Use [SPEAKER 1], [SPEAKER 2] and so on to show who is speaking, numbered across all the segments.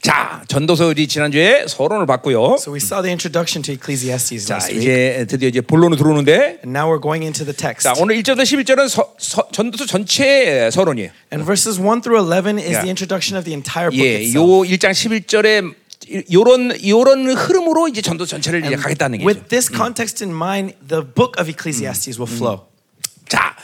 [SPEAKER 1] 자, 전도서들이 지난주에 서론을 봤고요.
[SPEAKER 2] So we saw the introduction to Ecclesiastes
[SPEAKER 1] 자,
[SPEAKER 2] last week,
[SPEAKER 1] 이제 드디어 이제 본론으로 들어오는데
[SPEAKER 2] and now we're going into the text.
[SPEAKER 1] 자, 오늘 1절부터 11절은 서, 서, 전도서 전체 서론이에요.
[SPEAKER 2] And verses 1 through 11 is
[SPEAKER 1] Yeah.
[SPEAKER 2] the introduction of the entire book
[SPEAKER 1] 예, 요 1장
[SPEAKER 2] itself.
[SPEAKER 1] 11절에 요런 요런 흐름으로 이제 전도 전체를 이제 가겠다는 얘기죠.
[SPEAKER 2] With this context in mind, the book of Ecclesiastes will flow.
[SPEAKER 1] 자,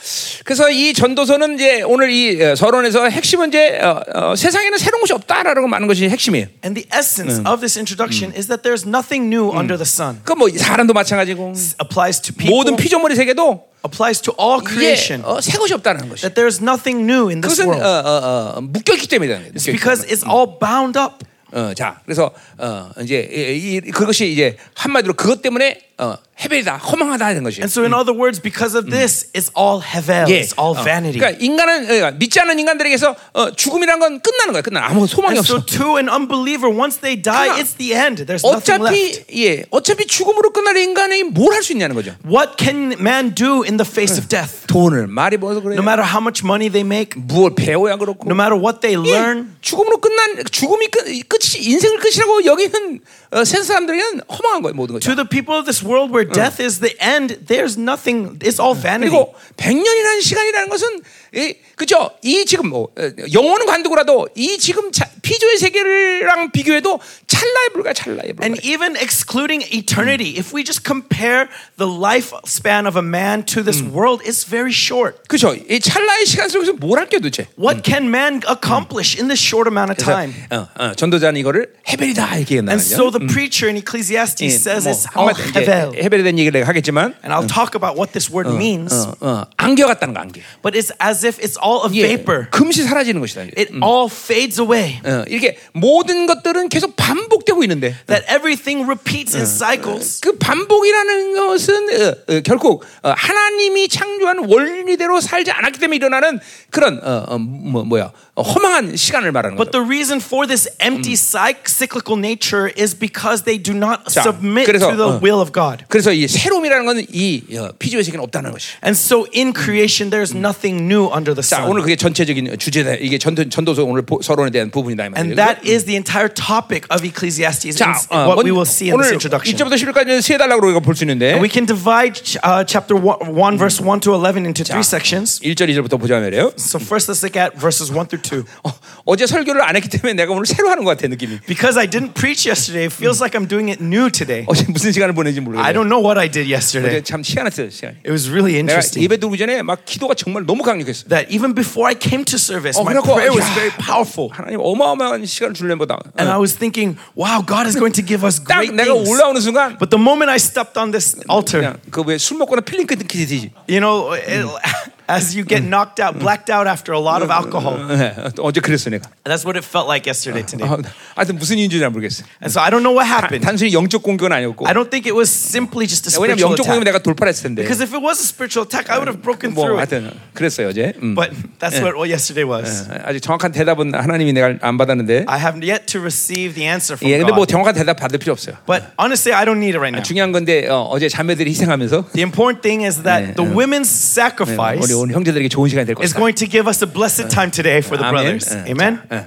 [SPEAKER 1] 그래서 이 전도서는 이제 오늘 이 어, 서론에서 핵심은 이제 어, 어, 세상에는 새로운 것이 없다라고 많은 것이 핵심이에요.
[SPEAKER 2] And the essence of this introduction is that there's nothing new under the sun.
[SPEAKER 1] 그뭐 사람도 마찬가지고
[SPEAKER 2] Applies to
[SPEAKER 1] 모든
[SPEAKER 2] people,
[SPEAKER 1] 피조물의 세계도
[SPEAKER 2] applies to all
[SPEAKER 1] 이게
[SPEAKER 2] creation.
[SPEAKER 1] 어, 새 것이 없다는 것이.
[SPEAKER 2] That there's nothing new in this
[SPEAKER 1] 그것은 어,
[SPEAKER 2] world.
[SPEAKER 1] 어, 어, 묶여 있기 때문이라는 거예요. 묶여 있기
[SPEAKER 2] Because it's all bound up.
[SPEAKER 1] 어, 자, 그래서 어, 이제 이, 이, 그것이 이제 한마디로 그것 때문에 어, 해배다, 허망하다 이런 것이에요.
[SPEAKER 2] And so, in other words, because of this, it's all hevel,
[SPEAKER 1] 예.
[SPEAKER 2] it's all
[SPEAKER 1] 어,
[SPEAKER 2] vanity.
[SPEAKER 1] 그러니까 인간은 그러니까 믿지 않는 인간들에게서 어, 죽음이란 건 끝나는 거야. 끝나 아무 소망이
[SPEAKER 2] And so,
[SPEAKER 1] 없어.
[SPEAKER 2] to an unbeliever, once they die,
[SPEAKER 1] 그러나
[SPEAKER 2] it's the end. There's nothing left.
[SPEAKER 1] 어차피 예, 어차피 죽음으로 끝날 인간이 뭘 할 수 있냐는 거죠.
[SPEAKER 2] What can man do in the face of death?
[SPEAKER 1] 돈을 말이 벌어서 그래.
[SPEAKER 2] No matter how much money they make,
[SPEAKER 1] 무엇 배워야 그렇고.
[SPEAKER 2] no matter what they
[SPEAKER 1] 예,
[SPEAKER 2] learn,
[SPEAKER 1] 죽음으로 끝난 죽음이 끝, 끝이 인생을 끝이라고 여기는 어, 센 사람들에게는 허망한 거예요 모든
[SPEAKER 2] to
[SPEAKER 1] 것이.
[SPEAKER 2] the people of this world where death is the end, there's nothing, it's all vanity.
[SPEAKER 1] 그리고 100년이라는 시간이라는 것은 이, 그죠? 이 지금 뭐 어, 영원은 관두고라도 이 지금 자, 피조의 세계랑 비교해도 찰나에 불과 찰나에 불과.
[SPEAKER 2] And even excluding eternity, if we just compare the lifespan of a man to this world, it's very short.
[SPEAKER 1] 그죠? 이 찰나의 시간 속에서 뭘 할게 도대체?
[SPEAKER 2] What can man accomplish in this short amount of time?
[SPEAKER 1] 어, 어, 전도자는 이거를 헤벨이다 이렇게
[SPEAKER 2] And
[SPEAKER 1] 얘기했나요? 뭐,
[SPEAKER 2] so the preacher in Ecclesiastes says it's
[SPEAKER 1] Oh,
[SPEAKER 2] oh, all hevel.
[SPEAKER 1] 헤벨에 대한 얘기를 내가 하겠지만
[SPEAKER 2] And I'll talk about what this word means,
[SPEAKER 1] 어, 어, 안개 같다는 거 안개.
[SPEAKER 2] but it's as if it's all a
[SPEAKER 1] 예,
[SPEAKER 2] vapor.
[SPEAKER 1] 금시 사라지는 것이다. 이게.
[SPEAKER 2] It all fades away.
[SPEAKER 1] 어, 이렇게 모든 것들은 계속 반복되고 있는데
[SPEAKER 2] That everything repeats in cycles.
[SPEAKER 1] 그 반복이라는 것은 어, 어, 결국 어, 하나님이 창조한 원리대로 살지 않았기 때문에 일어나는 그런 어, 어, 뭐, 뭐야 어, 허망한 시간을 말하는
[SPEAKER 2] But
[SPEAKER 1] 거죠.
[SPEAKER 2] the reason for this empty psych, cyclical nature is because they do not
[SPEAKER 1] 자,
[SPEAKER 2] submit
[SPEAKER 1] 그래서,
[SPEAKER 2] to the
[SPEAKER 1] 어.
[SPEAKER 2] will of God.
[SPEAKER 1] 그래서 이 새로움이라는 건 이 어, 피조의 세계는 없다는 것이.
[SPEAKER 2] And so in creation, there's nothing new under the
[SPEAKER 1] 자,
[SPEAKER 2] sun.
[SPEAKER 1] 오늘 그게 전체적인 주제다. 이게 전도, 전도서 오늘 보- 서론에 대한 부분이다 이 말이에요.
[SPEAKER 2] And that is the entire topic of Ecclesiastes,
[SPEAKER 1] 자,
[SPEAKER 2] and
[SPEAKER 1] 어,
[SPEAKER 2] what
[SPEAKER 1] 먼-
[SPEAKER 2] we will see in this
[SPEAKER 1] 오늘
[SPEAKER 2] introduction.
[SPEAKER 1] 1절부터 11까지는 세 달락으로 우리가 볼 수 있는데
[SPEAKER 2] And we can divide uh, chapter 1, 1 verse 1 to 11 into
[SPEAKER 1] 자,
[SPEAKER 2] three sections.
[SPEAKER 1] 1절 2절부터 보자면요.
[SPEAKER 2] So first let's look at verses 1 through 2.
[SPEAKER 1] 어, 어제 설교를 안 했기 때문에 내가 오늘 새로 하는 것 같아 느낌이.
[SPEAKER 2] Because I didn't preach yesterday, it feels like I'm doing it new today.
[SPEAKER 1] 어제 무슨 시간을 보내지
[SPEAKER 2] I
[SPEAKER 1] 모르겠어요.
[SPEAKER 2] don't know what I did
[SPEAKER 1] 어제
[SPEAKER 2] yesterday.
[SPEAKER 1] 참 희한했어요 시간이.
[SPEAKER 2] It was really
[SPEAKER 1] 내가
[SPEAKER 2] interesting.
[SPEAKER 1] 예배 들기 전에 막 기도가 정말 너무 강력했어. 요
[SPEAKER 2] That even before I came to service,
[SPEAKER 1] 어,
[SPEAKER 2] my
[SPEAKER 1] Oh, 그래갖고,
[SPEAKER 2] prayer was
[SPEAKER 1] 야.
[SPEAKER 2] very powerful.
[SPEAKER 1] 하나님 어마어마한 시간을 줄려보다.
[SPEAKER 2] And I was thinking, wow, God is going to give us
[SPEAKER 1] 딱
[SPEAKER 2] great
[SPEAKER 1] 내가
[SPEAKER 2] things.
[SPEAKER 1] 올라오는 순간
[SPEAKER 2] But the moment I stepped on this altar,
[SPEAKER 1] 그냥 그 왜 술 먹거나 필링 끊기지.
[SPEAKER 2] you know, it, as you get knocked out, blacked out after a lot of alcohol,
[SPEAKER 1] 네, 어제 그랬어 내가.
[SPEAKER 2] that's what it felt like yesterday today.
[SPEAKER 1] 아, 하여튼 무슨 일인지 잘 모르겠어.
[SPEAKER 2] And so I don't know what
[SPEAKER 1] 단-
[SPEAKER 2] happened.
[SPEAKER 1] 단순히 영적 공격은 아니었고.
[SPEAKER 2] I don't think it was simply just a
[SPEAKER 1] 왜냐면
[SPEAKER 2] spiritual
[SPEAKER 1] 영적 공격은
[SPEAKER 2] attack.
[SPEAKER 1] 내가 돌파를 했을 텐데.
[SPEAKER 2] Because if it was a spiritual attack, I would have broken
[SPEAKER 1] 뭐
[SPEAKER 2] through it.
[SPEAKER 1] 하여튼 그랬어요 어제. 음.
[SPEAKER 2] But that's what, what yesterday was.
[SPEAKER 1] 아직 정확한 대답은 하나님이 내가 안 받았는데.
[SPEAKER 2] I have yet to receive the answer from
[SPEAKER 1] 예, 근데 뭐
[SPEAKER 2] God.
[SPEAKER 1] 정확한 대답 받을 필요 없어요.
[SPEAKER 2] But honestly, I don't need it right now.
[SPEAKER 1] 중요한 건데 어, 제 자매들이 희생하면서 네,
[SPEAKER 2] The important thing is that the women's sacrifice
[SPEAKER 1] 우리 오늘 형제들에게 좋은 시간이 될 것
[SPEAKER 2] is
[SPEAKER 1] 같아요.
[SPEAKER 2] going to give us a blessed time today for the
[SPEAKER 1] 아멘.
[SPEAKER 2] brothers.
[SPEAKER 1] 어,
[SPEAKER 2] Amen?
[SPEAKER 1] 자, 어.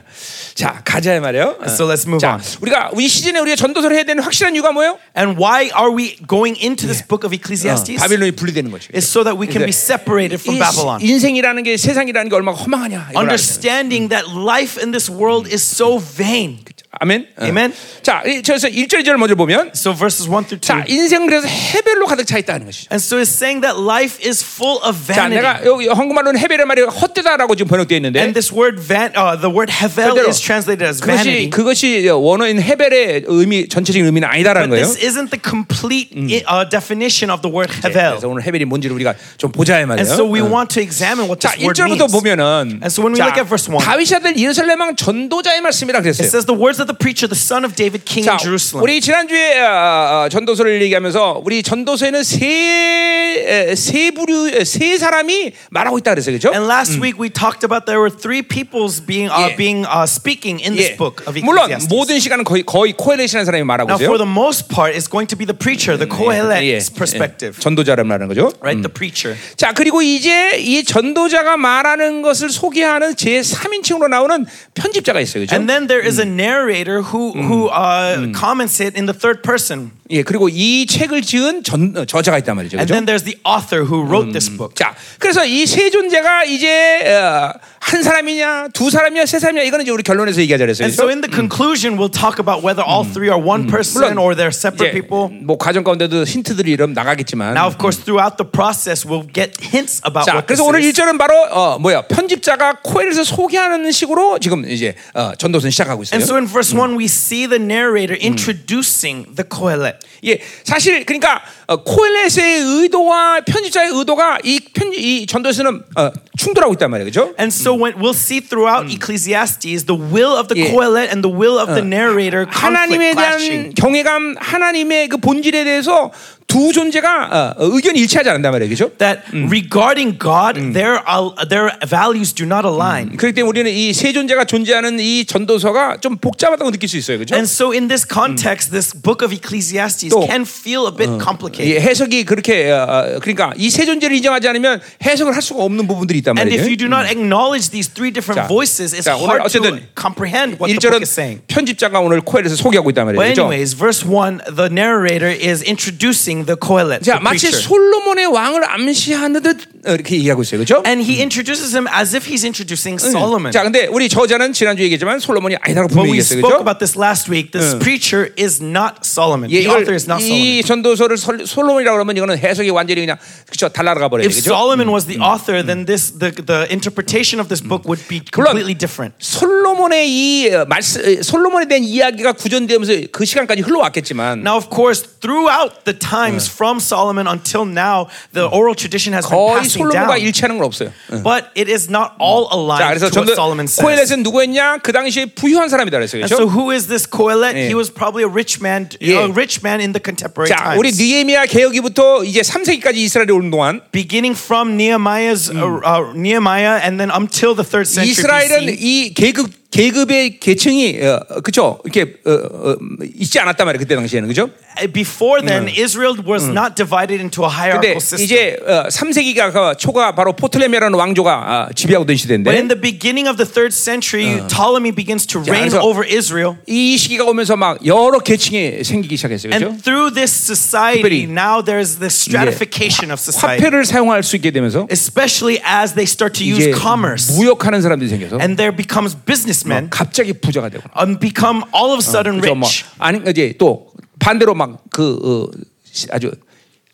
[SPEAKER 1] 자 가자 이 말이요. 에
[SPEAKER 2] So let's move
[SPEAKER 1] 자,
[SPEAKER 2] on.
[SPEAKER 1] 우리가 이 시즌에 우리가 전도서를 해야 되는 확실한 이유가 뭐예요?
[SPEAKER 2] And why are we going into this book of Ecclesiastes?
[SPEAKER 1] 아, 바빌론이 분리되는 거죠.
[SPEAKER 2] Oh. Is so that we can
[SPEAKER 1] 이
[SPEAKER 2] be separated from Babylon.
[SPEAKER 1] 인생이라는 게 세상이라는 게 얼마나 허망하냐. 이걸 알아야 돼요.
[SPEAKER 2] Understanding that life in this world is so vain.
[SPEAKER 1] 아멘. 어.
[SPEAKER 2] Amen.
[SPEAKER 1] 자, 이- 그래서 1절 2절 먼저 보면
[SPEAKER 2] So verses 1 through 2.
[SPEAKER 1] 자, 인생 그래서 해별로 가득 차 있다는 것이죠.
[SPEAKER 2] And so it's saying that life is full of
[SPEAKER 1] 자,
[SPEAKER 2] vanity.
[SPEAKER 1] 내가 여기 한국말로는 해별의 말이 헛되다라고 지금 번역되어 있는데
[SPEAKER 2] And this word van, uh, the word hevel
[SPEAKER 1] 그대로
[SPEAKER 2] is translated as
[SPEAKER 1] 그것이
[SPEAKER 2] vanity.
[SPEAKER 1] 그것이 원어인 헤벨의 의미 전체적인 의미는 아니다라는 거예요.
[SPEAKER 2] This isn't the complete i- uh, definition of the word
[SPEAKER 1] 그래서
[SPEAKER 2] hevel.
[SPEAKER 1] 오늘 헤벨이 뭔지를 우리가 좀 보자 이 말이에요.
[SPEAKER 2] And so we want to examine what
[SPEAKER 1] 자,
[SPEAKER 2] this word
[SPEAKER 1] 1절부터
[SPEAKER 2] means.
[SPEAKER 1] 보면은
[SPEAKER 2] And so when we
[SPEAKER 1] 자,
[SPEAKER 2] look at verse 1.
[SPEAKER 1] 다윗이 아들 예루살렘왕 전도자의 말씀이라
[SPEAKER 2] It
[SPEAKER 1] 그랬어요.
[SPEAKER 2] says the words of the preacher, the son of David, king
[SPEAKER 1] 자,
[SPEAKER 2] of Jerusalem.
[SPEAKER 1] 우리 지난주에 어, 어, 전도서를 얘기하면서 우리 전도서에는 세, 에, 세 부류 에, 세 사람이 말하고 있다 그랬어요. 그렇죠?
[SPEAKER 2] And last week we talked about there were three peoples being uh,
[SPEAKER 1] Yeah.
[SPEAKER 2] being uh, speaking in this book of
[SPEAKER 1] 예. 물론
[SPEAKER 2] Ecclesiastes.
[SPEAKER 1] 모든 시간은 거의 거의 코엘렛이라는 사람이 말하고
[SPEAKER 2] Now, for
[SPEAKER 1] 있어요.
[SPEAKER 2] the most part, it's going to be the preacher, the
[SPEAKER 1] 예,
[SPEAKER 2] Kohelet's
[SPEAKER 1] 예.
[SPEAKER 2] perspective,
[SPEAKER 1] 전도자라고 말하는 거죠.
[SPEAKER 2] right? The preacher.
[SPEAKER 1] 자, 그리고 이제 이 전도자가 말하는 것을 소개하는 제 3인칭으로 나오는 편집자가 있어요. 그렇죠?
[SPEAKER 2] And then there is a narrator who who uh, comments it in the third person,
[SPEAKER 1] 예, 그리고 이 책을 지은 전, 어, 저자가 있단 말이죠.
[SPEAKER 2] and
[SPEAKER 1] 그죠?
[SPEAKER 2] then there's the author who wrote this book.
[SPEAKER 1] 자, 그래서 이 세 존재가 이제 어, 한 사람이냐, 두 사람이냐, 세 사람이냐 이거는 이제 우리 결론에서 얘기하자 그랬어요.
[SPEAKER 2] And so in the conclusion, we'll talk about whether all three are one person or they're separate
[SPEAKER 1] 이제
[SPEAKER 2] people.
[SPEAKER 1] 뭐 과정 가운데도 힌트들이 이러면 나가겠지만.
[SPEAKER 2] Now, of course, throughout the process, we'll get hints about
[SPEAKER 1] 자,
[SPEAKER 2] what
[SPEAKER 1] 그래서
[SPEAKER 2] this
[SPEAKER 1] 오늘
[SPEAKER 2] is.
[SPEAKER 1] 1절은 바로 어, 뭐야 편집자가 코엘에서 소개하는 식으로 지금 이제 어, 전도서 시작하고 있어요.
[SPEAKER 2] And so in verse 1, we see the narrator introducing the Kohelet.
[SPEAKER 1] 예, 사실 그러니까 어, 코엘렛의 의도와 편집자의 의도가 이, 편, 이 전도서는 어, 충돌하고 있단 말이에요, 그렇죠?
[SPEAKER 2] And so when, we'll see throughout Ecclesiastes, the will of the
[SPEAKER 1] Yeah.
[SPEAKER 2] Kohelet and the will of the narrator
[SPEAKER 1] 하나님에
[SPEAKER 2] conflict
[SPEAKER 1] 대한
[SPEAKER 2] clashing.
[SPEAKER 1] 경외감, 하나님의 그 본질에 대해서 두 존재가 어, 어, 의견이 일치하지 않는단 말이에요, 그렇죠?
[SPEAKER 2] That regarding God, their, al- their values do not align.
[SPEAKER 1] 그렇기 때문에 우리는 이 세 존재가 존재하는 이 전도서가 좀 복잡하다고 느낄 수 있어요, 그렇죠?
[SPEAKER 2] And so in this context, this book of Ecclesiastes
[SPEAKER 1] 또-
[SPEAKER 2] can feel a bit complicated.
[SPEAKER 1] 예, 해석이 그렇게 어, 어, 그러니까 이 세 존재를 인정하지 않으면 해석을 할 수가 없는 부분들이 있단
[SPEAKER 2] And if you
[SPEAKER 1] 말이에요.
[SPEAKER 2] do not acknowledge these three different
[SPEAKER 1] 자,
[SPEAKER 2] voices, it's
[SPEAKER 1] 자, 오늘
[SPEAKER 2] hard to
[SPEAKER 1] 어쨌든
[SPEAKER 2] comprehend what the book is saying.
[SPEAKER 1] 1절은 편집자가 오늘 코엘에서 소개하고 있단 말이에요.
[SPEAKER 2] But
[SPEAKER 1] 그렇죠?
[SPEAKER 2] anyways, verse 1, the narrator is introducing the Kohelet,
[SPEAKER 1] 자,
[SPEAKER 2] the
[SPEAKER 1] 마치
[SPEAKER 2] preacher.
[SPEAKER 1] 솔로몬의 왕을 암시하는 듯 어, 이렇게 얘기하고 있어요. 그렇죠? 음.
[SPEAKER 2] And he introduces him as if he's introducing
[SPEAKER 1] Mm.
[SPEAKER 2] Solomon.
[SPEAKER 1] 자, 근데 우리 저자는 지난주에 얘기했지만 솔로몬이 아니라고
[SPEAKER 2] But
[SPEAKER 1] 분명히
[SPEAKER 2] we
[SPEAKER 1] 얘기했어요.
[SPEAKER 2] spoke
[SPEAKER 1] 그렇죠?
[SPEAKER 2] about this last week. This preacher is not Solomon.
[SPEAKER 1] 예,
[SPEAKER 2] The author is
[SPEAKER 1] 이걸,
[SPEAKER 2] not Solomon.
[SPEAKER 1] 이 전도서를 솔- 솔로몬이라고 그러면 이거는 해석이 완전히 그냥 그렇죠? 달라가 버려요.
[SPEAKER 2] If
[SPEAKER 1] 그렇죠?
[SPEAKER 2] Solomon was the author, then this the, the interpretation of this book would be completely different.
[SPEAKER 1] 솔로몬의 이 어, 말씀 어, 솔로몬에 대한 이야기가 구전되면서 그 시간까지 흘러왔겠지만
[SPEAKER 2] Now, of course, throughout the times from Solomon until now, the oral tradition has been
[SPEAKER 1] 거의
[SPEAKER 2] passing
[SPEAKER 1] 솔로몬과
[SPEAKER 2] down.
[SPEAKER 1] 일치하는 건 없어요.
[SPEAKER 2] But it is not all
[SPEAKER 1] 자,
[SPEAKER 2] aligned
[SPEAKER 1] 그래서
[SPEAKER 2] to
[SPEAKER 1] 전도
[SPEAKER 2] what Solomon says.
[SPEAKER 1] 코엘렛은 누구였냐? 그 당시에 부유한 사람이다 그랬어요.
[SPEAKER 2] And
[SPEAKER 1] 그렇죠?
[SPEAKER 2] so, who is this Kohelet?
[SPEAKER 1] 예.
[SPEAKER 2] He was probably a rich man,
[SPEAKER 1] 예.
[SPEAKER 2] a rich man in the contemporary
[SPEAKER 1] 자, 우리
[SPEAKER 2] times.
[SPEAKER 1] 느헤미야 개혁이부터 이제 3세기까지 이스라엘에 오는 동안
[SPEAKER 2] beginning from Nehemiah's uh, uh, Nehemiah and then until the third century
[SPEAKER 1] 이스라엘은
[SPEAKER 2] BC,
[SPEAKER 1] 이 계급 계급의 계층이 어, 그죠 이렇게 어, 어, 있지 않았단 말이에요 그때 당시에는 그죠
[SPEAKER 2] uh, before then Israel was not divided into a
[SPEAKER 1] 근데
[SPEAKER 2] hierarchical system.
[SPEAKER 1] 이제 어, 3세기가 초가 바로 포틀레미아라는 왕조가 아, 지배하고 된
[SPEAKER 2] but
[SPEAKER 1] 시대인데
[SPEAKER 2] in the beginning of the third century, Ptolemy begins to reign
[SPEAKER 1] 그래서-
[SPEAKER 2] over Israel.
[SPEAKER 1] 이 시기가 오면서 막 여러 계층이 생기기 시작했어요 그죠
[SPEAKER 2] And through this society,
[SPEAKER 1] 특별히-
[SPEAKER 2] now there's this stratification of society,
[SPEAKER 1] 화폐를 사용할 수 있게 되면서
[SPEAKER 2] especially as they start to
[SPEAKER 1] 이제
[SPEAKER 2] use commerce
[SPEAKER 1] 무역하는 사람들이 생겨서
[SPEAKER 2] and there becomes businessmen
[SPEAKER 1] 갑자기 부자가 되고
[SPEAKER 2] and become Uh, all of a sudden
[SPEAKER 1] 그죠? 뭐
[SPEAKER 2] rich.
[SPEAKER 1] 아니 이제 또 반대로 막그 어, 시- 아주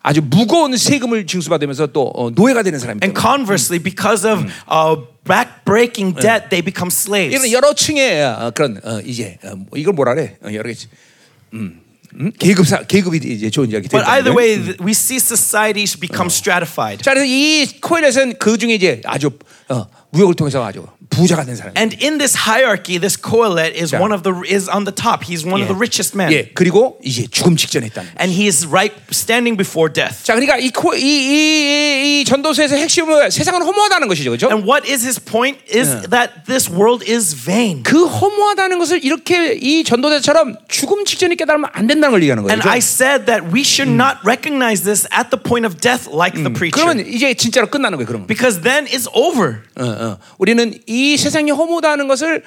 [SPEAKER 1] 아주 무거운 세금을 징수받으면서 또 어, 노예가 되는 사람이
[SPEAKER 2] And conversely, because of uh, back-breaking debt, they become slaves.
[SPEAKER 1] 이런 여러 층의 어, 그런 어, 이제 어, 뭐 이걸 뭐라 그래 어, 여러 개 음, 음? 계급사 계급이 이제 좋은 이야기
[SPEAKER 2] But
[SPEAKER 1] 됐다는
[SPEAKER 2] either
[SPEAKER 1] 거예요.
[SPEAKER 2] way, th- we see societies become stratified.
[SPEAKER 1] 자 그래서 이 코엘렛은 그 중에 이제 아주 어, 무역을 통해서 아주 부자가 된 사람
[SPEAKER 2] And in this hierarchy, this Kohelet is
[SPEAKER 1] 자.
[SPEAKER 2] one of the is on the top. He's one of the richest men,
[SPEAKER 1] 예 그리고 이제 죽음 직전에 있다는
[SPEAKER 2] and he is right standing before death.
[SPEAKER 1] 자 그러니까 이, 코, 이, 이, 이, 이 전도서에서 핵심은 세상은 허무하다는 것이죠 그렇죠
[SPEAKER 2] And what is his point? Is that this world is vain.
[SPEAKER 1] 그 허무하다는 것을 이렇게 이 전도자처럼 죽음 직전에 깨달으면 안 된다는 걸 얘기하는 거예요.
[SPEAKER 2] And I
[SPEAKER 1] 그렇죠?
[SPEAKER 2] said that we should not recognize this at the point of death, like the
[SPEAKER 1] 그러면
[SPEAKER 2] preacher,
[SPEAKER 1] 이제 진짜로 끝나는 거예요. 그러면
[SPEAKER 2] because then it's over.
[SPEAKER 1] 어, 어. 우리는 이 세상이 허무하다는 것을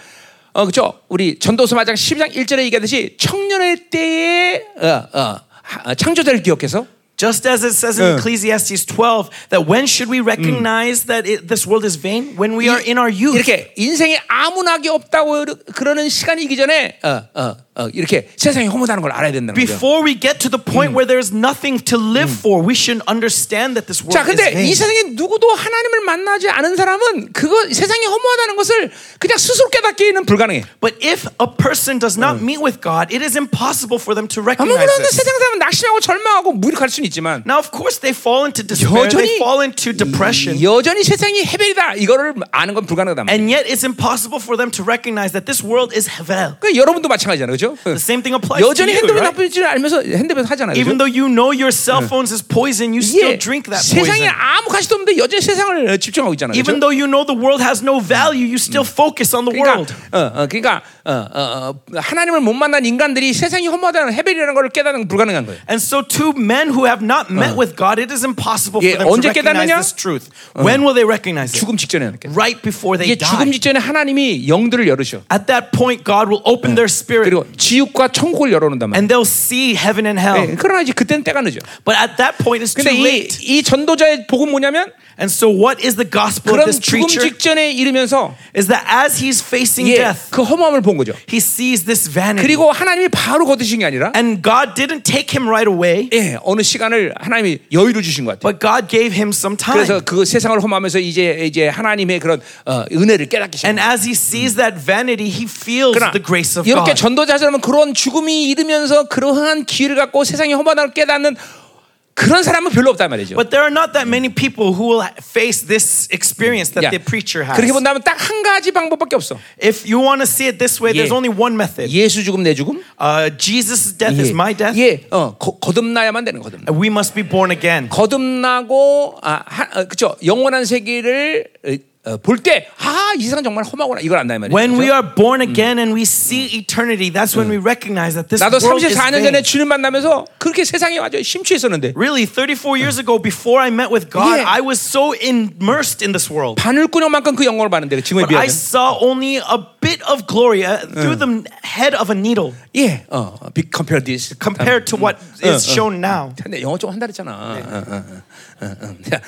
[SPEAKER 1] 어, 그렇죠. 우리 전도서 마장 12장 1절에 얘기하듯이 청년의 때에 어, 어, 하- 창조자를 기억해서
[SPEAKER 2] Just as it says in Ecclesiastes 12, that when should we recognize that it, this world is vain? When we are in our youth.
[SPEAKER 1] 이렇게 인생에 아무 낙이 없다고 그러는 시간이 기 전에 어, 어, 어, 이렇게 세상이 허무하다는 걸 알아야 된다는 거죠.
[SPEAKER 2] Before we get to the point where there's nothing to live for, we should understand that this world
[SPEAKER 1] 자,
[SPEAKER 2] is
[SPEAKER 1] 근데 이
[SPEAKER 2] vain.
[SPEAKER 1] 세상에 누구도 하나님을 만나지 않은 사람은 그거 세상이 허무하다는 것을 그냥 스스로 깨닫기는 불가능해.
[SPEAKER 2] But if a person does not meet with God, it is impossible for them to
[SPEAKER 1] 아무
[SPEAKER 2] recognize
[SPEAKER 1] 물론
[SPEAKER 2] this.
[SPEAKER 1] 세상 사람은 낙심하고 절망하고 무력할 수는 있지만
[SPEAKER 2] Now, of course, they fall into despair,
[SPEAKER 1] 여전히
[SPEAKER 2] they fall into depression,
[SPEAKER 1] 여전히 세상이 해벨이다 이거를 아는 건 불가능하다.
[SPEAKER 2] and yet it's impossible for them to recognize that this world is Havel.
[SPEAKER 1] 그 여러분도 마찬가지잖아요, 그죠?
[SPEAKER 2] The same thing applies to
[SPEAKER 1] 여전히
[SPEAKER 2] you,
[SPEAKER 1] 핸드폰
[SPEAKER 2] right?
[SPEAKER 1] 나쁜 짓을 알면서 핸드폰 하잖아요. 그죠?
[SPEAKER 2] Even though you know your cell phones is poison, you
[SPEAKER 1] 이게
[SPEAKER 2] still drink that
[SPEAKER 1] 세상에
[SPEAKER 2] poison.
[SPEAKER 1] 아무 가치도 없는데 여전히 세상을 집중하고 있잖아요. 그죠?
[SPEAKER 2] Even though you know the world has no value, you still focus on the world.
[SPEAKER 1] 그러니까, 어, 어, 그러니까 어, 어, 어, 하나님을 못 만난 인간들이 세상이 허무하다는 헤벨이라는 걸 깨닫는 건 불가능한 거예요.
[SPEAKER 2] And so, to men who have not met with God, it is impossible
[SPEAKER 1] 예,
[SPEAKER 2] for them to
[SPEAKER 1] 언제
[SPEAKER 2] recognize
[SPEAKER 1] 깨닫느냐?
[SPEAKER 2] this truth. When will they recognize it?
[SPEAKER 1] 죽음 직전에 하는 거예요.
[SPEAKER 2] Right before they
[SPEAKER 1] 이게 죽음
[SPEAKER 2] die.
[SPEAKER 1] 직전에 하나님이 영들을 열으셔.
[SPEAKER 2] At that point, God will open their spirit
[SPEAKER 1] 그리고 지옥과 천국을 열어놓는단 말이에요.
[SPEAKER 2] and they'll see heaven and
[SPEAKER 1] 예,
[SPEAKER 2] hell.
[SPEAKER 1] 그러나 이제 그때는 때가 늦어.
[SPEAKER 2] But at that point, it's too
[SPEAKER 1] 근데 이,
[SPEAKER 2] late.
[SPEAKER 1] 이 전도자의 복음 뭐냐면
[SPEAKER 2] And so, what is the gospel
[SPEAKER 1] 그런
[SPEAKER 2] of this
[SPEAKER 1] 죽음
[SPEAKER 2] preacher?
[SPEAKER 1] 직전에 이르면서
[SPEAKER 2] Is that as he's facing
[SPEAKER 1] 예,
[SPEAKER 2] death,
[SPEAKER 1] 그 허무함을 본 거죠.
[SPEAKER 2] he sees this vanity.
[SPEAKER 1] 그리고 하나님이 바로 거두신 게 아니라
[SPEAKER 2] And God didn't take him right away,
[SPEAKER 1] 예, 어느 시간을 하나님이 여유를 주신 것 같아요.
[SPEAKER 2] but God gave him some time.
[SPEAKER 1] 그래서 그 세상을 험하면서 이제 이제 하나님의 그런 어, 은혜를 깨닫기 시작.
[SPEAKER 2] And as he sees that vanity, he feels
[SPEAKER 1] 그러나
[SPEAKER 2] the grace of
[SPEAKER 1] 이렇게
[SPEAKER 2] God.
[SPEAKER 1] 전도자처럼 그런 죽음이 이르면서 그러한 기회를 갖고 세상이 험하다는 깨닫는 그런 사람은 별로 없단 말이죠.
[SPEAKER 2] But there are not that many people who will face this experience that
[SPEAKER 1] 야,
[SPEAKER 2] the preacher has.
[SPEAKER 1] 그렇게 본다면 딱 한 가지 방법밖에 없어.
[SPEAKER 2] If you want to see it this way, there's
[SPEAKER 1] 예.
[SPEAKER 2] only one method.
[SPEAKER 1] 예수 죽음 내 죽음.
[SPEAKER 2] Uh, Jesus' death is my death,
[SPEAKER 1] 예, 어, 거, 거듭나야만 되는 거듭나.
[SPEAKER 2] and we must be born again.
[SPEAKER 1] 거듭나고 아, 하, 어, 그죠? 영원한 세계를 어, 어, 볼때 아, 이 세상 정말 험하구나. 이걸 그렇죠? 안다 이 말이죠.
[SPEAKER 2] When we
[SPEAKER 1] 그죠?
[SPEAKER 2] are born again and we see eternity, that's when we recognize that this
[SPEAKER 1] 나도
[SPEAKER 2] world is
[SPEAKER 1] 34년 전에
[SPEAKER 2] vain.
[SPEAKER 1] 주님 만나면서 그렇게 세상에 완전 심취했었는데
[SPEAKER 2] Really, 34 years ago, before I met with God,
[SPEAKER 1] Yeah.
[SPEAKER 2] I was so immersed in this world.
[SPEAKER 1] 바늘구멍만큼 그 영광을 봤는데 그 지금에
[SPEAKER 2] But I
[SPEAKER 1] 비하면
[SPEAKER 2] saw only a bit of glory uh, through the head of a needle
[SPEAKER 1] 예, 어, be compared this.
[SPEAKER 2] compared to what is shown now.
[SPEAKER 1] 근데 영어 어, 좀 한다 했잖아.
[SPEAKER 2] 네.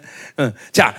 [SPEAKER 1] 어, 자,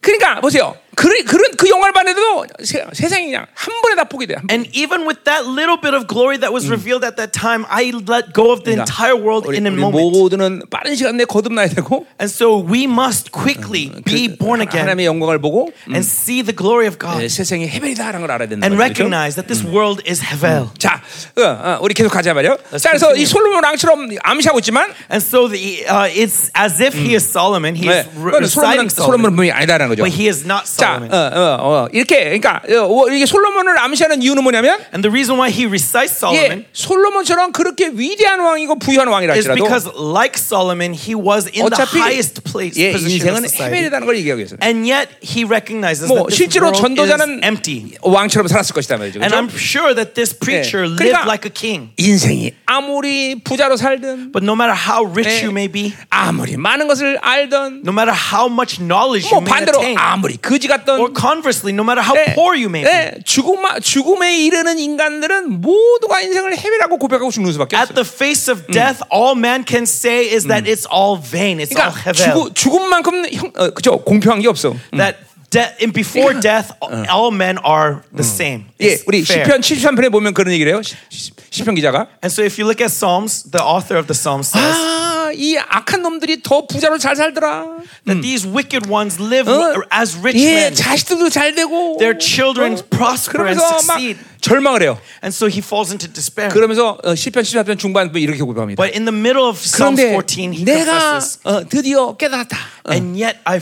[SPEAKER 1] 그러니까 보세요. 그, 그런 그 영화를 봤는데도 세, 세상이 그냥 한 번에 다 포기돼. 한 번.
[SPEAKER 2] And even with that little bit of glory that was revealed at that time, I let go of the
[SPEAKER 1] 그러니까
[SPEAKER 2] entire world
[SPEAKER 1] 우리,
[SPEAKER 2] in a
[SPEAKER 1] 우리
[SPEAKER 2] moment.
[SPEAKER 1] 모두는 빠른 시간 내에 거듭나야 되고 그
[SPEAKER 2] And so we must quickly be born
[SPEAKER 1] 하나-
[SPEAKER 2] again
[SPEAKER 1] 하나님의 영광을 보고
[SPEAKER 2] and see the glory
[SPEAKER 1] 예,
[SPEAKER 2] of God
[SPEAKER 1] 세상이 해변이다라는 걸 알아야 된다. 그렇죠?
[SPEAKER 2] and recognize that this world is Hevel.
[SPEAKER 1] 자, 어, 어, 우리 계속 가자 말이요. 자, 그래서 이 솔로몬 왕처럼 암시하고 있지만
[SPEAKER 2] And so the, uh, it's as if he is Mm. Eh, Solomon. He
[SPEAKER 1] 네,
[SPEAKER 2] is re-
[SPEAKER 1] 그건 솔로몬은
[SPEAKER 2] reciting Solomon, eh.
[SPEAKER 1] 솔로몬은 분명히 아니다라는 거죠.
[SPEAKER 2] but he is not
[SPEAKER 1] 자, 어,
[SPEAKER 2] Solomon.
[SPEAKER 1] 어, 어, 이렇게 그러니까 어, 어, 이게 솔로몬을 암시하는 이유는 뭐냐면
[SPEAKER 2] And the reason why he recites
[SPEAKER 1] 예,
[SPEAKER 2] Solomon
[SPEAKER 1] 솔로몬처럼 그렇게 위대한 왕이고 부유한
[SPEAKER 2] is
[SPEAKER 1] 왕이라지라도
[SPEAKER 2] because, like Solomon, he was in the
[SPEAKER 1] 어차피
[SPEAKER 2] highest place
[SPEAKER 1] 예,
[SPEAKER 2] position of
[SPEAKER 1] 인생은
[SPEAKER 2] society.
[SPEAKER 1] 헤벨이라는 걸 얘기하고 있어요.
[SPEAKER 2] And yet he recognizes
[SPEAKER 1] 뭐
[SPEAKER 2] that this
[SPEAKER 1] 실제로
[SPEAKER 2] world
[SPEAKER 1] 전도자는
[SPEAKER 2] is empty.
[SPEAKER 1] 왕처럼 살았을 것이다 말이죠.
[SPEAKER 2] And I'm
[SPEAKER 1] 그렇죠?
[SPEAKER 2] sure that this preacher
[SPEAKER 1] 예,
[SPEAKER 2] lived
[SPEAKER 1] 그러니까-
[SPEAKER 2] like a king.
[SPEAKER 1] 인생이 아무리 부자로 살든
[SPEAKER 2] But no matter how rich
[SPEAKER 1] 예,
[SPEAKER 2] you may be,
[SPEAKER 1] 아무리 많은 것을 알든
[SPEAKER 2] no matter how much knowledge
[SPEAKER 1] 뭐
[SPEAKER 2] you may
[SPEAKER 1] 반대로
[SPEAKER 2] attain,
[SPEAKER 1] 아무리 거지
[SPEAKER 2] or
[SPEAKER 1] 같던
[SPEAKER 2] conversely, no matter how
[SPEAKER 1] 예,
[SPEAKER 2] poor you may be,
[SPEAKER 1] 예, 죽음, 죽음에 이르는 인간들은 모두가 인생을 헤매라고 고백하고 죽는 수밖에
[SPEAKER 2] at
[SPEAKER 1] 없어요.
[SPEAKER 2] the face of death, all man can say is that it's all vain, it's all
[SPEAKER 1] 그러니까 죽,
[SPEAKER 2] hevel.
[SPEAKER 1] 죽음만큼 형, 어, 그죠 공평한 게 없어.
[SPEAKER 2] That de- and before death, all men are the same.
[SPEAKER 1] 예,
[SPEAKER 2] It's
[SPEAKER 1] 우리
[SPEAKER 2] fair.
[SPEAKER 1] 시편 73편에 보면 그런 얘기를 해요. 시- 시- 시편 기자가
[SPEAKER 2] And so if you look at Psalms, the author of the Psalm says
[SPEAKER 1] 아, 이 악한 놈들이 더 부자로 잘 살더라.
[SPEAKER 2] that these wicked ones live
[SPEAKER 1] 어?
[SPEAKER 2] as rich
[SPEAKER 1] 예,
[SPEAKER 2] men.
[SPEAKER 1] 자식들도 잘 되고
[SPEAKER 2] Their children prosper and
[SPEAKER 1] 그러면서 막
[SPEAKER 2] succeed.
[SPEAKER 1] 절망을 해요.
[SPEAKER 2] And so he falls into despair.
[SPEAKER 1] 그러면서 어, 시편 74편 중반 이렇게 고백합니다.
[SPEAKER 2] But in the middle of Psalm
[SPEAKER 1] 그런데
[SPEAKER 2] 14, he
[SPEAKER 1] 내가
[SPEAKER 2] confesses,
[SPEAKER 1] 어, 드디어 깨달았다. 어,
[SPEAKER 2] and yet I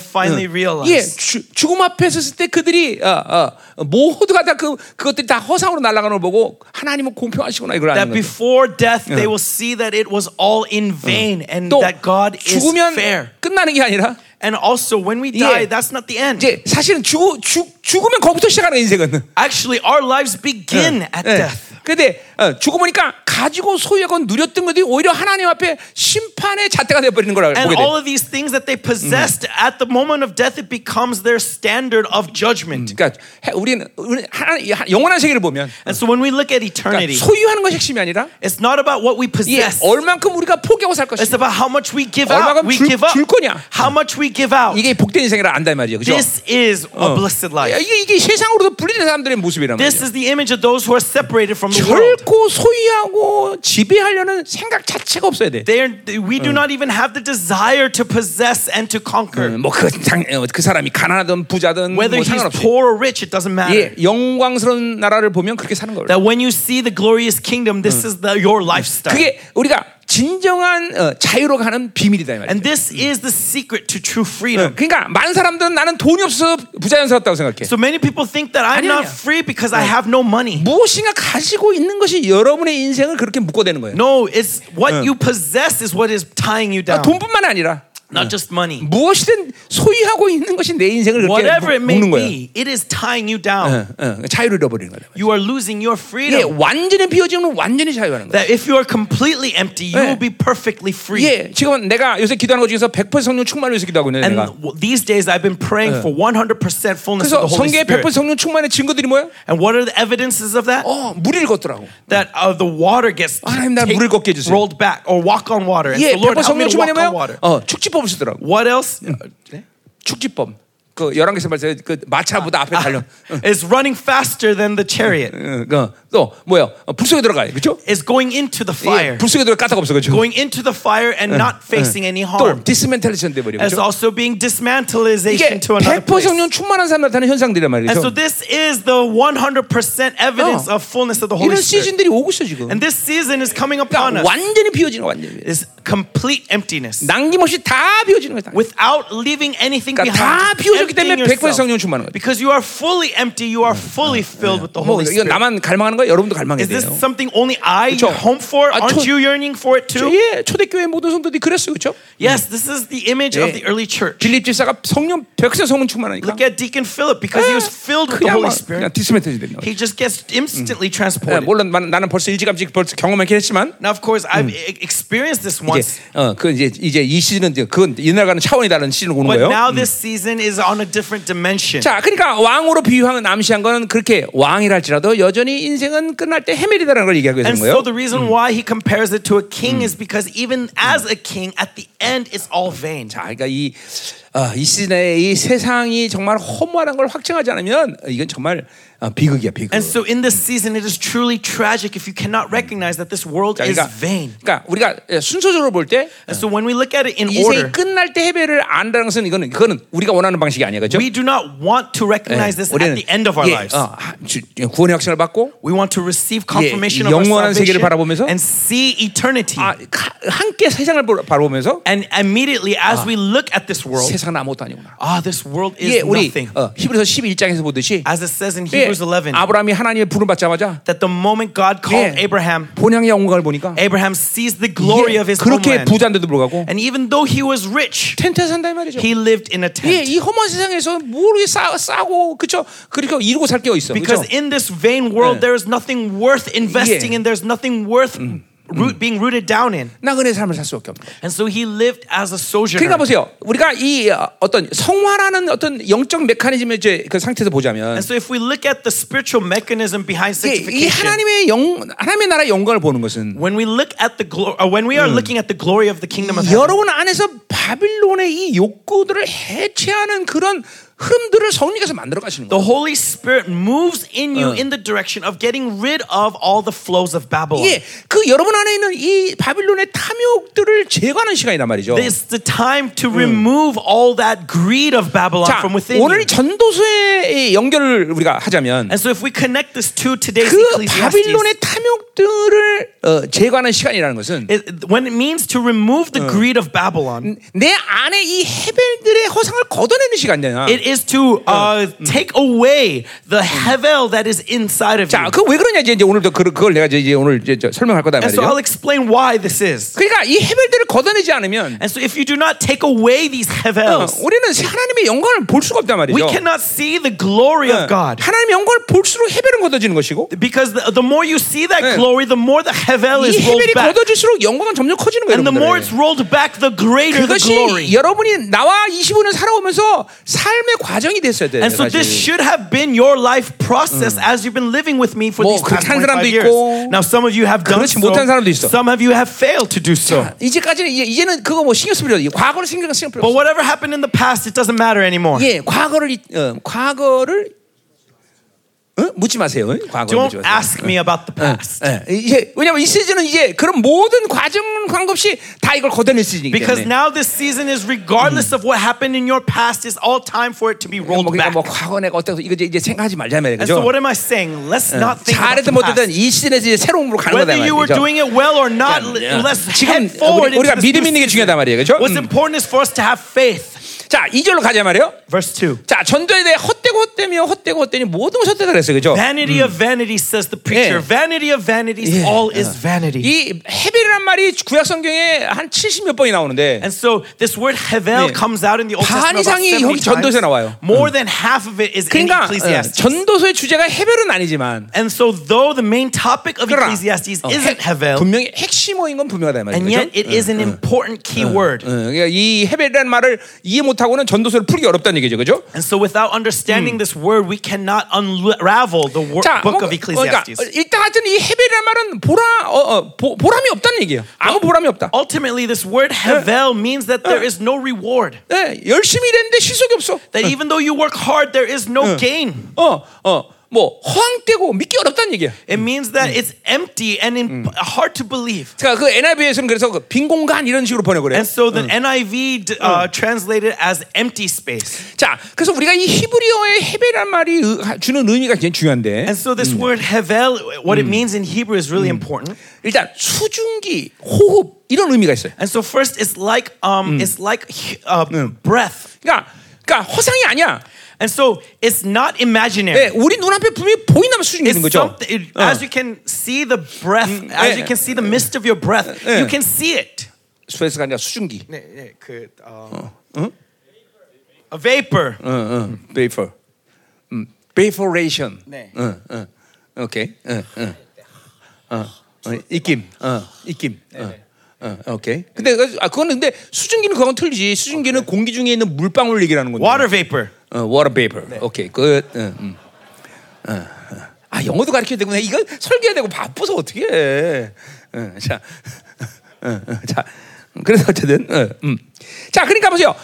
[SPEAKER 1] 예,
[SPEAKER 2] finally realized
[SPEAKER 1] 주, 죽음 앞에 섰을 때 그들이 어, 어, 모두가 다 그 그것들이 다 허상으로 날아가는 걸 보고 하나님은 공평하시구나 이걸 아는
[SPEAKER 2] that
[SPEAKER 1] 거예요.
[SPEAKER 2] before death they will see that it was all in vain and
[SPEAKER 1] 또
[SPEAKER 2] that God is
[SPEAKER 1] 죽으면
[SPEAKER 2] fair.
[SPEAKER 1] 끝나는 게 아니라
[SPEAKER 2] And also, when we
[SPEAKER 1] 예.
[SPEAKER 2] die, that's not the end.
[SPEAKER 1] 이제 사실은 죽, 죽 죽으면 거기부터 시작하는 거예요, 인생은.
[SPEAKER 2] Actually, our lives begin at
[SPEAKER 1] 예.
[SPEAKER 2] death.
[SPEAKER 1] 근데 어, 죽어보니까 가지고 소유하고 누렸던 것들이 오히려 하나님 앞에 심판의 잣대가 되어버리는 걸
[SPEAKER 2] And
[SPEAKER 1] 보게 돼.
[SPEAKER 2] all of these things that they possessed at the moment of death, it becomes their standard of judgment.
[SPEAKER 1] 그러니까 해- 우리는 우리는 하나, 이 하- 영원한 세계를 보면
[SPEAKER 2] And so when we look at
[SPEAKER 1] 그러니까
[SPEAKER 2] eternity,
[SPEAKER 1] 소유하는 것이 핵심이 아니라
[SPEAKER 2] it's not about what we
[SPEAKER 1] 예,
[SPEAKER 2] possess.
[SPEAKER 1] 얼만큼 우리가 포기하고 살
[SPEAKER 2] It's
[SPEAKER 1] 것인가.
[SPEAKER 2] about how much we give out.
[SPEAKER 1] 얼마큼
[SPEAKER 2] We
[SPEAKER 1] 줄-
[SPEAKER 2] give up.
[SPEAKER 1] 줄 거냐?
[SPEAKER 2] How much we give out.
[SPEAKER 1] 이게 복된 인생이라 안다 이 말이죠, 그죠?
[SPEAKER 2] This is a blessed
[SPEAKER 1] 야,
[SPEAKER 2] life.
[SPEAKER 1] 이게, 이게 세상으로도 분리된 사람들의 모습이란
[SPEAKER 2] This
[SPEAKER 1] 말이죠.
[SPEAKER 2] is the image of those who are separated from the world.
[SPEAKER 1] 결코 소유하고 지배하려는 생각 자체가 없어야 돼.
[SPEAKER 2] They are, we do not even have the desire to possess and to conquer.
[SPEAKER 1] 뭐그 그 사람이 가난하든 부자든 뭐
[SPEAKER 2] Whether he's
[SPEAKER 1] 상관없이
[SPEAKER 2] poor or rich, it doesn't matter.
[SPEAKER 1] 예, 영광스러운 나라를 보면 그렇게 사는 거예요.
[SPEAKER 2] That when you see the glorious kingdom, this is the, your lifestyle.
[SPEAKER 1] 그게 우리가 진정한 어, 자유로 가는 비밀이다 이 말이죠.
[SPEAKER 2] And this is the secret to true
[SPEAKER 1] 어,
[SPEAKER 2] freedom.
[SPEAKER 1] 그러니까 많은 사람들은 나는 돈이 없어서 부자연스럽다고 생각해.
[SPEAKER 2] So many people think that I'm
[SPEAKER 1] 아니야,
[SPEAKER 2] not
[SPEAKER 1] 아니야.
[SPEAKER 2] free because I have no money.
[SPEAKER 1] 무엇인가 가지고 있는 것이 여러분의 인생을 그렇게 묶어대는 거예요.
[SPEAKER 2] No, it's what you possess is what is tying you down.
[SPEAKER 1] 돈뿐만 아니라
[SPEAKER 2] Not just money.
[SPEAKER 1] 무엇이든 소유하고 있는 것이 내 인생을 그렇게
[SPEAKER 2] Whatever it
[SPEAKER 1] 묶-
[SPEAKER 2] may
[SPEAKER 1] 묶는 거예요.
[SPEAKER 2] be, it is tying you
[SPEAKER 1] 어,
[SPEAKER 2] down.
[SPEAKER 1] 어, 자유를 잃어버리는 거예요.
[SPEAKER 2] You are losing
[SPEAKER 1] 예,
[SPEAKER 2] your freedom.
[SPEAKER 1] 완전히 비워지면 완전히 자유하는 거예요.
[SPEAKER 2] That if you are completely empty, you
[SPEAKER 1] 네.
[SPEAKER 2] will be perfectly free.
[SPEAKER 1] 예, 지금 내가 요새 기도하는 것 중에서 100% 성령 충만을 위해서 기도하고 있는데
[SPEAKER 2] And
[SPEAKER 1] 내가.
[SPEAKER 2] w- these days I've been praying for 100% fullness
[SPEAKER 1] 그래서
[SPEAKER 2] of the
[SPEAKER 1] Uh-huh.
[SPEAKER 2] Holy
[SPEAKER 1] 성경의 100%
[SPEAKER 2] Spirit.
[SPEAKER 1] 성령 충만의 증거들이 뭐야?
[SPEAKER 2] And what are the evidences of that?
[SPEAKER 1] 어, 물을 걷더라고.
[SPEAKER 2] That uh, the water gets
[SPEAKER 1] 하나님 나
[SPEAKER 2] take-
[SPEAKER 1] 물을 걷게 해주세요.
[SPEAKER 2] rolled back or walk on water. And
[SPEAKER 1] 예,
[SPEAKER 2] so Lord,
[SPEAKER 1] 100%
[SPEAKER 2] help me
[SPEAKER 1] 성령
[SPEAKER 2] to
[SPEAKER 1] 충만이
[SPEAKER 2] walk on
[SPEAKER 1] 뭐야?
[SPEAKER 2] water.
[SPEAKER 1] 어, 축지법을 쓰더라고.
[SPEAKER 2] What else? Uh, 네?
[SPEAKER 1] 축지법. 그 열왕기서 말씀 그
[SPEAKER 2] 아,
[SPEAKER 1] 마차보다 앞에 달려.
[SPEAKER 2] Is running faster than the chariot.
[SPEAKER 1] 어, 어, 또 뭐야? 어, 불 속에 들어가요, 그렇죠?
[SPEAKER 2] Is going into the fire.
[SPEAKER 1] 예, 불 속에 들어 까딱 없어, 그렇죠?
[SPEAKER 2] Going into the fire and not facing any
[SPEAKER 1] 또
[SPEAKER 2] harm.
[SPEAKER 1] 디스멘탈리션 돼버리고,
[SPEAKER 2] As
[SPEAKER 1] 그렇죠?
[SPEAKER 2] also being
[SPEAKER 1] 이게
[SPEAKER 2] dismantleization to another
[SPEAKER 1] 100%
[SPEAKER 2] place.
[SPEAKER 1] 성령 충만한 사람 나타나는 현상들이란 말이죠.
[SPEAKER 2] And so this is the 100% evidence
[SPEAKER 1] 어.
[SPEAKER 2] of fullness of the Holy
[SPEAKER 1] 이런
[SPEAKER 2] Spirit.
[SPEAKER 1] 시즌들이 오고 있어 지금.
[SPEAKER 2] And this season is coming upon
[SPEAKER 1] 그러니까
[SPEAKER 2] us.
[SPEAKER 1] 완전히 비워지는 거 완전히.
[SPEAKER 2] Is complete emptiness.
[SPEAKER 1] 남김없이 다 비워지는 거다.
[SPEAKER 2] without leaving anything
[SPEAKER 1] 그러니까 다
[SPEAKER 2] behind. just
[SPEAKER 1] 비워졌기 때문에
[SPEAKER 2] emptying
[SPEAKER 1] 100%
[SPEAKER 2] yourself.
[SPEAKER 1] 성령 충만한 거죠.
[SPEAKER 2] Because you are fully empty, you are fully filled with the
[SPEAKER 1] 뭐
[SPEAKER 2] Holy
[SPEAKER 1] 이거
[SPEAKER 2] Spirit.
[SPEAKER 1] 나만 갈망하는 거야? 여러분도 갈망해야
[SPEAKER 2] Is this
[SPEAKER 1] 돼요.
[SPEAKER 2] something only I
[SPEAKER 1] 그쵸.
[SPEAKER 2] home for?
[SPEAKER 1] 아,
[SPEAKER 2] Aren't
[SPEAKER 1] 초-
[SPEAKER 2] you yearning for it
[SPEAKER 1] 저-
[SPEAKER 2] too?
[SPEAKER 1] 예, 초대교회 모든 성도들이 그랬어요, 그렇죠?
[SPEAKER 2] Yes, this is the image of
[SPEAKER 1] 예.
[SPEAKER 2] the early church.
[SPEAKER 1] 빌립 집사가 성령 100% 성령 충만하니까.
[SPEAKER 2] Look at Deacon Philip because he was
[SPEAKER 1] Eh.
[SPEAKER 2] filled with the
[SPEAKER 1] 그냥
[SPEAKER 2] Holy
[SPEAKER 1] 막 그냥
[SPEAKER 2] Spirit.
[SPEAKER 1] 디스멘탈이 되는 거야.
[SPEAKER 2] He just gets instantly
[SPEAKER 1] 예,
[SPEAKER 2] transported.
[SPEAKER 1] 물론 나- 나는 벌써 일찌감치 벌써 경험했긴 했지만
[SPEAKER 2] Now, of course,
[SPEAKER 1] Hmm.
[SPEAKER 2] I've e- experienced this once,
[SPEAKER 1] 이제 어그 이제 이제 이 시즌은 이제 그건 옛날과는 차원이 다른 시즌 오는
[SPEAKER 2] but
[SPEAKER 1] 거예요.
[SPEAKER 2] now this season is on a different dimension.
[SPEAKER 1] 자, 그러니까 왕으로 비유한 암시한 거는 그렇게 왕이랄지라도 여전히 인생은 끝날 때 헤매리다라는 걸 얘기하고 있는
[SPEAKER 2] And so
[SPEAKER 1] 거예요.
[SPEAKER 2] the reason why he compares it to a king
[SPEAKER 1] Hmm.
[SPEAKER 2] is because even as a king, at the end, it's all vain.
[SPEAKER 1] 자, 그러니까 이, 어, 이 시즌에 이 세상이 정말 허무하다는 걸 확증하지 않으면 이건 정말 어, 비극이야, 비극.
[SPEAKER 2] And so in this
[SPEAKER 1] Hmm.
[SPEAKER 2] season, it is truly tragic if you cannot recognize that this world
[SPEAKER 1] 자,
[SPEAKER 2] is
[SPEAKER 1] 그러니까,
[SPEAKER 2] vain.
[SPEAKER 1] 그러니까 우리가 순서적으로 볼 때
[SPEAKER 2] And so when we look at it in
[SPEAKER 1] 인생이
[SPEAKER 2] order,
[SPEAKER 1] 끝날 때 헤매를 안다는 것은 이거는 그거는 우리가 원하는 방식이 아니야, 그렇죠?
[SPEAKER 2] we do not want to recognize
[SPEAKER 1] Eh,
[SPEAKER 2] this at the end of our
[SPEAKER 1] 예,
[SPEAKER 2] lives.
[SPEAKER 1] 어, 하- 주- 구원의 확신을 받고
[SPEAKER 2] We want to receive confirmation
[SPEAKER 1] 예,
[SPEAKER 2] of our
[SPEAKER 1] 영원한 세계를
[SPEAKER 2] salvation
[SPEAKER 1] 바라보면서
[SPEAKER 2] and see eternity.
[SPEAKER 1] 아, 가- 함께 세상을 보- 바라보면서
[SPEAKER 2] And immediately as we look at this world,
[SPEAKER 1] 세상은 아무것도 아니구나.
[SPEAKER 2] ah, this world
[SPEAKER 1] 이게
[SPEAKER 2] is
[SPEAKER 1] 우리
[SPEAKER 2] nothing.
[SPEAKER 1] 어, 히브리서 11장에서 보듯이
[SPEAKER 2] As it says in
[SPEAKER 1] 예,
[SPEAKER 2] Hebrews 11,
[SPEAKER 1] 아브라함이 하나님의 부름 받자마자
[SPEAKER 2] that the moment God called
[SPEAKER 1] 예,
[SPEAKER 2] Abraham,
[SPEAKER 1] 본향의 영광을 보니까
[SPEAKER 2] Abraham sees the glory
[SPEAKER 1] 이게
[SPEAKER 2] of his
[SPEAKER 1] 그렇게
[SPEAKER 2] homeland.
[SPEAKER 1] 부자인데도 불구하고
[SPEAKER 2] And even though he was rich,
[SPEAKER 1] 텐트에 산다 이 말이죠.
[SPEAKER 2] he lived in a
[SPEAKER 1] 예,
[SPEAKER 2] tent.
[SPEAKER 1] 이 험한 세상에서 모르게 싸, 싸고 그쵸? 그렇게 이루고 살 게 있어. 그쵸?
[SPEAKER 2] Because in this vain world,
[SPEAKER 1] 네.
[SPEAKER 2] there is nothing worth investing in. There's nothing worth root, being rooted down in.
[SPEAKER 1] 나그네 삶을 살 수밖에 없는. 거예요.
[SPEAKER 2] And so he lived as a
[SPEAKER 1] 그러니까
[SPEAKER 2] sojourner.
[SPEAKER 1] 보세요. 우리가 이 어, 어떤 성화라는 어떤 영적 메커니즘의 이제 그 상태에서 보자면
[SPEAKER 2] And so if we look at the spiritual mechanism behind
[SPEAKER 1] 예, 이게 이
[SPEAKER 2] sanctification,
[SPEAKER 1] 하나님의 영 하나님의 나라 영광을 보는 것은
[SPEAKER 2] when we look at the glo- uh, when we are looking at the glory of the kingdom of heaven,
[SPEAKER 1] 여러분 안에서 바빌론의 이 욕구들을 해체하는 그런 흐름들을 성령께서 만들어 가시는 거예요.
[SPEAKER 2] the Holy Spirit moves in
[SPEAKER 1] 어.
[SPEAKER 2] you in the direction of getting rid of all the flows of Babylon.
[SPEAKER 1] 예, 그 여러분 안에 있는 이 바빌론의 탐욕들을 제거하는 시간이란 말이죠.
[SPEAKER 2] It's the time to remove all that greed of Babylon
[SPEAKER 1] 자,
[SPEAKER 2] from within
[SPEAKER 1] 오늘
[SPEAKER 2] you.
[SPEAKER 1] 전도서의 이 연결을 우리가 하자면
[SPEAKER 2] And so if we connect this to today's
[SPEAKER 1] 그
[SPEAKER 2] Ecclesiastes,
[SPEAKER 1] 바빌론의 탐욕들을 어, 제거하는 시간이라는 것은
[SPEAKER 2] It, when it means to remove the greed of Babylon,
[SPEAKER 1] 내 안에 이 헤벨들의 허상을 걷어내는 시간이냐.
[SPEAKER 2] it is to uh, Mm. take away the hevel that is inside of
[SPEAKER 1] 자,
[SPEAKER 2] you.
[SPEAKER 1] 그 왜 그러냐 이제, 이제 오늘도 그, 그걸 내가 이제- 이제 오늘 이제 저 설명할 거다
[SPEAKER 2] And so I'll
[SPEAKER 1] 말이죠.
[SPEAKER 2] explain why this is.
[SPEAKER 1] 그러니까 이 헤벨들을 걷어내지 않으면
[SPEAKER 2] And so if you do not take away these
[SPEAKER 1] 어,
[SPEAKER 2] hevels,
[SPEAKER 1] 우리는 하나님의 영광을 볼 수가 없단
[SPEAKER 2] we
[SPEAKER 1] 말이죠.
[SPEAKER 2] cannot see the glory
[SPEAKER 1] 어,
[SPEAKER 2] of God.
[SPEAKER 1] 하나님의 영광을 볼수록 헤벨은 걷어지는 것이고
[SPEAKER 2] Because the, the more you see
[SPEAKER 1] 네.
[SPEAKER 2] that glory, the more the hevel
[SPEAKER 1] 이
[SPEAKER 2] is rolled
[SPEAKER 1] 헤벨이
[SPEAKER 2] back.
[SPEAKER 1] 걷어질수록 영광은 점점 커지는 거예요.
[SPEAKER 2] And the more
[SPEAKER 1] 여러분들의.
[SPEAKER 2] it's rolled back, the greater the
[SPEAKER 1] 그것이
[SPEAKER 2] glory.
[SPEAKER 1] 여러분이 나와 25년 살아오면서 삶의 과정이 됐어야 돼요.
[SPEAKER 2] And so this
[SPEAKER 1] 사실.
[SPEAKER 2] should have been your life process
[SPEAKER 1] Mm.
[SPEAKER 2] as you've been living with me for
[SPEAKER 1] 뭐
[SPEAKER 2] these
[SPEAKER 1] 그렇게
[SPEAKER 2] past
[SPEAKER 1] 한
[SPEAKER 2] 25
[SPEAKER 1] 사람도
[SPEAKER 2] years.
[SPEAKER 1] 있고,
[SPEAKER 2] now some of you have done
[SPEAKER 1] 그렇지 못한 사람도 있어.
[SPEAKER 2] so. Some of you have failed to do so.
[SPEAKER 1] 이제까지는 이제, 이제는 그거 뭐 신경 쓸 필요 없어. 과거를 신경 쓸 필요 예,
[SPEAKER 2] But
[SPEAKER 1] 없어.
[SPEAKER 2] whatever happened in the past, it doesn't matter anymore.
[SPEAKER 1] 예, 과거를 이- 어, 과거를 어? 묻지 마세요. 과거 묻지 마세요.
[SPEAKER 2] Don't ask me about
[SPEAKER 1] Uh,
[SPEAKER 2] the past.
[SPEAKER 1] 예, 이제 왜냐면 이 시즌은 이제 그런 모든 과정 관계없이 다 이걸 걷어낼 시즌이기 때문에
[SPEAKER 2] Because now this season is regardless of what happened in your past, it's all time for it to be
[SPEAKER 1] 뭐
[SPEAKER 2] rolled
[SPEAKER 1] 그러니까
[SPEAKER 2] back.
[SPEAKER 1] 뭐 과거 내가 어떻게 이거 이제- 이제 생각하지 말자 말이죠.
[SPEAKER 2] And so what am I saying? Let's not think
[SPEAKER 1] Uh,
[SPEAKER 2] about
[SPEAKER 1] 잘해도
[SPEAKER 2] the
[SPEAKER 1] 못하든
[SPEAKER 2] past.
[SPEAKER 1] 이 시즌에서 이제 새로운 으로 가는 거다
[SPEAKER 2] Whether you were
[SPEAKER 1] 말이죠.
[SPEAKER 2] doing it well or not,
[SPEAKER 1] 예.
[SPEAKER 2] let's
[SPEAKER 1] 지금
[SPEAKER 2] head forward
[SPEAKER 1] 우리,
[SPEAKER 2] into
[SPEAKER 1] 우리가
[SPEAKER 2] this new
[SPEAKER 1] 믿음 있는 게
[SPEAKER 2] season.
[SPEAKER 1] 중요하단 말이에요, 그렇죠?
[SPEAKER 2] What's important is for us to have faith.
[SPEAKER 1] 자, 2절로 가자 말이에요.
[SPEAKER 2] Verse 2.
[SPEAKER 1] 자, 전도에 대해 헛되고 헛되며 헛되고 헛되니 모든 것이 헛되다 그랬어요, 그렇죠?
[SPEAKER 2] Vanity of vanities, says the
[SPEAKER 1] Oh.
[SPEAKER 2] preacher.
[SPEAKER 1] Mm. Yeah.
[SPEAKER 2] Vanity of vanities,
[SPEAKER 1] Yeah.
[SPEAKER 2] all is vanity.
[SPEAKER 1] 이 헤벨이란 말이 구약 성경에 한 70 몇 번이 나오는데
[SPEAKER 2] And so this word
[SPEAKER 1] Yeah.
[SPEAKER 2] hevel comes out in the Old
[SPEAKER 1] 반
[SPEAKER 2] Testament about
[SPEAKER 1] 이상이
[SPEAKER 2] 70
[SPEAKER 1] 여기 전도서에
[SPEAKER 2] times.
[SPEAKER 1] 나와요.
[SPEAKER 2] More than half of it is in
[SPEAKER 1] 그러니까 어,
[SPEAKER 2] Ecclesiastes.
[SPEAKER 1] 전도서의 주제가 헤벨은 아니지만
[SPEAKER 2] And so though the main topic of
[SPEAKER 1] 그러나 어,
[SPEAKER 2] Ecclesiastes
[SPEAKER 1] 헤-
[SPEAKER 2] isn't hevel,
[SPEAKER 1] 분명히 핵심어인 건 분명하다 이 말이죠.
[SPEAKER 2] and yet
[SPEAKER 1] 그렇죠?
[SPEAKER 2] it is an important key word.
[SPEAKER 1] 어, 그러니까 이 헤벨이라는 말을 이해 못하고는 전도서를 풀기 어렵다는 얘기죠, 그렇죠?
[SPEAKER 2] And so without understanding this word, we cannot unravel the wor-
[SPEAKER 1] 자,
[SPEAKER 2] book
[SPEAKER 1] 뭐,
[SPEAKER 2] of
[SPEAKER 1] 그러니까
[SPEAKER 2] Ecclesiastes.
[SPEAKER 1] 일단 하여튼 이 헤벨이라는 말은 보라, 어, 어, 보, 보람이 없다는 얘기예요. 아무 보람이
[SPEAKER 2] 어.
[SPEAKER 1] 없다.
[SPEAKER 2] Ultimately, this word hevel means that there is no reward.
[SPEAKER 1] 네, 열심히 일했는데 실속이 없어.
[SPEAKER 2] That even though you work hard, there is no gain.
[SPEAKER 1] 어, 어, 뭐 허황되고 믿기 어렵다는 얘기야.
[SPEAKER 2] It means that it's empty and imp- hard to believe.
[SPEAKER 1] 그러니까 그 NIV에서는 그래서 그빈 공간 이런 식으로 번역을 해요.
[SPEAKER 2] And so the NIV d- uh, translated as empty space.
[SPEAKER 1] 자, 그래서 우리가 이 히브리어의 헤벨이란 말이 의- 주는 의미가 굉장히 중요한데
[SPEAKER 2] And so this word hevel, what it means in Hebrew is really important.
[SPEAKER 1] 일단 수증기, 호흡 이런 의미가 있어요.
[SPEAKER 2] And so first, it's like um, it's like uh, breath.
[SPEAKER 1] 그러니까 그러니까 허상이 아니야.
[SPEAKER 2] And so it's not imaginary.
[SPEAKER 1] 네, 우리 눈앞에 분명히 보인다면 수증이 있는
[SPEAKER 2] It's
[SPEAKER 1] 거죠.
[SPEAKER 2] something, it- as you can see the breath, as
[SPEAKER 1] 예.
[SPEAKER 2] you can see the mist of your breath,
[SPEAKER 1] 예.
[SPEAKER 2] you can see it.
[SPEAKER 1] 스웨스가 아니라 수증기.
[SPEAKER 2] 네, 네, 그, 어, A vapor.
[SPEAKER 1] 응, 응. 베이퍼. 음. 베이퍼레이션.
[SPEAKER 2] 네.
[SPEAKER 1] 응, 응. 오케이. 응, 응. 어. 어, 익김. 어. 익김. 어. 어, 오케이. 근데 그- 아 그건 근데 수증기는 어, 그건 틀리지. 수증기는 공기 중에 있는 물방울 얘기라는 건데.
[SPEAKER 2] Water vapor.
[SPEAKER 1] 어, water vapor. 오케이. 그 응, 응. 어, 어. 아, 영어도 가르쳐야 되구나. 이거 설계해야 되고 바빠서 어떻게 해. 어, 자. 어, 어, 자. 그래서 어쨌든 어, 음. 자, 그러니까 보세요.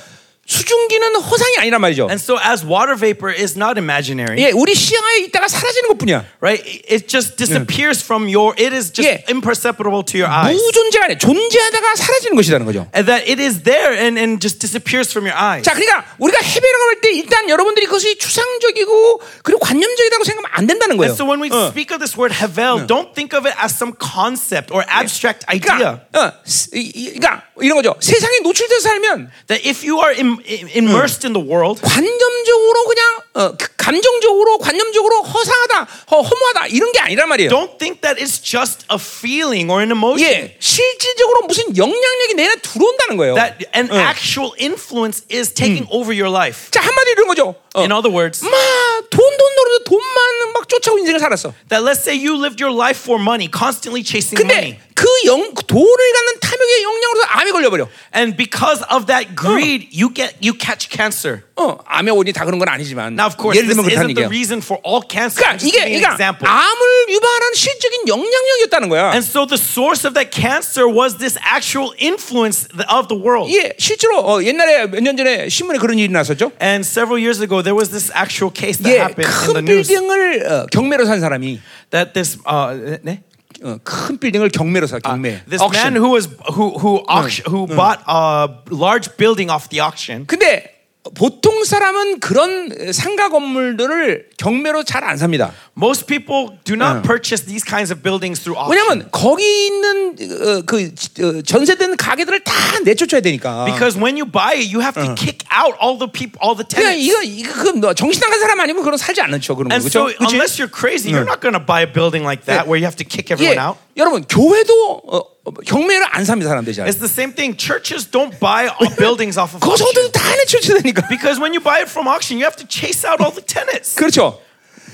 [SPEAKER 1] 수증기는 허상이 아니란 말이죠.
[SPEAKER 2] And so, as water vapor is not imaginary,
[SPEAKER 1] 예, 우리 시야에 있다가 사라지는 것뿐이야.
[SPEAKER 2] right? It just disappears from your. It is just
[SPEAKER 1] Yeah.
[SPEAKER 2] imperceptible to your eyes,
[SPEAKER 1] 무존재가 아니야. 존재하다가 사라지는 것이라는 거죠.
[SPEAKER 2] and that it is there and and just disappears from your eyes.
[SPEAKER 1] 자, 그러니까 우리가 헤베라고 할 때 일단 여러분들이 그것이 추상적이고 그리고 관념적이라고 생각하면 안 된다는 거예요.
[SPEAKER 2] And so, when we
[SPEAKER 1] 어.
[SPEAKER 2] speak of this word havel, don't think of it as some concept or abstract idea.
[SPEAKER 1] 그러니까, 어, 스- 이, 이, 그러니까 이런 거죠. 세상에 노출돼서 살면
[SPEAKER 2] That if you are im- im- immersed in the world,
[SPEAKER 1] 관념적으로 그냥 어, 그 감정적으로 관념적으로 허사하다, 허, 허무하다 이런 게 아니란 말이에요.
[SPEAKER 2] don't think that it's just a feeling or an emotion.
[SPEAKER 1] 예, 실질적으로 무슨 영향력이 내 안에 들어온다는 거예요.
[SPEAKER 2] That an
[SPEAKER 1] Uh.
[SPEAKER 2] actual influence is taking over your life.
[SPEAKER 1] 자, 한마디로 이런 거죠. 어.
[SPEAKER 2] In other words,
[SPEAKER 1] 막돈돈 노릇 돈만 막 쫓아오고 인생을 살았어.
[SPEAKER 2] that let's say you lived your life for money, constantly chasing money.
[SPEAKER 1] 근데 그 영, 그 돈을 갖는 탐욕의 영향으로 암에 걸려버려.
[SPEAKER 2] And because of that greed, you get you catch cancer.
[SPEAKER 1] 어, 암에 오니 다 그런 건 아니지만.
[SPEAKER 2] Now, of course,
[SPEAKER 1] 예를
[SPEAKER 2] this
[SPEAKER 1] 들면 그렇다는
[SPEAKER 2] isn't the
[SPEAKER 1] 얘기야.
[SPEAKER 2] reason for all cancer.
[SPEAKER 1] 그러니까
[SPEAKER 2] I'm just
[SPEAKER 1] 이게
[SPEAKER 2] giving an
[SPEAKER 1] 그러니까
[SPEAKER 2] example.
[SPEAKER 1] 암을 유발한 실적인 영향력이었다는 거야.
[SPEAKER 2] And so the source of that cancer was this actual influence th- of the world.
[SPEAKER 1] 예, 실제로 어, 옛날에 몇 년 전에 신문에 그런 일이 났었죠.
[SPEAKER 2] And several years ago, there was this actual case that
[SPEAKER 1] 예,
[SPEAKER 2] happened in the
[SPEAKER 1] 큰
[SPEAKER 2] news
[SPEAKER 1] 빌딩을 어, 경매로 산 사람이
[SPEAKER 2] that this uh, 네?
[SPEAKER 1] 어, 큰 빌딩을 경매로 사 경매.
[SPEAKER 2] 아, this
[SPEAKER 1] auction.
[SPEAKER 2] man who was who who auction, who bought a large building off the auction.
[SPEAKER 1] 근데 보통 사람은 그런 상가 건물들을 경매로 잘 안 삽니다.
[SPEAKER 2] Most people do not purchase these kinds of buildings through auction.
[SPEAKER 1] 왜냐면 거기 있는 어, 그 어, 전세된 가게들을 다 내쫓아야 되니까.
[SPEAKER 2] Because when you buy it, you have
[SPEAKER 1] Uh-huh.
[SPEAKER 2] to kick out all the people, all the
[SPEAKER 1] 그냥
[SPEAKER 2] tenants.
[SPEAKER 1] 이거 이거 그건 너 정신 나간 사람 아니면 그런 거 살지 않죠 그런 거
[SPEAKER 2] and
[SPEAKER 1] 그죠?
[SPEAKER 2] so, unless you're crazy, you're not going to buy a building like
[SPEAKER 1] Yeah.
[SPEAKER 2] that where you have to kick
[SPEAKER 1] 예,
[SPEAKER 2] everyone out.
[SPEAKER 1] 여러분 교회도 어, 어, 경매를 안 삽니다 사람들이 잘.
[SPEAKER 2] It's the same thing. Churches don't buy all buildings off of
[SPEAKER 1] 거기서도
[SPEAKER 2] auction.
[SPEAKER 1] 다 내쫓으니까.
[SPEAKER 2] Because when you buy it from auction, you have to chase out all the tenants.
[SPEAKER 1] 그렇죠.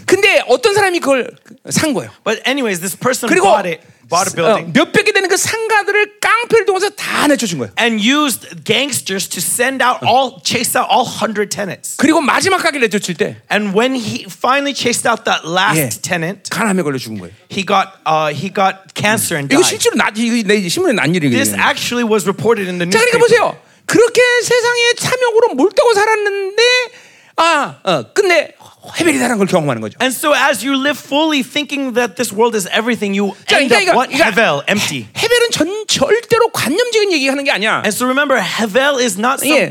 [SPEAKER 1] 근데 어떤 사람이 그걸 산 거예요.
[SPEAKER 2] But anyways, this person
[SPEAKER 1] 그리고 어,
[SPEAKER 2] bought it, bought a building,
[SPEAKER 1] 몇백이 되는 그 상가들을 깡패를 동원해서 다 내쫓은 거예요.
[SPEAKER 2] and used gangsters to send out all, chase out all hundred tenants.
[SPEAKER 1] 그리고 마지막 가게 내쫓을 때
[SPEAKER 2] And when he finally chased out that last
[SPEAKER 1] Yeah.
[SPEAKER 2] tenant,
[SPEAKER 1] 간암에 걸려 죽은 거예요.
[SPEAKER 2] he got uh, he got cancer and
[SPEAKER 1] 이거
[SPEAKER 2] died.
[SPEAKER 1] 실제로 나 이거 내 신문에 난 일이거든요.
[SPEAKER 2] This actually was reported in the
[SPEAKER 1] 자, 그러니까
[SPEAKER 2] newspaper.
[SPEAKER 1] 보세요. 그렇게 세상의 참욕으로 몰다고 살았는데 아, 어, 끝내 헤벨이다라는 걸 경험하는 거죠.
[SPEAKER 2] And so as you live fully thinking that this world is everything, you
[SPEAKER 1] 자,
[SPEAKER 2] end
[SPEAKER 1] 그러니까
[SPEAKER 2] up
[SPEAKER 1] 이거-
[SPEAKER 2] what?
[SPEAKER 1] 이거-
[SPEAKER 2] Hevel, empty.
[SPEAKER 1] 헤벨은 전 절대로 관념적인 얘기하는 게 아니야.
[SPEAKER 2] And so remember, Hevel is not some
[SPEAKER 1] 예,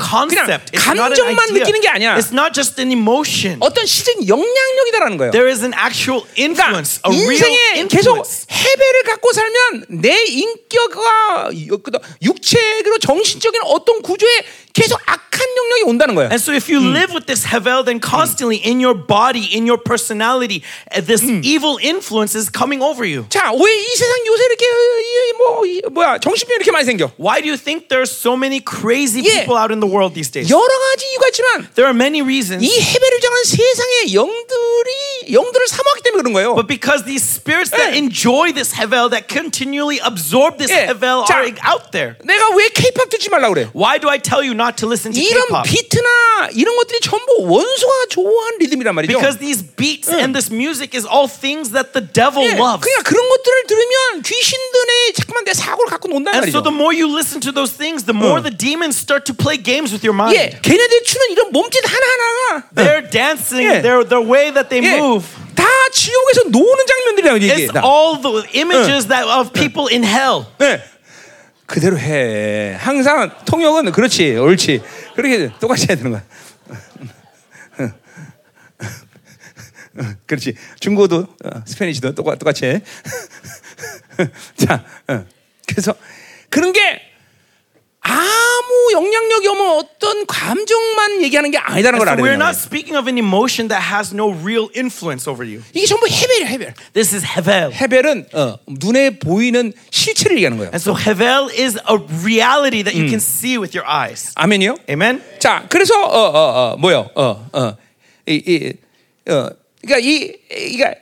[SPEAKER 1] 그냥
[SPEAKER 2] concept. It's not an
[SPEAKER 1] 감정만
[SPEAKER 2] idea.
[SPEAKER 1] 느끼는 게 아니야.
[SPEAKER 2] It's not just an emotion.
[SPEAKER 1] 어떤 시적인 영향력이다라는 거예요.
[SPEAKER 2] There is an actual influence, a real
[SPEAKER 1] 그러니까 인생에 계속
[SPEAKER 2] influence.
[SPEAKER 1] 헤벨을 갖고 살면 내 인격과 그 육체로 정신적인 어떤 구조에 계속 악한 영향이 온다는 거예요.
[SPEAKER 2] And so if you live with this Hevel, then constantly in your body, in your personality, uh, this evil influence is coming over you.
[SPEAKER 1] 자, 왜 이 세상 요새 이렇게 이- 이- 뭐 이- 뭐야 정신병 이렇게 많이 생겨?
[SPEAKER 2] Why do you think there's so many crazy
[SPEAKER 1] Yeah.
[SPEAKER 2] people out in the world these days?
[SPEAKER 1] 여러 가지 이유가 있지만
[SPEAKER 2] There are many reasons.
[SPEAKER 1] 이 헤벨을 정한 세상의 영들이 영들을 사모하기 때문에 그런 거예요.
[SPEAKER 2] But because these spirits that
[SPEAKER 1] Yeah.
[SPEAKER 2] enjoy this Hevel, that continually absorb this
[SPEAKER 1] Yeah.
[SPEAKER 2] Hevel,
[SPEAKER 1] 자.
[SPEAKER 2] are out there.
[SPEAKER 1] 내가 왜 케이팝 듣지 말라 그래?
[SPEAKER 2] Why do I tell you not to listen to
[SPEAKER 1] 이런
[SPEAKER 2] K-pop?
[SPEAKER 1] 비트나 이런 것들이 전부 원수가 좋아하는 리듬이란 말이죠.
[SPEAKER 2] Because these beats and this music is all things that the devil
[SPEAKER 1] 예,
[SPEAKER 2] loves.
[SPEAKER 1] 그냥 그런 것들을 들으면 귀신들의 자꾸만 내 사고를 갖고 논다는
[SPEAKER 2] And so
[SPEAKER 1] 말이죠.
[SPEAKER 2] the more you listen to those things, the more the demons start to play games with your mind.
[SPEAKER 1] 예, 걔네들 추는 이런 몸짓 하나하나가
[SPEAKER 2] Their dancing,
[SPEAKER 1] Yeah.
[SPEAKER 2] their their way that they
[SPEAKER 1] 예,
[SPEAKER 2] move.
[SPEAKER 1] 다 지옥에서 노는 장면들이라고 얘기해.
[SPEAKER 2] It's all the images that of people in hell.
[SPEAKER 1] 네. 그대로 해. 항상 통역은 그렇지, 옳지. 그렇게 똑같이 해야 되는 거야. 그렇지. 중고도 어, 스페니시도 똑같, 똑같이 해. 자, 어. 그래서 그런 게 아무 영향력이 없는 어떤 감정만 얘기하는 게 아니다는 걸
[SPEAKER 2] So we're
[SPEAKER 1] 알아야
[SPEAKER 2] not
[SPEAKER 1] 돼.
[SPEAKER 2] speaking of an emotion that has no real influence over you.
[SPEAKER 1] 이게 전부 헤벨이야, 헤벨.
[SPEAKER 2] This is hevel.
[SPEAKER 1] 헤벨은 어, 눈에 보이는 실체를 얘기하는 거예요.
[SPEAKER 2] And so hevel is a reality that you can see with your eyes.
[SPEAKER 1] 아멘이요?
[SPEAKER 2] Amen.
[SPEAKER 1] 자, 그래서 어 어 어 뭐요? 어 어. 이 이어 그러니까 이 이가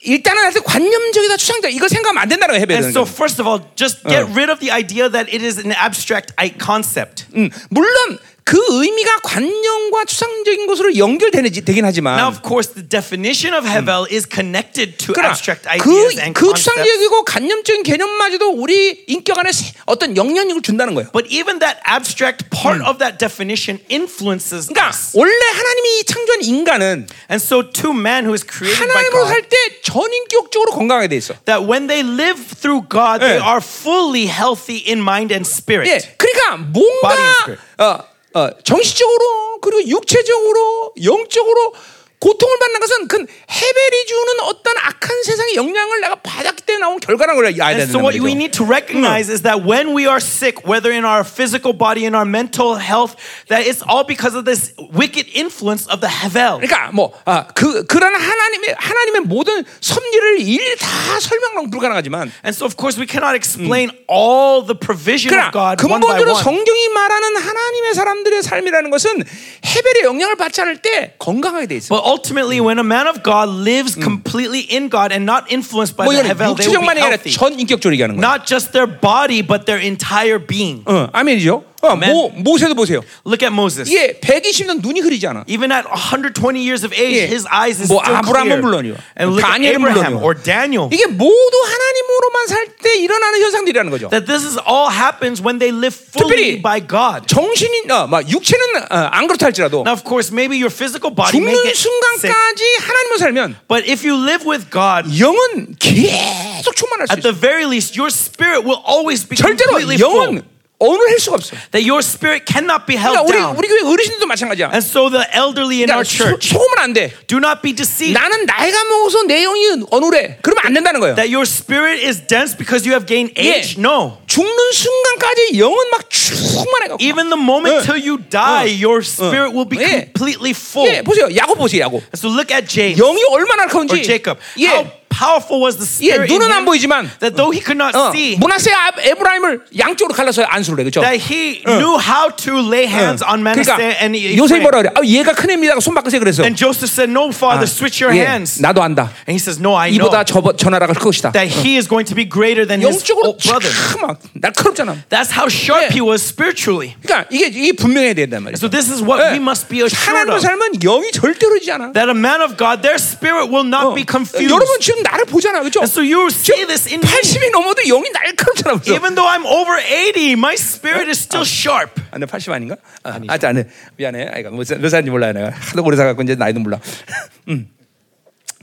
[SPEAKER 1] 일단은 하여튼 관념적이다 추상적 이거 생각하면 안 된다는 거예요, 헤벨은.
[SPEAKER 2] And so first of all, just get rid of the idea that it is an abstract i- concept.
[SPEAKER 1] 음, 물론 그 의미가 관념과 추상적인 것으로 연결되는지 되긴 하지만
[SPEAKER 2] Now, of course, the definition of hevel is connected to
[SPEAKER 1] 그러나 그,
[SPEAKER 2] abstract ideas and
[SPEAKER 1] 그
[SPEAKER 2] concepts.
[SPEAKER 1] 추상적이고 관념적인 개념마저도 우리 인격 안에 세- 어떤 영향력을 준다는 거예요.
[SPEAKER 2] But even that abstract part of that definition influences
[SPEAKER 1] 그러니까
[SPEAKER 2] us.
[SPEAKER 1] 원래 하나님이 창조한 인간은
[SPEAKER 2] And so, to man who is created by
[SPEAKER 1] 하나님으로
[SPEAKER 2] God,
[SPEAKER 1] 살 때 전인격적으로 건강하게 돼 있어.
[SPEAKER 2] that when they live through God, they
[SPEAKER 1] 예.
[SPEAKER 2] are fully healthy in mind and spirit.
[SPEAKER 1] 예, 그러니까
[SPEAKER 2] Body and
[SPEAKER 1] 뭔가
[SPEAKER 2] spirit.
[SPEAKER 1] 어, 어, 정신적으로 그리고 육체적으로 영적으로 고통을 받는 것은 그 헤벨이 주는 어떤 악한 세상의 영향을 내가 받았기 때문에 나온 결과라는 걸 알아야
[SPEAKER 2] And
[SPEAKER 1] 되는
[SPEAKER 2] so, what
[SPEAKER 1] 거죠.
[SPEAKER 2] we need to recognize is that when we are sick, whether in our physical body, in our mental health, that it's all because of this wicked influence of the Havel.
[SPEAKER 1] 그러니까 뭐그 그런 하나님의 하나님의 모든 섭리를 일 다 설명은 불가능하지만
[SPEAKER 2] And so, of course, we cannot explain all the provision
[SPEAKER 1] Mm. 그러나
[SPEAKER 2] of God one by
[SPEAKER 1] 근본적으로
[SPEAKER 2] one.
[SPEAKER 1] 성경이 말하는 하나님의 사람들의 삶이라는 것은 헤벨의 영향을 받지 않을 때 건강하게 돼 있어.
[SPEAKER 2] But ultimately, when a man of God lives completely in God and not influenced by
[SPEAKER 1] 뭐 이건
[SPEAKER 2] the Havel, they will
[SPEAKER 1] 육체적만
[SPEAKER 2] be
[SPEAKER 1] 이 아니라
[SPEAKER 2] healthy.
[SPEAKER 1] 전 인격적으로 얘기하는 거야.
[SPEAKER 2] Not just their body, but their entire being.
[SPEAKER 1] 어, 아멘이죠. 어,
[SPEAKER 2] 아멘.
[SPEAKER 1] 모, 모세도 보세요.
[SPEAKER 2] Look at Moses.
[SPEAKER 1] 이게 120년 눈이 흐리지 않아.
[SPEAKER 2] Even at 120 years of age,
[SPEAKER 1] 예.
[SPEAKER 2] his eyes is
[SPEAKER 1] 뭐
[SPEAKER 2] still
[SPEAKER 1] 아브라함은
[SPEAKER 2] clear.
[SPEAKER 1] 물론이요.
[SPEAKER 2] And look at
[SPEAKER 1] 다니엘은
[SPEAKER 2] Abraham
[SPEAKER 1] 물론이요.
[SPEAKER 2] or Daniel.
[SPEAKER 1] 이게 모두 하나님으로만 살 때 일어나는 현상들이라는 거죠.
[SPEAKER 2] That this is all happens when they live fully
[SPEAKER 1] 특별히
[SPEAKER 2] by God.
[SPEAKER 1] 정신이 어, 막 육체는 어, 안 그렇다 할지라도
[SPEAKER 2] Now, of course, maybe your physical body may
[SPEAKER 1] 죽는
[SPEAKER 2] get sick,
[SPEAKER 1] 순간까지 하나님으로 살면
[SPEAKER 2] but if you live with God,
[SPEAKER 1] 영은 계속 충만할 수
[SPEAKER 2] at the
[SPEAKER 1] 있어.
[SPEAKER 2] very least, your spirit will always be completely
[SPEAKER 1] 절대로
[SPEAKER 2] full.
[SPEAKER 1] 영은 어느 할 수가 없어.
[SPEAKER 2] That your spirit cannot be held
[SPEAKER 1] 그러니까 우리
[SPEAKER 2] down.
[SPEAKER 1] 우리 교회 어르신들도 마찬가지야.
[SPEAKER 2] And so the elderly in our
[SPEAKER 1] 그러니까 소-
[SPEAKER 2] church,
[SPEAKER 1] 속으면 안 돼.
[SPEAKER 2] do not be deceived.
[SPEAKER 1] 나는 나이가 먹어서 내 영이 어눌해. 그러면 안 된다는 거예요.
[SPEAKER 2] that your spirit is dense because you have gained
[SPEAKER 1] 예.
[SPEAKER 2] age. No.
[SPEAKER 1] 죽는 순간까지 영은 막 충만해 갖고.
[SPEAKER 2] Even the
[SPEAKER 1] 예.
[SPEAKER 2] moment till you die,
[SPEAKER 1] 예.
[SPEAKER 2] your spirit will be
[SPEAKER 1] 예.
[SPEAKER 2] completely full.
[SPEAKER 1] 예, 보세요. 야곱 보세요, 야곱.
[SPEAKER 2] So look at James
[SPEAKER 1] 영이 얼마나
[SPEAKER 2] or
[SPEAKER 1] 강한지.
[SPEAKER 2] 어, Jacob. How
[SPEAKER 1] 예.
[SPEAKER 2] powerful was the
[SPEAKER 1] 예,
[SPEAKER 2] spirit in
[SPEAKER 1] 눈은 안
[SPEAKER 2] him
[SPEAKER 1] 보이지만
[SPEAKER 2] that though he could not
[SPEAKER 1] 어,
[SPEAKER 2] see,
[SPEAKER 1] 문하세 앞 에브라임을 양쪽으로 갈라서 안수를 해. 그렇죠?
[SPEAKER 2] that he knew how to lay hands on Manasseh and he- he
[SPEAKER 1] 그러니까 요셉이
[SPEAKER 2] prayed.
[SPEAKER 1] 뭐라 그래? 아, 얘가 큰 애입니다. 손바꿔서 그래서.
[SPEAKER 2] And Joseph said, No, father, switch your
[SPEAKER 1] 예,
[SPEAKER 2] hands.
[SPEAKER 1] 나도 안다.
[SPEAKER 2] And he says, No, I know
[SPEAKER 1] 이보다 저, 저 나라가 클 것이다.
[SPEAKER 2] that he is going to be greater than his
[SPEAKER 1] 영적으로
[SPEAKER 2] old brother.
[SPEAKER 1] 참막날 크롭잖아.
[SPEAKER 2] That's how sharp
[SPEAKER 1] 예.
[SPEAKER 2] he was spiritually.
[SPEAKER 1] 그러니까 이게 이게 분명해야 된단 말이야.
[SPEAKER 2] So this is what we must be assured
[SPEAKER 1] 하나님을
[SPEAKER 2] of.
[SPEAKER 1] 살면 영이 절대로지 않아.
[SPEAKER 2] that a man of God, their spirit will not
[SPEAKER 1] 어.
[SPEAKER 2] be confused.
[SPEAKER 1] 여러분 지금 나를 보잖아, 그렇죠?
[SPEAKER 2] And so you see this in me.
[SPEAKER 1] 80이 넘어도 영이 날카롭잖아, 그렇죠?
[SPEAKER 2] Even though I'm over 80, my spirit is still sharp.
[SPEAKER 1] 아, 나 80 아닌가? 아, 아니, 아, 네. 미안해. 아이가 몇 살- 몇 살인지 몰라 내가 하도 오래 살았고 이제 나이도 몰라. 음.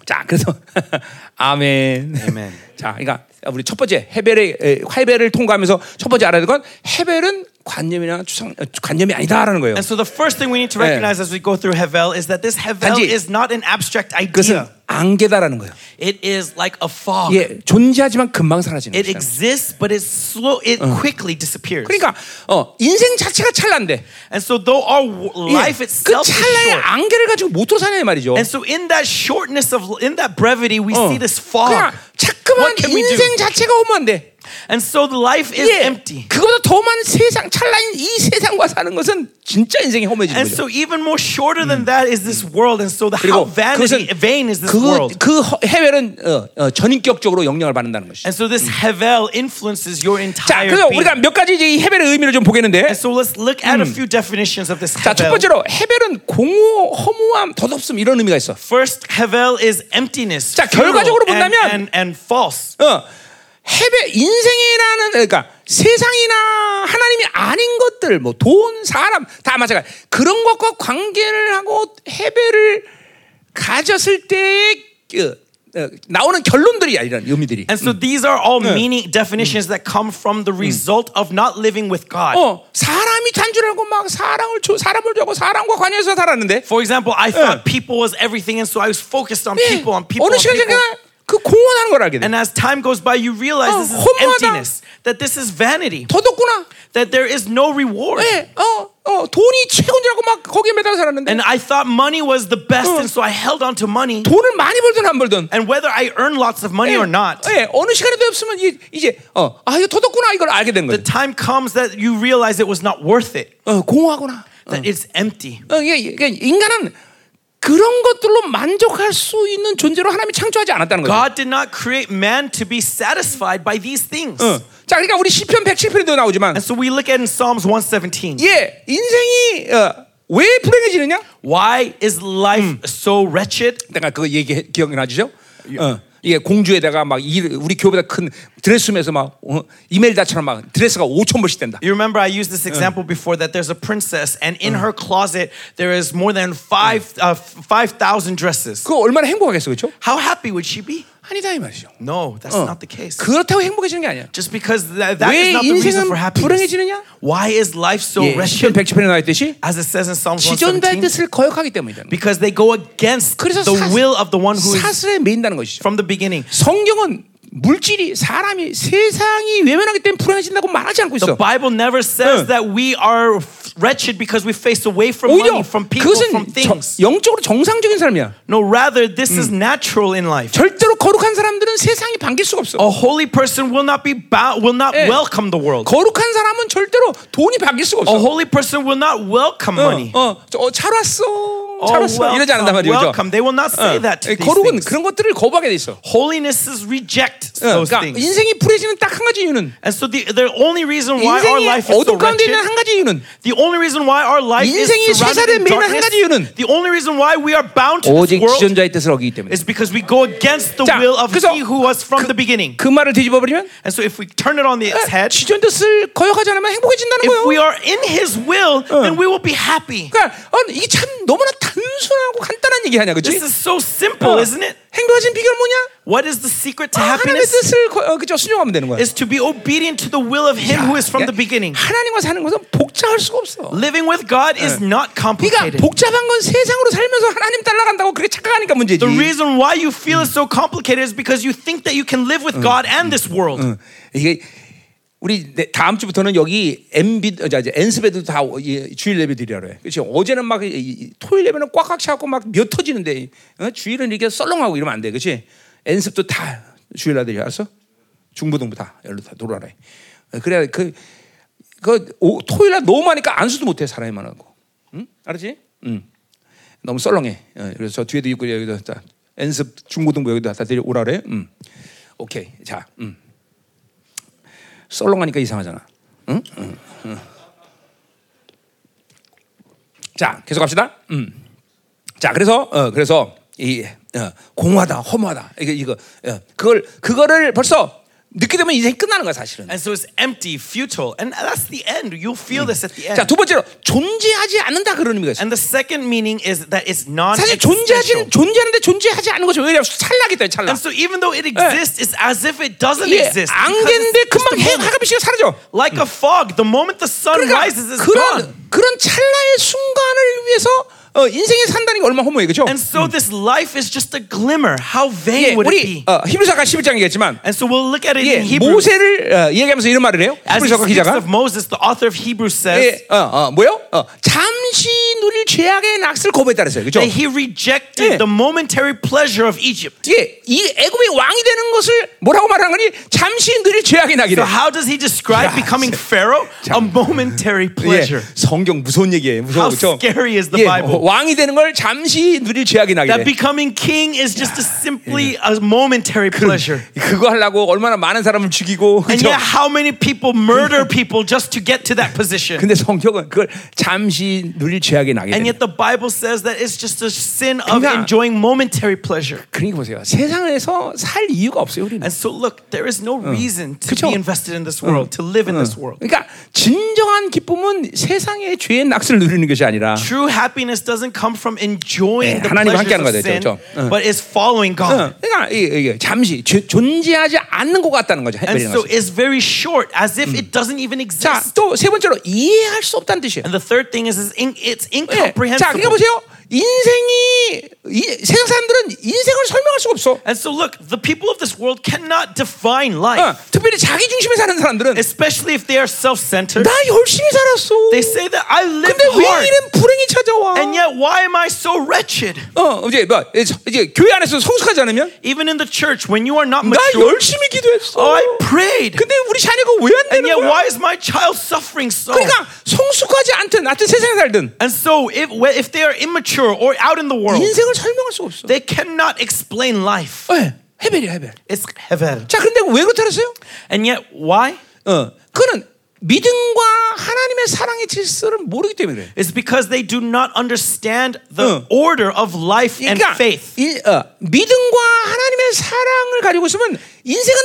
[SPEAKER 1] 자, 그래서 아멘.
[SPEAKER 2] 아멘.
[SPEAKER 1] 자, 그러니까 우리 첫 번째 헤벨의 에, 헤벨을 통과하면서 첫 번째 알아야 될 건 헤벨은 관념이나 추상 어, 관념이 아니다라는 거예요.
[SPEAKER 2] And so the first thing we need to recognize as we go through Hevel is that this Hevel
[SPEAKER 1] 단지-
[SPEAKER 2] is not an abstract
[SPEAKER 1] 그것은
[SPEAKER 2] idea.
[SPEAKER 1] 안개다라는 거예요.
[SPEAKER 2] It is like a fog.
[SPEAKER 1] 예, 존재하지만 금방 사라지는
[SPEAKER 2] It
[SPEAKER 1] 거예요.
[SPEAKER 2] exists, but it's slow. It quickly disappears.
[SPEAKER 1] 그러니까 어, 인생 자체가 찰난데
[SPEAKER 2] And so though our w-
[SPEAKER 1] 예,
[SPEAKER 2] life
[SPEAKER 1] 그
[SPEAKER 2] itself is
[SPEAKER 1] 찰나의
[SPEAKER 2] short,
[SPEAKER 1] 안개를 가지고 못 도사냐 이 말이죠.
[SPEAKER 2] and so in that shortness of in that brevity, we
[SPEAKER 1] 어.
[SPEAKER 2] see this fog.
[SPEAKER 1] 그냥 자꾸만
[SPEAKER 2] What can we do?
[SPEAKER 1] 인생 자체가 오면 안 돼.
[SPEAKER 2] And so the life is
[SPEAKER 1] 예,
[SPEAKER 2] empty.
[SPEAKER 1] 그보다 더 많은 세상 찰나인 이 세상과 사는 것은 진짜 인생이 허무해지는
[SPEAKER 2] And
[SPEAKER 1] 거죠.
[SPEAKER 2] so even more shorter than that is this world. And so the,
[SPEAKER 1] 그리고
[SPEAKER 2] how vanity,
[SPEAKER 1] 그것은
[SPEAKER 2] vain is this
[SPEAKER 1] 그,
[SPEAKER 2] world.
[SPEAKER 1] 그 허- 해외는 어, 어, 전인격적으로 영향을 받는다는 것이죠.
[SPEAKER 2] And so this Hevel influences
[SPEAKER 1] 자,
[SPEAKER 2] your entire
[SPEAKER 1] 그래서
[SPEAKER 2] being.
[SPEAKER 1] 우리가 몇 가지 이제 이 해벨의 의미를 좀 보겠는데,
[SPEAKER 2] And so let's look at a few definitions of this
[SPEAKER 1] 자, 첫
[SPEAKER 2] Hevel.
[SPEAKER 1] 번째로 해벨은 공허, 허무함, 덧없음 이런 의미가 있어.
[SPEAKER 2] First, Hevel is emptiness.
[SPEAKER 1] 자,
[SPEAKER 2] futile,
[SPEAKER 1] 결과적으로
[SPEAKER 2] and,
[SPEAKER 1] 본다면-
[SPEAKER 2] and, and false.
[SPEAKER 1] 어, 해벨 인생이라는 그러니까 세상이나 하나님이 아닌 것들, 뭐 돈, 사람 다 마찬가지. 그런 것과 관계를 하고 해벨을 가졌을 때의 그, 어, 나오는 결론들이야 이런 의미들이.
[SPEAKER 2] And so these are all meaning definitions that come from the result of not living with God.
[SPEAKER 1] 어, 사람이 단줄하고 막 사랑을 주, 사람을 주고 사람과 관여해서 살았는데
[SPEAKER 2] For example, I thought people was everything, and so I was focused on
[SPEAKER 1] 예,
[SPEAKER 2] people, on people,
[SPEAKER 1] 어느
[SPEAKER 2] on
[SPEAKER 1] 시간에
[SPEAKER 2] people.
[SPEAKER 1] 그냥 그 공헌하는 걸 알게 돼.
[SPEAKER 2] And as time goes by, you realize
[SPEAKER 1] 어,
[SPEAKER 2] this is
[SPEAKER 1] 허무하다.
[SPEAKER 2] emptiness, that this is vanity,
[SPEAKER 1] 더덥구나.
[SPEAKER 2] that there is no reward.
[SPEAKER 1] 예, 어, 어, 돈이 최고인 줄 알고 막 거기에 매달려 살았는데
[SPEAKER 2] And I thought money was the best,
[SPEAKER 1] 어.
[SPEAKER 2] and so I held on to money.
[SPEAKER 1] 돈을 많이 벌든 안 벌든
[SPEAKER 2] And whether I earn lots of money
[SPEAKER 1] 예,
[SPEAKER 2] or not,
[SPEAKER 1] 예, 어느 시간에도 없으면 이, 이제 어, 아 이거 더덥구나 이걸 알게 된
[SPEAKER 2] the
[SPEAKER 1] 거예요.
[SPEAKER 2] time comes that you realize it was not worth it,
[SPEAKER 1] 어, 공허하구나.
[SPEAKER 2] that it's empty.
[SPEAKER 1] 어, 이게, 이게 인간은 그런 것들로 만족할 수 있는 존재로 하나님이 창조하지 않았다는 거예요.
[SPEAKER 2] God did not create man to be satisfied by these things.
[SPEAKER 1] 어. 자, 그러니까 우리 시편 107편에도 나오지만
[SPEAKER 2] And so we look at in Psalms 117.
[SPEAKER 1] 예, 인생이 어, 왜 불행해지느냐?
[SPEAKER 2] Why is life so wretched?
[SPEAKER 1] 내가 그거 얘기 기억이 나시죠? 어. 이게 공주에다가 막 이, 우리 교회보다 큰 드레스룸에서 막 어, 이멜다처럼 막 드레스가 5천 벌씩 된다.
[SPEAKER 2] You remember I used this example before that there's a princess and in her closet there is more than five uh, five thousand dresses.
[SPEAKER 1] 그거 얼마나 행복하겠어, 그렇죠?
[SPEAKER 2] How happy would she be?
[SPEAKER 1] 아니다 이 말이죠.
[SPEAKER 2] No, that's
[SPEAKER 1] Uh.
[SPEAKER 2] not the case.
[SPEAKER 1] 그렇다고 행복해지는 게 아니야.
[SPEAKER 2] Just because that, that
[SPEAKER 1] 왜
[SPEAKER 2] is not the
[SPEAKER 1] 인생은
[SPEAKER 2] reason for happiness.
[SPEAKER 1] 불행해지느냐?
[SPEAKER 2] Why is life so
[SPEAKER 1] 예, 시편
[SPEAKER 2] wretched?
[SPEAKER 1] 110편에 나와 있듯이
[SPEAKER 2] As it says in Psalms
[SPEAKER 1] 지존자의
[SPEAKER 2] 117,
[SPEAKER 1] 뜻을 아, 거역하기 때문이다.
[SPEAKER 2] because they go against
[SPEAKER 1] 그래서
[SPEAKER 2] the
[SPEAKER 1] 사슬-
[SPEAKER 2] will of the one who is
[SPEAKER 1] 사슬에 매인다는 것이죠.
[SPEAKER 2] from the beginning.
[SPEAKER 1] 성경은 물질이 사람이 세상이 외면하기 때문에 불행해진다고 말하지 않고
[SPEAKER 2] The
[SPEAKER 1] 있어.
[SPEAKER 2] Bible never
[SPEAKER 1] 응.
[SPEAKER 2] says that we are wretched because we face away from
[SPEAKER 1] 오히려
[SPEAKER 2] money, from people, from
[SPEAKER 1] 그것은 저,
[SPEAKER 2] things.
[SPEAKER 1] 영적으로 정상적인 삶이야.
[SPEAKER 2] No, rather, this is
[SPEAKER 1] Mm.
[SPEAKER 2] natural in life.
[SPEAKER 1] 절대로 거룩한 사람들은 세상이 반길 수가 없어.
[SPEAKER 2] A holy person will not be bound, will not
[SPEAKER 1] 예.
[SPEAKER 2] welcome the world.
[SPEAKER 1] 거룩한 사람은 절대로 돈이 바뀔 수가 없어.
[SPEAKER 2] A holy person will not welcome money.
[SPEAKER 1] 어, 어, 저, 어, 잘 왔어.
[SPEAKER 2] Oh,
[SPEAKER 1] Mm. Oh, 잘 왔어. 이러지 않는단 말이죠. 그죠?
[SPEAKER 2] welcome. They will not say
[SPEAKER 1] 어,
[SPEAKER 2] that. To
[SPEAKER 1] 이
[SPEAKER 2] these
[SPEAKER 1] 거룩은
[SPEAKER 2] things.
[SPEAKER 1] 그런 것들을 거부하게 돼 있어. 어,
[SPEAKER 2] Holiness is reject those
[SPEAKER 1] 그러니까
[SPEAKER 2] things.
[SPEAKER 1] 인생이 불해지는 딱 한 가지 이유는
[SPEAKER 2] And so the, the only reason why our
[SPEAKER 1] 인생이
[SPEAKER 2] life is so
[SPEAKER 1] 어둠 가운데
[SPEAKER 2] wretched,
[SPEAKER 1] 있는 한 가지 이유는
[SPEAKER 2] the only reason why our life
[SPEAKER 1] 인생이
[SPEAKER 2] is surrounded
[SPEAKER 1] 세상에
[SPEAKER 2] in
[SPEAKER 1] 매이는 한
[SPEAKER 2] darkness,
[SPEAKER 1] 가지 이유는
[SPEAKER 2] the only reason why we are bound to this
[SPEAKER 1] 오직
[SPEAKER 2] world
[SPEAKER 1] 지존자의 뜻을 어기기 때문에.
[SPEAKER 2] is because we go against the
[SPEAKER 1] 자,
[SPEAKER 2] will of
[SPEAKER 1] 그래서
[SPEAKER 2] He who was from the beginning.
[SPEAKER 1] 그 말을 뒤집어 버리면
[SPEAKER 2] And so if we turn it on
[SPEAKER 1] Eh,
[SPEAKER 2] its head,
[SPEAKER 1] 지존 뜻을 거역하지 않으면 행복해진다는
[SPEAKER 2] if we
[SPEAKER 1] 거예요.
[SPEAKER 2] are in His will,
[SPEAKER 1] eh.
[SPEAKER 2] then we will be happy.
[SPEAKER 1] 그러니까 어, 이게 참 너무나 단순하고 간단한 얘기 하냐,
[SPEAKER 2] This
[SPEAKER 1] 그렇지?
[SPEAKER 2] is so simple,
[SPEAKER 1] Eh.
[SPEAKER 2] isn't it?
[SPEAKER 1] 행복해진 비결 뭐냐?
[SPEAKER 2] What is the secret to
[SPEAKER 1] 하나님의
[SPEAKER 2] happiness?
[SPEAKER 1] 뜻을 거- 어, 그죠 순종하면 되는 거야.
[SPEAKER 2] Is to be obedient to the will of Him who is
[SPEAKER 1] 야,
[SPEAKER 2] from the beginning.
[SPEAKER 1] 하나님과 사는 것은 복잡할 수가 없어.
[SPEAKER 2] Living with God
[SPEAKER 1] Eh.
[SPEAKER 2] is not
[SPEAKER 1] 그러니까
[SPEAKER 2] complicated.
[SPEAKER 1] 복잡한 건 세상으로 살면서 하나님 따라간다고 그렇게 착각하니까 문제지.
[SPEAKER 2] The reason why you feel
[SPEAKER 1] Mm.
[SPEAKER 2] it's so complicated is because you think that you can live with God and this world.
[SPEAKER 1] Mm. 이게 우리 내- 다음 주부터는 여기 MB 어, 자, 이제 엔스베도 다 어, 이 주일 예배드리라고 해. 그렇지? 어제는 막 이- 이- 토요일 예배는 꽉꽉 차고 막 몇 터지는데 어? 주일은 이렇게 썰렁하고 이러면 안 돼. 그렇지? 엔습도 다 주일 날들이 알았어? 중부동부 다 열로 다 돌아라. 어, 그래야 그, 그 오- 토요일 날 너무 많으니까 안수도 못해 사람이 많아고. 응? 알았지? 응. 너무 썰렁해. 어, 그래서 저 뒤에도 있고 여기도 다 엔습 중고등부 여기도 다 데려오라 그래. 음. 오케이. 자. 음. 썰렁하니까 이상하잖아. 응? 응, 응. 자, 계속 갑시다. 음. 자, 그래서 어, 그래서 이 어, 공허하다, 허무하다. 이거 이거 어, 그걸 그거를 벌써 늦게 되면 인생 끝나는 거야 사실은.
[SPEAKER 2] And so it's empty, futile. And that's the end. You'll feel this at the
[SPEAKER 1] 자
[SPEAKER 2] end.
[SPEAKER 1] 두 번째로 존재하지 않는다 그런 의미가 있어.
[SPEAKER 2] And the second meaning is that it's non
[SPEAKER 1] 사실 존재하지
[SPEAKER 2] existential.
[SPEAKER 1] 존재하는데 존재하지 않는 것이 왜냐면 찰나기 때문에 찰나.
[SPEAKER 2] And so even though it exists, it's as if it doesn't
[SPEAKER 1] 이게
[SPEAKER 2] exist. because
[SPEAKER 1] 안개인데
[SPEAKER 2] it's just a
[SPEAKER 1] 금방 해-
[SPEAKER 2] moment.
[SPEAKER 1] 하가비씨가 사라져.
[SPEAKER 2] Like a fog, the moment the sun rises,
[SPEAKER 1] 그러니까
[SPEAKER 2] it's gone.
[SPEAKER 1] 그런 그런 찰나의 순간을 위해서 어, 인생에 산다는 게 얼마나 허무해 그죠?
[SPEAKER 2] And so this life is just a glimmer. How
[SPEAKER 1] 예,
[SPEAKER 2] vain would it
[SPEAKER 1] 우리
[SPEAKER 2] be?
[SPEAKER 1] 어, 히브리서가 11장이겠지만
[SPEAKER 2] And so we'll look at it
[SPEAKER 1] 예,
[SPEAKER 2] in Hebrews.
[SPEAKER 1] 모세를 어, 얘기하면서 이런 말을 해요.
[SPEAKER 2] As he
[SPEAKER 1] 히브리서가
[SPEAKER 2] speaks
[SPEAKER 1] 기자가
[SPEAKER 2] of Moses, the author of Hebrews says
[SPEAKER 1] 예, 어, 어, 뭐요? 어, 잠시 누릴 죄악의 낚시를 거부했다 그랬어요. 그죠?
[SPEAKER 2] that he
[SPEAKER 1] 예.
[SPEAKER 2] rejected the momentary pleasure of Egypt.
[SPEAKER 1] 예, 이 애굽의 왕이 되는 것을 뭐라고 말하는 거니? 잠시 누릴 죄악의 낚이래.
[SPEAKER 2] So how does he describe
[SPEAKER 1] 야, 참.
[SPEAKER 2] becoming Pharaoh? A momentary pleasure.
[SPEAKER 1] 예, 성경 무서운 얘기예요. 무서워
[SPEAKER 2] How
[SPEAKER 1] 그죠?
[SPEAKER 2] scary is the
[SPEAKER 1] 예,
[SPEAKER 2] Bible?
[SPEAKER 1] 어, 왕이 되는 걸 잠시 누릴 죄악의 낚이래.
[SPEAKER 2] That becoming king is just a simply a momentary pleasure.
[SPEAKER 1] 그거 하려고 얼마나 많은 사람을 죽이고
[SPEAKER 2] And
[SPEAKER 1] 그죠?
[SPEAKER 2] yet, how many people murder people just to get to that position?
[SPEAKER 1] 근데 성경은 그걸 잠시 누릴 죄악의 낚이래.
[SPEAKER 2] And yet, the Bible says that it's just a sin of
[SPEAKER 1] 그러니까-
[SPEAKER 2] enjoying momentary pleasure.
[SPEAKER 1] 그러니까 보세요. 세상에서 살 이유가 없어요, 우리는.
[SPEAKER 2] And so, look, there is
[SPEAKER 1] Oh.
[SPEAKER 2] no reason to
[SPEAKER 1] 그쵸?
[SPEAKER 2] be invested in
[SPEAKER 1] Oh.
[SPEAKER 2] this world, to live in this world.
[SPEAKER 1] 그러니까 진정한 기쁨은 세상의 죄의 낙스를 누리는 것이 아니라
[SPEAKER 2] True happiness doesn't come from
[SPEAKER 1] 예,
[SPEAKER 2] enjoying
[SPEAKER 1] Eh,
[SPEAKER 2] the
[SPEAKER 1] 하나님과
[SPEAKER 2] pleasures
[SPEAKER 1] 함께하는
[SPEAKER 2] of
[SPEAKER 1] 거죠,
[SPEAKER 2] sin,
[SPEAKER 1] 그쵸? 응.
[SPEAKER 2] but is following God.
[SPEAKER 1] 어, 그러니까 이게, 이게 잠시 죄- 존재하지 않는 것 같다는 거죠.
[SPEAKER 2] And
[SPEAKER 1] 헤벨이라는
[SPEAKER 2] so,
[SPEAKER 1] 것은.
[SPEAKER 2] it's very short, as if it doesn't even
[SPEAKER 1] 자,
[SPEAKER 2] exist.
[SPEAKER 1] 또 세 번째로 이해할 수 없다는 뜻이에요.
[SPEAKER 2] And the third thing is, is in, it's
[SPEAKER 1] 예. 자, 그러니까
[SPEAKER 2] incomprehensible.
[SPEAKER 1] 보세요. 인생이 이, 세상 사람들은 인생을 설명할 수가 없어.
[SPEAKER 2] And so, look, the people of this world cannot define
[SPEAKER 1] 어,
[SPEAKER 2] life,
[SPEAKER 1] 특별히 자기 중심에 사는 사람들은
[SPEAKER 2] especially if they are self centered.
[SPEAKER 1] 나 열심히 살았어.
[SPEAKER 2] They say that I lived
[SPEAKER 1] 근데 왜
[SPEAKER 2] hard,
[SPEAKER 1] 이런 불행이 찾아와?
[SPEAKER 2] and yet why am I so wretched?
[SPEAKER 1] 어, 이제 뭐 이제- 이제 교회 안에서 성숙하지 않으면
[SPEAKER 2] Even in the church, when you are not
[SPEAKER 1] 나
[SPEAKER 2] mature,
[SPEAKER 1] 열심히 기도했어.
[SPEAKER 2] oh, I prayed,
[SPEAKER 1] 근데 우리 자녀가 왜 안
[SPEAKER 2] and
[SPEAKER 1] 되는
[SPEAKER 2] yet
[SPEAKER 1] 거야?
[SPEAKER 2] why is my child suffering so?
[SPEAKER 1] 그러니까 성숙하지 않든 하여튼 세상에 살든
[SPEAKER 2] And so, if if they are immature or out in the world,
[SPEAKER 1] 인생을 설명할 수가 없어.
[SPEAKER 2] they cannot explain life.
[SPEAKER 1] 네. 헤벨이야 헤벨.
[SPEAKER 2] It's heaven,
[SPEAKER 1] 자, 근데 왜 그렇다 그랬어요?
[SPEAKER 2] and yet why?
[SPEAKER 1] 어, 그는 믿음과 하나님의 사랑의 질서를 모르기 때문에 그래.
[SPEAKER 2] It's because they do not understand the
[SPEAKER 1] Uh.
[SPEAKER 2] order of life and
[SPEAKER 1] 그러니까
[SPEAKER 2] faith.
[SPEAKER 1] 이, 어, 믿음과 하나님의 사랑을 가지고 있으면 인생은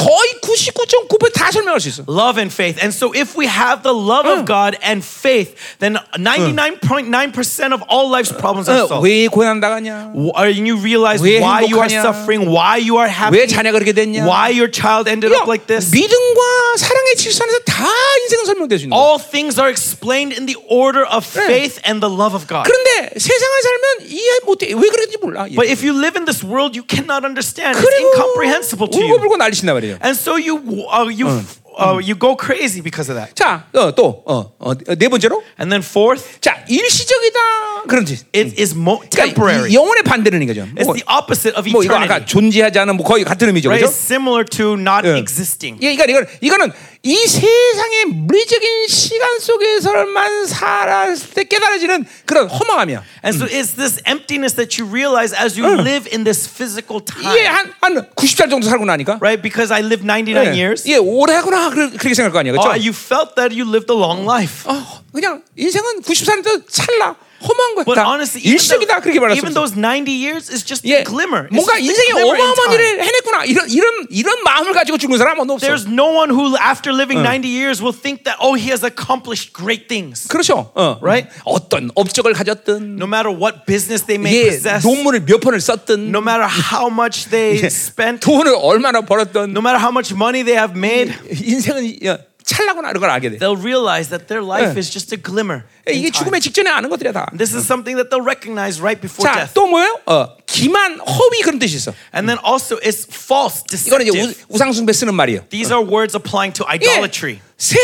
[SPEAKER 1] 거의 99.9%다 설명할 수 있어.
[SPEAKER 2] Love and faith. And so, if we have the love
[SPEAKER 1] Uh.
[SPEAKER 2] of God and faith, then 99.9% of all life's problems
[SPEAKER 1] 어,
[SPEAKER 2] are solved.
[SPEAKER 1] 왜 고난 당하냐?
[SPEAKER 2] Why- and you realize
[SPEAKER 1] 왜
[SPEAKER 2] why you are
[SPEAKER 1] 행복하냐?
[SPEAKER 2] suffering, why you are
[SPEAKER 1] 왜
[SPEAKER 2] happy,
[SPEAKER 1] 자네가 그렇게 됐냐?
[SPEAKER 2] why your child ended up like this.
[SPEAKER 1] 믿음과 사랑의 질서 안에서 다 인생은 설명될 수 있는 거야.
[SPEAKER 2] All things are explained in the order of faith and the love of God.
[SPEAKER 1] 그런데 세상을 살면 이해 못해. 왜 그런지 몰라. 예.
[SPEAKER 2] But if you live in this world, you cannot understand. It's
[SPEAKER 1] 그리고
[SPEAKER 2] incomprehensible to you.
[SPEAKER 1] 울고불고 난리친단 말이에요.
[SPEAKER 2] And so you uh, you uh, you go crazy because of that.
[SPEAKER 1] 자, 어, 또, 어, 어, 네 번째로.
[SPEAKER 2] And then fourth,
[SPEAKER 1] 자, 일시적이다. 그런 뜻.
[SPEAKER 2] it is mo-
[SPEAKER 1] 그러니까 이
[SPEAKER 2] temporary.
[SPEAKER 1] 영혼의 반대는 이거죠.
[SPEAKER 2] It's
[SPEAKER 1] 뭐,
[SPEAKER 2] the opposite of
[SPEAKER 1] 뭐 이거 아까
[SPEAKER 2] eternity.
[SPEAKER 1] 존재하지 않은 뭐 거의 같은 의미죠.
[SPEAKER 2] Right?
[SPEAKER 1] 그죠?
[SPEAKER 2] It's similar to not
[SPEAKER 1] 예.
[SPEAKER 2] existing.
[SPEAKER 1] 예, 그러니까 이건, 이거는 이 세상의 물리적인 시간 속에서만 살았을 때 깨달아지는 그런 허망함이야.
[SPEAKER 2] And so it's this emptiness that you realize as you live in this physical time.
[SPEAKER 1] 이게 한, 한 90살 정도 살고 나니까.
[SPEAKER 2] right? Because I lived 99
[SPEAKER 1] 예,
[SPEAKER 2] years.
[SPEAKER 1] 예, 오래 하구나. 그러- 그렇게 생각할 거 아니야. 그죠?
[SPEAKER 2] Oh, you felt that you lived a long life.
[SPEAKER 1] 어, 그냥 인생은 90살인 데 찰나 허망한
[SPEAKER 2] But
[SPEAKER 1] 거다
[SPEAKER 2] honestly, even,
[SPEAKER 1] 일식이다 그렇게 말할 수
[SPEAKER 2] though, even
[SPEAKER 1] 없어
[SPEAKER 2] those 90 years is just
[SPEAKER 1] 예,
[SPEAKER 2] a glimmer. It's
[SPEAKER 1] 뭔가
[SPEAKER 2] just a
[SPEAKER 1] 인생에
[SPEAKER 2] glimmer in
[SPEAKER 1] 어마어마한
[SPEAKER 2] time.
[SPEAKER 1] 일을 해냈구나 이런 이런 이런 마음을 가지고 죽는 사람 은 없어
[SPEAKER 2] There's no one who, after living 90 years, will think that, oh, he has accomplished great things.
[SPEAKER 1] 그렇죠 어.
[SPEAKER 2] Right?
[SPEAKER 1] 어떤 업적을 가졌든
[SPEAKER 2] No matter what business they may
[SPEAKER 1] 예,
[SPEAKER 2] possess,
[SPEAKER 1] 논문을 몇 편을 썼든 예,
[SPEAKER 2] no matter how much they spent,
[SPEAKER 1] 돈을 얼마나 벌었든
[SPEAKER 2] no matter how much money they have made,
[SPEAKER 1] 인생은 야, 찰나구나 이런 걸 알게 돼
[SPEAKER 2] they'll realize that their life
[SPEAKER 1] 예.
[SPEAKER 2] is just a glimmer. in
[SPEAKER 1] 이게
[SPEAKER 2] time.
[SPEAKER 1] 죽음의 직전에 아는 것들이야
[SPEAKER 2] This is something that they'll recognize right before death.
[SPEAKER 1] 다자또 뭐예요 어, 기만 허위 그런 뜻이 있어
[SPEAKER 2] And then also, it's false,
[SPEAKER 1] 이거는 이제
[SPEAKER 2] deceptive.
[SPEAKER 1] 우, 우상숭배 쓰는 말이에요
[SPEAKER 2] These are words applying to idolatry.
[SPEAKER 1] 예,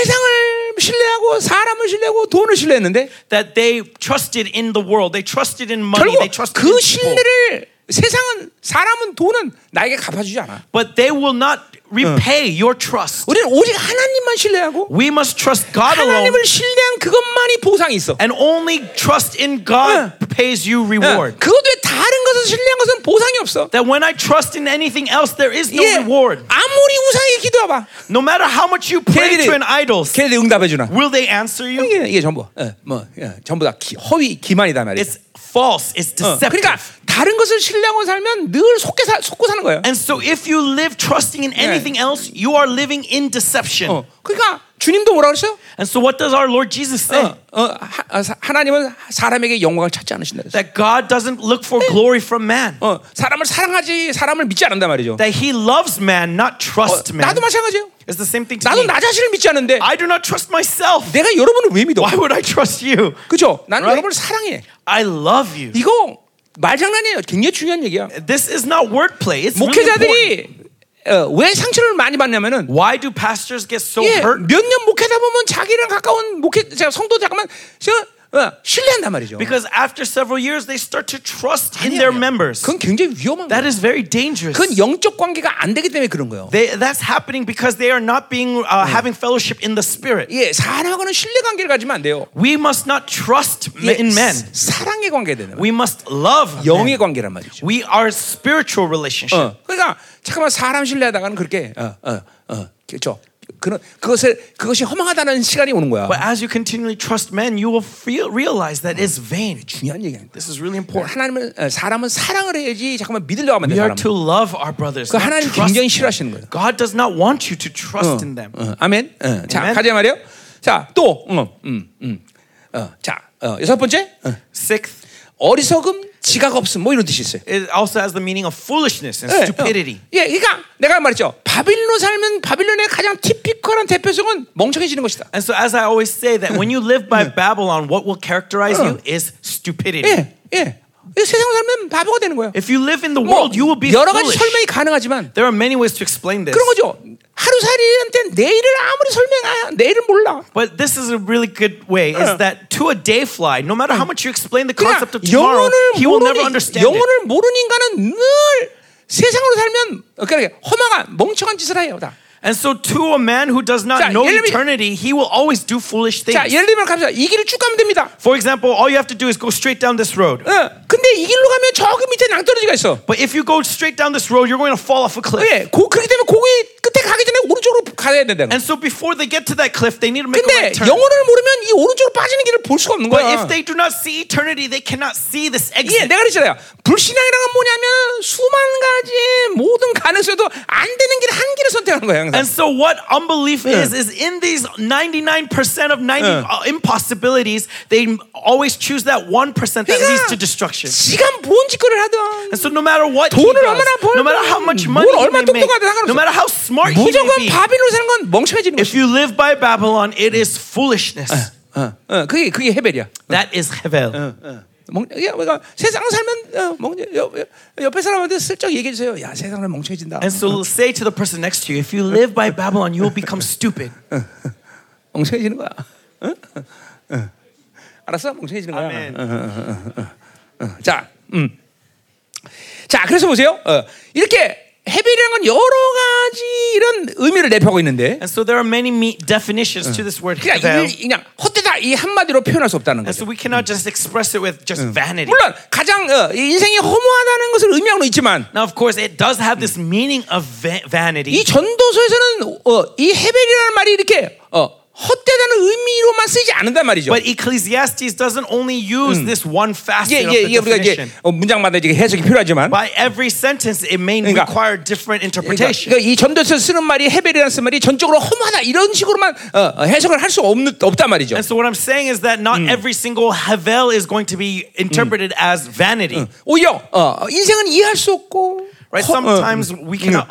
[SPEAKER 1] 세상을 신뢰하고 사람을 신뢰하고 돈을 신뢰했는데
[SPEAKER 2] that they trusted in the world. They trusted in money. They
[SPEAKER 1] 결국
[SPEAKER 2] trusted in
[SPEAKER 1] 그
[SPEAKER 2] people.
[SPEAKER 1] 신뢰를 세상은 사람은 돈은 나에게 갚아주지 않아.
[SPEAKER 2] But they will not repay your trust.
[SPEAKER 1] 우리는 오직 하나님만 신뢰하고
[SPEAKER 2] We must trust God alone.
[SPEAKER 1] 하나님을 신뢰한 그것만이 보상이 있어.
[SPEAKER 2] And only trust in God pays you reward.
[SPEAKER 1] 응. 그것 외에 다른 것을 신뢰한 것은 보상이 없어.
[SPEAKER 2] That when I trust in anything else, there is no
[SPEAKER 1] 예,
[SPEAKER 2] reward.
[SPEAKER 1] 아무리 우상에게 기도해봐.
[SPEAKER 2] No matter how much you pray
[SPEAKER 1] 걔네들이-
[SPEAKER 2] to an idol,
[SPEAKER 1] 걔네들 응답해주나.
[SPEAKER 2] will they answer you?
[SPEAKER 1] 이게, 이게 전부. 어, 뭐 예, 전부 다 기, 허위 기만이다 말이야.
[SPEAKER 2] It's false, it's
[SPEAKER 1] 어, 그러니까
[SPEAKER 2] deceptive.
[SPEAKER 1] 다른 것을 신뢰하고 살면 늘 속게 사, 속고 사는 거예요.
[SPEAKER 2] And so if you live trusting in anything else, you are living in deception.
[SPEAKER 1] 어, 그러니까 주님도 뭐라 그랬어요?
[SPEAKER 2] And so what does our Lord Jesus say?
[SPEAKER 1] 어, 어, 하, 아, 사- 하나님은 사람에게 영광을 찾지 않으신다. 그랬어요.
[SPEAKER 2] That God doesn't look for glory from man.
[SPEAKER 1] 어, 사람을 사랑하지 사람을 믿지 않는단 말이죠. 어,
[SPEAKER 2] That he loves man, not trust man.
[SPEAKER 1] 나도 마찬가지예요.
[SPEAKER 2] It's the same thing to
[SPEAKER 1] 나도
[SPEAKER 2] me.
[SPEAKER 1] 나 자신을 믿지 않는데
[SPEAKER 2] I do not trust myself.
[SPEAKER 1] 내가 여러분을 왜 믿어?
[SPEAKER 2] Why would I trust you?
[SPEAKER 1] 그죠? 나는
[SPEAKER 2] Right?
[SPEAKER 1] 여러분을 사랑해.
[SPEAKER 2] I love you.
[SPEAKER 1] 이거 말장난이에요. 굉장히 중요한 얘기야.
[SPEAKER 2] This is not wordplay. It's really important.
[SPEAKER 1] 목회자들이 어, 왜 상처를 많이 받냐면은
[SPEAKER 2] Why do pastors get so
[SPEAKER 1] 예,
[SPEAKER 2] hurt?
[SPEAKER 1] 몇 년 목회다 보면 자기랑 가까운 목회 자, 성도 잠깐만 저, 어, 신뢰한단 말이죠.
[SPEAKER 2] Because after several years, they start to trust in
[SPEAKER 1] 아니야,
[SPEAKER 2] their
[SPEAKER 1] 아니야.
[SPEAKER 2] members.
[SPEAKER 1] 그건 굉장히 위험한
[SPEAKER 2] That
[SPEAKER 1] 거예요.
[SPEAKER 2] is very dangerous.
[SPEAKER 1] 그건 영적 관계가 안 되기 때문에 그런 거예요.
[SPEAKER 2] They, that's happening because they are not being uh, having fellowship in the spirit.
[SPEAKER 1] 예, 사람하고는 신뢰 관계를 가지면 안 돼요.
[SPEAKER 2] We must not trust
[SPEAKER 1] 예,
[SPEAKER 2] in men.
[SPEAKER 1] 사- 사랑의 관계가 되는 거예요.
[SPEAKER 2] We must love
[SPEAKER 1] 영의
[SPEAKER 2] men.
[SPEAKER 1] 관계란 말이죠.
[SPEAKER 2] We are spiritual relationship.
[SPEAKER 1] 어, 그러니까 잠깐만 사람 신뢰하다가는 그렇게 어, 어, 어, 그렇죠. 그런 그것을 그것이 허망하다는 시간이 오는 거야.
[SPEAKER 2] But as you continually trust men, you will feel, realize that it's vain.
[SPEAKER 1] 중요한 얘기야.
[SPEAKER 2] This is really important.
[SPEAKER 1] 하나님은 어, 사람은 사랑을 해야지 잠깐만 믿으려고 하면 돼.
[SPEAKER 2] We are
[SPEAKER 1] 사람.
[SPEAKER 2] to love our brothers.
[SPEAKER 1] 그
[SPEAKER 2] not
[SPEAKER 1] 하나님
[SPEAKER 2] trust
[SPEAKER 1] 굉장히
[SPEAKER 2] them.
[SPEAKER 1] 싫어하시는 거예요.
[SPEAKER 2] God does not want you to trust in them.
[SPEAKER 1] 어, 아멘. 어, 자
[SPEAKER 2] 아멘.
[SPEAKER 1] 가자 말이요. 자또 어, 음, 음. 어, 자 어, 여섯 번째 어.
[SPEAKER 2] Sixth,
[SPEAKER 1] 어리석음, 지각 없음 뭐 이런 뜻이 있어요.
[SPEAKER 2] it also has the meaning of foolishness and
[SPEAKER 1] 예,
[SPEAKER 2] stupidity.
[SPEAKER 1] 어. 예, 그러니까 내가 말했죠. 바빌론 살면 바빌론의 가장 티피컬한 대표성은 멍청해지는 것이다.
[SPEAKER 2] And so, as I always say, that when you live by Babylon, what will characterize you is stupidity.
[SPEAKER 1] 예, 예. 이 세상 살면 바보가 되는 거예요.
[SPEAKER 2] If you live in the
[SPEAKER 1] 뭐
[SPEAKER 2] world, you will be
[SPEAKER 1] 여러 가지
[SPEAKER 2] foolish.
[SPEAKER 1] 설명이 가능하지만
[SPEAKER 2] There are many ways to explain this.
[SPEAKER 1] 그런 거죠. 하루살이한테 내일을 아무리 설명해야 내일을 몰라.
[SPEAKER 2] But this is a really good way is that to a day fly, no matter how much you explain the
[SPEAKER 1] 그냥
[SPEAKER 2] concept of tomorrow,
[SPEAKER 1] 영혼을
[SPEAKER 2] he will never
[SPEAKER 1] 모르는
[SPEAKER 2] understand it.
[SPEAKER 1] 영혼을 모르는 인간은 늘 세상으로 살면 그러니까 허망한 멍청한 짓을 해요 다.
[SPEAKER 2] And so, to a man who does not
[SPEAKER 1] 자,
[SPEAKER 2] know
[SPEAKER 1] 예를 들면-
[SPEAKER 2] eternity, he will always do foolish things.
[SPEAKER 1] 자 예를 들면 갑시다 이 길을 쭉 가면 됩니다.
[SPEAKER 2] For example, all you have to do is go straight down this road.
[SPEAKER 1] 어, 근데 이 길로 가면 저기 밑에 낭떠러지가 있어.
[SPEAKER 2] But if you go straight down this road, you're going to fall off a cliff.
[SPEAKER 1] 예, 고, 그렇기 때문에 거기 끝에 가기 전에 오른쪽으로 가야 된다는 거야.
[SPEAKER 2] And so before they get to that cliff, they need to make a
[SPEAKER 1] 근데
[SPEAKER 2] right turn.
[SPEAKER 1] 영혼을 모르면 이 오른쪽으로 빠지는 길을 볼 수가 없는
[SPEAKER 2] But
[SPEAKER 1] 거야.
[SPEAKER 2] if they do not see eternity, they cannot see this
[SPEAKER 1] 예,
[SPEAKER 2] exit.
[SPEAKER 1] 내가 그랬잖아요. 불신앙이란 건 뭐냐면 수만 가지의 모든 가능성에도 안 되는 길 한 길을 선택하는 거야 항상.
[SPEAKER 2] And so what unbelief is is in these 99% of 90
[SPEAKER 1] Yeah.
[SPEAKER 2] uh, impossibilities, they always choose that 1% that leads to destruction.
[SPEAKER 1] 지가 뭔 짓거리를 하든
[SPEAKER 2] And so no matter what he
[SPEAKER 1] 돈을
[SPEAKER 2] does,
[SPEAKER 1] 얼마나
[SPEAKER 2] no
[SPEAKER 1] 벌든,
[SPEAKER 2] matter how much
[SPEAKER 1] 뭘
[SPEAKER 2] money he may
[SPEAKER 1] 얼마나
[SPEAKER 2] make,
[SPEAKER 1] 똑똑하든 상관없어.
[SPEAKER 2] no matter how smart he may
[SPEAKER 1] 무조건
[SPEAKER 2] be,
[SPEAKER 1] 바빌론 사는 건 멍청해지는
[SPEAKER 2] if
[SPEAKER 1] 거지.
[SPEAKER 2] you live by Babylon, it is foolishness.
[SPEAKER 1] 어, 어, 그게 그게 헤벨이야.
[SPEAKER 2] That is
[SPEAKER 1] Uh.
[SPEAKER 2] hevel.
[SPEAKER 1] 어. 멍, 야, 그러니까 세상 살면 어, 멍, 옆, 옆- 옆에 사람한테 슬쩍 얘기해 주세요. 야, 세상 사람 멍청해진다.
[SPEAKER 2] And so say to the person next to you, if you live by Babylon, you will become stupid.
[SPEAKER 1] 멍청해지는 거야. 응? 응. 알았어? 멍청해지는 거야.
[SPEAKER 2] 아멘.
[SPEAKER 1] 응, 응, 응, 응, 응, 응. 자, 음. 자, 그래서 보세요. 어, 이렇게 헤벨이라는 건 여러 가지 이런 의미를 내포하고 있는데
[SPEAKER 2] And so there are many me- definitions to this word
[SPEAKER 1] 그냥,
[SPEAKER 2] hevel.
[SPEAKER 1] 이, 그냥 헛되다 이 한마디로 표현할 수 없다는
[SPEAKER 2] And
[SPEAKER 1] 거죠.
[SPEAKER 2] so we cannot just express it with just vanity.
[SPEAKER 1] 물론 가장 어, 이 인생이 허무하다는 것을 의미하고는 있지만
[SPEAKER 2] Now, of course, it does have this meaning of va- vanity.
[SPEAKER 1] 이 전도서에서는 어, 이 헤벨이라는 말이 이렇게 어, 헛되다는 의미로만 쓰지 않는단 말이죠.
[SPEAKER 2] But Ecclesiastes doesn't only use this
[SPEAKER 1] 예,
[SPEAKER 2] one facet
[SPEAKER 1] 예,
[SPEAKER 2] of
[SPEAKER 1] 예,
[SPEAKER 2] the
[SPEAKER 1] 우리가 이제
[SPEAKER 2] definition.
[SPEAKER 1] 어, 문장마다 이제 해석이 필요하지만
[SPEAKER 2] By every sentence, it may
[SPEAKER 1] 그러니까-
[SPEAKER 2] require different
[SPEAKER 1] 그러니까,
[SPEAKER 2] interpretation.
[SPEAKER 1] 그러니까 이 전도서 쓰는 말이 헤벨이라는 쓰는 말이 전적으로 험하다 이런 식으로만 어, 어, 해석을 할 수 없는 없단 말이죠.
[SPEAKER 2] And so, what I'm saying is that not every single havel is going to be interpreted as vanity.
[SPEAKER 1] Mm. 오히려 어, 어, 인생은 이해할 수 없고
[SPEAKER 2] Right?
[SPEAKER 1] 허- 어,
[SPEAKER 2] Sometimes we cannot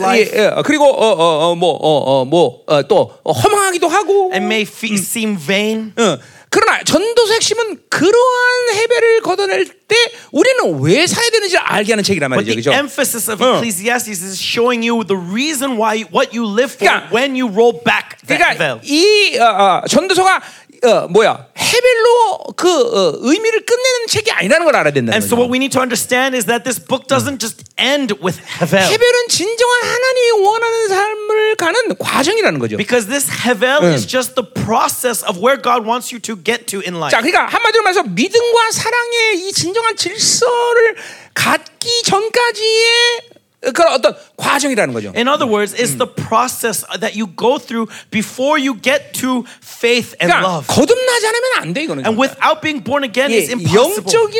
[SPEAKER 1] 예,
[SPEAKER 2] life
[SPEAKER 1] 예, 어, 그리고 어어뭐어뭐또 허망하기도 하고
[SPEAKER 2] and may fe- seem vain.
[SPEAKER 1] 어, 그러나 전도서 핵심은 그러한 해배를 걷어낼 때 우리는 왜 살아야 되는지 를 알게 하는 책이란
[SPEAKER 2] But
[SPEAKER 1] 말이죠.
[SPEAKER 2] the
[SPEAKER 1] 그죠?
[SPEAKER 2] emphasis of
[SPEAKER 1] 어.
[SPEAKER 2] Ecclesiastes is showing you the reason why what you live for
[SPEAKER 1] 그러니까-
[SPEAKER 2] when you roll back the
[SPEAKER 1] 그러니까
[SPEAKER 2] havel.
[SPEAKER 1] 이 어, 어, 전도서가 어, 뭐야 해벨로 그 어, 의미를 끝내는 책이 아니라는 걸 알아야 된다는
[SPEAKER 2] And so
[SPEAKER 1] 거죠.
[SPEAKER 2] what we need to understand is that this book doesn't just end with Hevel.
[SPEAKER 1] 해벨은 진정한 하나님이 원하는 삶을 가는 과정이라는 거죠.
[SPEAKER 2] Because this Hevel is just the process of where God wants you to get to in life.
[SPEAKER 1] 자, 그러니까 한마디로 말해서 믿음과 사랑의 이 진정한 질서를 갖기 전까지의 그런 어떤 과정이라는 거죠.
[SPEAKER 2] In other words,
[SPEAKER 1] Mm.
[SPEAKER 2] it's the process that you go through before you get to faith and
[SPEAKER 1] 그러니까
[SPEAKER 2] love.
[SPEAKER 1] 거듭나지 않으면 안 돼 이거는.
[SPEAKER 2] And without being born again,
[SPEAKER 1] 예,
[SPEAKER 2] it's impossible.
[SPEAKER 1] 영적인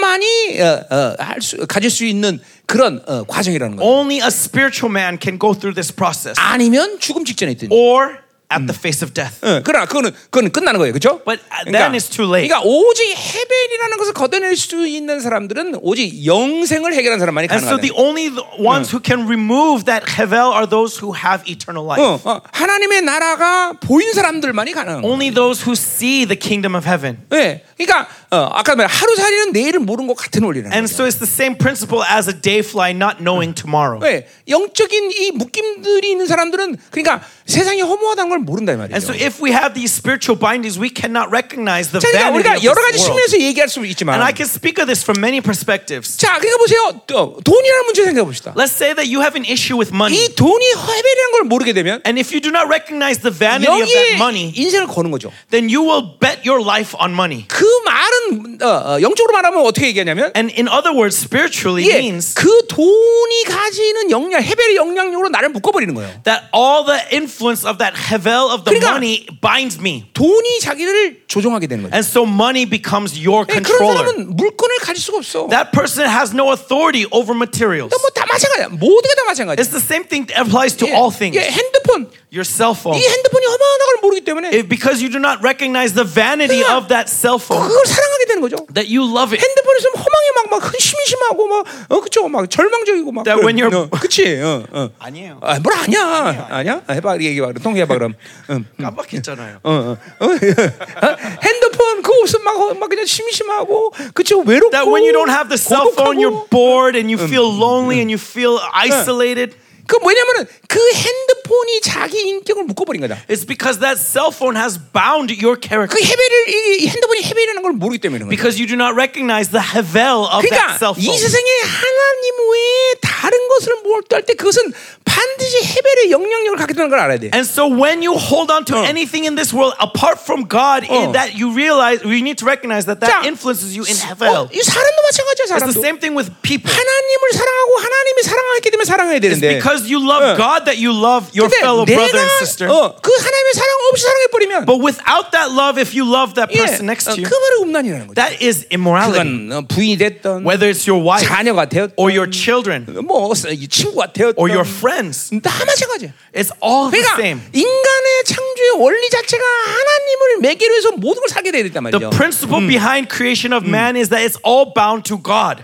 [SPEAKER 1] 사람만이 어, 어, 할 수, 가질 수 있는 그런 어, 과정이라는 거예요.
[SPEAKER 2] Only a spiritual man can go through this process,
[SPEAKER 1] 아니면 죽음 직전에 있든.
[SPEAKER 2] or at the
[SPEAKER 1] Mm.
[SPEAKER 2] face of death.
[SPEAKER 1] 어, 그러나 그거는 그거는 끝나는 거예요, 그렇죠?
[SPEAKER 2] But uh, then it's too late.
[SPEAKER 1] 그러니까 오직 해변이라는 것을 걷어낼 수 있는 사람들은 오직 영생을 해결한 사람만이
[SPEAKER 2] And so
[SPEAKER 1] 가능하다.
[SPEAKER 2] the only th- ones who can remove that hevel are those who have eternal life.
[SPEAKER 1] 어, 어, 하나님의 나라가 보인 사람들만이 가능.
[SPEAKER 2] Only those who see the kingdom of heaven.
[SPEAKER 1] 예, 그러니까 어, 아까 말한 하루살이는 내일을 모르는 것 같은 원리라는 거예요.
[SPEAKER 2] And so it's the same principle as a day fly not knowing
[SPEAKER 1] Mm.
[SPEAKER 2] tomorrow.
[SPEAKER 1] 왜 예, 영적인 이 묶임들이 있는 사람들은 그러니까 세상이 허무하다는 걸 모른다 이 말이에요.
[SPEAKER 2] And so if we have these spiritual bindings, we cannot recognize the
[SPEAKER 1] 자, 그러니까
[SPEAKER 2] vanity
[SPEAKER 1] 우리가
[SPEAKER 2] of
[SPEAKER 1] 여러 가지
[SPEAKER 2] this world.
[SPEAKER 1] 측면에서 얘기할 수
[SPEAKER 2] And I
[SPEAKER 1] 있지만,
[SPEAKER 2] can speak of this from many perspectives.
[SPEAKER 1] 자, 그러니까 보세요. 어, 돈이라는 문제 생각해 봅시다.
[SPEAKER 2] Let's say that you have an issue with money.
[SPEAKER 1] 이 돈이 허벨이라는 걸 모르게 되면
[SPEAKER 2] And if you do not recognize the vanity of
[SPEAKER 1] 여기에
[SPEAKER 2] that money,
[SPEAKER 1] 인생을 거는 거죠.
[SPEAKER 2] then you will bet your life on money.
[SPEAKER 1] 그 말은 어, 어, 영적으로 말하면 어떻게 얘기하냐면
[SPEAKER 2] And in other words, spiritually
[SPEAKER 1] 예,
[SPEAKER 2] means
[SPEAKER 1] 그 돈이 가지는 영향, 헤벨의 영향력으로 나를 묶어버리는 거예요.
[SPEAKER 2] that all the influence of that hevel of the
[SPEAKER 1] 그러니까-
[SPEAKER 2] money binds me.
[SPEAKER 1] 돈이 자기를 조종하게 되는 거죠.
[SPEAKER 2] And so money becomes your
[SPEAKER 1] 예, 그런
[SPEAKER 2] controller.
[SPEAKER 1] 사람은 물건을 가질 수가 없어.
[SPEAKER 2] That person has no authority over materials.
[SPEAKER 1] 뭐 다 마찬가지야. 모두가 다 마찬가지야.
[SPEAKER 2] It's the same thing that applies to
[SPEAKER 1] 예,
[SPEAKER 2] all things.
[SPEAKER 1] 예, 핸드폰.
[SPEAKER 2] Your cell phone.
[SPEAKER 1] 이 핸드폰이 허망한 걸 모르기 때문에
[SPEAKER 2] If- because you do not recognize the vanity
[SPEAKER 1] 그러니까
[SPEAKER 2] of that cell phone,
[SPEAKER 1] 그걸 사랑하게 되는 거죠.
[SPEAKER 2] that you love it.
[SPEAKER 1] 핸드폰이 있으면 허망해 막막 그 심심하고 막 어, 그쵸 막 절망적이고 막
[SPEAKER 2] That when you're-
[SPEAKER 1] 어, 그치 어, 어.
[SPEAKER 2] 아니에요.
[SPEAKER 1] 아, 뭘 아냐 아니야, 아, 해봐 얘기해봐 그럼 통해봐 그럼 음.
[SPEAKER 2] 깜빡했잖아요.
[SPEAKER 1] 어, 어, 어, 어, 핸드폰 그거 없으면 막, 어, 막 그냥 심심하고 그쵸 외롭고
[SPEAKER 2] That when you don't have the cell phone, you're
[SPEAKER 1] 고독하고
[SPEAKER 2] bored and you feel lonely and you feel isolated.
[SPEAKER 1] 그 뭐냐면은 그 핸드폰이 자기 인격을 묶어버린 거다
[SPEAKER 2] It's because that cell phone has bound your character.
[SPEAKER 1] 그 헤벨을 이- 이 핸드폰이 헤벨이라는 걸 모르기 때문에 그런 거야.
[SPEAKER 2] Because you do not recognize the hevel of that
[SPEAKER 1] 그러니까
[SPEAKER 2] cell
[SPEAKER 1] 이
[SPEAKER 2] phone.
[SPEAKER 1] 세상에 하나님 외에 다른 것을 몰두할 때 그것은 반드시 헤벨의 영향력을 갖게 되는 걸 알아야 돼.
[SPEAKER 2] And so when you hold on to
[SPEAKER 1] 어.
[SPEAKER 2] anything in this world apart from God,
[SPEAKER 1] 어.
[SPEAKER 2] in that you realize you need to recognize that
[SPEAKER 1] 자,
[SPEAKER 2] that influences you in
[SPEAKER 1] 어,
[SPEAKER 2] hevel.
[SPEAKER 1] 이 사람도 마찬가지야,
[SPEAKER 2] It's the
[SPEAKER 1] 사람도.
[SPEAKER 2] same thing with people.
[SPEAKER 1] 하나님을 사랑하고 하나님이 사랑하기 때문에 사랑해야
[SPEAKER 2] It's
[SPEAKER 1] 되는데.
[SPEAKER 2] because you
[SPEAKER 1] 어.
[SPEAKER 2] love God that you love your
[SPEAKER 1] 근데
[SPEAKER 2] fellow brother and sister.
[SPEAKER 1] 내가 어, 그 하나님의 사랑 없이 사랑해 버리면
[SPEAKER 2] But without that love, if you love that
[SPEAKER 1] 예,
[SPEAKER 2] person next
[SPEAKER 1] 어,
[SPEAKER 2] to you,
[SPEAKER 1] 그 말이 음란이라는 거죠.
[SPEAKER 2] that is immorality.
[SPEAKER 1] 그건 어, 부인이 됐던
[SPEAKER 2] Whether it's your wife
[SPEAKER 1] 자녀가 되었던
[SPEAKER 2] or your children
[SPEAKER 1] 뭐 어, 이 친구가 되었던
[SPEAKER 2] or your friends,
[SPEAKER 1] 다 마찬가지야.
[SPEAKER 2] it's all the
[SPEAKER 1] 그러니까
[SPEAKER 2] same.
[SPEAKER 1] 인간의 창조의 원리 자체가 하나님을 매개로 해서 모든 걸 사게 되었단
[SPEAKER 2] The
[SPEAKER 1] 말이죠.
[SPEAKER 2] principle behind creation of man is that it's all bound to God.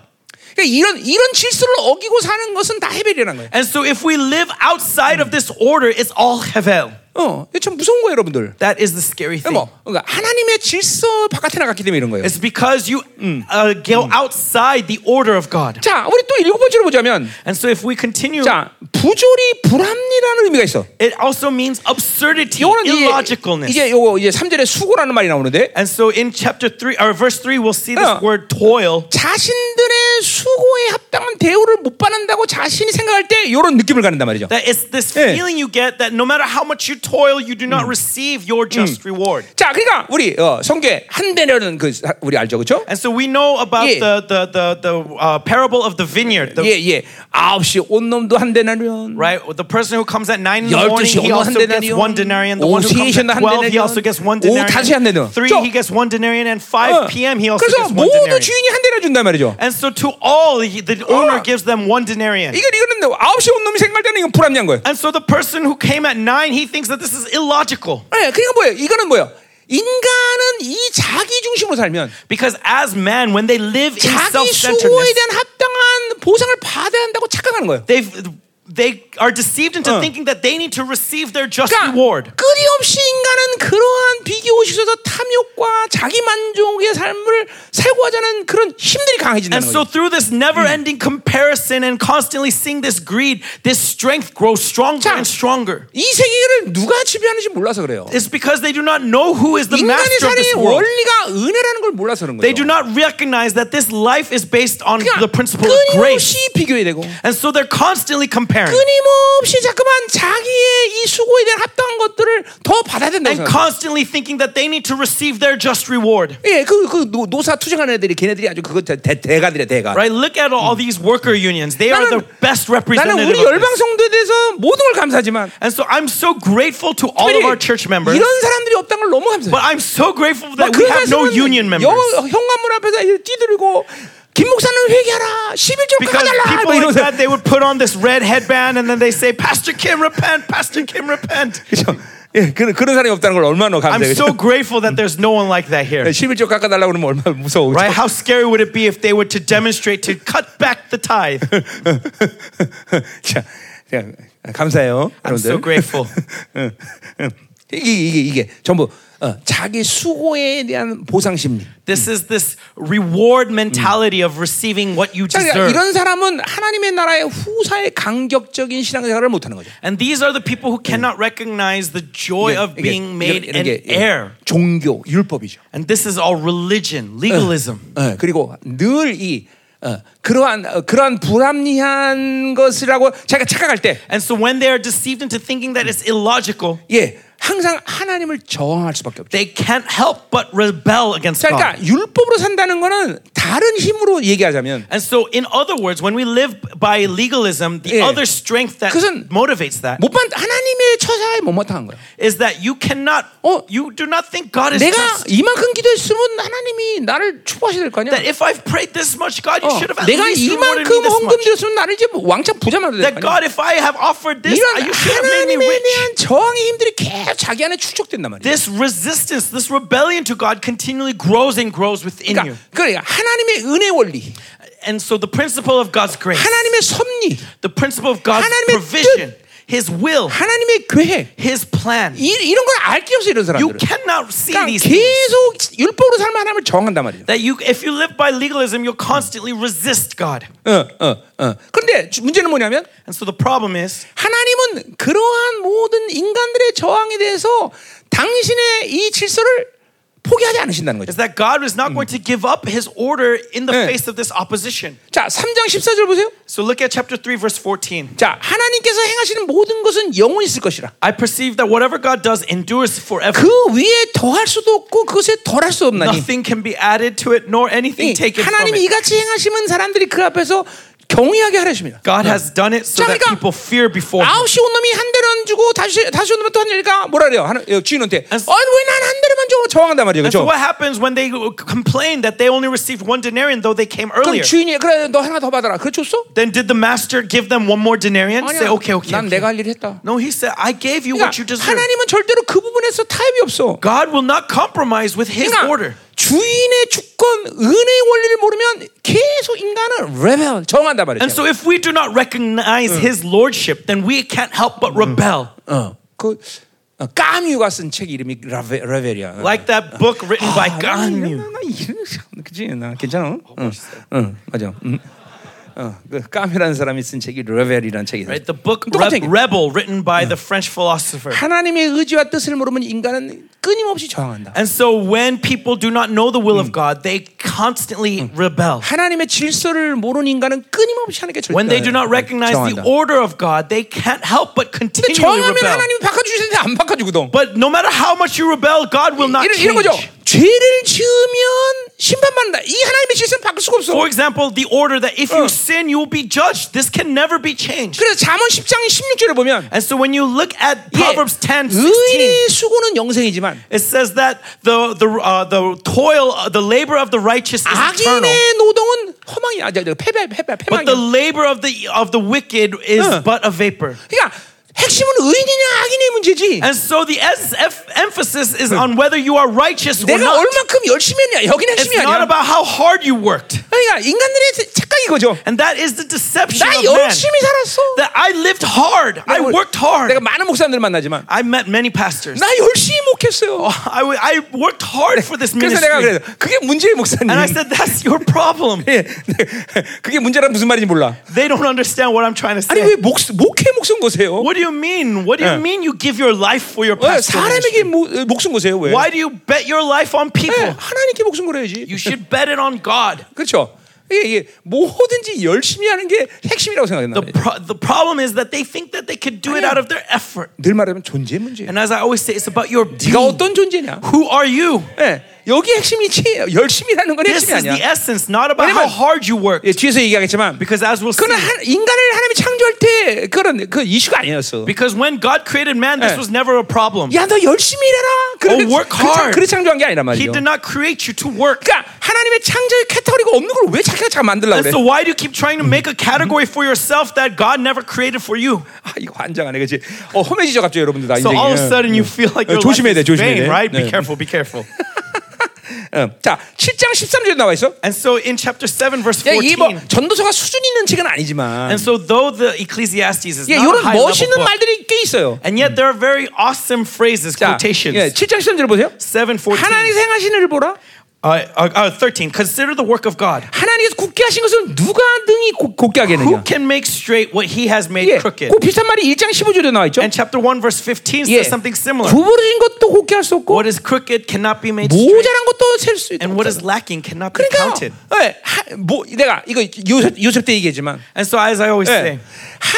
[SPEAKER 1] 그러니까 이런 이런 질서를 어기고 사는 것은 다 헤벨이라는 거예요.
[SPEAKER 2] And so if we live outside of this order, it's all hevel.
[SPEAKER 1] 어, 이거 참 무서운 거예요, 여러분들.
[SPEAKER 2] That is the scary thing.
[SPEAKER 1] 뭐 그러니까 하나님의 질서 바깥에 나갔기 때문에 이런 거예요.
[SPEAKER 2] It's because you uh, go outside the order of God.
[SPEAKER 1] 자, 우리 또 일곱 번째로 보자면
[SPEAKER 2] And so if we continue,
[SPEAKER 1] 자, 부조리 불합리라는 의미가 있어.
[SPEAKER 2] it also means absurdity,
[SPEAKER 1] 요거는 이제
[SPEAKER 2] illogicalness.
[SPEAKER 1] 이제 요거 이제 3절에 수고라는 말이 나오는데
[SPEAKER 2] And so in chapter 3 or verse 3 we'll see this
[SPEAKER 1] Yeah.
[SPEAKER 2] word toil.
[SPEAKER 1] 자신들의 수고에 합당한 대우를 못 받는다고 자신이 생각할 때 이런 느낌을 갖는단 말이죠.
[SPEAKER 2] That it's this
[SPEAKER 1] Yeah.
[SPEAKER 2] feeling you get that no matter how much you toil you do
[SPEAKER 1] Mm.
[SPEAKER 2] not receive your just reward.
[SPEAKER 1] 자, 그러니까 우리 어, 성계 한 대라는 그 사- 우리 알죠, 그렇죠?
[SPEAKER 2] And so we know about
[SPEAKER 1] Yeah.
[SPEAKER 2] the the the, the uh, parable of the vineyard, the,
[SPEAKER 1] 예, 예. 아홉 시온 놈도 한 대나리온.
[SPEAKER 2] right? The person who comes at nine in the morning,
[SPEAKER 1] 12시
[SPEAKER 2] he
[SPEAKER 1] 오후 한
[SPEAKER 2] also gets
[SPEAKER 1] 대나리온
[SPEAKER 2] one denarian. The
[SPEAKER 1] 오후
[SPEAKER 2] one who comes
[SPEAKER 1] 3시
[SPEAKER 2] at
[SPEAKER 1] 한
[SPEAKER 2] 12, he
[SPEAKER 1] 대나리온.
[SPEAKER 2] also gets one
[SPEAKER 1] 오후 5시 한
[SPEAKER 2] denarian.
[SPEAKER 1] 대나리온.
[SPEAKER 2] Three,
[SPEAKER 1] 저-
[SPEAKER 2] he gets one denarian, and
[SPEAKER 1] 어.
[SPEAKER 2] five p.m. he also
[SPEAKER 1] 그래서
[SPEAKER 2] gets one
[SPEAKER 1] 모두
[SPEAKER 2] denarian.
[SPEAKER 1] 주인이 한 대나 준단 말이죠.
[SPEAKER 2] And so to all, he, the
[SPEAKER 1] 어.
[SPEAKER 2] owner gives them one denarian.
[SPEAKER 1] 이건 이거는 아홉 시온 놈이 생각할 때는 이건 불합리한 거예요.
[SPEAKER 2] And so the person who came at nine, he thinks that this is illogical.
[SPEAKER 1] 네, 그러니까 뭐예요? 이거는 뭐예요? 인간은 이 자기 중심으로 살면
[SPEAKER 2] Because as men, when they live in
[SPEAKER 1] 자기 수고에
[SPEAKER 2] self-centeredness,
[SPEAKER 1] 대한 합당한 보상을 받아야 한다고 착각하는 거예요.
[SPEAKER 2] they they are deceived into
[SPEAKER 1] 어.
[SPEAKER 2] thinking that they need to receive their just
[SPEAKER 1] 그러니까
[SPEAKER 2] reward.
[SPEAKER 1] 끊임없이 인간은 그러한 비교의식에서 탐욕과 자기 만족의 삶을 살고 하자는 그런 힘들이
[SPEAKER 2] And
[SPEAKER 1] 강해진다는
[SPEAKER 2] so
[SPEAKER 1] 거죠.
[SPEAKER 2] through this never-ending
[SPEAKER 1] Mm.
[SPEAKER 2] comparison and constantly seeing this greed, this strength grows stronger
[SPEAKER 1] 자.
[SPEAKER 2] and stronger.
[SPEAKER 1] 이 세계를 누가 지배하는지 몰라서 그래요.
[SPEAKER 2] It's because they do not know who is the
[SPEAKER 1] 인간의
[SPEAKER 2] master of
[SPEAKER 1] 삶의
[SPEAKER 2] this world.
[SPEAKER 1] 원리가 은혜라는 걸 몰라서 그런
[SPEAKER 2] They do
[SPEAKER 1] 거죠. 그러니까
[SPEAKER 2] not recognize that this life is based on the principle of grace.
[SPEAKER 1] 끊임없이 비교해야 되고
[SPEAKER 2] And so they're constantly comparing.
[SPEAKER 1] 끊임없이 자꾸만 자기의 이 수고에 대한 합당한 것들을 더 받아야 된다고
[SPEAKER 2] and
[SPEAKER 1] 생각.
[SPEAKER 2] constantly thinking that they need to receive their just reward.
[SPEAKER 1] 예, 그, 그 노- 노사 투쟁하는 애들이 걔네들이 아주 그거 대, 대, 대가들이야 대가.
[SPEAKER 2] Right? Look at all these worker unions. They are the
[SPEAKER 1] Mm. 나는-
[SPEAKER 2] best
[SPEAKER 1] 나는
[SPEAKER 2] representative.
[SPEAKER 1] 우리
[SPEAKER 2] of this.
[SPEAKER 1] 열방성도에 대해서 모든 걸 감사하지만
[SPEAKER 2] And so I'm so grateful to all of
[SPEAKER 1] 특별히
[SPEAKER 2] our church members.
[SPEAKER 1] 이런 사람들이 없다는 걸 너무 감사해요.
[SPEAKER 2] But I'm so grateful
[SPEAKER 1] 막
[SPEAKER 2] that we have no
[SPEAKER 1] 사람은
[SPEAKER 2] union members.
[SPEAKER 1] 영, 현관문 앞에서 이렇게 뛰들고 김 목사는 회개하라. 11조
[SPEAKER 2] Because
[SPEAKER 1] 깎아달라.
[SPEAKER 2] people
[SPEAKER 1] 막
[SPEAKER 2] like
[SPEAKER 1] 이러면서
[SPEAKER 2] that, they would put on this red headband and then they say, Pastor Kim, repent, Pastor Kim, repent.
[SPEAKER 1] 그렇죠. 예, 그런 그런 사람이 없다는 걸 얼마나
[SPEAKER 2] I'm
[SPEAKER 1] 감사해요.
[SPEAKER 2] so grateful that there's no one like that here.
[SPEAKER 1] 11조 깎아달라고 그러면 얼마나 무서워.
[SPEAKER 2] Right? How scary would it be if they were to demonstrate to cut back the tithe?
[SPEAKER 1] 자, 자, 감사해요.
[SPEAKER 2] I'm so
[SPEAKER 1] 여러분들.
[SPEAKER 2] grateful.
[SPEAKER 1] 응, 응. 예. 이게 이게 이게 전부 어, 자기 수고에 대한 보상 심리.
[SPEAKER 2] This is this reward mentality of receiving what you
[SPEAKER 1] 자, 그러니까
[SPEAKER 2] deserve.
[SPEAKER 1] 이런 사람은 하나님의 나라의 후사의 강격적인 신앙생활을 못하는 거죠.
[SPEAKER 2] And these are the people who cannot recognize the joy of
[SPEAKER 1] 이게-
[SPEAKER 2] being made
[SPEAKER 1] 이런
[SPEAKER 2] an
[SPEAKER 1] 게 예,
[SPEAKER 2] heir.
[SPEAKER 1] 종교 율법이죠.
[SPEAKER 2] And this is all religion, legalism.
[SPEAKER 1] 예, 그리고 늘 이 그러한 어, 그러한 불합리한 것이라고 자기가 착각할 때,
[SPEAKER 2] And so when they are deceived into thinking that it's illogical,
[SPEAKER 1] 예, 항상 하나님을 저항할 수밖에 없죠.
[SPEAKER 2] they can't help but rebel against
[SPEAKER 1] 자,
[SPEAKER 2] God.
[SPEAKER 1] 그러니까 율법으로 산다는 거는 다른 힘으로 얘기하자면
[SPEAKER 2] And so, in other words, when we live by legalism, the
[SPEAKER 1] Yeah.
[SPEAKER 2] other strength that
[SPEAKER 1] 그것은
[SPEAKER 2] motivates that
[SPEAKER 1] 못 받, 하나님의 처사에 못 마땅한 거야.
[SPEAKER 2] is that you cannot,
[SPEAKER 1] 어,
[SPEAKER 2] you do not think God is
[SPEAKER 1] 내가
[SPEAKER 2] just.
[SPEAKER 1] 이만큼 기도했으면 하나님이 나를 축복하셔야 될 거 아니야.
[SPEAKER 2] That if I've prayed this much, God,
[SPEAKER 1] 어,
[SPEAKER 2] you should have at
[SPEAKER 1] 내가
[SPEAKER 2] least rewarded me
[SPEAKER 1] 이만큼
[SPEAKER 2] this
[SPEAKER 1] 헌금
[SPEAKER 2] much.
[SPEAKER 1] 드렸으면 나를 이제 왕창 부자 만들
[SPEAKER 2] That
[SPEAKER 1] 될거 아니야.
[SPEAKER 2] God, if I have offered this,
[SPEAKER 1] 이런
[SPEAKER 2] you should have made
[SPEAKER 1] 하나님에
[SPEAKER 2] me rich.
[SPEAKER 1] 대한 저항의 힘들이 계속 자기 안에 축적된단 말이야.
[SPEAKER 2] This resistance, this rebellion to God continually grows and grows within you.
[SPEAKER 1] 그러니까, 그러니까 하나님의 은혜 원리,
[SPEAKER 2] And so the principle of God's grace,
[SPEAKER 1] 하나님의 섭리,
[SPEAKER 2] the principle of God's
[SPEAKER 1] 하나님의
[SPEAKER 2] provision, His will,
[SPEAKER 1] 하나님의 계획
[SPEAKER 2] His plan.
[SPEAKER 1] 이, 이런 걸 알 게 없어 이런
[SPEAKER 2] You
[SPEAKER 1] 사람들은.
[SPEAKER 2] cannot see these
[SPEAKER 1] 그러니까
[SPEAKER 2] things.
[SPEAKER 1] 계속 율법으로 살면 하나님을 저항한단 말이야.
[SPEAKER 2] That you, if you live by legalism, you'll constantly resist God.
[SPEAKER 1] 어, 어, 어. 그런데 주- 문제는 뭐냐면
[SPEAKER 2] And so the problem is,
[SPEAKER 1] 하나님은 그러한 모든 인간들의 저항에 대해서 당신의 이 질서를 포기하지 않으신다는 거죠.
[SPEAKER 2] is that God is not going to give up His order in the
[SPEAKER 1] Yeah.
[SPEAKER 2] face of this opposition.
[SPEAKER 1] 자, 3장 14절 보세요.
[SPEAKER 2] So look at chapter three, verse fourteen.
[SPEAKER 1] 자, 하나님께서 행하시는 모든 것은 영원히 있을 것이라.
[SPEAKER 2] I perceive that whatever God does endures forever.
[SPEAKER 1] 그 위에 더할 수도 없고 그것에 덜할 수도 없나니.
[SPEAKER 2] Nothing can be added to it, nor
[SPEAKER 1] 이
[SPEAKER 2] anything taken from
[SPEAKER 1] 하나님이
[SPEAKER 2] it.
[SPEAKER 1] 이같이 행하시면 사람들이 그 앞에서 경외하게 하십니다.
[SPEAKER 2] God has done it
[SPEAKER 1] 자,
[SPEAKER 2] so that
[SPEAKER 1] 그러니까
[SPEAKER 2] people fear before Him.
[SPEAKER 1] 아홉 시 온 놈이 한 대는 주고 다시 다시 온 놈이 또한 대니까 뭐라 그래요? 하나, 예, 주인한테
[SPEAKER 2] And-
[SPEAKER 1] 어왜난한 대만 줘 저항한단 말이에요.
[SPEAKER 2] And so
[SPEAKER 1] 그렇죠?
[SPEAKER 2] what happens when they complain that they only received one denarius though they came
[SPEAKER 1] 그럼
[SPEAKER 2] earlier?
[SPEAKER 1] 주인이 그래 너 하나 더 받아라. 그렇죠, 그래 줬어?
[SPEAKER 2] Then did the master give them one more denarius? Say, okay, okay.
[SPEAKER 1] 난
[SPEAKER 2] okay.
[SPEAKER 1] 내가 할 일을 했다.
[SPEAKER 2] No, he said, I gave you what you
[SPEAKER 1] 그러니까
[SPEAKER 2] deserve.
[SPEAKER 1] 하나님은 절대로 그 부분에서 타협이 없어.
[SPEAKER 2] God will not compromise with His order.
[SPEAKER 1] 그러니까 주인의 주권, 은혜의 원리를 모르면 계속 인간은 레벨 정한단 말이죠.
[SPEAKER 2] And so, if we do not recognize His lordship, then we can't help but rebel.
[SPEAKER 1] 어, 그 어, 까뮤가 쓴 책 이름이 라베, 레벨이야. 아,
[SPEAKER 2] Like that book written by Ganyu.
[SPEAKER 1] 그지? 나 괜찮아?
[SPEAKER 2] 어,
[SPEAKER 1] 응, 응, 맞아. 응. 어, 그 까뮤라는 사람이 쓴 책이 레벨이라는 책이야.
[SPEAKER 2] Right? The book
[SPEAKER 1] 똑같은
[SPEAKER 2] Re-
[SPEAKER 1] 얘기.
[SPEAKER 2] Rebel, written by the French philosopher.
[SPEAKER 1] 하나님의 의지와 뜻을 모르면 인간은 끊임없이 저항한다.
[SPEAKER 2] And so, when people do not know the will of God, they constantly rebel.
[SPEAKER 1] 하나님의 질서를 모르는 인간은 끊임없이 하는 게 절대.
[SPEAKER 2] When they do not recognize the
[SPEAKER 1] 저항한다.
[SPEAKER 2] order of God, they can't help but continually
[SPEAKER 1] 정하면
[SPEAKER 2] rebel.
[SPEAKER 1] 하나님이 바꿔주시는데 안 바꿔주거든.
[SPEAKER 2] But no matter how much you rebel, God will not
[SPEAKER 1] 이런, 이런 거죠.
[SPEAKER 2] change.
[SPEAKER 1] 죄를 지으면 심판받는다. 이 하나님의 질서는 바꿀 수가 없어.
[SPEAKER 2] For example, the order that if
[SPEAKER 1] Uh.
[SPEAKER 2] you sin, you will be judged. This can never be changed.
[SPEAKER 1] 그래서 잠언 10장 16절에 보면
[SPEAKER 2] And so when you look at
[SPEAKER 1] 이게
[SPEAKER 2] Proverbs 10, 16,
[SPEAKER 1] 의인의 수고는 영생이지만
[SPEAKER 2] it says that the, the, uh, the toil, uh, the labor of the righteous is eternal.
[SPEAKER 1] 악인의 노동은 허망이 아니 패배 패배
[SPEAKER 2] But the
[SPEAKER 1] 패망이야.
[SPEAKER 2] labor of the, of the wicked is
[SPEAKER 1] Uh.
[SPEAKER 2] but a vapor.
[SPEAKER 1] 그러니까 핵심은 의인이냐 악인의 문제지.
[SPEAKER 2] And so the es- ef- emphasis is
[SPEAKER 1] Uh.
[SPEAKER 2] on whether you are righteous or
[SPEAKER 1] 내가
[SPEAKER 2] not.
[SPEAKER 1] 얼만큼 열심히 했냐 여기는
[SPEAKER 2] It's
[SPEAKER 1] 핵심이 아니야.
[SPEAKER 2] not about how hard you worked.
[SPEAKER 1] 그러니까 인간들의 착각이 거죠.
[SPEAKER 2] And that is the deception
[SPEAKER 1] 나
[SPEAKER 2] of man.
[SPEAKER 1] 열심히 살았어.
[SPEAKER 2] That I lived hard. I worked
[SPEAKER 1] 내가
[SPEAKER 2] hard. 아.
[SPEAKER 1] 많은 목사님들 만나지만
[SPEAKER 2] I met many pastors.
[SPEAKER 1] 나 열심히 목했어요.
[SPEAKER 2] I, w- I worked hard for this
[SPEAKER 1] 그래서 내가
[SPEAKER 2] ministry.
[SPEAKER 1] 그래요. 그게 문제예요, 목사님.
[SPEAKER 2] And I said, that's your problem.
[SPEAKER 1] 예, 그게 문제란 무슨 말인지 몰라. 예.
[SPEAKER 2] They don't understand what I'm trying to
[SPEAKER 1] 아니
[SPEAKER 2] say.
[SPEAKER 1] 왜 목, 목회 목숨 거세요?
[SPEAKER 2] What do you mean? What do
[SPEAKER 1] Yeah.
[SPEAKER 2] you mean you give your life for your
[SPEAKER 1] 왜
[SPEAKER 2] pastor?
[SPEAKER 1] 사람에게 목, 목숨 거세요? 왜?
[SPEAKER 2] Why do you bet your life on
[SPEAKER 1] 예,
[SPEAKER 2] people?
[SPEAKER 1] 하나님께 목숨 걸어야지.
[SPEAKER 2] You should bet it on God.
[SPEAKER 1] 그렇죠. 그러니까 이게, 이게 뭐든지 열심히 하는 게 핵심이라고 생각했나
[SPEAKER 2] The,
[SPEAKER 1] 봐요.
[SPEAKER 2] pro- the problem is that they think that they could do it out of their effort.
[SPEAKER 1] 늘 말하면 존재 문제.
[SPEAKER 2] And as I always say, it's about your
[SPEAKER 1] 네가
[SPEAKER 2] being.
[SPEAKER 1] 어떤 존재냐?
[SPEAKER 2] Who are you?
[SPEAKER 1] 예, 여기 핵심이지. 열심히라는 건
[SPEAKER 2] This
[SPEAKER 1] 핵심이
[SPEAKER 2] is the
[SPEAKER 1] 아니야.
[SPEAKER 2] essence, not about how
[SPEAKER 1] 왜냐면-
[SPEAKER 2] hard you work.
[SPEAKER 1] 예, 뒤에서 얘기하겠지만
[SPEAKER 2] Because as we'll see,
[SPEAKER 1] 그는 하, 인간을 하나님이 창조할 때 그런 그 이슈가 아니었어.
[SPEAKER 2] because when God created man,
[SPEAKER 1] 예.
[SPEAKER 2] this was never a problem.
[SPEAKER 1] 야, 너 열심히 일해라. 그래,
[SPEAKER 2] Oh, work hard.
[SPEAKER 1] 그래 창조한 게 아니란
[SPEAKER 2] He
[SPEAKER 1] 말이에요.
[SPEAKER 2] did not create you to work.
[SPEAKER 1] 그러니까 하나님의 창조의 카테고리가 없는 걸 왜 자기가 자꾸 만들려고 그래?
[SPEAKER 2] And so why do you keep trying to make a category for yourself that God never created for you?
[SPEAKER 1] 아, 이거 환장하네, 그렇지? 어, 험해지죠, 갑자기 여러분들 다
[SPEAKER 2] So
[SPEAKER 1] 인생이.
[SPEAKER 2] all of a sudden you feel like
[SPEAKER 1] 어,
[SPEAKER 2] your life
[SPEAKER 1] 조심해야 돼,
[SPEAKER 2] is
[SPEAKER 1] 조심해야 돼.
[SPEAKER 2] vain, right?
[SPEAKER 1] 네.
[SPEAKER 2] Be careful, be careful.
[SPEAKER 1] 어, 자, 7장 13절에 나와 있어.
[SPEAKER 2] And so in chapter 7 verse
[SPEAKER 1] 야, 이게 뭐
[SPEAKER 2] 14,
[SPEAKER 1] 전도서가 수준 있는 책은 아니지만,
[SPEAKER 2] and so though the Ecclesiastes is
[SPEAKER 1] 예,
[SPEAKER 2] not a
[SPEAKER 1] 이런
[SPEAKER 2] high level
[SPEAKER 1] 멋있는
[SPEAKER 2] book,
[SPEAKER 1] 말들이 꽤 있어요.
[SPEAKER 2] and yet there are very awesome phrases,
[SPEAKER 1] 자, 예,
[SPEAKER 2] quotations.
[SPEAKER 1] 7장 13절 보세요.
[SPEAKER 2] 7, 14,
[SPEAKER 1] 하나님 생하신 일을 보라.
[SPEAKER 2] uh, uh, uh, 13, consider the work of God.
[SPEAKER 1] 하나님께서 굳게 하신 것은 누가 능히 고- 곧게
[SPEAKER 2] Who
[SPEAKER 1] 하겠느냐?
[SPEAKER 2] can make straight what he has made
[SPEAKER 1] 예,
[SPEAKER 2] crooked?
[SPEAKER 1] 그 비슷한 말이 1장 15절에 나와 있죠.
[SPEAKER 2] And chapter 1 verse 15
[SPEAKER 1] 예,
[SPEAKER 2] says something similar.
[SPEAKER 1] 구부러진 것도 곧게 할 수 없고
[SPEAKER 2] What is crooked cannot be made straight,
[SPEAKER 1] 모자란 것도 셀 수 있다.
[SPEAKER 2] and what is lacking cannot be
[SPEAKER 1] 그러니까
[SPEAKER 2] counted.
[SPEAKER 1] 예, 하- 뭐 내가 이거 요셉, 요셉 때 얘기했지만
[SPEAKER 2] And so as I always
[SPEAKER 1] 예,
[SPEAKER 2] say,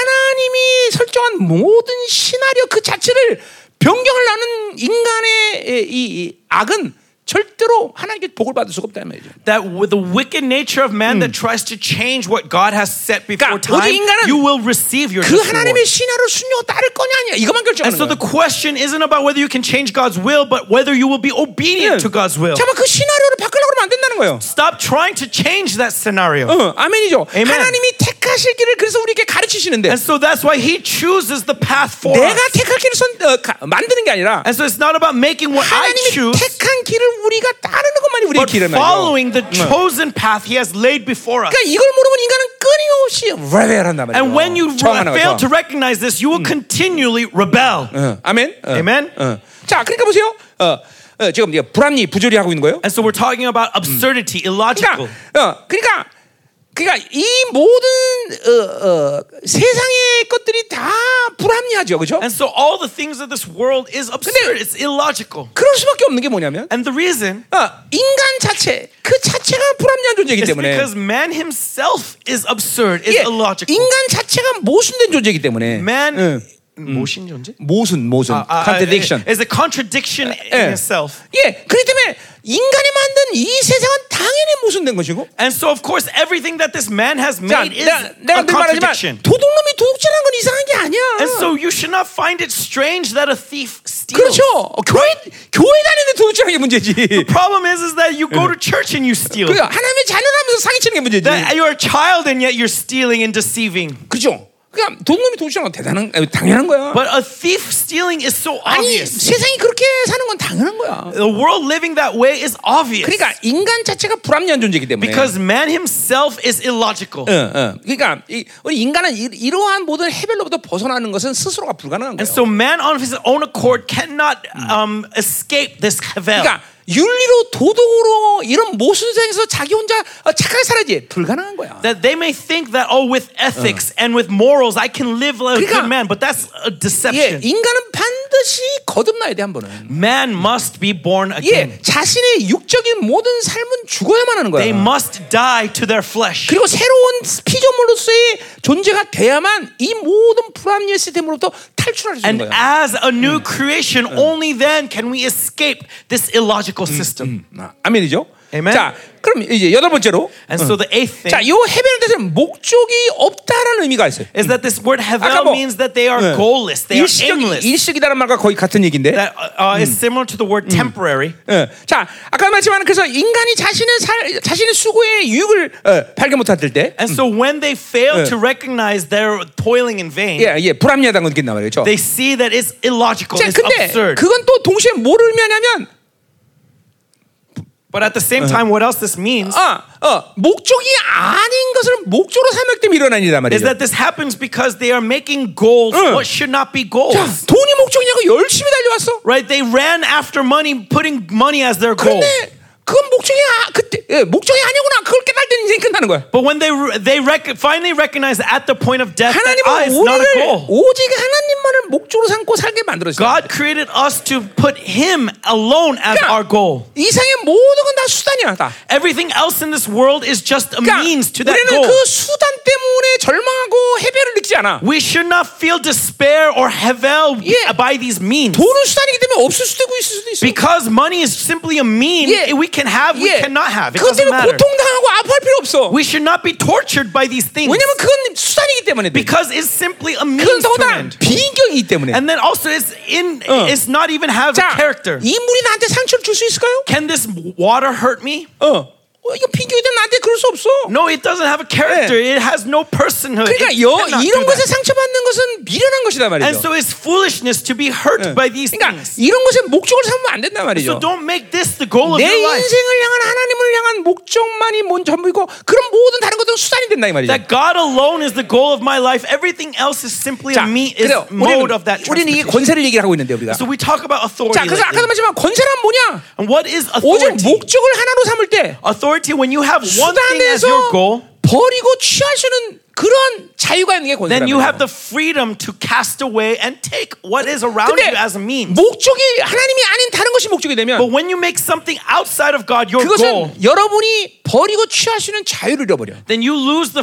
[SPEAKER 1] 하나님이 설정한 모든 시나리오 그 자체를 변경을 하는 인간의 예, 이, 이 악은 절대로 하나님께 복을 받을 수가 없다는 말이죠.
[SPEAKER 2] that with the wicked nature of man that
[SPEAKER 1] Hmm.
[SPEAKER 2] tries to change what God has set before
[SPEAKER 1] 그러니까
[SPEAKER 2] time,
[SPEAKER 1] 오직 인간은
[SPEAKER 2] you will receive your
[SPEAKER 1] 그
[SPEAKER 2] just reward.
[SPEAKER 1] 하나님의 시나리오 순종을 따를 거냐 아니야 이것만
[SPEAKER 2] And
[SPEAKER 1] 결정하는
[SPEAKER 2] so
[SPEAKER 1] 거야.
[SPEAKER 2] the question isn't about whether you can change God's will, but whether you will be obedient to God's will.
[SPEAKER 1] 잠깐 그 시나리오를 바꾸려고 하면 안 된다는 거예요.
[SPEAKER 2] Stop trying to change that scenario.
[SPEAKER 1] 어, 아멘이죠.
[SPEAKER 2] 아멘.
[SPEAKER 1] 하나님이 택하실 길을 그래서 우리에게 가르치시는데
[SPEAKER 2] And so that's why He chooses the path for
[SPEAKER 1] 내가
[SPEAKER 2] us.
[SPEAKER 1] 택할 길을 선, 어, 가- 만드는 게 아니라
[SPEAKER 2] And so it's not about making what I
[SPEAKER 1] 하나님이
[SPEAKER 2] choose,
[SPEAKER 1] 택한 길을 우리가 따르는 것만이 우리의
[SPEAKER 2] but
[SPEAKER 1] 길을 말이죠.
[SPEAKER 2] following the chosen path He has laid before us.
[SPEAKER 1] 그러니까 이걸 모르면 인간은 끊임없이 레벨한단 말이에요.
[SPEAKER 2] And when you
[SPEAKER 1] 저항하는 거야,
[SPEAKER 2] fail to
[SPEAKER 1] 저항.
[SPEAKER 2] recognize this, you will continually rebel.
[SPEAKER 1] 어, 아멘. 어,
[SPEAKER 2] Amen.
[SPEAKER 1] 어. 자, 그러니까 보세요. 어, 어, 지금 이제 불합리 부조리 하고 있는 거예요.
[SPEAKER 2] And so we're talking about
[SPEAKER 1] Hmm.
[SPEAKER 2] absurdity, illogical.
[SPEAKER 1] 그러니까, 어, 그러니까, 그러니까 이 모든 어, 어, 세상의 것들이 다 불합리하죠, 그렇죠?
[SPEAKER 2] And so all the things of this world is absurd. It's illogical.
[SPEAKER 1] 그럴 수밖에 없는 게 뭐냐면
[SPEAKER 2] And the reason
[SPEAKER 1] 어, 인간 자체 그 자체가 불합리한 존재이기
[SPEAKER 2] is
[SPEAKER 1] 때문에
[SPEAKER 2] because man himself is absurd, is
[SPEAKER 1] 예,
[SPEAKER 2] illogical.
[SPEAKER 1] 인간 자체가 모순된 존재이기 때문에
[SPEAKER 2] Man,
[SPEAKER 1] 응.
[SPEAKER 2] 모신 존재?
[SPEAKER 1] 모순 모순
[SPEAKER 2] 아, 아,
[SPEAKER 1] Mm. contradiction Uh,
[SPEAKER 2] 아, is a contradiction in itself.
[SPEAKER 1] 예 그렇기 때문에 인간이 만든 이 세상은 당연히 모순된 것이고
[SPEAKER 2] And so, of course, everything that this man has
[SPEAKER 1] 자, 아,
[SPEAKER 2] made is
[SPEAKER 1] 내가, 내가
[SPEAKER 2] a
[SPEAKER 1] 늘 말하지만
[SPEAKER 2] contradiction.
[SPEAKER 1] 도둑놈이 도둑질한 건 이상한 게 아니야
[SPEAKER 2] And so, you should not find it strange that a thief steals.
[SPEAKER 1] 그렇죠 어, 교회 교회 다니는데 도둑질한 게 문제지
[SPEAKER 2] Problem is, is that you go to church and you steal.
[SPEAKER 1] 그러니까 하나님의 자녀라면서 사기치는 게 문제지
[SPEAKER 2] That you're a child and yet you're stealing and deceiving.
[SPEAKER 1] 그렇죠 그러니까 도둑놈이 도둑질한 건 대단한 아니, 당연한 거야
[SPEAKER 2] But a thief stealing is so
[SPEAKER 1] 아니
[SPEAKER 2] obvious.
[SPEAKER 1] 세상이 그렇게 사는 건 당연한 거야
[SPEAKER 2] The world living that way is obvious.
[SPEAKER 1] 그러니까 인간 자체가 불합리한 존재이기 때문에
[SPEAKER 2] Because man himself is illogical.
[SPEAKER 1] 어, 어. 그러니까 이, 우리 인간은 이, 이러한 모든 해별로부터 벗어나는 것은 스스로가 불가능한 거예요.
[SPEAKER 2] And so man on his own accord cannot um, escape this havel.
[SPEAKER 1] 그러니까 윤리로 도덕으로 이런 모순생에서 자기 혼자 어, 착하게 살아야지 불가능한 거야.
[SPEAKER 2] That they may think that, oh, with ethics and with morals, I can live like a
[SPEAKER 1] 그러니까-
[SPEAKER 2] good man. But that's a
[SPEAKER 1] 예,
[SPEAKER 2] deception.
[SPEAKER 1] 인간은 반드시 거듭나야 돼 한 번은.
[SPEAKER 2] Man must be born again.
[SPEAKER 1] 예, 자신의 육적인 모든 삶은 죽어야만 하는 거야.
[SPEAKER 2] They must die to their flesh.
[SPEAKER 1] 그리고 새로운 피조물로서의 존재가 돼야만 이 모든 불합리의 시스템으로부터 탈출할 수
[SPEAKER 2] And
[SPEAKER 1] 있는 거야.
[SPEAKER 2] as a new creation, only then can we escape this illogical system.
[SPEAKER 1] 아, 아멘이죠.
[SPEAKER 2] Amen.
[SPEAKER 1] 자, 그럼 이제 여덟 번째로
[SPEAKER 2] And so the eighth thing.
[SPEAKER 1] 자, 요 해변에 대해서는 목적이 없다라는 의미가 있어요.
[SPEAKER 2] is that this word
[SPEAKER 1] 아까
[SPEAKER 2] havel
[SPEAKER 1] 뭐-
[SPEAKER 2] means that they are
[SPEAKER 1] 네.
[SPEAKER 2] goalless, they are aimless.
[SPEAKER 1] 일시적 일시적이라는 말과 거의 같은 얘기인데.
[SPEAKER 2] that uh, uh, is similar to the word temporary.
[SPEAKER 1] 예. 자, 아까 말했지만 그래서 인간이 자신의 살, 자신의 수고의 유익을 어, 발견 못했을 때,
[SPEAKER 2] And so when they fail
[SPEAKER 1] Yeah.
[SPEAKER 2] to recognize their toiling in vain,
[SPEAKER 1] 예, 예, 불합리하다는 건 나와요, 그렇죠?
[SPEAKER 2] they see that it's illogical,
[SPEAKER 1] 자,
[SPEAKER 2] it's
[SPEAKER 1] 근데
[SPEAKER 2] absurd.
[SPEAKER 1] 그건 또 동시에 뭐를 의미하냐면,
[SPEAKER 2] But at the same time, what else this means
[SPEAKER 1] 아, 어, 목적이 아닌 것을 목적으로 삼을 때 일어난 일이란
[SPEAKER 2] is
[SPEAKER 1] 말이죠.
[SPEAKER 2] that this happens because they are making goals
[SPEAKER 1] Yeah.
[SPEAKER 2] what should not be
[SPEAKER 1] 자,
[SPEAKER 2] goals.
[SPEAKER 1] 돈이 목적이냐고 열심히 달려왔어.
[SPEAKER 2] Right? They ran after money, putting money as their goal.
[SPEAKER 1] 근데 그건 목적이 아, 그때 예, 목적이 아니구나. 그걸 깨달을 때 인생이 끝나는 거야.
[SPEAKER 2] But when they re- they rec- finally recognize at the point of death that ah,
[SPEAKER 1] 하나님은
[SPEAKER 2] it's not a
[SPEAKER 1] 우리를
[SPEAKER 2] goal.
[SPEAKER 1] 오직 하나님만을 목적으로 삼고 살게 만들었어요.
[SPEAKER 2] God created us to put Him alone as
[SPEAKER 1] Yeah.
[SPEAKER 2] our goal.
[SPEAKER 1] 이상의 모든 건 다 수단이야 다.
[SPEAKER 2] Everything else in this world is just a
[SPEAKER 1] 그러니까
[SPEAKER 2] means to that
[SPEAKER 1] 우리는
[SPEAKER 2] goal.
[SPEAKER 1] 그 수단 때문에 절망하고 해배를 느끼지 않아.
[SPEAKER 2] We should not feel despair or hevel
[SPEAKER 1] Yeah.
[SPEAKER 2] by these means.
[SPEAKER 1] 돈은 수단이기 때문에 없을 수도 있고 있을 수도 있어.
[SPEAKER 2] Because money is simply a mean,
[SPEAKER 1] Yeah.
[SPEAKER 2] we can have, we
[SPEAKER 1] 예.
[SPEAKER 2] cannot have. It
[SPEAKER 1] 그것
[SPEAKER 2] doesn't
[SPEAKER 1] 때문에
[SPEAKER 2] matter.
[SPEAKER 1] 고통당하고 아파할 필요 없어.
[SPEAKER 2] We should not be tortured by these things
[SPEAKER 1] 왜냐면 그건 수단이기 때문에. 돼.
[SPEAKER 2] because it's simply a
[SPEAKER 1] 그건
[SPEAKER 2] means to
[SPEAKER 1] 더구나
[SPEAKER 2] end.
[SPEAKER 1] 비인격이기 때문에.
[SPEAKER 2] And then also, it's in
[SPEAKER 1] 어.
[SPEAKER 2] it's not even have
[SPEAKER 1] 자,
[SPEAKER 2] a character.
[SPEAKER 1] 이 물이 나한테 상처를 줄 수 있을까요?
[SPEAKER 2] Can this water hurt me?
[SPEAKER 1] 어. 어, 이거 비인격이다 나한테 그럴 수 없어.
[SPEAKER 2] No, it doesn't have a character. It has no personhood. It
[SPEAKER 1] 그러니까 여,
[SPEAKER 2] cannot
[SPEAKER 1] 이런
[SPEAKER 2] do that.
[SPEAKER 1] 것에 상처받는 것은 미련한 것이다
[SPEAKER 2] And
[SPEAKER 1] 말이죠.
[SPEAKER 2] so it's foolishness to be hurt by these
[SPEAKER 1] 그러니까
[SPEAKER 2] things.
[SPEAKER 1] 이런 것에 목적을 삼으면 안 된단 말이죠.
[SPEAKER 2] So don't make this the goal of
[SPEAKER 1] 내
[SPEAKER 2] your life.
[SPEAKER 1] 인생을 향한 하나님을 향한 목적만이 뭔 전부이고 그런 모든 다른 것들은 수단이 된다 이 말이죠.
[SPEAKER 2] That God alone is the goal of my life. Everything else is simply
[SPEAKER 1] 자,
[SPEAKER 2] a me is
[SPEAKER 1] 그래요.
[SPEAKER 2] mode of that.
[SPEAKER 1] 우리는, 우리는 이게
[SPEAKER 2] transportation.
[SPEAKER 1] 권세를 얘기를 하고 있는데 우리가.
[SPEAKER 2] So we talk about authority.
[SPEAKER 1] 자, 그래서
[SPEAKER 2] lately.
[SPEAKER 1] 아까도 말했지만 권세란 뭐냐?
[SPEAKER 2] And what is
[SPEAKER 1] 오직
[SPEAKER 2] authority?
[SPEAKER 1] 목적을 하나로 삼을 때
[SPEAKER 2] Authority when you have one thing as
[SPEAKER 1] 수단에서
[SPEAKER 2] your goal,
[SPEAKER 1] 버리고 취할 수 있는 그런 자유가 있는 게 권세란
[SPEAKER 2] then you have
[SPEAKER 1] 말이죠.
[SPEAKER 2] the freedom to cast away and take what is around you
[SPEAKER 1] 근데
[SPEAKER 2] as a means.
[SPEAKER 1] 목적이 하나님이 아닌 다른 것이 목적이
[SPEAKER 2] But
[SPEAKER 1] 되면
[SPEAKER 2] when you make something outside of God your goal,
[SPEAKER 1] 그것은 여러분이 버리고 취할 수 있는 자유를 잃어버려.
[SPEAKER 2] then you lose the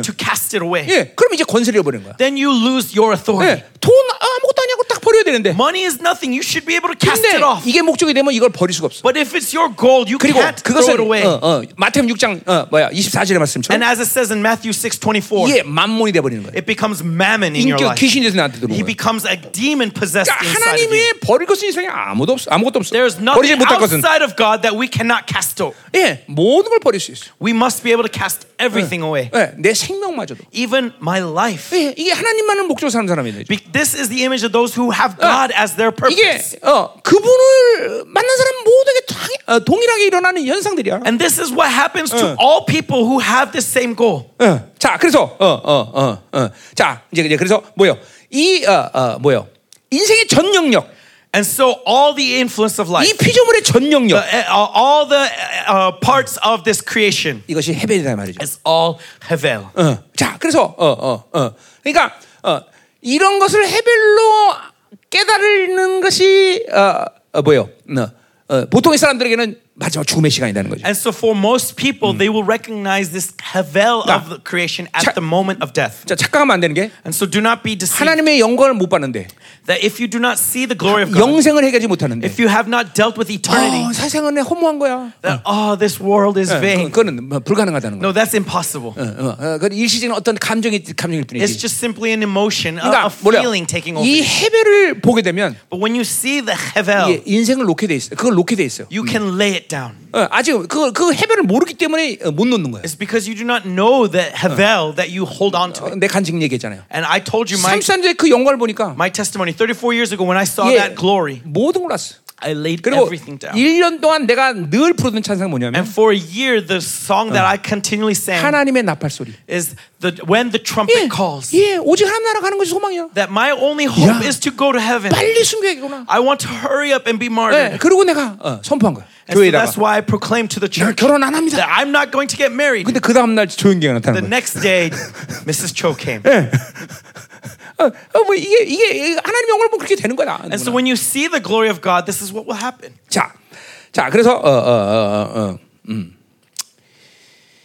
[SPEAKER 1] 예.
[SPEAKER 2] to cast it away.
[SPEAKER 1] 예, 그럼 이제 권세를 잃어버리는 거야.
[SPEAKER 2] Then you lose your authority.
[SPEAKER 1] 예, 돈 아무것도 아니고 딱 버려야 되는데.
[SPEAKER 2] Money is nothing. You should be able to cast
[SPEAKER 1] 근데
[SPEAKER 2] it off.
[SPEAKER 1] 이게 목적이 되면 이걸 버릴 수가 없어.
[SPEAKER 2] But if it's your goal, you
[SPEAKER 1] 그리고
[SPEAKER 2] can't throw
[SPEAKER 1] 그것은
[SPEAKER 2] it away.
[SPEAKER 1] 어, 어, 마태음 6장 어, 뭐야 24절의
[SPEAKER 2] And
[SPEAKER 1] 말씀처럼
[SPEAKER 2] as it says in Matthew 6:24,
[SPEAKER 1] 이게 만몬이 돼버리는 거예요.
[SPEAKER 2] it becomes mammon in your
[SPEAKER 1] 인격
[SPEAKER 2] life.
[SPEAKER 1] 귀신이 돼서 나한테 들어오는
[SPEAKER 2] He
[SPEAKER 1] 거예요.
[SPEAKER 2] becomes a demon possessed
[SPEAKER 1] 그러니까
[SPEAKER 2] inside of you.
[SPEAKER 1] 하나님이 버릴 것은 인생에 아무도 없어 아무것도 없어
[SPEAKER 2] There's
[SPEAKER 1] 버리지
[SPEAKER 2] nothing
[SPEAKER 1] 못할 것은
[SPEAKER 2] outside of God that we cannot cast out.
[SPEAKER 1] 예 모든 걸 버릴 수 있어
[SPEAKER 2] We must be able to cast everything away,
[SPEAKER 1] 예, 내 생명마저도
[SPEAKER 2] even my life.
[SPEAKER 1] 예, 이게 하나님만을 목적으로 사는 사람이 되죠
[SPEAKER 2] Be- this is the image of those who have God as their
[SPEAKER 1] 이게
[SPEAKER 2] purpose.
[SPEAKER 1] 어 그분을 만난 사람 모두에게 당- 어, 동일하게 일어나는 현상들이야
[SPEAKER 2] And this is what happens
[SPEAKER 1] Uh.
[SPEAKER 2] to all people who have the same goal.
[SPEAKER 1] 어, 자 그래서 어 어 어어자 이제 이제 그래서 뭐요 이어어 뭐요 인생의 전 영역
[SPEAKER 2] And so all the influence of life,
[SPEAKER 1] 이 피조물의 전 영역
[SPEAKER 2] uh, uh, all the uh, parts of this creation
[SPEAKER 1] 이것이 헤벨이다 말이죠.
[SPEAKER 2] is all Havel.
[SPEAKER 1] 어. 자, 그래서 어, 어, 어. 그러니까 어, 이런 것을 헤벨로 깨달는 것이 어, 어 뭐요? 어, 어, 보통의 사람들에게는 마지막 죽음의 시간이라는 거죠.
[SPEAKER 2] And so for most people, they will recognize this Havel of the creation
[SPEAKER 1] 자-
[SPEAKER 2] at the moment of death.
[SPEAKER 1] 자, 착각하면 안 되는 게
[SPEAKER 2] And so do not be deceived
[SPEAKER 1] 하나님의 영광을 못 받는데
[SPEAKER 2] that if you do not see the glory of God,
[SPEAKER 1] 영생을 해결하지 못하는데
[SPEAKER 2] if you have not dealt with eternity,
[SPEAKER 1] 어, 사생은 내 허무한 거야.
[SPEAKER 2] that oh, this world is
[SPEAKER 1] 그-
[SPEAKER 2] vain.
[SPEAKER 1] 그거는 뭐 불가능하다는 거야.
[SPEAKER 2] No, that's
[SPEAKER 1] 어,
[SPEAKER 2] impossible.
[SPEAKER 1] 어, 어, 그 일시적인 어떤 감정이 감정일
[SPEAKER 2] It's
[SPEAKER 1] 뿐이지.
[SPEAKER 2] just simply an emotion, a,
[SPEAKER 1] 그러니까
[SPEAKER 2] a
[SPEAKER 1] 뭐래요?
[SPEAKER 2] feeling taking over.
[SPEAKER 1] 이 헤벨을 보게 되면
[SPEAKER 2] But when you see the Havel,
[SPEAKER 1] 이게 인생을 놓게 돼 있어. 그걸 놓게 돼 있어요.
[SPEAKER 2] you can lay it down.
[SPEAKER 1] 어, 아직 그, 그 해변을 모르기 때문에 어, 못 놓는 거예요.
[SPEAKER 2] It's because you do not know the Havel that you hold on
[SPEAKER 1] 어,
[SPEAKER 2] to it.
[SPEAKER 1] 내 간증 얘기했잖아요.
[SPEAKER 2] And I told you my,
[SPEAKER 1] 33절에 그 영광을 보니까
[SPEAKER 2] my testimony 34 years ago when I saw
[SPEAKER 1] 예,
[SPEAKER 2] that glory,
[SPEAKER 1] 모든 걸 났어.
[SPEAKER 2] I laid
[SPEAKER 1] 그리고
[SPEAKER 2] everything down.
[SPEAKER 1] 1년 동안 내가 늘 부르던 찬사가 뭐냐면
[SPEAKER 2] And for a year, the song
[SPEAKER 1] Uh.
[SPEAKER 2] that I continually sang
[SPEAKER 1] 하나님의 나팔 소리.
[SPEAKER 2] is the when the
[SPEAKER 1] 예,
[SPEAKER 2] trumpet calls.
[SPEAKER 1] 예, 오직 하나님 나라 가는 것이 소망이야.
[SPEAKER 2] That my only hope
[SPEAKER 1] Yeah.
[SPEAKER 2] is to go to heaven.
[SPEAKER 1] 빨리 순교해야겠구나.
[SPEAKER 2] I want to hurry up and
[SPEAKER 1] 예,
[SPEAKER 2] be martyred.
[SPEAKER 1] 그리고 내가 어, 선포한 거야.
[SPEAKER 2] And so
[SPEAKER 1] 교회에다가
[SPEAKER 2] that's why I proclaim to the
[SPEAKER 1] "난
[SPEAKER 2] church
[SPEAKER 1] 결혼 안 합니다.
[SPEAKER 2] that I'm not going to get married.
[SPEAKER 1] 근데 그 다음 날 조연기가
[SPEAKER 2] The
[SPEAKER 1] 나타나는 거야.
[SPEAKER 2] next day, Mrs. Cho came.
[SPEAKER 1] 예. 어, 어, 뭐 이게 이게 하나님의 영광을 보면 그렇게 되는 거야.
[SPEAKER 2] And so when you see the glory of God, this is what will happen.
[SPEAKER 1] 자, 자, 그래서 어, 어, 어, 어, 어, 음.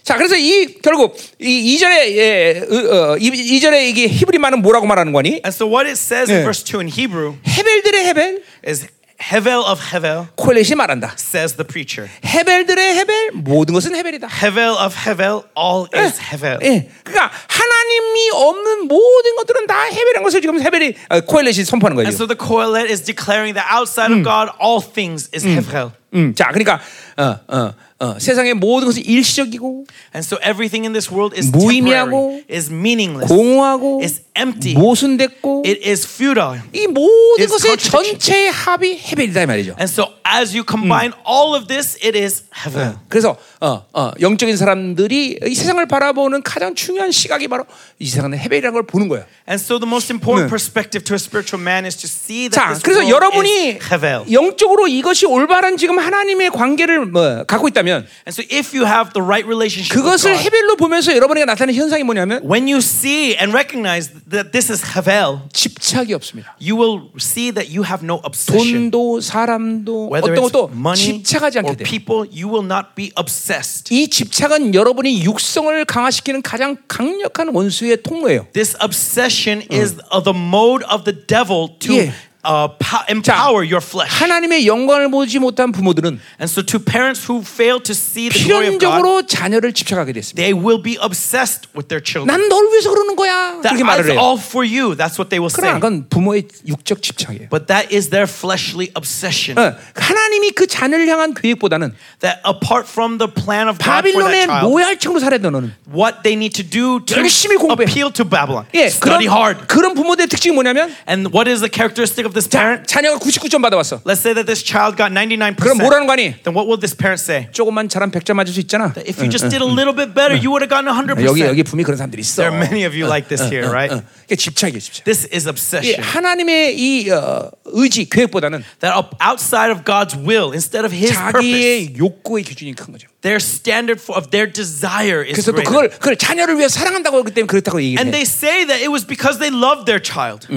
[SPEAKER 1] 자, 그래서 이 결국 이 2절에 예, 어, 어, 이 2절에 이게 히브리말은 뭐라고 말하는 거니?
[SPEAKER 2] And so what it says
[SPEAKER 1] Yeah.
[SPEAKER 2] in verse 2 in Hebrew
[SPEAKER 1] 헤벨들의 헤벨,
[SPEAKER 2] is Hevel of Hevel,
[SPEAKER 1] 콜렛이 말한다.
[SPEAKER 2] says the preacher.
[SPEAKER 1] 헤벨들의 헤벨, 모든 것은 헤벨이다.
[SPEAKER 2] Hevel of Hevel, all
[SPEAKER 1] Eh,
[SPEAKER 2] is Hevel.
[SPEAKER 1] 예. 그러니까 하나님이 없는 모든 것들은 다 헤벨인 것을 지금 헤벨이 어, 코엘렛이 선포하는 거예요.
[SPEAKER 2] And so the Kohelet is declaring that outside of God, all things is Hevel.
[SPEAKER 1] 음, 자, 그러니까 어, 어, 어, 세상의 모든 것은 일시적이고
[SPEAKER 2] And so everything in this world is
[SPEAKER 1] 무의미하고,
[SPEAKER 2] temporary, is meaningless,
[SPEAKER 1] 공허하고
[SPEAKER 2] is empty,
[SPEAKER 1] 모순됐고
[SPEAKER 2] it is futile.
[SPEAKER 1] 이 모든
[SPEAKER 2] It's
[SPEAKER 1] 것의
[SPEAKER 2] contradiction.
[SPEAKER 1] 전체 합이 헤벨이다 이 말이죠.
[SPEAKER 2] And so as you combine all of this, it is Hevel.
[SPEAKER 1] 그래서 어, 어, 영적인 사람들이 이 세상을 바라보는 가장 중요한 시각이 바로 이 세상의 헤벨이라는 걸 보는 거예요.
[SPEAKER 2] And so the most important perspective to a spiritual man is to see that
[SPEAKER 1] 자,
[SPEAKER 2] this
[SPEAKER 1] 그래서
[SPEAKER 2] world
[SPEAKER 1] 여러분이
[SPEAKER 2] is Hevel.
[SPEAKER 1] 영적으로 이것이 올바른 지금 하나님의 관계를 뭐, 갖고 있다면
[SPEAKER 2] And so if you have the right relationship with
[SPEAKER 1] 그것을
[SPEAKER 2] God,
[SPEAKER 1] 헤벨로 보면서 여러분에게 나타나는 현상이 뭐냐면
[SPEAKER 2] when you see and recognize that this is Havel,
[SPEAKER 1] 집착이 없습니다.
[SPEAKER 2] you will see that you have no obsession.
[SPEAKER 1] 돈도 사람도
[SPEAKER 2] Whether
[SPEAKER 1] 어떤
[SPEAKER 2] it's
[SPEAKER 1] 것도
[SPEAKER 2] money
[SPEAKER 1] 집착하지
[SPEAKER 2] or
[SPEAKER 1] 않게 돼요.
[SPEAKER 2] people, you will not be obsessed.
[SPEAKER 1] 이 집착은 여러분이 육성을 강화시키는 가장 강력한 원수의 통로예요.
[SPEAKER 2] This obsession is uh, the mode of the devil to
[SPEAKER 1] Yeah.
[SPEAKER 2] uh, po- empower your flesh.
[SPEAKER 1] 하나님의 영광을 보지 못한 부모들은
[SPEAKER 2] And so to parents who fail to see the glory of God,
[SPEAKER 1] 필연적으로 자녀를 집착하게 됐습니다.
[SPEAKER 2] they will be obsessed with their children.
[SPEAKER 1] 난 널 위해서 그러는 거야. 그렇게
[SPEAKER 2] That,
[SPEAKER 1] 말을 해요.
[SPEAKER 2] it's all for you. That's what they will
[SPEAKER 1] 그러나
[SPEAKER 2] say.
[SPEAKER 1] 그건 부모의 육적 집착이에요.
[SPEAKER 2] But that is their fleshly obsession.
[SPEAKER 1] 어, 하나님이 그 자녀를 향한 계획보다는
[SPEAKER 2] that apart from the plan of God for that
[SPEAKER 1] 바빌론의
[SPEAKER 2] child,
[SPEAKER 1] 노예할층으로 살았던 너는
[SPEAKER 2] what they need to do
[SPEAKER 1] 열심히
[SPEAKER 2] to
[SPEAKER 1] 공부해.
[SPEAKER 2] appeal to Babylon.
[SPEAKER 1] 예, 그런,
[SPEAKER 2] Study hard.
[SPEAKER 1] 그런 부모들의 특징이 뭐냐면
[SPEAKER 2] And what is the characteristic of this parent?
[SPEAKER 1] 자녀가 99점 받아왔어.
[SPEAKER 2] Let's say that this child got 99%.
[SPEAKER 1] 그럼 뭐라는 거 아니?
[SPEAKER 2] Then what will this parent say?
[SPEAKER 1] 조금만 잘하면 100점 맞을 수 있잖아.
[SPEAKER 2] If you just did a little bit better, you would have gotten 100%.
[SPEAKER 1] uh, 여기 여기 분명 그런 사람들이 있어. Uh, 어,
[SPEAKER 2] There are many of you like this here, right?
[SPEAKER 1] 그게 집착이에요, 집착.
[SPEAKER 2] This is
[SPEAKER 1] 이
[SPEAKER 2] obsession.
[SPEAKER 1] 하나님의 이 어, 의지 계획보다는
[SPEAKER 2] That up- outside of God's will, instead of His purpose,
[SPEAKER 1] 자기의 욕구의 기준이 큰 거죠.
[SPEAKER 2] their standard for, of their desire is
[SPEAKER 1] 그래서 또
[SPEAKER 2] greater.
[SPEAKER 1] 그걸 그걸 자녀를 위해 사랑한다고 하기 때문에 그렇다고 얘기를
[SPEAKER 2] And
[SPEAKER 1] 해.
[SPEAKER 2] they say that it was because they loved their child,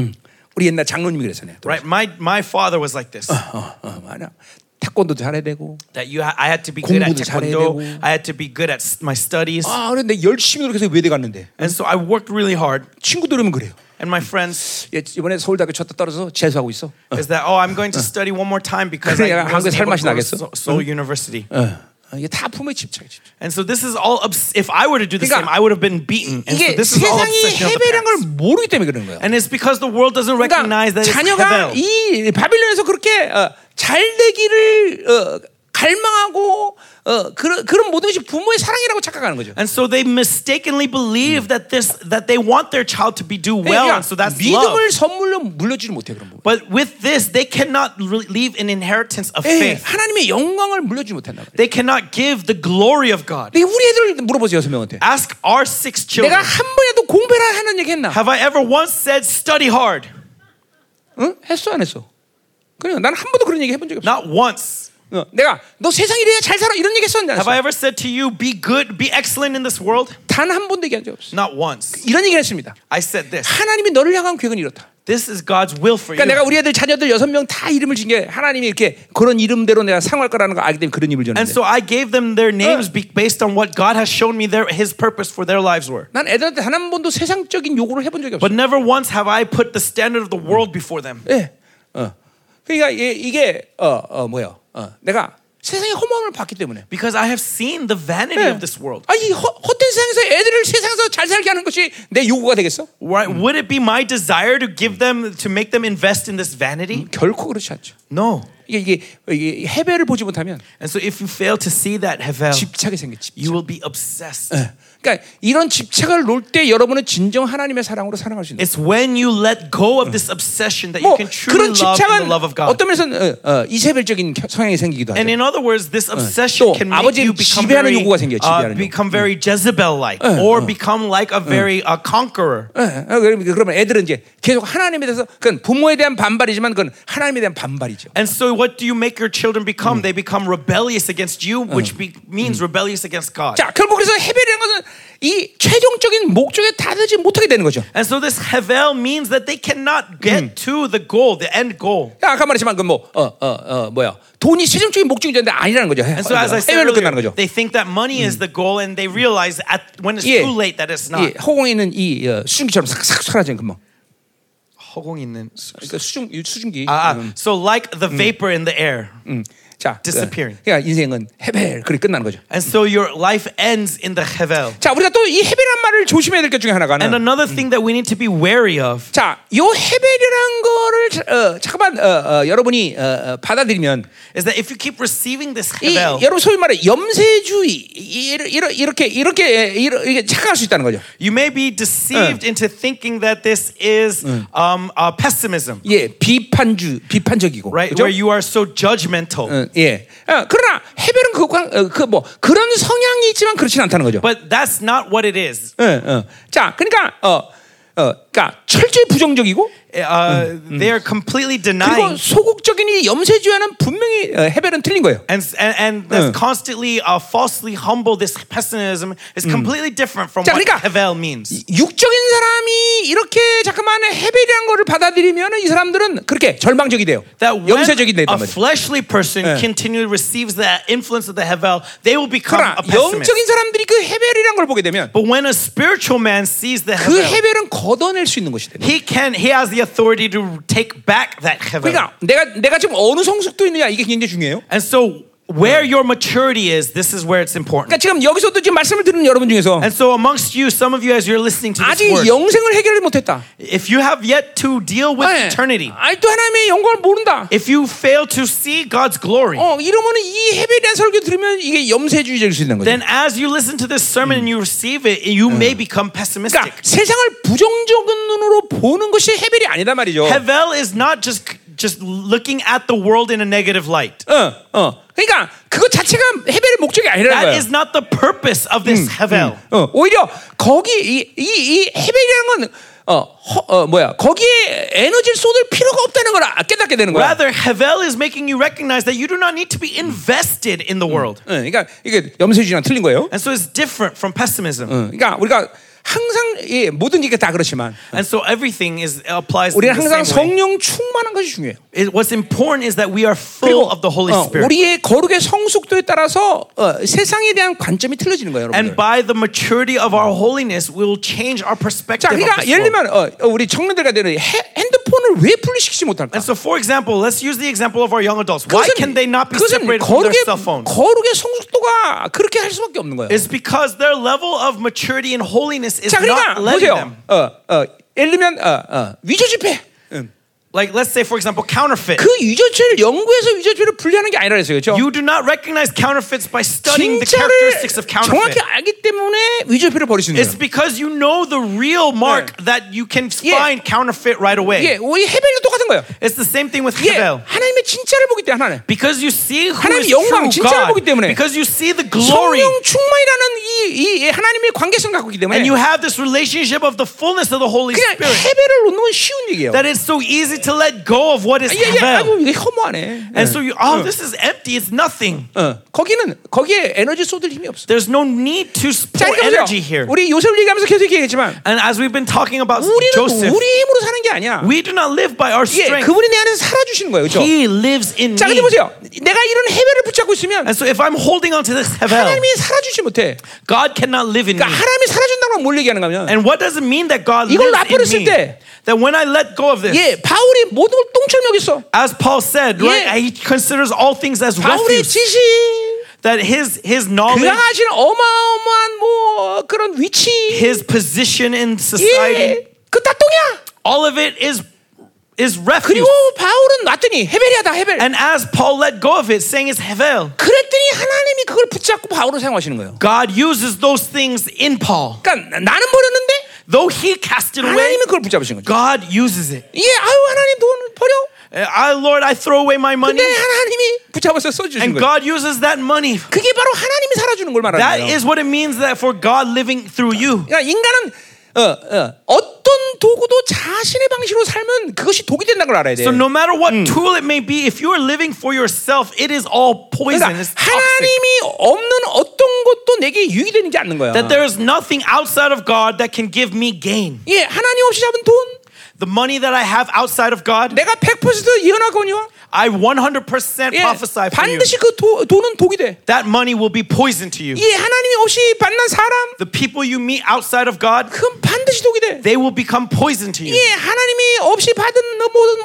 [SPEAKER 1] 우리 옛날 장로님이 그랬었네요. 또.
[SPEAKER 2] right? My my father was like this.
[SPEAKER 1] 어, 어, 맞아. 태권도도 잘해야 되고.
[SPEAKER 2] that you ha- I had to be good at
[SPEAKER 1] 공부도 잘해야
[SPEAKER 2] taekwondo.
[SPEAKER 1] 되고.
[SPEAKER 2] I had to be good at s- my studies.
[SPEAKER 1] 아, 그런데 열심히 노력해서 외대 갔는데
[SPEAKER 2] And so I worked really hard.
[SPEAKER 1] 친구들 오면 그래요.
[SPEAKER 2] And my friends
[SPEAKER 1] 예, 이번에 서울대학교 쳤다 떨어져서 재수하고 있어.
[SPEAKER 2] is that oh I'm going to study one more time because
[SPEAKER 1] 그래,
[SPEAKER 2] I
[SPEAKER 1] 약간 한국에 살
[SPEAKER 2] wasn't able to go to
[SPEAKER 1] 맛이
[SPEAKER 2] Seoul
[SPEAKER 1] 나겠어?
[SPEAKER 2] Seoul University.
[SPEAKER 1] 어, 어, 이게 다 부모의 집착이지.
[SPEAKER 2] And so this is all obs- if I were to do the
[SPEAKER 1] 그러니까
[SPEAKER 2] same I would have been beaten. And so
[SPEAKER 1] 이게
[SPEAKER 2] this is all
[SPEAKER 1] 세상이
[SPEAKER 2] obsession of the
[SPEAKER 1] 헤벨이란 걸
[SPEAKER 2] parents.
[SPEAKER 1] 모르기 때문에 그러는 거예요.
[SPEAKER 2] And it's because the world doesn't recognize
[SPEAKER 1] 그러니까
[SPEAKER 2] that it's
[SPEAKER 1] 자녀가 이
[SPEAKER 2] Hevel.
[SPEAKER 1] 바빌론에서 그렇게 어, 잘 되기를 어, 갈망하고 어, 그런 그런 모든 것이 부모의 사랑이라고 착각하는 거죠.
[SPEAKER 2] And so they mistakenly believe that this that they want their child to be do well
[SPEAKER 1] 그러니까
[SPEAKER 2] and so that's
[SPEAKER 1] 믿음을
[SPEAKER 2] love.
[SPEAKER 1] 선물로 물려주지 못해 그런 부분.
[SPEAKER 2] But with this they cannot re- leave an inheritance of
[SPEAKER 1] 예,
[SPEAKER 2] faith.
[SPEAKER 1] 하나님의 영광을 물려주지 못한다.
[SPEAKER 2] They cannot give the glory of God.
[SPEAKER 1] 근데 우리 애들 물어보세요 여섯 명한테.
[SPEAKER 2] Ask our six
[SPEAKER 1] 내가
[SPEAKER 2] children.
[SPEAKER 1] 한 번이라도 공부해라 하는 얘기 했나?
[SPEAKER 2] Have I ever once said study hard?
[SPEAKER 1] 응? 했어 안 했어? 그래요. 난한 번도 그런 얘기 해본 적이 없어.
[SPEAKER 2] Not once.
[SPEAKER 1] 어, 내가 너 세상 일해야 잘 살아 이런 얘기 했었는데
[SPEAKER 2] Have I ever said to you be good, be excellent in this world?
[SPEAKER 1] 단한 번도 얘기한 적 없어.
[SPEAKER 2] Not once.
[SPEAKER 1] 이런 얘기를 했습니다.
[SPEAKER 2] I said this.
[SPEAKER 1] 하나님이 너를 향한 계획은 이렇다.
[SPEAKER 2] This is God's will for
[SPEAKER 1] 그러니까 내가
[SPEAKER 2] you.
[SPEAKER 1] 우리 애들 자녀들 여섯 명 다 이름을 준 게 하나님이 이렇게 그런 이름대로 내가 상할 거라는 걸 알기 때문에 그런 이름을
[SPEAKER 2] And
[SPEAKER 1] 줬는데
[SPEAKER 2] so I gave them their names be- based on what God has shown me their his purpose for their lives were.
[SPEAKER 1] 난 애들한테 단 한 번도 세상적인 요구를 해본 적이 없어.
[SPEAKER 2] But never once have I put the standard of the world before them.
[SPEAKER 1] 예. 어. 그러니까 이- 이게 어, 어 뭐야? 어. 내가 세상의 허무함을 봤기 때문에.
[SPEAKER 2] Because I have seen the vanity 네. of this world.
[SPEAKER 1] 아이 허- 헛된 세상에서 애들을 세상에서 잘 살게 하는 것이 내 요구가 되겠어?
[SPEAKER 2] Right? Would it be my desire to give them to make them invest in this vanity?
[SPEAKER 1] 결코 그렇지 않죠.
[SPEAKER 2] No.
[SPEAKER 1] 이게 이게, 이게 해배를 보지 못하면
[SPEAKER 2] And so if you fail to see that Hevel,
[SPEAKER 1] 집착이 생겼지.
[SPEAKER 2] you will be obsessed.
[SPEAKER 1] Uh. 그러니까 이런 집착을 놓을 때 여러분은 진정 하나님의 사랑으로 사랑할 수 있는.
[SPEAKER 2] It's when you let go of this obsession that you
[SPEAKER 1] 뭐
[SPEAKER 2] can truly
[SPEAKER 1] 그런
[SPEAKER 2] love in the
[SPEAKER 1] 집착은
[SPEAKER 2] love of God.
[SPEAKER 1] 어떤 면에서는 어, 어, 이세벨적인 겨- 성향이 생기기도
[SPEAKER 2] And
[SPEAKER 1] 하죠.
[SPEAKER 2] in other words, this
[SPEAKER 1] 또
[SPEAKER 2] obsession can make
[SPEAKER 1] 아버지를
[SPEAKER 2] you become
[SPEAKER 1] 지배하는
[SPEAKER 2] very,
[SPEAKER 1] 욕구가 생겨요,
[SPEAKER 2] uh,
[SPEAKER 1] 지배하는
[SPEAKER 2] become very Jezebel-like, or become like a very uh, conqueror.
[SPEAKER 1] 예, 예, 그러면 그러면 애들은 이제 계속 하나님에 대해서 그건 부모에 대한 반발이지만 그건 하나님에 대한 반발이죠.
[SPEAKER 2] And so, what do you make your children become? They become rebellious against you, which be, means rebellious against God.
[SPEAKER 1] 자, 결국 그래서 헤벨이라는 것은 이 최종적인 목적에 다다지 못하게 되는 거죠.
[SPEAKER 2] And so, this hevel means that they cannot get to the goal, the end goal.
[SPEAKER 1] 야, 아까 말했지만 그뭐어어어 뭐야 돈이 최종적인 목적이었는데 아니라는 거죠.
[SPEAKER 2] And so, as I said,
[SPEAKER 1] 헤벨로 끝나는
[SPEAKER 2] earlier,
[SPEAKER 1] 거죠.
[SPEAKER 2] they think that money is the goal, and they realize at when it's
[SPEAKER 1] 예.
[SPEAKER 2] too late that it's not.
[SPEAKER 1] 이 허공에 있는 이 어, 수증기처럼 싹싹 사라지는 금방.
[SPEAKER 2] 허공 있는 수-
[SPEAKER 1] 그러니까 수증 이 수증기. 음.
[SPEAKER 2] 아, 아, so like the vapor in the air.
[SPEAKER 1] 자,
[SPEAKER 2] disappearing.
[SPEAKER 1] 그러니까 인생은 헤벨 그렇게 끝나는 거죠.
[SPEAKER 2] And so your life ends in the hevel.
[SPEAKER 1] 자, 우리가 또 이 헤벨이란 말을 조심해야 될 것 중에 하나가
[SPEAKER 2] And
[SPEAKER 1] 는
[SPEAKER 2] another thing that we need to be wary of
[SPEAKER 1] 자, 요 헤벨이란 거를 자- 어, 잠깐만 어, 어, 여러분이 어, 어, 받아들이면
[SPEAKER 2] is that if you keep receiving this
[SPEAKER 1] 이
[SPEAKER 2] hevel,
[SPEAKER 1] 여러분 소위 말해 염세주의 이- 이- 이러- 이렇게 이렇게 이렇게 착각할 수 있다는 거죠.
[SPEAKER 2] you may be deceived into thinking that this is um, uh, pessimism,
[SPEAKER 1] 예, 비판주 비판적이고
[SPEAKER 2] right?
[SPEAKER 1] 그죠?
[SPEAKER 2] Where you are Uh. so judgmental.
[SPEAKER 1] 어, 예. 어, 그러나 헤벨은 그뭐 그 뭐, 그런 성향이 있지만 그렇진 않다는 거죠.
[SPEAKER 2] But that's not what it is.
[SPEAKER 1] 예, 어. 자, 그러니까 어, 어, 그러니까 철저히 부정적이고
[SPEAKER 2] Uh, They are completely
[SPEAKER 1] 그리고
[SPEAKER 2] denying.
[SPEAKER 1] 소극적인 이 염세주의는 분명히 어, 해벨은 틀린 거예요.
[SPEAKER 2] And, and, and that's constantly uh, falsely humble, this pessimism is completely different from
[SPEAKER 1] 자,
[SPEAKER 2] what
[SPEAKER 1] 그러니까
[SPEAKER 2] Hevel means.
[SPEAKER 1] 육적인 사람이 이렇게 잠깐만 해벨이란 거를 받아들이면 이 사람들은 그렇게 절망적이 돼요.
[SPEAKER 2] That when
[SPEAKER 1] 염세적이 된단 말이에요.
[SPEAKER 2] a fleshly person
[SPEAKER 1] 예.
[SPEAKER 2] continually receives that influence of the Hevel, they will become
[SPEAKER 1] 그러나
[SPEAKER 2] a pessimist. 뭐,
[SPEAKER 1] 영적인 사람들이 그 해벨이란 걸 보게 되면
[SPEAKER 2] But when a spiritual man sees the
[SPEAKER 1] 그
[SPEAKER 2] Hevel,
[SPEAKER 1] 해벨은 걷어낼 수 있는 것이 돼요.
[SPEAKER 2] he can he has the authority to take back that Hevel.
[SPEAKER 1] 그러니까 내가 내가 지금 어느 성숙도 있느냐 이게 굉장히 중요해요.
[SPEAKER 2] And so where your maturity is, this is where it's important.
[SPEAKER 1] 그러니까 지금 여기서도 지금 말씀을 드리는 여러분 중에서
[SPEAKER 2] And so amongst you, some of you as you're listening to this
[SPEAKER 1] 아직
[SPEAKER 2] word,
[SPEAKER 1] 영생을 해결을 못했다.
[SPEAKER 2] if you have yet to deal with
[SPEAKER 1] 네.
[SPEAKER 2] eternity, 예.
[SPEAKER 1] 아니 또 하나님의 영광을 모른다.
[SPEAKER 2] if you fail to see God's glory,
[SPEAKER 1] 어 이러면은 이 해벨에 대한 설교 들으면 이게 염세주의적일 수 있는 거죠.
[SPEAKER 2] then as you listen to this sermon and you receive it, you may become pessimistic.
[SPEAKER 1] 그러니까 세상을 부정적인 눈으로 보는 것이 해벨이 아니다 말이죠.
[SPEAKER 2] Hevel is not just just looking at the world in a negative light.
[SPEAKER 1] 어, 어. 그러니까 그것 자체가 해벨의 목적이 아니라는
[SPEAKER 2] That
[SPEAKER 1] 거예요.
[SPEAKER 2] is not the purpose of this Hevel.
[SPEAKER 1] 어, 오히려 거기 이, 이, 이 헤벨이라는 건 어, 허, 어, 뭐야 거기에 에너지를 쏟을 필요가 없다는 걸 아- 깨닫게 되는 거야.
[SPEAKER 2] Rather, Hevel is making you recognize that you do not need to be invested in the world.
[SPEAKER 1] 응, 그러니까 이게 염세주의랑 틀린 거예요.
[SPEAKER 2] And so it's different from pessimism.
[SPEAKER 1] 응, 그러니까 우리가 항상 예, 모든 게 다 그렇지만
[SPEAKER 2] And so everything is applies to
[SPEAKER 1] 우리는
[SPEAKER 2] the
[SPEAKER 1] 항상
[SPEAKER 2] same way.
[SPEAKER 1] 성령 충만한 것이 중요해요.
[SPEAKER 2] It- what's important is that we are full of the Holy
[SPEAKER 1] 어,
[SPEAKER 2] Spirit.
[SPEAKER 1] 우리의 거룩의 성숙도에 따라서 어, 세상에 대한 관점이 틀려지는 거예요,
[SPEAKER 2] and
[SPEAKER 1] 여러분들.
[SPEAKER 2] by the maturity of our holiness, we will change our perspective.
[SPEAKER 1] 자,
[SPEAKER 2] of
[SPEAKER 1] 그러니까
[SPEAKER 2] this
[SPEAKER 1] 예를
[SPEAKER 2] world.
[SPEAKER 1] 들면 어, 어, 우리 청년들과 되는 해- 핸드폰을 왜 분리시키지 못할까?
[SPEAKER 2] And so, for example, let's use the example of our young adults. Why
[SPEAKER 1] 그것은,
[SPEAKER 2] can they not be
[SPEAKER 1] 그것은
[SPEAKER 2] separated from
[SPEAKER 1] 거룩의,
[SPEAKER 2] their cell phones?
[SPEAKER 1] 거룩의 성숙도가 그렇게 할 수밖에 없는 거예요.
[SPEAKER 2] It's because their level of maturity and holiness is
[SPEAKER 1] 자, 그러니까
[SPEAKER 2] not letting
[SPEAKER 1] 보세요.
[SPEAKER 2] them.
[SPEAKER 1] 어, 어, 예를 들면 어, 어, 위조 지폐.
[SPEAKER 2] 음. Like, let's say, for example, counterfeit.
[SPEAKER 1] 그 위조죄를 연구해서 위조죄를 분리하는 게 아니라 그랬어요. 그렇죠?
[SPEAKER 2] You do not recognize counterfeits by studying the
[SPEAKER 1] 진짜를
[SPEAKER 2] characteristics of
[SPEAKER 1] 정확히
[SPEAKER 2] counterfeit.
[SPEAKER 1] 알기 때문에 위조죄를 버리시는
[SPEAKER 2] It's
[SPEAKER 1] 거예요.
[SPEAKER 2] because you know the real mark that you can
[SPEAKER 1] Yeah.
[SPEAKER 2] find counterfeit right away.
[SPEAKER 1] 이게 우리 헤벨도 똑같은 거예요.
[SPEAKER 2] It's the same thing with
[SPEAKER 1] 이게
[SPEAKER 2] Hevel.
[SPEAKER 1] 하나님의 진짜를 보기 때문에 하나님.
[SPEAKER 2] Because you see who
[SPEAKER 1] 하나님
[SPEAKER 2] is
[SPEAKER 1] 영광,
[SPEAKER 2] true
[SPEAKER 1] 진짜를
[SPEAKER 2] God,
[SPEAKER 1] 보기 때문에.
[SPEAKER 2] because you see the glory,
[SPEAKER 1] 성령 충만이라는 이, 이- 이 하나님의 관계성 갖고 있기 때문에
[SPEAKER 2] and you
[SPEAKER 1] 그냥
[SPEAKER 2] have this relationship of the fullness of the Holy Spirit,
[SPEAKER 1] 헤벨을 놓는 건 쉬운 얘기예요.
[SPEAKER 2] that it's so easy to let go of what is
[SPEAKER 1] 예, 예,
[SPEAKER 2] Hevel.
[SPEAKER 1] 아이고 이게 혐오하네.
[SPEAKER 2] And so you, oh, this is empty, it's nothing.
[SPEAKER 1] 어, 거기는 거기에 에너지 쏟을 힘이 없어.
[SPEAKER 2] There's no need to
[SPEAKER 1] 자,
[SPEAKER 2] pour
[SPEAKER 1] 그러니까
[SPEAKER 2] energy
[SPEAKER 1] 보세요.
[SPEAKER 2] here.
[SPEAKER 1] 우리 요셉을 얘기하면서 계속 얘기했지만
[SPEAKER 2] And as we've been talking about
[SPEAKER 1] 우리는
[SPEAKER 2] Joseph,
[SPEAKER 1] 우리 힘으로 사는 게 아니야.
[SPEAKER 2] we do not live by our
[SPEAKER 1] 예,
[SPEAKER 2] strength.
[SPEAKER 1] 그분이 내 안에서 살아주시는 거예요, 그렇죠?
[SPEAKER 2] He lives in
[SPEAKER 1] 자, 근데
[SPEAKER 2] me.
[SPEAKER 1] 보세요. 내가 이런 해배를 붙잡고 있으면
[SPEAKER 2] And so if I'm holding on to this Hevel,
[SPEAKER 1] 하나님이 살아주지 못해.
[SPEAKER 2] God cannot live in me.
[SPEAKER 1] 그러니까 하나님이 살아준다는 건 뭘 얘기하는가 하면
[SPEAKER 2] Mm. And what does it mean that God
[SPEAKER 1] 이걸
[SPEAKER 2] lives
[SPEAKER 1] 놔버렸을
[SPEAKER 2] in me?
[SPEAKER 1] 때-
[SPEAKER 2] That when I let go of this,
[SPEAKER 1] 예, 바울이 모든 걸 똥처럼 여겼어.
[SPEAKER 2] as Paul said,
[SPEAKER 1] Yeah.
[SPEAKER 2] right, he considers all things as
[SPEAKER 1] 바울의
[SPEAKER 2] refuse.
[SPEAKER 1] 지식
[SPEAKER 2] That his his knowledge,
[SPEAKER 1] 그가 가진 어마어마한 뭐 그런 위치
[SPEAKER 2] his position in
[SPEAKER 1] 예,
[SPEAKER 2] society,
[SPEAKER 1] 그 다 똥이야.
[SPEAKER 2] all of it is is
[SPEAKER 1] 그리고
[SPEAKER 2] refuse.
[SPEAKER 1] 바울은 놨더니 헤벨이하다 헤벨.
[SPEAKER 2] And as Paul let go of it, saying it's Hevel,
[SPEAKER 1] 그랬더니 하나님이 그걸 붙잡고 바울을 사용하시는 거예요.
[SPEAKER 2] God uses those things in Paul.
[SPEAKER 1] 그러니까 나는 버렸는데
[SPEAKER 2] Though he cast it away,
[SPEAKER 1] 하나님은 그걸 붙잡으신 거죠.
[SPEAKER 2] God uses it. Uh,
[SPEAKER 1] 예, 아유 하나님 돈 버려.
[SPEAKER 2] I, Lord, I throw away my money,
[SPEAKER 1] 근데 하나님이 붙잡아서 써주신
[SPEAKER 2] and
[SPEAKER 1] 거예요.
[SPEAKER 2] God uses that money.
[SPEAKER 1] 그게 바로 하나님이 살아주는 걸
[SPEAKER 2] That
[SPEAKER 1] 말하는 거예요.
[SPEAKER 2] is what it means that for God living through you.
[SPEAKER 1] 그러니까 인간은 어, 어, 어떤 도구도 자신의 방식으로 살면 그것이 독이 된다는 걸 알아야 돼.
[SPEAKER 2] So no matter what tool it may be, if you are living for yourself, it is all poison.
[SPEAKER 1] 그러니까
[SPEAKER 2] It's toxic.
[SPEAKER 1] 하나님이 없는 어떤 것도 내게 유익이 되는 게 않는 거야.
[SPEAKER 2] That there is nothing outside of God that can give me gain.
[SPEAKER 1] 예, 하나님 없이 잡은 돈
[SPEAKER 2] The money that I have outside of God,
[SPEAKER 1] 내가 100% 예언하거니와
[SPEAKER 2] I 100%
[SPEAKER 1] 예,
[SPEAKER 2] prophesy for you.
[SPEAKER 1] 반드시 그 도, 돈은 독이 돼.
[SPEAKER 2] That money will be poison to you.
[SPEAKER 1] 예, 하나님이 없이 만난 사람
[SPEAKER 2] The people you meet outside of God,
[SPEAKER 1] 그건 반드시 독이 돼.
[SPEAKER 2] they will become poison to you.
[SPEAKER 1] 예, 하나님이 없이 받은 그 모든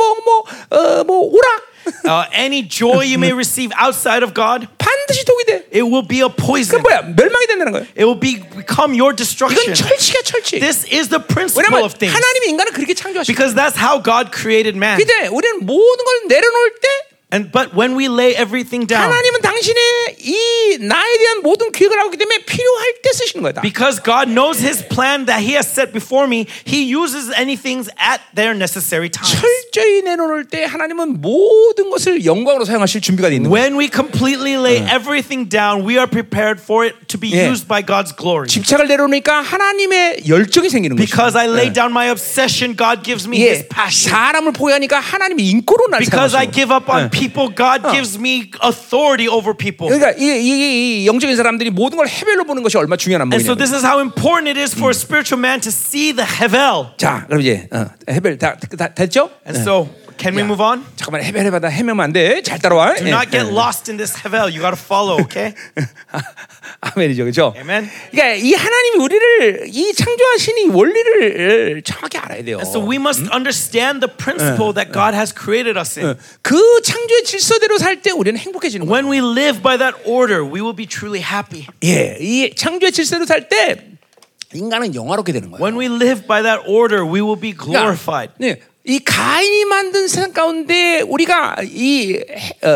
[SPEAKER 1] 뭐뭐어뭐 오락
[SPEAKER 2] Uh, any joy you may receive outside of God,
[SPEAKER 1] 반드시 독이 돼.
[SPEAKER 2] it will be a
[SPEAKER 1] 그
[SPEAKER 2] poison.
[SPEAKER 1] 뭐야 멸망이 된다는 거예요.
[SPEAKER 2] It will be become
[SPEAKER 1] 이건
[SPEAKER 2] your destruction.
[SPEAKER 1] 철칙이야 철칙.
[SPEAKER 2] This is the principle
[SPEAKER 1] 왜냐면
[SPEAKER 2] of things.
[SPEAKER 1] 하나님이 인간을 그렇게 창조하셨어.
[SPEAKER 2] Because that's how God created man.
[SPEAKER 1] 그때 우리는 모든 걸 내려놓을 때
[SPEAKER 2] And but when we lay everything down,
[SPEAKER 1] 하나님은 당신의 이 나에 대한 모든 계획을 하고 있기 때문에 필요할 때 쓰시는 거다.
[SPEAKER 2] Because God knows His plan that He has set before me, He uses anything at their necessary time.
[SPEAKER 1] 철저히 내놓을 때 하나님은 모든 것을 영광으로 사용하실 준비가 돼 있는 거예요.
[SPEAKER 2] When we completely lay everything down, we are prepared for it to be
[SPEAKER 1] Yeah.
[SPEAKER 2] used by God's glory.
[SPEAKER 1] 집착을 내려놓으니까 하나님의 열정이 생기는 거죠.
[SPEAKER 2] Because I lay down my obsession, God gives me His
[SPEAKER 1] 예,
[SPEAKER 2] passion.
[SPEAKER 1] 사람을 포기하니까 하나님이 인고로 날 예.
[SPEAKER 2] Because I
[SPEAKER 1] 사용하시고.
[SPEAKER 2] give up
[SPEAKER 1] Uh.
[SPEAKER 2] on people, God gives me authority over people.
[SPEAKER 1] 그러니까 이, 이, 이 영적인 사람들이 모든 걸 해별로 보는 것이 얼마나 중요한
[SPEAKER 2] And so
[SPEAKER 1] 안목이냐.
[SPEAKER 2] this is how important it is for a spiritual man to see the hevel.
[SPEAKER 1] 자, 그럼 이제 어, 해별 다, 다 됐죠?
[SPEAKER 2] And so, can
[SPEAKER 1] 야,
[SPEAKER 2] we move on?
[SPEAKER 1] 잠깐만 해별 해봐다 해명하면 안 돼. 잘 따라와.
[SPEAKER 2] Do
[SPEAKER 1] 예,
[SPEAKER 2] not
[SPEAKER 1] 예.
[SPEAKER 2] get lost in this hevel. You got to follow, okay?
[SPEAKER 1] 아, 아멘이죠, 그렇죠?
[SPEAKER 2] 아멘.
[SPEAKER 1] 그러니까 이 하나님이 우리를 이 창조하신 이 원리를 정확히 알아야 돼요.
[SPEAKER 2] So we must
[SPEAKER 1] Oh.
[SPEAKER 2] understand the principle
[SPEAKER 1] Uh,
[SPEAKER 2] that God has created us in.
[SPEAKER 1] 그 창조의 질서대로 살 때 우리는 행복해지는 거예요.
[SPEAKER 2] When we live by that order, we will be truly happy.
[SPEAKER 1] 예, 이 창조의 질서대로 살 때 인간은 영화롭게 되는 거예요.
[SPEAKER 2] When we live by that order, we will be glorified.
[SPEAKER 1] 네, 이 가인이 만든 세상 가운데 우리가 이, 해- 어,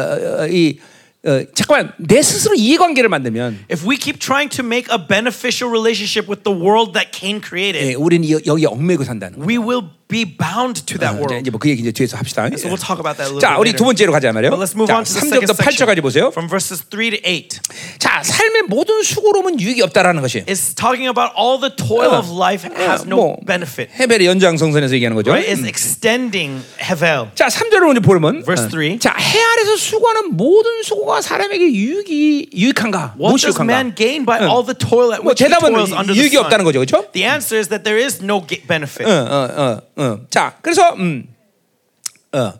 [SPEAKER 1] 어, 이 어, 잠깐만 내 스스로 이해관계를 만들면
[SPEAKER 2] If we keep trying to make a beneficial relationship with the world that Cain
[SPEAKER 1] 예,
[SPEAKER 2] created,
[SPEAKER 1] 우리는 이- 여기 얽매고 산다는 거예요.
[SPEAKER 2] we will be bound to that
[SPEAKER 1] 이제-
[SPEAKER 2] world.
[SPEAKER 1] 이제 뭐 그 얘기 이제 뒤에서 합시다.
[SPEAKER 2] So we'll talk about that a little
[SPEAKER 1] 자,
[SPEAKER 2] bit
[SPEAKER 1] 우리 두 번째로
[SPEAKER 2] later.
[SPEAKER 1] 가자 말이에요.
[SPEAKER 2] But let's move
[SPEAKER 1] 자,
[SPEAKER 2] on to the second
[SPEAKER 1] 3절부터 8절까지 보세요.
[SPEAKER 2] section. From verses 3 to 8.
[SPEAKER 1] 자, 삶의 모든 수고로움은 유익이 없다라는 것이.
[SPEAKER 2] It's talking about all the toil
[SPEAKER 1] Uh.
[SPEAKER 2] of life has no benefit.
[SPEAKER 1] 뭐, 헤벨의 연장성선에서 얘기하는 거죠.
[SPEAKER 2] Right? It's extending Hevel.
[SPEAKER 1] 자, 3절을 먼저 보면
[SPEAKER 2] Verse
[SPEAKER 1] 어,
[SPEAKER 2] three.
[SPEAKER 1] 자, 해 아래서 수고하는 모든 수고가 사람에게 유익이 유익한가?
[SPEAKER 2] What
[SPEAKER 1] 무엇이
[SPEAKER 2] does man
[SPEAKER 1] 유익한가?
[SPEAKER 2] gain by all the toil at
[SPEAKER 1] 뭐
[SPEAKER 2] which he
[SPEAKER 1] 대답은
[SPEAKER 2] toils under the
[SPEAKER 1] 유익이 없다는
[SPEAKER 2] sun?
[SPEAKER 1] 거죠. 그렇죠?
[SPEAKER 2] The answer is that there is no ga-
[SPEAKER 1] 어,
[SPEAKER 2] benefit.
[SPEAKER 1] 어, 어, 어. 자, 그래서 음. 어.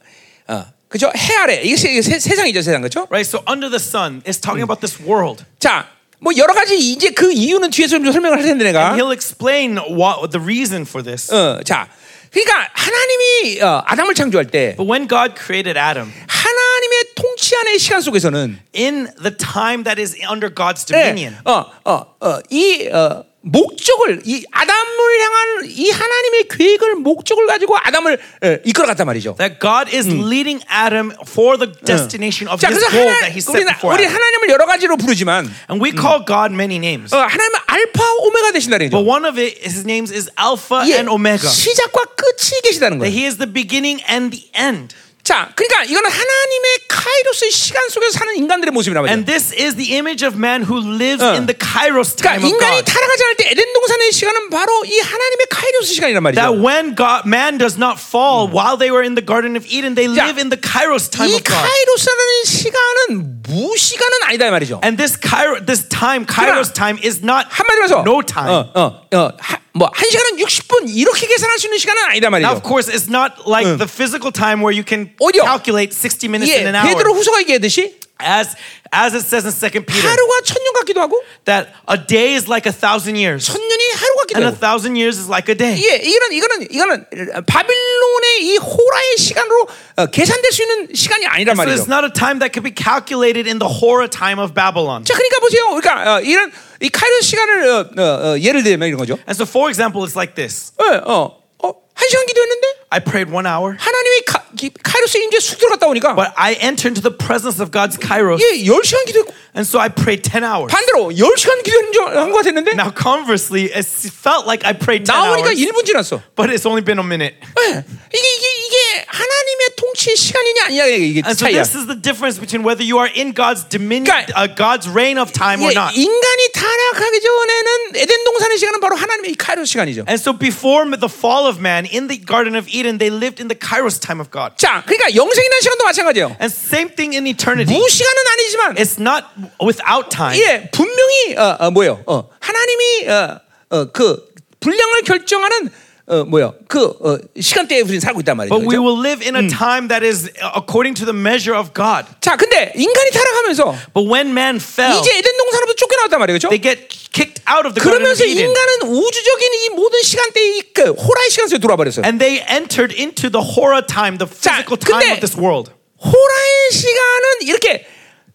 [SPEAKER 1] 어. 그죠? 해 아래. 이게 세, 세, 세상이죠, 세상. 그렇죠?
[SPEAKER 2] Right? So under the sun, it's talking about this world.
[SPEAKER 1] 자, 뭐 여러 가지 이제 그 이유는 뒤에서 좀 설명을 할 텐데 내가.
[SPEAKER 2] He'll explain what the reason for this.
[SPEAKER 1] 어, 자. 그러니까 하나님이 어, 아담을 창조할 때
[SPEAKER 2] But when God created Adam,
[SPEAKER 1] 하나님의 통치 안의 시간 속에서는
[SPEAKER 2] in the time that is under God's
[SPEAKER 1] 네,
[SPEAKER 2] dominion,
[SPEAKER 1] 어, 어, 어, 이 어, 목적을 이 아담을 향한 이 하나님의 계획을 목적을 가지고 아담을 에, 이끌어갔단 말이죠.
[SPEAKER 2] that God is leading Adam for the destination of
[SPEAKER 1] 자,
[SPEAKER 2] his
[SPEAKER 1] 그래서
[SPEAKER 2] goal Uh.
[SPEAKER 1] 하나,
[SPEAKER 2] that he
[SPEAKER 1] 우리,
[SPEAKER 2] set
[SPEAKER 1] 나-
[SPEAKER 2] before
[SPEAKER 1] 우리
[SPEAKER 2] Adam.
[SPEAKER 1] 하나님을 여러 가지로 부르지만
[SPEAKER 2] And we call God many names.
[SPEAKER 1] 어, 하나님은 알파 오메가 되신다는
[SPEAKER 2] But
[SPEAKER 1] 거죠.
[SPEAKER 2] one of it, his names is Alpha
[SPEAKER 1] 예,
[SPEAKER 2] and Omega.
[SPEAKER 1] 시작과 끝이 계시다는 거예요.
[SPEAKER 2] That he is the beginning and the end.
[SPEAKER 1] 자, 그러니까 이거는 하나님의 카이로스의 시간 속에서 사는 인간들의 모습이란 말이에요.
[SPEAKER 2] And this is the image of man who lives
[SPEAKER 1] Uh.
[SPEAKER 2] in the Kairos
[SPEAKER 1] 그러니까
[SPEAKER 2] time of
[SPEAKER 1] 인간이
[SPEAKER 2] God.
[SPEAKER 1] 타락하지 않을 때 에덴 동산의 시간은 바로 이 하나님의 카이로스 시간이란 말이죠.
[SPEAKER 2] That when God, man does
[SPEAKER 1] Mm.
[SPEAKER 2] not fall while they were in the Garden of Eden, they
[SPEAKER 1] 자,
[SPEAKER 2] live in the Kairos time
[SPEAKER 1] 이
[SPEAKER 2] of God.
[SPEAKER 1] 카이로스라는 시간은 무시간은 아니다 이 말이죠.
[SPEAKER 2] And this Kairos, this time, Kairos time is not
[SPEAKER 1] 한마디로 해서
[SPEAKER 2] no time.
[SPEAKER 1] 어, 어, 어, 하, 뭐, 한 시간은 60분 이렇게 계산할 수 있는 시간은 아니다 말이죠.
[SPEAKER 2] Now, of course, it's not like the physical time where you can
[SPEAKER 1] 오히려
[SPEAKER 2] calculate 60 minutes
[SPEAKER 1] 예,
[SPEAKER 2] in an hour.
[SPEAKER 1] 베드로 후서가 얘기하듯이
[SPEAKER 2] As, as it says in 2 Peter,
[SPEAKER 1] 하루가 천년 같기도 하고
[SPEAKER 2] that a day is like a thousand years,
[SPEAKER 1] 천년이 하루 같기도
[SPEAKER 2] and a
[SPEAKER 1] 하고
[SPEAKER 2] thousand years is like a day.
[SPEAKER 1] 예, 이거는 이거는 이거는 바빌론의 이 호라의 시간으로 어, 계산될 수 있는 시간이 아니란
[SPEAKER 2] So
[SPEAKER 1] 말이죠.
[SPEAKER 2] it's not a time that could be calculated in the horror time of Babylon.
[SPEAKER 1] 자, 그러니까 보세요. 그러니까 어, 이런 이 카이로 시간을 어, 어, 어, 예를 들면 이런 거죠.
[SPEAKER 2] And so, for example, it's like this
[SPEAKER 1] 예, 어, 어, 한 시간 기도했는데
[SPEAKER 2] I prayed one hour,
[SPEAKER 1] 하나님의 카, 기, 카이로스 임재 쑥 들어갔다 오니까
[SPEAKER 2] but I enter into the presence of God's Kairos.
[SPEAKER 1] 예, 열 시간 기도했고
[SPEAKER 2] And so I prayed 10 hours.
[SPEAKER 1] 반대로 열 시간 기도한 것 같았는데
[SPEAKER 2] Now, conversely, it felt like I prayed 10
[SPEAKER 1] 나오니까
[SPEAKER 2] hours,
[SPEAKER 1] 1분 지났어.
[SPEAKER 2] but it's only been a minute.
[SPEAKER 1] 예. 이게 이게 이게 하나님의 통치의 시간이냐 아니냐 이게
[SPEAKER 2] And so,
[SPEAKER 1] 차이야.
[SPEAKER 2] this is the difference between whether you are in God's dominion,
[SPEAKER 1] 그러니까-
[SPEAKER 2] uh, God's reign of time
[SPEAKER 1] 예,
[SPEAKER 2] or not.
[SPEAKER 1] 인간이 타락하기 전에는 에덴 동산의 시간은 바로 하나님의 이 카이로 시간이죠.
[SPEAKER 2] And so, before the fall of man in the Garden of Eden, they lived in the Kairos time of God.
[SPEAKER 1] 자, 그러니까 영생이라는 시간도 마찬가지예요.
[SPEAKER 2] And same thing in eternity.
[SPEAKER 1] 무시간은 아니지만
[SPEAKER 2] It's not without time.
[SPEAKER 1] 예, 분명히 어, 어, 뭐예요? 어, 하나님이 어, 어, 그 분량을 결정하는 어, 뭐예요? 그 어, 시간대에 우리는 살고 있단 말이죠. 그렇죠?
[SPEAKER 2] But we
[SPEAKER 1] 그죠?
[SPEAKER 2] will live in a time that is uh, according to the measure of God.
[SPEAKER 1] 자, 근데 인간이 타락하면서
[SPEAKER 2] But when man fell,
[SPEAKER 1] 이제 에덴 동산으로 쫓겨나왔단 말이에요. 그죠?
[SPEAKER 2] they get kicked out of the Garden of
[SPEAKER 1] 그러면서
[SPEAKER 2] Eden.
[SPEAKER 1] 인간은 우주적인 이 모든 시간대에 이 그 호라의 시간 속에 돌아 버렸어요.
[SPEAKER 2] And they entered into the horror time, the physical time
[SPEAKER 1] 근데-
[SPEAKER 2] of this world.
[SPEAKER 1] 호라의 시간은 이렇게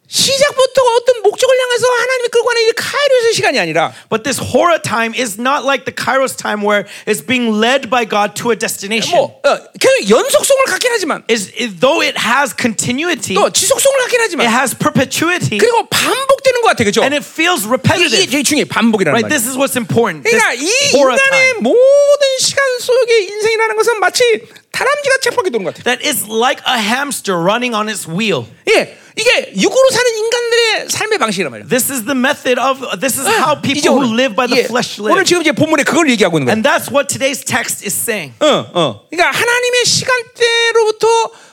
[SPEAKER 1] 시작부터 어떤 목적을 향해서 하나님이 끌고 가는 이 카이로스 시간이 아니라
[SPEAKER 2] But this horror time is not like the Kairos time where it's being led by God to a destination.
[SPEAKER 1] 뭐 어, 계속 연속성을 갖긴 하지만
[SPEAKER 2] Is it, though it has continuity,
[SPEAKER 1] 또
[SPEAKER 2] it
[SPEAKER 1] 지속성을 갖긴 하지만
[SPEAKER 2] has perpetuity,
[SPEAKER 1] 그리고 반복되는 것 같아 그죠?
[SPEAKER 2] and it feels
[SPEAKER 1] 이게
[SPEAKER 2] repetitive.
[SPEAKER 1] 이게 중요해 반복이라는 말이
[SPEAKER 2] Right? This is what's important. This
[SPEAKER 1] 그러니까 이
[SPEAKER 2] horror
[SPEAKER 1] 인간의
[SPEAKER 2] time.
[SPEAKER 1] 모든 시간 속의 인생이라는 것은 마치 다람쥐가 쳇바퀴 도는 것 같아
[SPEAKER 2] That is like a hamster running on its wheel.
[SPEAKER 1] 예, 이게 육으로 사는 인간들의 삶의 방식이란 말이야 아,
[SPEAKER 2] This is the method of, this is how
[SPEAKER 1] 이제
[SPEAKER 2] people who live by the
[SPEAKER 1] 예,
[SPEAKER 2] flesh
[SPEAKER 1] 오늘
[SPEAKER 2] live.
[SPEAKER 1] 지금 이제 본문에 그걸 얘기하고 있는 거야
[SPEAKER 2] And that's what today's text is saying.
[SPEAKER 1] 어, 어. 그러니까 하나님의 시간대로부터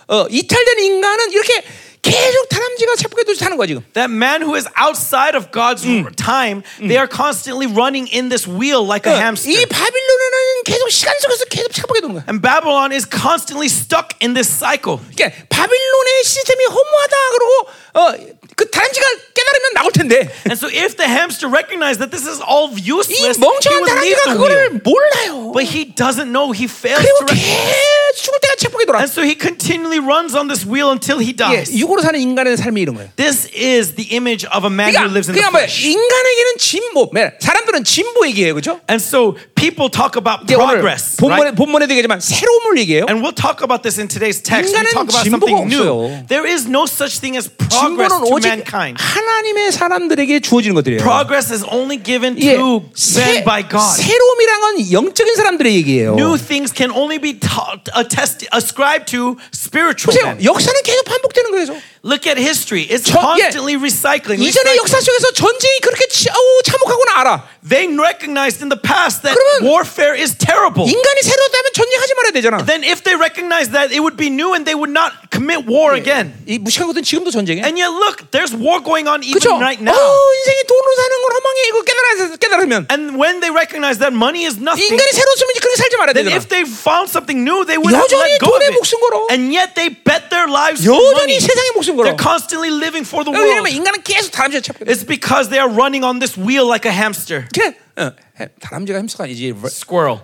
[SPEAKER 1] 어, 이탈된 인간은 이렇게 계속 다람쥐가 쳇바퀴 도는 사는 거야 지금
[SPEAKER 2] That man who is outside of God's time, they are constantly running in this wheel like a hamster.
[SPEAKER 1] 그러니까 이 바빌론은 계속 시간 속에서 계속 착복해 도는 거야.
[SPEAKER 2] And Babylon is constantly stuck in this cycle.
[SPEAKER 1] 그러니까 바빌론의 시스템이 허무하다 그러고 어, 그 다람쥐가 깨달으면 나올 텐데
[SPEAKER 2] And so if the hamster recognized that this is all
[SPEAKER 1] 이
[SPEAKER 2] useless, he
[SPEAKER 1] 멍청한
[SPEAKER 2] would leave
[SPEAKER 1] 다람쥐가
[SPEAKER 2] the
[SPEAKER 1] 그거를
[SPEAKER 2] wheel.
[SPEAKER 1] 몰라요.
[SPEAKER 2] But he doesn't know. He fails
[SPEAKER 1] 그리고
[SPEAKER 2] to recognize.
[SPEAKER 1] 계속 죽을 때가 착복해 돌아.
[SPEAKER 2] And so he continually runs on this wheel until he
[SPEAKER 1] 예,
[SPEAKER 2] dies.
[SPEAKER 1] 육으로 사는 인간의 삶이 이런 거예요.
[SPEAKER 2] This is the image of a man who
[SPEAKER 1] 그러니까,
[SPEAKER 2] lives in the
[SPEAKER 1] 그러니까 뭐
[SPEAKER 2] flesh.
[SPEAKER 1] 인간에게는 진보, 네, 사람들은 진보 얘기해요, 그렇죠?
[SPEAKER 2] And so people talk about
[SPEAKER 1] 오늘
[SPEAKER 2] progress,
[SPEAKER 1] 본문에
[SPEAKER 2] right?
[SPEAKER 1] 본문에도 얘기하지만 새로움을 얘기해요.
[SPEAKER 2] And we'll talk about this in today's text. We
[SPEAKER 1] 인간은
[SPEAKER 2] talk about
[SPEAKER 1] 진보가
[SPEAKER 2] something new.
[SPEAKER 1] 없어요.
[SPEAKER 2] There is no such thing as progress
[SPEAKER 1] 진보는
[SPEAKER 2] to
[SPEAKER 1] 오직
[SPEAKER 2] mankind.
[SPEAKER 1] 하나님의 사람들에게 주어지는 것들이에요.
[SPEAKER 2] Progress is only given
[SPEAKER 1] 예,
[SPEAKER 2] to
[SPEAKER 1] 새,
[SPEAKER 2] men by God.
[SPEAKER 1] 새로움이란 건 영적인 사람들의 얘기예요.
[SPEAKER 2] New things can only be taught, attest, ascribed to spiritual
[SPEAKER 1] 보세요.
[SPEAKER 2] men.
[SPEAKER 1] 역사는 계속 반복되는 거예요.
[SPEAKER 2] Look at history. It's
[SPEAKER 1] 저- 예.
[SPEAKER 2] constantly recycling.
[SPEAKER 1] 이전의
[SPEAKER 2] recycling.
[SPEAKER 1] 역사 속에서 전쟁이 그렇게 치, 어우, 참혹하구나 알아.
[SPEAKER 2] They recognized in the past that
[SPEAKER 1] 그러면-
[SPEAKER 2] warfare is terrible.
[SPEAKER 1] 인간이 새로웠다면 전쟁하지 말아야 되잖아.
[SPEAKER 2] Then if they recognized that, it would be new and they would not commit war again.
[SPEAKER 1] 이 무식한 것은 지금도 전쟁이야.
[SPEAKER 2] And yet look, there's war going on even
[SPEAKER 1] 그렇죠? 어,
[SPEAKER 2] right now.
[SPEAKER 1] 인생이 돈으로 사는 건 허망해. 이거 깨달아, 깨달으면
[SPEAKER 2] And when they recognize that money is nothing,
[SPEAKER 1] 인간이 새로웠으면 이제 그렇게 살지 말아야
[SPEAKER 2] then
[SPEAKER 1] 되잖아.
[SPEAKER 2] if they found something new, they would not
[SPEAKER 1] 여전히
[SPEAKER 2] let go of
[SPEAKER 1] 돈에 목숨 걸어.
[SPEAKER 2] it. And yet they bet their lives for money.
[SPEAKER 1] 여전히 세상에 목숨 걸어.
[SPEAKER 2] They're constantly living for the world.
[SPEAKER 1] 왜냐면 인간은 계속 다람쥐에 잡혀.
[SPEAKER 2] It's because they are running on this wheel like a hamster.
[SPEAKER 1] 그냥 어, 해- 다람쥐가 햄스터가 아니지.
[SPEAKER 2] Squirrel.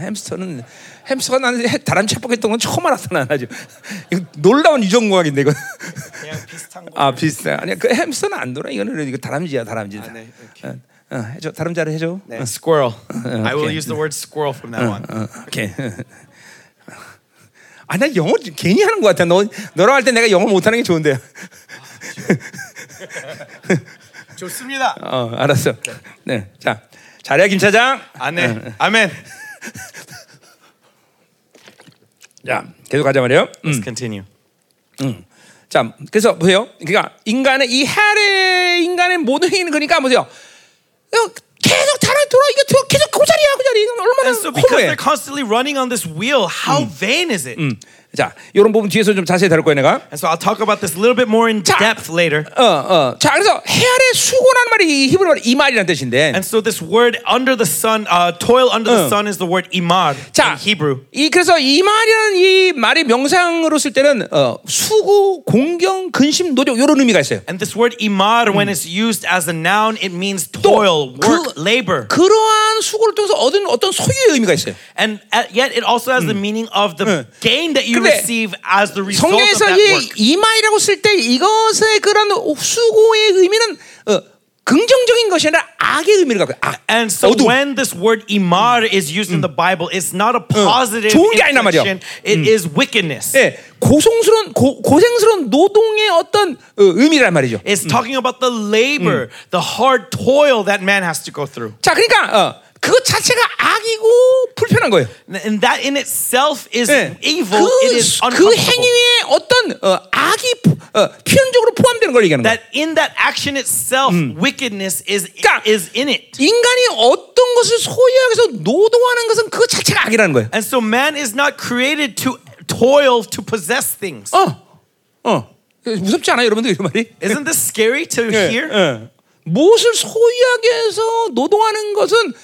[SPEAKER 1] 햄스터는 햄스터가 나는 해- 다람쥐 협박했던 건 처음 알았어 나 아주 이거 놀라운 유전공학인데 이거
[SPEAKER 2] 그냥 비슷한 거.
[SPEAKER 1] 아 비슷해 아니야 그 햄스터는 안 돌아 이거는 이거 다람쥐야 다람쥐 아,
[SPEAKER 2] 네,
[SPEAKER 1] 어, 어, 해줘 다람쥐를 해줘
[SPEAKER 2] Yeah, squirrel. I will use the word squirrel from now on.
[SPEAKER 1] 어, 오케이 아나 영어 괜히 하는 것 같아 너 너랑 할 때 내가 영어 못하는 게 좋은데
[SPEAKER 2] 좋습니다.
[SPEAKER 1] 어 알았어 네자 잘해 김 차장
[SPEAKER 2] 아멘. 아멘.
[SPEAKER 1] 자 계속 가자 말이요 음.
[SPEAKER 2] Let's continue.
[SPEAKER 1] 자, 그래서 보세요. 그러니까 인간의 이 해래 인간의 모든 행위는 그러니까 보세요. 이거 계속 다른 돌아 이거 들어 계속 그 자리야 그 자리 이건
[SPEAKER 2] And
[SPEAKER 1] 얼마나
[SPEAKER 2] so because
[SPEAKER 1] 허무해.
[SPEAKER 2] they're constantly running on this wheel, how vain is it?
[SPEAKER 1] 음. 자, 이런 부분 뒤에서 좀 자세히 다룰 거예요 내가.
[SPEAKER 2] And so I'll talk about this a little bit more in
[SPEAKER 1] 자.
[SPEAKER 2] depth later.
[SPEAKER 1] 어, 어. 자, 그래서 해아래 수고라는 말이 이 히브리 말 이말이라는 뜻인데.
[SPEAKER 2] And so this word under the sun, uh, toil under the sun is the word imar
[SPEAKER 1] 자,
[SPEAKER 2] in Hebrew.
[SPEAKER 1] 이 그래서 이 말이라는 이 말의 명상으로 쓸 때는 어, 수고, 공경, 근심, 노력 이런 의미가 있어요.
[SPEAKER 2] And this word imar, when it's used as a noun, it means
[SPEAKER 1] 또
[SPEAKER 2] toil, work,
[SPEAKER 1] 그-
[SPEAKER 2] labor.
[SPEAKER 1] 그러한 수고를 통해서 얻은 어떤 소유의 의미가 있어요.
[SPEAKER 2] And uh, yet it also has the
[SPEAKER 1] Hmm.
[SPEAKER 2] meaning of the gain that you
[SPEAKER 1] 근데
[SPEAKER 2] receive as the result of
[SPEAKER 1] 성경에서
[SPEAKER 2] that
[SPEAKER 1] 이
[SPEAKER 2] work.
[SPEAKER 1] 이마이라고 쓸 때 이것의 그런 수고의 의미는 어, 긍정적인 것이 아니라 악의 의미를 갖고 있어요. 악.
[SPEAKER 2] And so
[SPEAKER 1] 어둠. Hmm.
[SPEAKER 2] when this word imar is used in the Bible, it's not a positive
[SPEAKER 1] 좋은 게 아니란 말이야. Hmm.
[SPEAKER 2] inflection. It is wickedness.
[SPEAKER 1] 예, 고성스러운 고, 고생스러운 노동의 어떤 어, 의미란 말이죠.
[SPEAKER 2] It's talking about the labor,
[SPEAKER 1] Hmm.
[SPEAKER 2] the hard toil that man has to go through.
[SPEAKER 1] 자, 그러니까 어, 그것 자체가 악이고 불편한 거예요.
[SPEAKER 2] And that in itself is
[SPEAKER 1] 예.
[SPEAKER 2] evil. it is
[SPEAKER 1] 그, 그
[SPEAKER 2] uncomfortable.
[SPEAKER 1] 행위에 어떤 어, 악이 어, 표현적으로 포함되는 걸 얘기하는 거예요.
[SPEAKER 2] That in that action itself,
[SPEAKER 1] Hmm.
[SPEAKER 2] wickedness is,
[SPEAKER 1] 그러니까
[SPEAKER 2] is in it.
[SPEAKER 1] 인간이 어떤 것을 소유하면서 노동하는 것은 그 자체가 악이라는 거예요.
[SPEAKER 2] And so man is not created to toil to possess things.
[SPEAKER 1] Oh. 어, 어, 무섭지 않아요, 여러분들 이런 말이?
[SPEAKER 2] Isn't this scary to hear?
[SPEAKER 1] 예. 무엇을 소유하기 위해서 노동하는 것은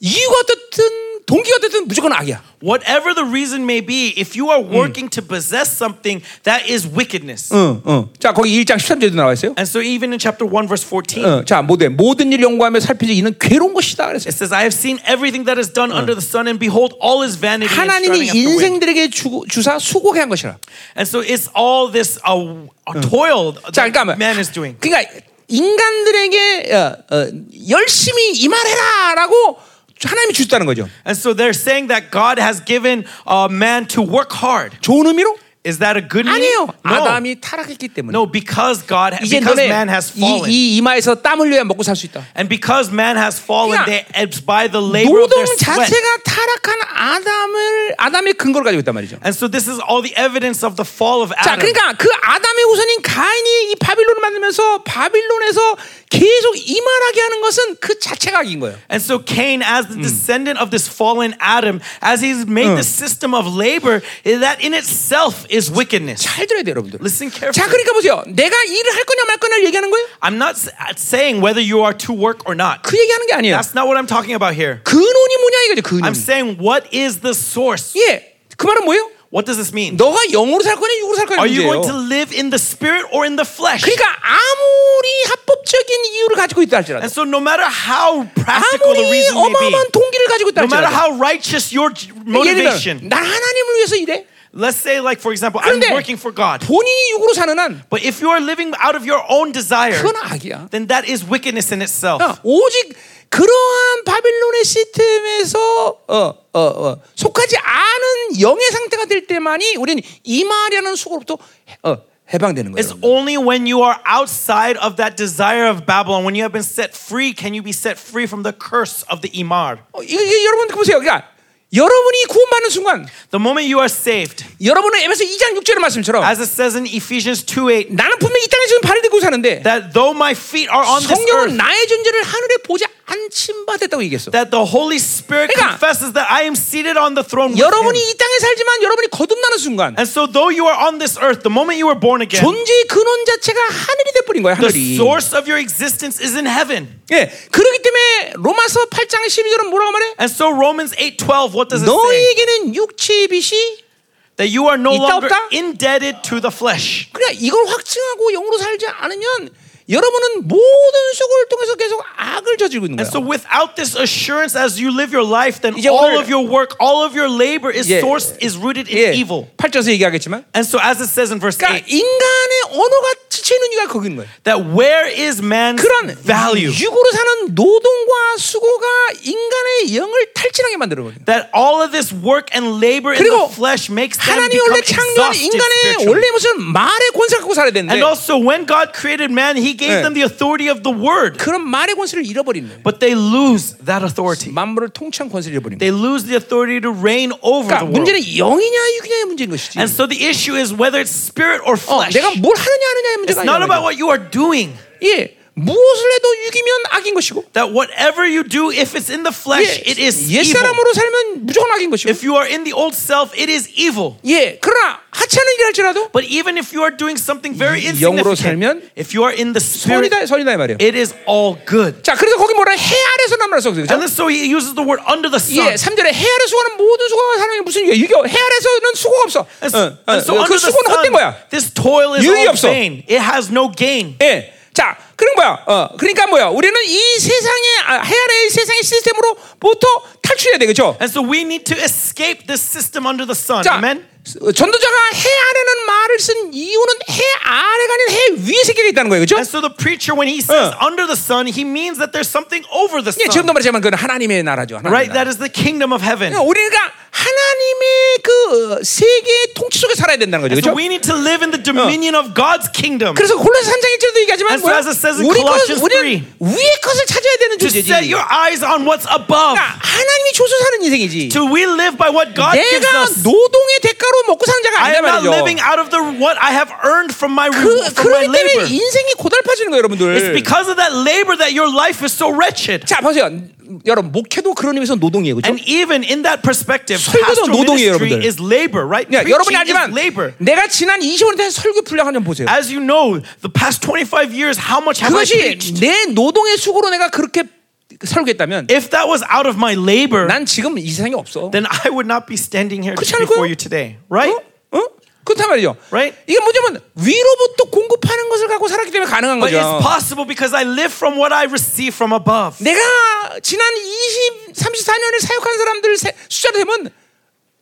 [SPEAKER 1] 이유가 어떻든 동기가 됐든 무조건 악이야.
[SPEAKER 2] Whatever the reason may be, if you
[SPEAKER 1] Mm.
[SPEAKER 2] are working to possess something, that is wickedness.
[SPEAKER 1] 응,
[SPEAKER 2] 어.
[SPEAKER 1] 응. 자, 거기 1장 13절에도 나와 있어요.
[SPEAKER 2] And so, even in chapter 1, verse 14,
[SPEAKER 1] 어, 자, 모든 모든 일 연구하며 살피지 이는 괴로운 것이다 그랬어요.
[SPEAKER 2] it says, I have seen everything that is done under the sun, and behold, all is vanity.
[SPEAKER 1] Uh.
[SPEAKER 2] And,
[SPEAKER 1] 하나님이
[SPEAKER 2] striving after wind."
[SPEAKER 1] 인생들에게 주, 주사 수고하게 한 것이라.
[SPEAKER 2] and so, it's all this uh, uh, toil
[SPEAKER 1] 자,
[SPEAKER 2] that
[SPEAKER 1] 그러니까 뭐-
[SPEAKER 2] man is doing.
[SPEAKER 1] 그러니까 인간들에게 어, 어, 열심히 임하래라라고 하나님이 주셨다는 거죠.
[SPEAKER 2] And so, they're saying that God has given uh, man to work hard.
[SPEAKER 1] 좋은 의미로?
[SPEAKER 2] Is that a good meaning?
[SPEAKER 1] 아니에요. 아담이 타락했기 때문에.
[SPEAKER 2] No, because God,
[SPEAKER 1] 이제
[SPEAKER 2] because
[SPEAKER 1] 너네
[SPEAKER 2] man has
[SPEAKER 1] 이,
[SPEAKER 2] fallen,
[SPEAKER 1] 이 이마에서 땀 흘려야 먹고 살 수 있다.
[SPEAKER 2] and because man has fallen,
[SPEAKER 1] 그냥
[SPEAKER 2] they it's by the labor of
[SPEAKER 1] 노동
[SPEAKER 2] their sweat.
[SPEAKER 1] 자체가 타락한 아담을 아담의 근거를 가지고 있단 말이죠.
[SPEAKER 2] And so this is all the evidence of the fall of
[SPEAKER 1] 자,
[SPEAKER 2] Adam.
[SPEAKER 1] 그러니까 그 아담의 후손인 가인이 이 바빌론을 만들면서 바빌론에서 계속 이만하게 하는 것은 그 자체가 악인 거예요.
[SPEAKER 2] and so Cain, as the descendant of this fallen Adam, as he's made the system of labor, that in itself is wickedness.
[SPEAKER 1] 잘 들어야 돼요, 여러분들.
[SPEAKER 2] Listen carefully.
[SPEAKER 1] 자, 그러니까 보세요. 내가 일을 할 거냐 말 거냐를 얘기하는 거예요?
[SPEAKER 2] I'm not s- uh, saying whether you are to work or not.
[SPEAKER 1] 그 얘기하는 게 아니에요.
[SPEAKER 2] That's not what I'm talking about here.
[SPEAKER 1] 근원이 뭐냐 이거죠, 근원.
[SPEAKER 2] I'm saying what is the source?
[SPEAKER 1] 예, 그 말은 뭐예요?
[SPEAKER 2] What does this mean?
[SPEAKER 1] 너가 영으로 살 거냐 육으로 살 거냐
[SPEAKER 2] Are you
[SPEAKER 1] 문제예요.
[SPEAKER 2] going to live in the spirit or in the flesh?
[SPEAKER 1] 그러니까 아무리 합법적인 이유를 가지고 있다 할지라도
[SPEAKER 2] And so no matter how practical the
[SPEAKER 1] 아무리
[SPEAKER 2] reason may be,
[SPEAKER 1] 어마어마한 동기를 가지고 있다
[SPEAKER 2] no matter
[SPEAKER 1] 할지라도
[SPEAKER 2] how righteous your j-
[SPEAKER 1] 예를 들면
[SPEAKER 2] motivation,
[SPEAKER 1] 난 하나님을 위해서 일해.
[SPEAKER 2] let's say like for example, I'm
[SPEAKER 1] 그런데
[SPEAKER 2] working for God.
[SPEAKER 1] 본인이 육으로 사는 한
[SPEAKER 2] But if you are living out of your own desire,
[SPEAKER 1] 그건 악이야.
[SPEAKER 2] then that is wickedness in itself.
[SPEAKER 1] 어, 오직 그러한 바빌론의 시스템에서 어, 어, 어, 속하지 않은 영의 상태가 될 때만이 우리는 이마라는 수고로부터 해- 어, 해방되는 거예요.
[SPEAKER 2] It's only when you are outside of that desire of Babylon, when you have been set free, can you be set free from the curse of the Imar.
[SPEAKER 1] 어, 이게, 이게 여러분 보세요. 그러니까 여러분이 구원받는 순간
[SPEAKER 2] The moment you are saved,
[SPEAKER 1] 여러분은 에베소 2장 6절의 말씀처럼
[SPEAKER 2] as it says in Ephesians 2 8,
[SPEAKER 1] 나는 분명히 이 땅에 지금 발을 들고 사는데
[SPEAKER 2] that though my feet are on this
[SPEAKER 1] 성령은
[SPEAKER 2] earth,
[SPEAKER 1] 나의 존재를 하늘에 보지 않침 바됐다고 얘기했어.
[SPEAKER 2] that the Holy Spirit
[SPEAKER 1] 그러니까
[SPEAKER 2] confesses that I am seated on the throne. With
[SPEAKER 1] 어,
[SPEAKER 2] him.
[SPEAKER 1] 여러분이 이 땅에 살지만 여러분이 거듭나는 순간
[SPEAKER 2] And so, though you are on this earth, the moment you were born again,
[SPEAKER 1] 존재의 근원 자체가 하늘이 돼버린 거야
[SPEAKER 2] 네. the
[SPEAKER 1] 하늘이.
[SPEAKER 2] source of your existence is in heaven.
[SPEAKER 1] 예, 그렇기 때문에 로마서 8장 12절은 뭐라고 말해?
[SPEAKER 2] And so, Romans eight twelve, what does it say?
[SPEAKER 1] 너희에게는 육체의 빚이
[SPEAKER 2] that you are no
[SPEAKER 1] 있다
[SPEAKER 2] longer
[SPEAKER 1] 없다?
[SPEAKER 2] indebted to the flesh.
[SPEAKER 1] 그러니까 이걸 확증하고 영으로 살지 않으면 여러분은 모든 수고를 통해서 계속 악을 저지르고 있는 거야.
[SPEAKER 2] And so without this assurance as you live your life, then
[SPEAKER 1] 이제
[SPEAKER 2] all
[SPEAKER 1] 오늘-
[SPEAKER 2] of your work, all of your labor is
[SPEAKER 1] 예.
[SPEAKER 2] sourced, is rooted in
[SPEAKER 1] 예,
[SPEAKER 2] evil.
[SPEAKER 1] 8절에서 얘기하겠지만
[SPEAKER 2] And so as it says in verse
[SPEAKER 1] 그러니까
[SPEAKER 2] 8,
[SPEAKER 1] 인간의 언어가 지체는 이유가 거기 있는 거예요.
[SPEAKER 2] that where is man's
[SPEAKER 1] 그런
[SPEAKER 2] value?
[SPEAKER 1] 육으로 사는 노동과 수고가 인간의 영을 탈진하게 만들어 버려요.
[SPEAKER 2] That all of this work and labor in the
[SPEAKER 1] 그리고
[SPEAKER 2] flesh makes them
[SPEAKER 1] 하나님이
[SPEAKER 2] become
[SPEAKER 1] 원래 창조한
[SPEAKER 2] exhausted
[SPEAKER 1] 인간의
[SPEAKER 2] spiritually.
[SPEAKER 1] 원래 모습은 말의 권세를 갖고 살아야 되는데
[SPEAKER 2] And also when God created man, he gave
[SPEAKER 1] 예.
[SPEAKER 2] them the authority of the word.
[SPEAKER 1] 그런 말의 권세를 잃어버리는 거예요.
[SPEAKER 2] But they lose that authority.
[SPEAKER 1] 만물을 통치한 권세를 잃어버리는 거예요.
[SPEAKER 2] They lose the authority to reign over the
[SPEAKER 1] 그러니까
[SPEAKER 2] world.
[SPEAKER 1] 문제는 영이냐 육이냐의 문제인 것이지.
[SPEAKER 2] And so the issue is whether it's spirit or
[SPEAKER 1] 어,
[SPEAKER 2] flesh.
[SPEAKER 1] 내가 뭘 하느냐 안 하느냐의 문제가
[SPEAKER 2] It's not
[SPEAKER 1] 아니라
[SPEAKER 2] about what you are doing.
[SPEAKER 1] 예, 무엇을 해도 육이면 악인 것이고
[SPEAKER 2] That whatever you do, if it's in
[SPEAKER 1] 예,
[SPEAKER 2] the flesh, it is
[SPEAKER 1] 옛
[SPEAKER 2] evil.
[SPEAKER 1] 사람으로 살면 무조건 악인 것이고
[SPEAKER 2] If you are in the old self, it is evil.
[SPEAKER 1] 예, 그러나 하찮은 일을 할지라도
[SPEAKER 2] But even if you are doing something very
[SPEAKER 1] 이- 영으로 살면
[SPEAKER 2] insignificant, if you are in the spirit,
[SPEAKER 1] 선이다 선이다 이 말이에요.
[SPEAKER 2] it is all good.
[SPEAKER 1] 자, 그래서 거기 뭐라 해 아래서 남을 수 없어요. 그죠?
[SPEAKER 2] And then so he uses the word under the sun.
[SPEAKER 1] 예, 3절에 해 아래 수고하는 모든 수고가 사람이 무슨 이유야? 유교 해 아래서는 수고가 없어.
[SPEAKER 2] And so,
[SPEAKER 1] 어, 어,
[SPEAKER 2] and so
[SPEAKER 1] 그
[SPEAKER 2] under the
[SPEAKER 1] 수고는 헛된
[SPEAKER 2] sun,
[SPEAKER 1] 거야.
[SPEAKER 2] this toil is
[SPEAKER 1] 유익이
[SPEAKER 2] all
[SPEAKER 1] 없어.
[SPEAKER 2] vain. It has no gain.
[SPEAKER 1] 예. 자, 그런 거야. 어, 그러니까 뭐야? 우리는 이 세상의 아, 해 아래의 세상의 시스템으로부터 탈출해야 돼. 그죠?
[SPEAKER 2] And so we need to escape this system under the sun.
[SPEAKER 1] 자,
[SPEAKER 2] Amen.
[SPEAKER 1] 어, 전도자가 해 아래는 말을 쓴 이유는 해 아래가 아닌 해 위에 세계가 있다는 거예요. 그죠?
[SPEAKER 2] And so the preacher, when he says
[SPEAKER 1] 어.
[SPEAKER 2] under the sun, he means that there's something over the
[SPEAKER 1] 예,
[SPEAKER 2] sun.
[SPEAKER 1] 지금도 말하지만 그건 하나님의 나라죠. 하나님의
[SPEAKER 2] Right?
[SPEAKER 1] 나라.
[SPEAKER 2] That is the kingdom of heaven.
[SPEAKER 1] 그러니까 우리가 하나님의 그 어, 세계의 통치 속에 살아야 된다는 거죠. 그죠?
[SPEAKER 2] So we need to live in the dominion of God's kingdom.
[SPEAKER 1] 그래서 골로새 3장 1절도 얘기하지만
[SPEAKER 2] And so
[SPEAKER 1] 뭐야?
[SPEAKER 2] as it says in
[SPEAKER 1] 우리 것,
[SPEAKER 2] Colossians
[SPEAKER 1] 우리는 위의 것을 찾아야 되는
[SPEAKER 2] To
[SPEAKER 1] 존재지.
[SPEAKER 2] set your
[SPEAKER 1] 그러니까
[SPEAKER 2] eyes on what's above.
[SPEAKER 1] 하나님이 줘서 사는 인생이지.
[SPEAKER 2] To we live by what God gives
[SPEAKER 1] 내가
[SPEAKER 2] us.
[SPEAKER 1] 노동의 대가로 먹고 사는 자가
[SPEAKER 2] I
[SPEAKER 1] 아니란
[SPEAKER 2] am not living
[SPEAKER 1] 말이죠.
[SPEAKER 2] out of the what I have earned from my
[SPEAKER 1] 그,
[SPEAKER 2] reward, from my
[SPEAKER 1] 그렇기 때문에
[SPEAKER 2] labor.
[SPEAKER 1] 인생이 고달파지는 거예요,
[SPEAKER 2] It's
[SPEAKER 1] 여러분들.
[SPEAKER 2] because of that labor that your life is so wretched.
[SPEAKER 1] 자, 보세요. 여러분, 목회도 그런 의미에서 노동이에요, 그렇죠?
[SPEAKER 2] And even in that perspective,
[SPEAKER 1] 설교도
[SPEAKER 2] pastoral
[SPEAKER 1] 노동이에요,
[SPEAKER 2] ministry
[SPEAKER 1] 여러분들.
[SPEAKER 2] is labor, right?
[SPEAKER 1] 야, 그러니까 여러분이
[SPEAKER 2] Preaching
[SPEAKER 1] 알지만
[SPEAKER 2] is labor.
[SPEAKER 1] 내가 지난 20년 된 설교 분량 한번 보세요.
[SPEAKER 2] As you know, the past 25 years, how much have I
[SPEAKER 1] 그것이
[SPEAKER 2] preached?
[SPEAKER 1] 내 노동의 수고로 내가 그렇게 설교했다면
[SPEAKER 2] If that was out of my labor,
[SPEAKER 1] 난 지금 이 세상에 없어.
[SPEAKER 2] then I would not be standing here
[SPEAKER 1] 그렇지 않을
[SPEAKER 2] before
[SPEAKER 1] 거예요?
[SPEAKER 2] you today, right?
[SPEAKER 1] 어? 어? 그렇단 말이죠.
[SPEAKER 2] Right?
[SPEAKER 1] 이게 뭐냐면 위로부터 공급하는 것을 갖고 살았기 때문에 가능한
[SPEAKER 2] But
[SPEAKER 1] 거죠.
[SPEAKER 2] it's possible because I live from what I receive from above.
[SPEAKER 1] 내가 지난 20, 34년을 사역한 사람들 세- 숫자로 되면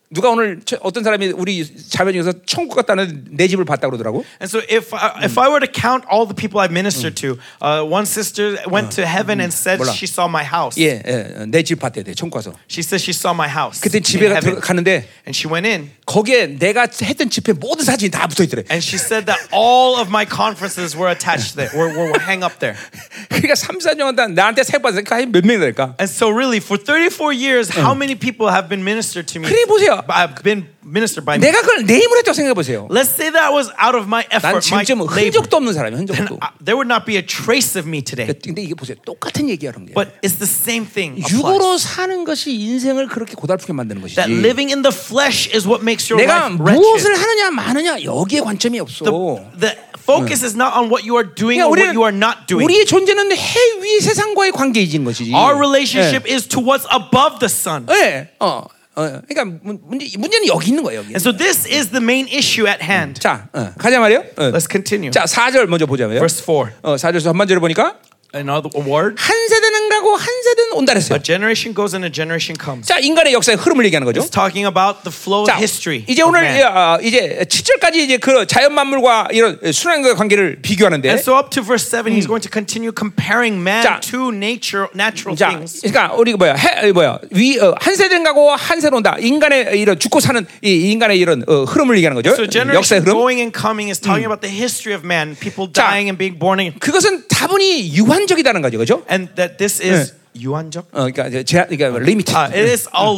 [SPEAKER 1] 누가 오늘 저- 어떤 사람이 우리 자매 중에서 천국 갔다는 내 집을 봤다 그러더라고.
[SPEAKER 2] And so if I, if I were to count all the people I ministered to, uh, one sister went to heaven and said
[SPEAKER 1] 몰라.
[SPEAKER 2] she saw my house.
[SPEAKER 1] 예, 예 내 집 봤대, 내 천국 가서.
[SPEAKER 2] She said she saw my house.
[SPEAKER 1] 그때
[SPEAKER 2] in
[SPEAKER 1] 집에 가-
[SPEAKER 2] heaven.
[SPEAKER 1] 가는데
[SPEAKER 2] And she went in
[SPEAKER 1] 거기에 내가 했던 집회 모든 사진이 다 붙어 있더래.
[SPEAKER 2] and she said that all of my conferences were attached there, were, were, were hang up there.
[SPEAKER 1] 그러니까 3, 4년 동안 나한테 사역 받으니까 몇 명이 될까?
[SPEAKER 2] And so really for 34 years, how many people have been ministered to
[SPEAKER 1] Mm.
[SPEAKER 2] me?
[SPEAKER 1] 그래 보세요.
[SPEAKER 2] I've been ministered by me.
[SPEAKER 1] 내가 그걸 내 힘으로 했다고 생각해 보세요.
[SPEAKER 2] Let's say that was out of my
[SPEAKER 1] 난
[SPEAKER 2] effort, my
[SPEAKER 1] 지금쯤
[SPEAKER 2] labor.
[SPEAKER 1] 흔적도 없는 사람이야, 흔적도.
[SPEAKER 2] I- there would not be a trace of me today.
[SPEAKER 1] 근데 이게 보세요. 똑같은 얘기하는 게.
[SPEAKER 2] But it's the same thing. applies.
[SPEAKER 1] 육으로 사는 것이 인생을 그렇게 고달프게 만드는 것이지.
[SPEAKER 2] That living in the flesh is what makes your
[SPEAKER 1] 내가
[SPEAKER 2] life
[SPEAKER 1] 무엇을
[SPEAKER 2] wretched.
[SPEAKER 1] 하느냐 마느냐 여기에 관점이 없어.
[SPEAKER 2] The focus is not on what you are doing
[SPEAKER 1] 그러니까
[SPEAKER 2] or
[SPEAKER 1] 우리는
[SPEAKER 2] what you are not doing.
[SPEAKER 1] 우리의 존재는 해위 세상과의 관계인 것이지.
[SPEAKER 2] Our relationship is to what's above the sun.
[SPEAKER 1] 예. 예. 어. 어. 그러니까 문- 문제 문제는 여기 있는 거예요. 여기.
[SPEAKER 2] And so this is the main issue at hand.
[SPEAKER 1] 자, 어. 가자 말이요. 어.
[SPEAKER 2] Let's continue.
[SPEAKER 1] 자, 4절 먼저 보자고요.
[SPEAKER 2] Verse 4.
[SPEAKER 1] 어, 4절에서 한반절을 보니까
[SPEAKER 2] Another word.
[SPEAKER 1] 한 세대는 가고 한 세대는 온다
[SPEAKER 2] A
[SPEAKER 1] 그랬어요.
[SPEAKER 2] generation goes and a generation comes.
[SPEAKER 1] 자, 인간의 역사의 흐름을 얘기하는 거죠.
[SPEAKER 2] It's talking about the flow of
[SPEAKER 1] 자,
[SPEAKER 2] history.
[SPEAKER 1] 이제
[SPEAKER 2] of
[SPEAKER 1] 오늘
[SPEAKER 2] man.
[SPEAKER 1] 예, 아, 이제 7절까지 이제 그 자연 만물과 이런 순환과의 관계를 비교하는데
[SPEAKER 2] And so up to verse 7 he's going to continue comparing man
[SPEAKER 1] 자.
[SPEAKER 2] to nature natural
[SPEAKER 1] 자,
[SPEAKER 2] things.
[SPEAKER 1] 그러니까 우리 뭐야, 해, 뭐야, 위, 어, 한 세대는 가고 한 세대 온다. 인간의 이런 죽고 사는 이 인간의 이런 어, 흐름을 얘기하는 거죠.
[SPEAKER 2] So
[SPEAKER 1] 역사의
[SPEAKER 2] generation
[SPEAKER 1] 흐름.
[SPEAKER 2] going and coming is talking about the history of man, people dying and being born again.
[SPEAKER 1] 그것은 다분히 유한적이다는 거죠, 그죠?
[SPEAKER 2] And that this is 유한적.
[SPEAKER 1] 어, 그러니까 이제 제한, 그러니까 리미트.
[SPEAKER 2] Uh, it is all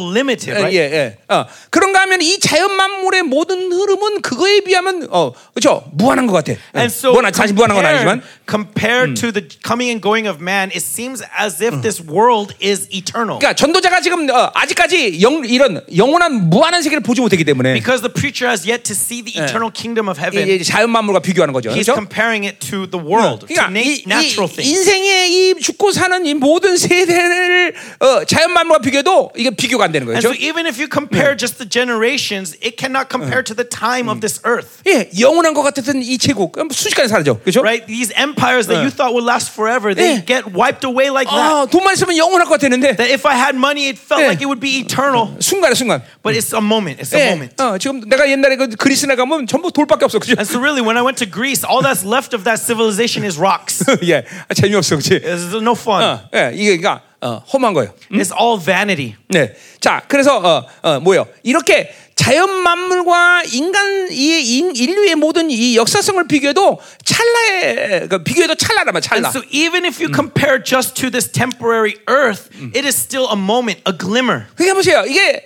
[SPEAKER 1] 예,
[SPEAKER 2] limited, right?
[SPEAKER 1] 예. 어, 그런가 하면 이 자연 만물의 모든 흐름은 그거에 비하면 어, 그렇죠? 무한한 것 같아. 어,
[SPEAKER 2] And so
[SPEAKER 1] 무한한 사실 무한한 건 아니지만
[SPEAKER 2] compared, compared to the coming and going of man, it seems as if this world is eternal.
[SPEAKER 1] 그러니까 전도자가 지금 어, 아직까지 영, 이런 영원한 무한한 세계를 보지 못했기 때문에
[SPEAKER 2] Because the preacher has yet to see the eternal kingdom of
[SPEAKER 1] 이-
[SPEAKER 2] heaven,
[SPEAKER 1] 이 자연 만물과 비교하는 거죠.
[SPEAKER 2] he's
[SPEAKER 1] 그렇죠?
[SPEAKER 2] comparing it to the world, to
[SPEAKER 1] 그러니까
[SPEAKER 2] na-
[SPEAKER 1] 이,
[SPEAKER 2] natural
[SPEAKER 1] 이
[SPEAKER 2] things.
[SPEAKER 1] 인생의 이 죽고 사는 이 모든 세대를 어, 자연 만물과 비교해도 이게 비교가 안 되는
[SPEAKER 2] And
[SPEAKER 1] 거죠.
[SPEAKER 2] so even if you compare just the generations, it cannot
[SPEAKER 1] Uh.
[SPEAKER 2] compare to the time
[SPEAKER 1] Mm.
[SPEAKER 2] of this earth.
[SPEAKER 1] 예, 영원한 것 같았던 이 제국 그럼 순식간에 사라져, 그렇죠?
[SPEAKER 2] right? These empires that
[SPEAKER 1] Yeah.
[SPEAKER 2] you thought would last forever,
[SPEAKER 1] Uh.
[SPEAKER 2] they
[SPEAKER 1] Yeah.
[SPEAKER 2] get wiped away like that.
[SPEAKER 1] 아, 돈만 있으면 영원할 것 같았는데
[SPEAKER 2] That if I had money, it felt
[SPEAKER 1] Yeah.
[SPEAKER 2] like it would be eternal.
[SPEAKER 1] 순간에 순간.
[SPEAKER 2] But it's a moment. It's a
[SPEAKER 1] 예,
[SPEAKER 2] moment.
[SPEAKER 1] 어, 지금 내가 옛날에 그 그리스나 가면 전부 돌밖에 없어, 그죠?
[SPEAKER 2] And so, really, when I went to Greece, all that's left of that civilization is rocks.
[SPEAKER 1] 예, 아, 재미없어, 그렇지?
[SPEAKER 2] It's no fun.
[SPEAKER 1] 어, 예, 이게 그러니까 어, 험한 거예요.
[SPEAKER 2] It's all vanity.
[SPEAKER 1] 네. 자, 그래서 어, 어, 뭐요? 이렇게 자연 만물과 인간 이 인- 인류의 모든 이 역사성을 비교해도 찰나의 그 비교해도 찰나란 말
[SPEAKER 2] And
[SPEAKER 1] 찰나.
[SPEAKER 2] so, even if you compare just to this temporary earth, it is still a moment, a glimmer.
[SPEAKER 1] 그러니까 보세요. 이게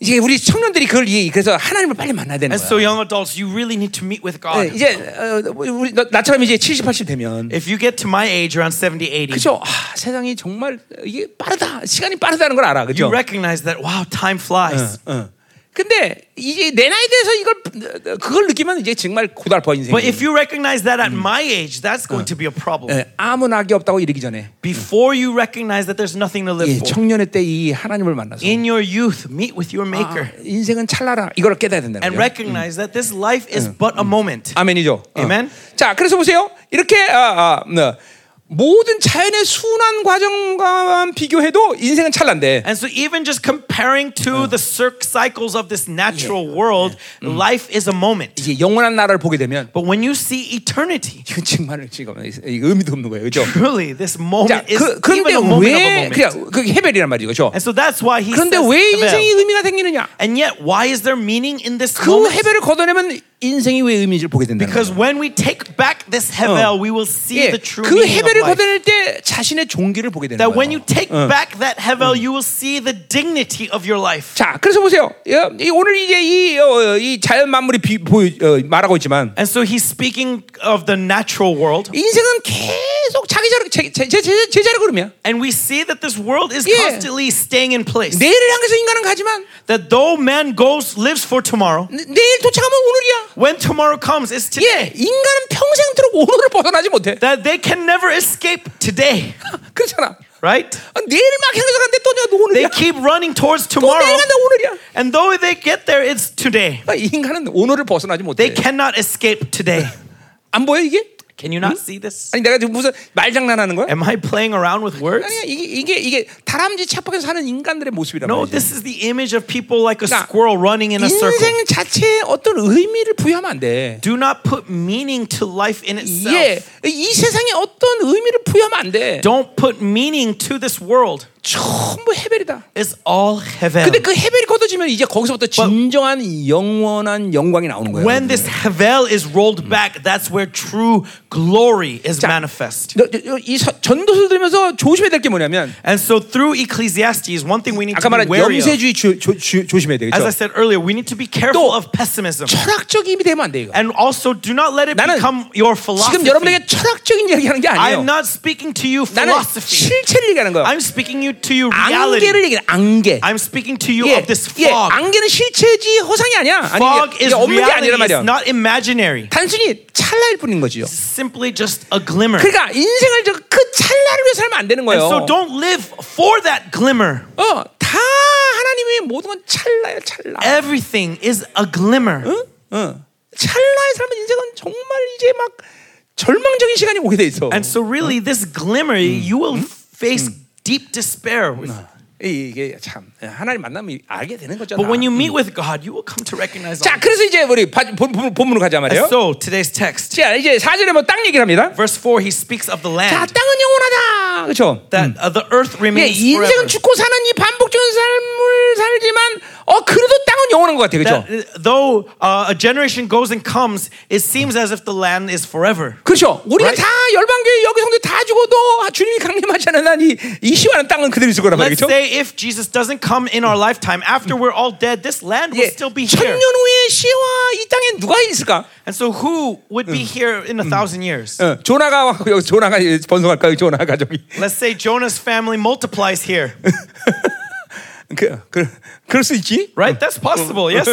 [SPEAKER 1] 이제 우리 청년들이 그걸 이해. 그래서 하나님을 빨리 만나야 되는
[SPEAKER 2] And so,
[SPEAKER 1] 거야.
[SPEAKER 2] young adults, you really need to meet with
[SPEAKER 1] 네,
[SPEAKER 2] God.
[SPEAKER 1] 이제 어, 우리 나- 나처럼 이제 70, 80 되면
[SPEAKER 2] If you get to my age, around 70, 80,
[SPEAKER 1] 그죠? 아, 세상이 정말 이게 빠르다. 시간이 빠르다는 걸 알아.
[SPEAKER 2] you
[SPEAKER 1] 그죠?
[SPEAKER 2] recognize that, wow, time flies.
[SPEAKER 1] 어. 근데 이제 내 나이 돼서 이걸 그걸 느끼면 이제 정말 고달퍼 인생이.
[SPEAKER 2] But if you recognize that at my age, that's going to be a problem.
[SPEAKER 1] 예, 아무 낙이 없다고 이르기 전에
[SPEAKER 2] Before you recognize that there's nothing to live
[SPEAKER 1] 예,
[SPEAKER 2] for,
[SPEAKER 1] 청년의 때 이 하나님을 만나서
[SPEAKER 2] in your youth, meet with your
[SPEAKER 1] 아,
[SPEAKER 2] Maker
[SPEAKER 1] 인생은 찰나라 이걸 깨달아야 된다는
[SPEAKER 2] and
[SPEAKER 1] 거예요.
[SPEAKER 2] recognize that this life is but a moment.
[SPEAKER 1] 아멘이죠. 어.
[SPEAKER 2] 아멘.
[SPEAKER 1] 자, 그래서 보세요. 이렇게 아, 아, 네. 모든 자연의 순환 과정과만 비교해도 인생은 찰난데.
[SPEAKER 2] And so, even just comparing to the circ cycles of this natural world, life is a moment.
[SPEAKER 1] 이제 영원한 나라를 보게 되면
[SPEAKER 2] But when you see eternity,
[SPEAKER 1] 이건 정말 지금 이게 의미도 없는 거예요. 그렇죠?
[SPEAKER 2] really, this
[SPEAKER 1] 자,
[SPEAKER 2] moment is
[SPEAKER 1] 그,
[SPEAKER 2] even
[SPEAKER 1] 그런데
[SPEAKER 2] a moment of
[SPEAKER 1] 왜
[SPEAKER 2] a moment.
[SPEAKER 1] 그냥 그게 헤벨이란 말이죠. 그렇죠?
[SPEAKER 2] And so that's why he
[SPEAKER 1] 그런데
[SPEAKER 2] says,
[SPEAKER 1] 왜
[SPEAKER 2] "Havel."
[SPEAKER 1] 인생이 의미가 생기느냐?
[SPEAKER 2] and yet, why is there meaning in this
[SPEAKER 1] 그
[SPEAKER 2] moment?
[SPEAKER 1] 헤벨을 걷어내면 인생이 왜 의미인지를 보게 된다는 거예요.
[SPEAKER 2] Because when we take back this Hevel, we will see
[SPEAKER 1] 예,
[SPEAKER 2] the true
[SPEAKER 1] 그
[SPEAKER 2] meaning
[SPEAKER 1] 헤벨을
[SPEAKER 2] of life.
[SPEAKER 1] 걷어낼 때 자신의 종기를 보게 되는
[SPEAKER 2] That when
[SPEAKER 1] 거예요.
[SPEAKER 2] you take back that Hevel, you will see the dignity of your life.
[SPEAKER 1] 자, 그래서 보세요. 예, 이 오늘 이제 이, 어, 이 자연 만물이 비, 보여, 어, 말하고 있지만
[SPEAKER 2] And so he's speaking of the natural world.
[SPEAKER 1] 인생은 계속 자기 자리, 제, 제, 제, 제, 제 자리 걸음이야.
[SPEAKER 2] And we see that this world is
[SPEAKER 1] Yeah.
[SPEAKER 2] constantly staying in place.
[SPEAKER 1] 내일을 향해서 인간은 가지만
[SPEAKER 2] That though man goes, lives for tomorrow,
[SPEAKER 1] 내- 내일 도착하면 오늘이야.
[SPEAKER 2] when tomorrow comes, it's
[SPEAKER 1] 예,
[SPEAKER 2] today.
[SPEAKER 1] 인간은 평생도록 오늘을 벗어나지 못해.
[SPEAKER 2] That they can never escape today.
[SPEAKER 1] 그렇잖아.
[SPEAKER 2] right?
[SPEAKER 1] 아, 내일 막 향해가는데 또 내가
[SPEAKER 2] They
[SPEAKER 1] 오늘이야.
[SPEAKER 2] keep running towards
[SPEAKER 1] 또 내일
[SPEAKER 2] tomorrow.
[SPEAKER 1] 간다 오늘이야.
[SPEAKER 2] And though they get there, it's today.
[SPEAKER 1] 아, 이 인간은 오늘을 벗어나지
[SPEAKER 2] They
[SPEAKER 1] 못해.
[SPEAKER 2] cannot escape today.
[SPEAKER 1] 안 보여 이게?
[SPEAKER 2] Can you not see this?
[SPEAKER 1] 아니 내가 지금 무슨 말장난하는 거야?
[SPEAKER 2] Am I playing around with words?
[SPEAKER 1] 아니야 이게 이게 이게 다람쥐 쳇바퀴 사는 인간들의 모습이란
[SPEAKER 2] No,
[SPEAKER 1] 말이야.
[SPEAKER 2] this is the image of people like a
[SPEAKER 1] Nah.
[SPEAKER 2] squirrel running in a circle.
[SPEAKER 1] 인생 자체에 어떤 의미를 부여하면 안 돼.
[SPEAKER 2] Do not put meaning to life
[SPEAKER 1] 예,
[SPEAKER 2] in itself.
[SPEAKER 1] 이 세상에 어떤 의미를 부여하면 안 돼.
[SPEAKER 2] Don't put meaning to this world.
[SPEAKER 1] 전부 헤벨이다.
[SPEAKER 2] It's all heaven.
[SPEAKER 1] 근데 그 헤벨이 걷어지면 이제 거기서부터 진정한 영원한 영광이 나오는 거예요.
[SPEAKER 2] When this hevel is rolled back, that's where true glory is manifest.
[SPEAKER 1] 너, 저, 저, 이 서- 전도서 들으면서 조심해야 될 게 뭐냐면
[SPEAKER 2] And so through Ecclesiastes, one thing we need
[SPEAKER 1] 아까
[SPEAKER 2] to
[SPEAKER 1] 말한
[SPEAKER 2] be wary of.
[SPEAKER 1] 염세주의 조, 조, 조, 조심해야 돼.
[SPEAKER 2] As I
[SPEAKER 1] 그렇죠?
[SPEAKER 2] said earlier, we need to be careful
[SPEAKER 1] 또-
[SPEAKER 2] of pessimism.
[SPEAKER 1] 철학적 힘이 되면 안 돼. 이거.
[SPEAKER 2] And also do not let it
[SPEAKER 1] 나는
[SPEAKER 2] become your
[SPEAKER 1] 지금
[SPEAKER 2] philosophy.
[SPEAKER 1] 여러분에게 철학적인 이야기하는 게
[SPEAKER 2] I am
[SPEAKER 1] 아니에요.
[SPEAKER 2] not speaking to you
[SPEAKER 1] 나는
[SPEAKER 2] philosophy.
[SPEAKER 1] 실체를 얘기하는 거예요.
[SPEAKER 2] I'm speaking you to you reality.
[SPEAKER 1] 안개를 얘기해. 안개.
[SPEAKER 2] I'm speaking to you
[SPEAKER 1] 예,
[SPEAKER 2] of this
[SPEAKER 1] 예,
[SPEAKER 2] fog.
[SPEAKER 1] 안개는 실체지 허상이 아니야. 아니,
[SPEAKER 2] Fog
[SPEAKER 1] 이게
[SPEAKER 2] is
[SPEAKER 1] 없는 게
[SPEAKER 2] reality.
[SPEAKER 1] 아니란 말이야.
[SPEAKER 2] It's not imaginary.
[SPEAKER 1] 단순히 찰나일 뿐인 거지요.
[SPEAKER 2] Simply just a glimmer.
[SPEAKER 1] 그러니까 인생을 저 그 찰나를 위해 살면 안 되는
[SPEAKER 2] And
[SPEAKER 1] 거예요.
[SPEAKER 2] so don't live for that glimmer.
[SPEAKER 1] 어, 다 하나님의 모든 건 찰나야, 찰나.
[SPEAKER 2] Everything is a glimmer.
[SPEAKER 1] 어. 찰나에 살면 인생은 정말 이제 막 절망적인 시간이 오게 돼 있어.
[SPEAKER 2] And so really this glimmer, you will face deep despair. with.
[SPEAKER 1] 이- 이게 참 예, 하나님 만나면 알게 되는 거잖아.
[SPEAKER 2] But when you meet with God, you will come to recognize all.
[SPEAKER 1] 자, 그래서 이제 우리 바- 본- 본- 본문으로 가자 말이에요.
[SPEAKER 2] And so today's text,
[SPEAKER 1] 자, 이제 4절에 뭐 땅 얘기를 합니다.
[SPEAKER 2] verse 4, he speaks of the
[SPEAKER 1] 자,
[SPEAKER 2] land.
[SPEAKER 1] 땅은 영원하다. 그렇죠?
[SPEAKER 2] That uh, the earth
[SPEAKER 1] 예,
[SPEAKER 2] remains forever.
[SPEAKER 1] 인생은 죽고 사는 이 반복적인 삶을 살지만 어 그래도 땅은 영원한 것 같아요. 그렇죠?
[SPEAKER 2] That, uh, though uh, a generation goes and comes, it seems as if the land is forever.
[SPEAKER 1] 그렇죠. 우리가
[SPEAKER 2] Right.
[SPEAKER 1] 다 열방교회 여기 성도 다 죽어도 주님이 강림하지 않는 한이 이 시와는 땅은 그대로 있을 거란
[SPEAKER 2] Let's
[SPEAKER 1] 말이죠.
[SPEAKER 2] say if Jesus doesn't come in our lifetime, after we're all dead, this land
[SPEAKER 1] 예,
[SPEAKER 2] will still be
[SPEAKER 1] 천년
[SPEAKER 2] here.
[SPEAKER 1] 후에 시와 이 땅에 누가 있을까?
[SPEAKER 2] And so, who would be here in a thousand years?
[SPEAKER 1] 어, 조나가 와서 여기 조나가 번성할까요? 조나 가족이
[SPEAKER 2] Let's say Jonah's family multiplies here,
[SPEAKER 1] 그, 그 그럴 수 있지?
[SPEAKER 2] right? That's possible, yes?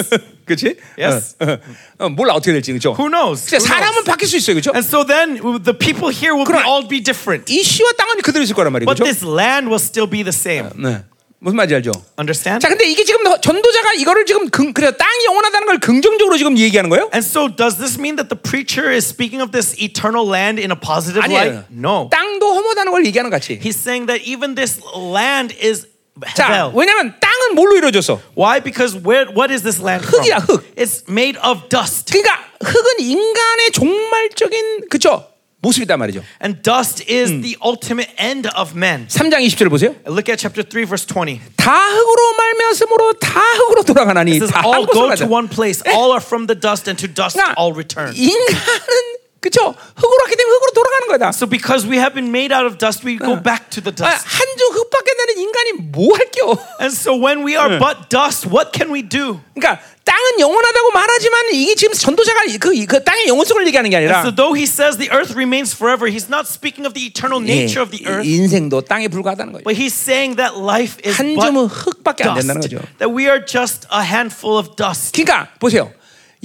[SPEAKER 1] 그렇지?
[SPEAKER 2] Yes.
[SPEAKER 1] 어, 어, 어, 몰라 어떻게 될지 그렇죠?
[SPEAKER 2] Who knows? Who
[SPEAKER 1] 진짜 사람은
[SPEAKER 2] knows?
[SPEAKER 1] 바뀔 수 있어요, 그렇죠?
[SPEAKER 2] And so then the people here will be,
[SPEAKER 1] 그럼-
[SPEAKER 2] all be different,
[SPEAKER 1] 이 시와 땅은 그대로 있을 거란 말이죠.
[SPEAKER 2] but
[SPEAKER 1] 그렇죠?
[SPEAKER 2] this land will still be the same.
[SPEAKER 1] 네. 무슨 말인지 알죠?
[SPEAKER 2] Understand?
[SPEAKER 1] 자, 근데 이게 지금 너- 전도자가 이거를 지금 긍, 그래 땅이 영원하다는 걸 긍정적으로 지금 얘기하는 거예요?
[SPEAKER 2] And so, does this mean that the preacher is speaking of this eternal land in a positive
[SPEAKER 1] 아니에요.
[SPEAKER 2] light? No.
[SPEAKER 1] 땅도 허무하다는 걸 얘기하는 것 같이.
[SPEAKER 2] He's saying that even this land is
[SPEAKER 1] 자,
[SPEAKER 2] hell.
[SPEAKER 1] 왜냐면 땅은 뭘로 이루어졌어?
[SPEAKER 2] Why? Because where? What is this land from?
[SPEAKER 1] 흙이야, 흙.
[SPEAKER 2] It's made of dust,
[SPEAKER 1] 그러니까 흙은 인간의 종말적인 그쵸 모습이단 말이죠.
[SPEAKER 2] and dust is the ultimate end of men.
[SPEAKER 1] 3장 20절 보세요.
[SPEAKER 2] Look at chapter three, verse twenty.
[SPEAKER 1] 다 흙으로 말미암으로 다 흙으로 돌아가나니
[SPEAKER 2] It says,
[SPEAKER 1] 다
[SPEAKER 2] "All
[SPEAKER 1] 흙으로
[SPEAKER 2] go to
[SPEAKER 1] 가자.
[SPEAKER 2] one place. All are from the dust, and to dust
[SPEAKER 1] 그러니까
[SPEAKER 2] all return."
[SPEAKER 1] 인간은 그쵸 흙으로 왔기 때문에 흙으로 돌아가는 거다.
[SPEAKER 2] So, because we have been made out of dust, we go back to the
[SPEAKER 1] 아,
[SPEAKER 2] dust.
[SPEAKER 1] 한줌 흙밖에 나는 인간이 뭐 할게요?
[SPEAKER 2] And so, when we are but dust, what can we do?
[SPEAKER 1] 그러니까 땅은 영원하다고 말하지만 이게 지금 전도자가 그, 그 땅의 영원성을 얘기하는 게
[SPEAKER 2] So,
[SPEAKER 1] 아니라
[SPEAKER 2] though he says the earth remains forever, he's not speaking of the eternal
[SPEAKER 1] 예,
[SPEAKER 2] nature of the earth,
[SPEAKER 1] 인생도 땅에 불과하다는 거예요.
[SPEAKER 2] but he's saying that life is
[SPEAKER 1] 한
[SPEAKER 2] but
[SPEAKER 1] 점은 흙밖에 안 된다는
[SPEAKER 2] dust.
[SPEAKER 1] 거죠.
[SPEAKER 2] That we are just a handful of dust.
[SPEAKER 1] 그러니까 보세요.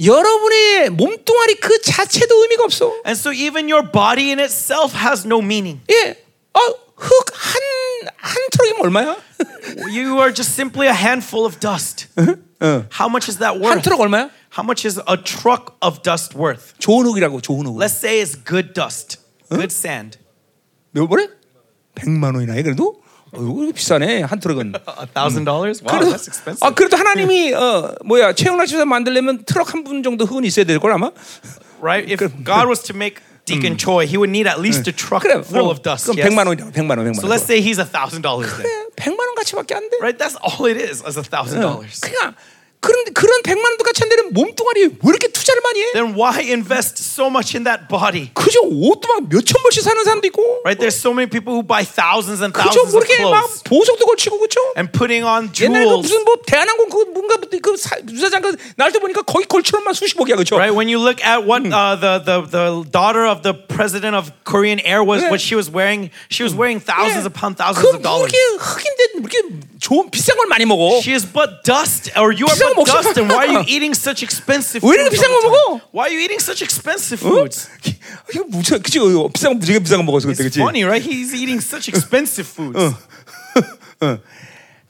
[SPEAKER 1] 여러분의 몸뚱아리 그 자체도 의미가 없어.
[SPEAKER 2] And so even your body in itself has no meaning.
[SPEAKER 1] 예. 어, 흙한한 트럭이면 얼마야?
[SPEAKER 2] You are just simply a handful of dust. How much is that
[SPEAKER 1] Uh-huh. Uh. 한
[SPEAKER 2] worth?
[SPEAKER 1] 트럭 얼마야?
[SPEAKER 2] How much is a truck of dust worth?
[SPEAKER 1] 좋은 흙이라고 좋은 흙.
[SPEAKER 2] Let's say it's good dust,
[SPEAKER 1] Uh-huh.
[SPEAKER 2] good sand.
[SPEAKER 1] 몇 번에? 100만 원이나 해 그래도? 어이구 이거 비싸네. 한 트럭은.
[SPEAKER 2] A thousand dollars? Wow,
[SPEAKER 1] 그래도,
[SPEAKER 2] that's expensive. 예.
[SPEAKER 1] 아, 그래도 하나님이 어, 뭐야? 최영락 집사 만들려면 트럭 한 분 정도 흙은 있어야 될 걸 아마.
[SPEAKER 2] Right? If God was to make Deacon Choi, he would need at least a truck
[SPEAKER 1] 아, 그래. 어.
[SPEAKER 2] full of dust.
[SPEAKER 1] 그럼
[SPEAKER 2] yes?
[SPEAKER 1] 100만 원이라고. 100만 원. 100만 원.
[SPEAKER 2] So let's say he's a thousand dollars then.
[SPEAKER 1] 그래, 100만 원 가치밖에 안 돼.
[SPEAKER 2] Right? That's all it is, as a thousand dollars.
[SPEAKER 1] 그러니까 그런 그런 100만 원도 가치 안 되는 몸뚱아리에 왜 이렇게 투자를 많이 해?
[SPEAKER 2] Then why invest so much in that body?
[SPEAKER 1] 그저 옷도 막 몇천 벌씩 사는 사람도 있고
[SPEAKER 2] Right? There's so many people who buy thousands and
[SPEAKER 1] 그저
[SPEAKER 2] thousands of
[SPEAKER 1] 모르게 막
[SPEAKER 2] clothes
[SPEAKER 1] 보석도 걸치고 그쵸?
[SPEAKER 2] and putting on
[SPEAKER 1] 옛날에 그
[SPEAKER 2] jewels.
[SPEAKER 1] 무슨 뭐 대한항공 그 뭔가 그 사- 유사장 그 날짜 보니까 거의 걸치는만 수십억이야 그쵸? 예.
[SPEAKER 2] Right? When you look at what uh, the, the, the daughter of the president of Korean Air was,
[SPEAKER 1] Yeah.
[SPEAKER 2] what she was wearing, she was wearing
[SPEAKER 1] 예.
[SPEAKER 2] thousands upon
[SPEAKER 1] 그
[SPEAKER 2] thousands of
[SPEAKER 1] 뭐
[SPEAKER 2] dollars.
[SPEAKER 1] 이렇게 흑인데 이렇게 좋은 비싼 걸 많이 먹어.
[SPEAKER 2] She is but dust, or you are
[SPEAKER 1] 비싼 거
[SPEAKER 2] but
[SPEAKER 1] 먹지
[SPEAKER 2] dust, and
[SPEAKER 1] 마.
[SPEAKER 2] why are you eating such expensive
[SPEAKER 1] 왜
[SPEAKER 2] foods?
[SPEAKER 1] 이렇게 비싼
[SPEAKER 2] all the
[SPEAKER 1] 거
[SPEAKER 2] time?
[SPEAKER 1] 먹어?
[SPEAKER 2] Why are you eating such expensive
[SPEAKER 1] 어?
[SPEAKER 2] foods?
[SPEAKER 1] 이거 무척 그치 이거 비싼 거 무지개 비싼 거 먹었어 그때
[SPEAKER 2] It's
[SPEAKER 1] 그치?
[SPEAKER 2] funny, right? He's eating such expensive foods.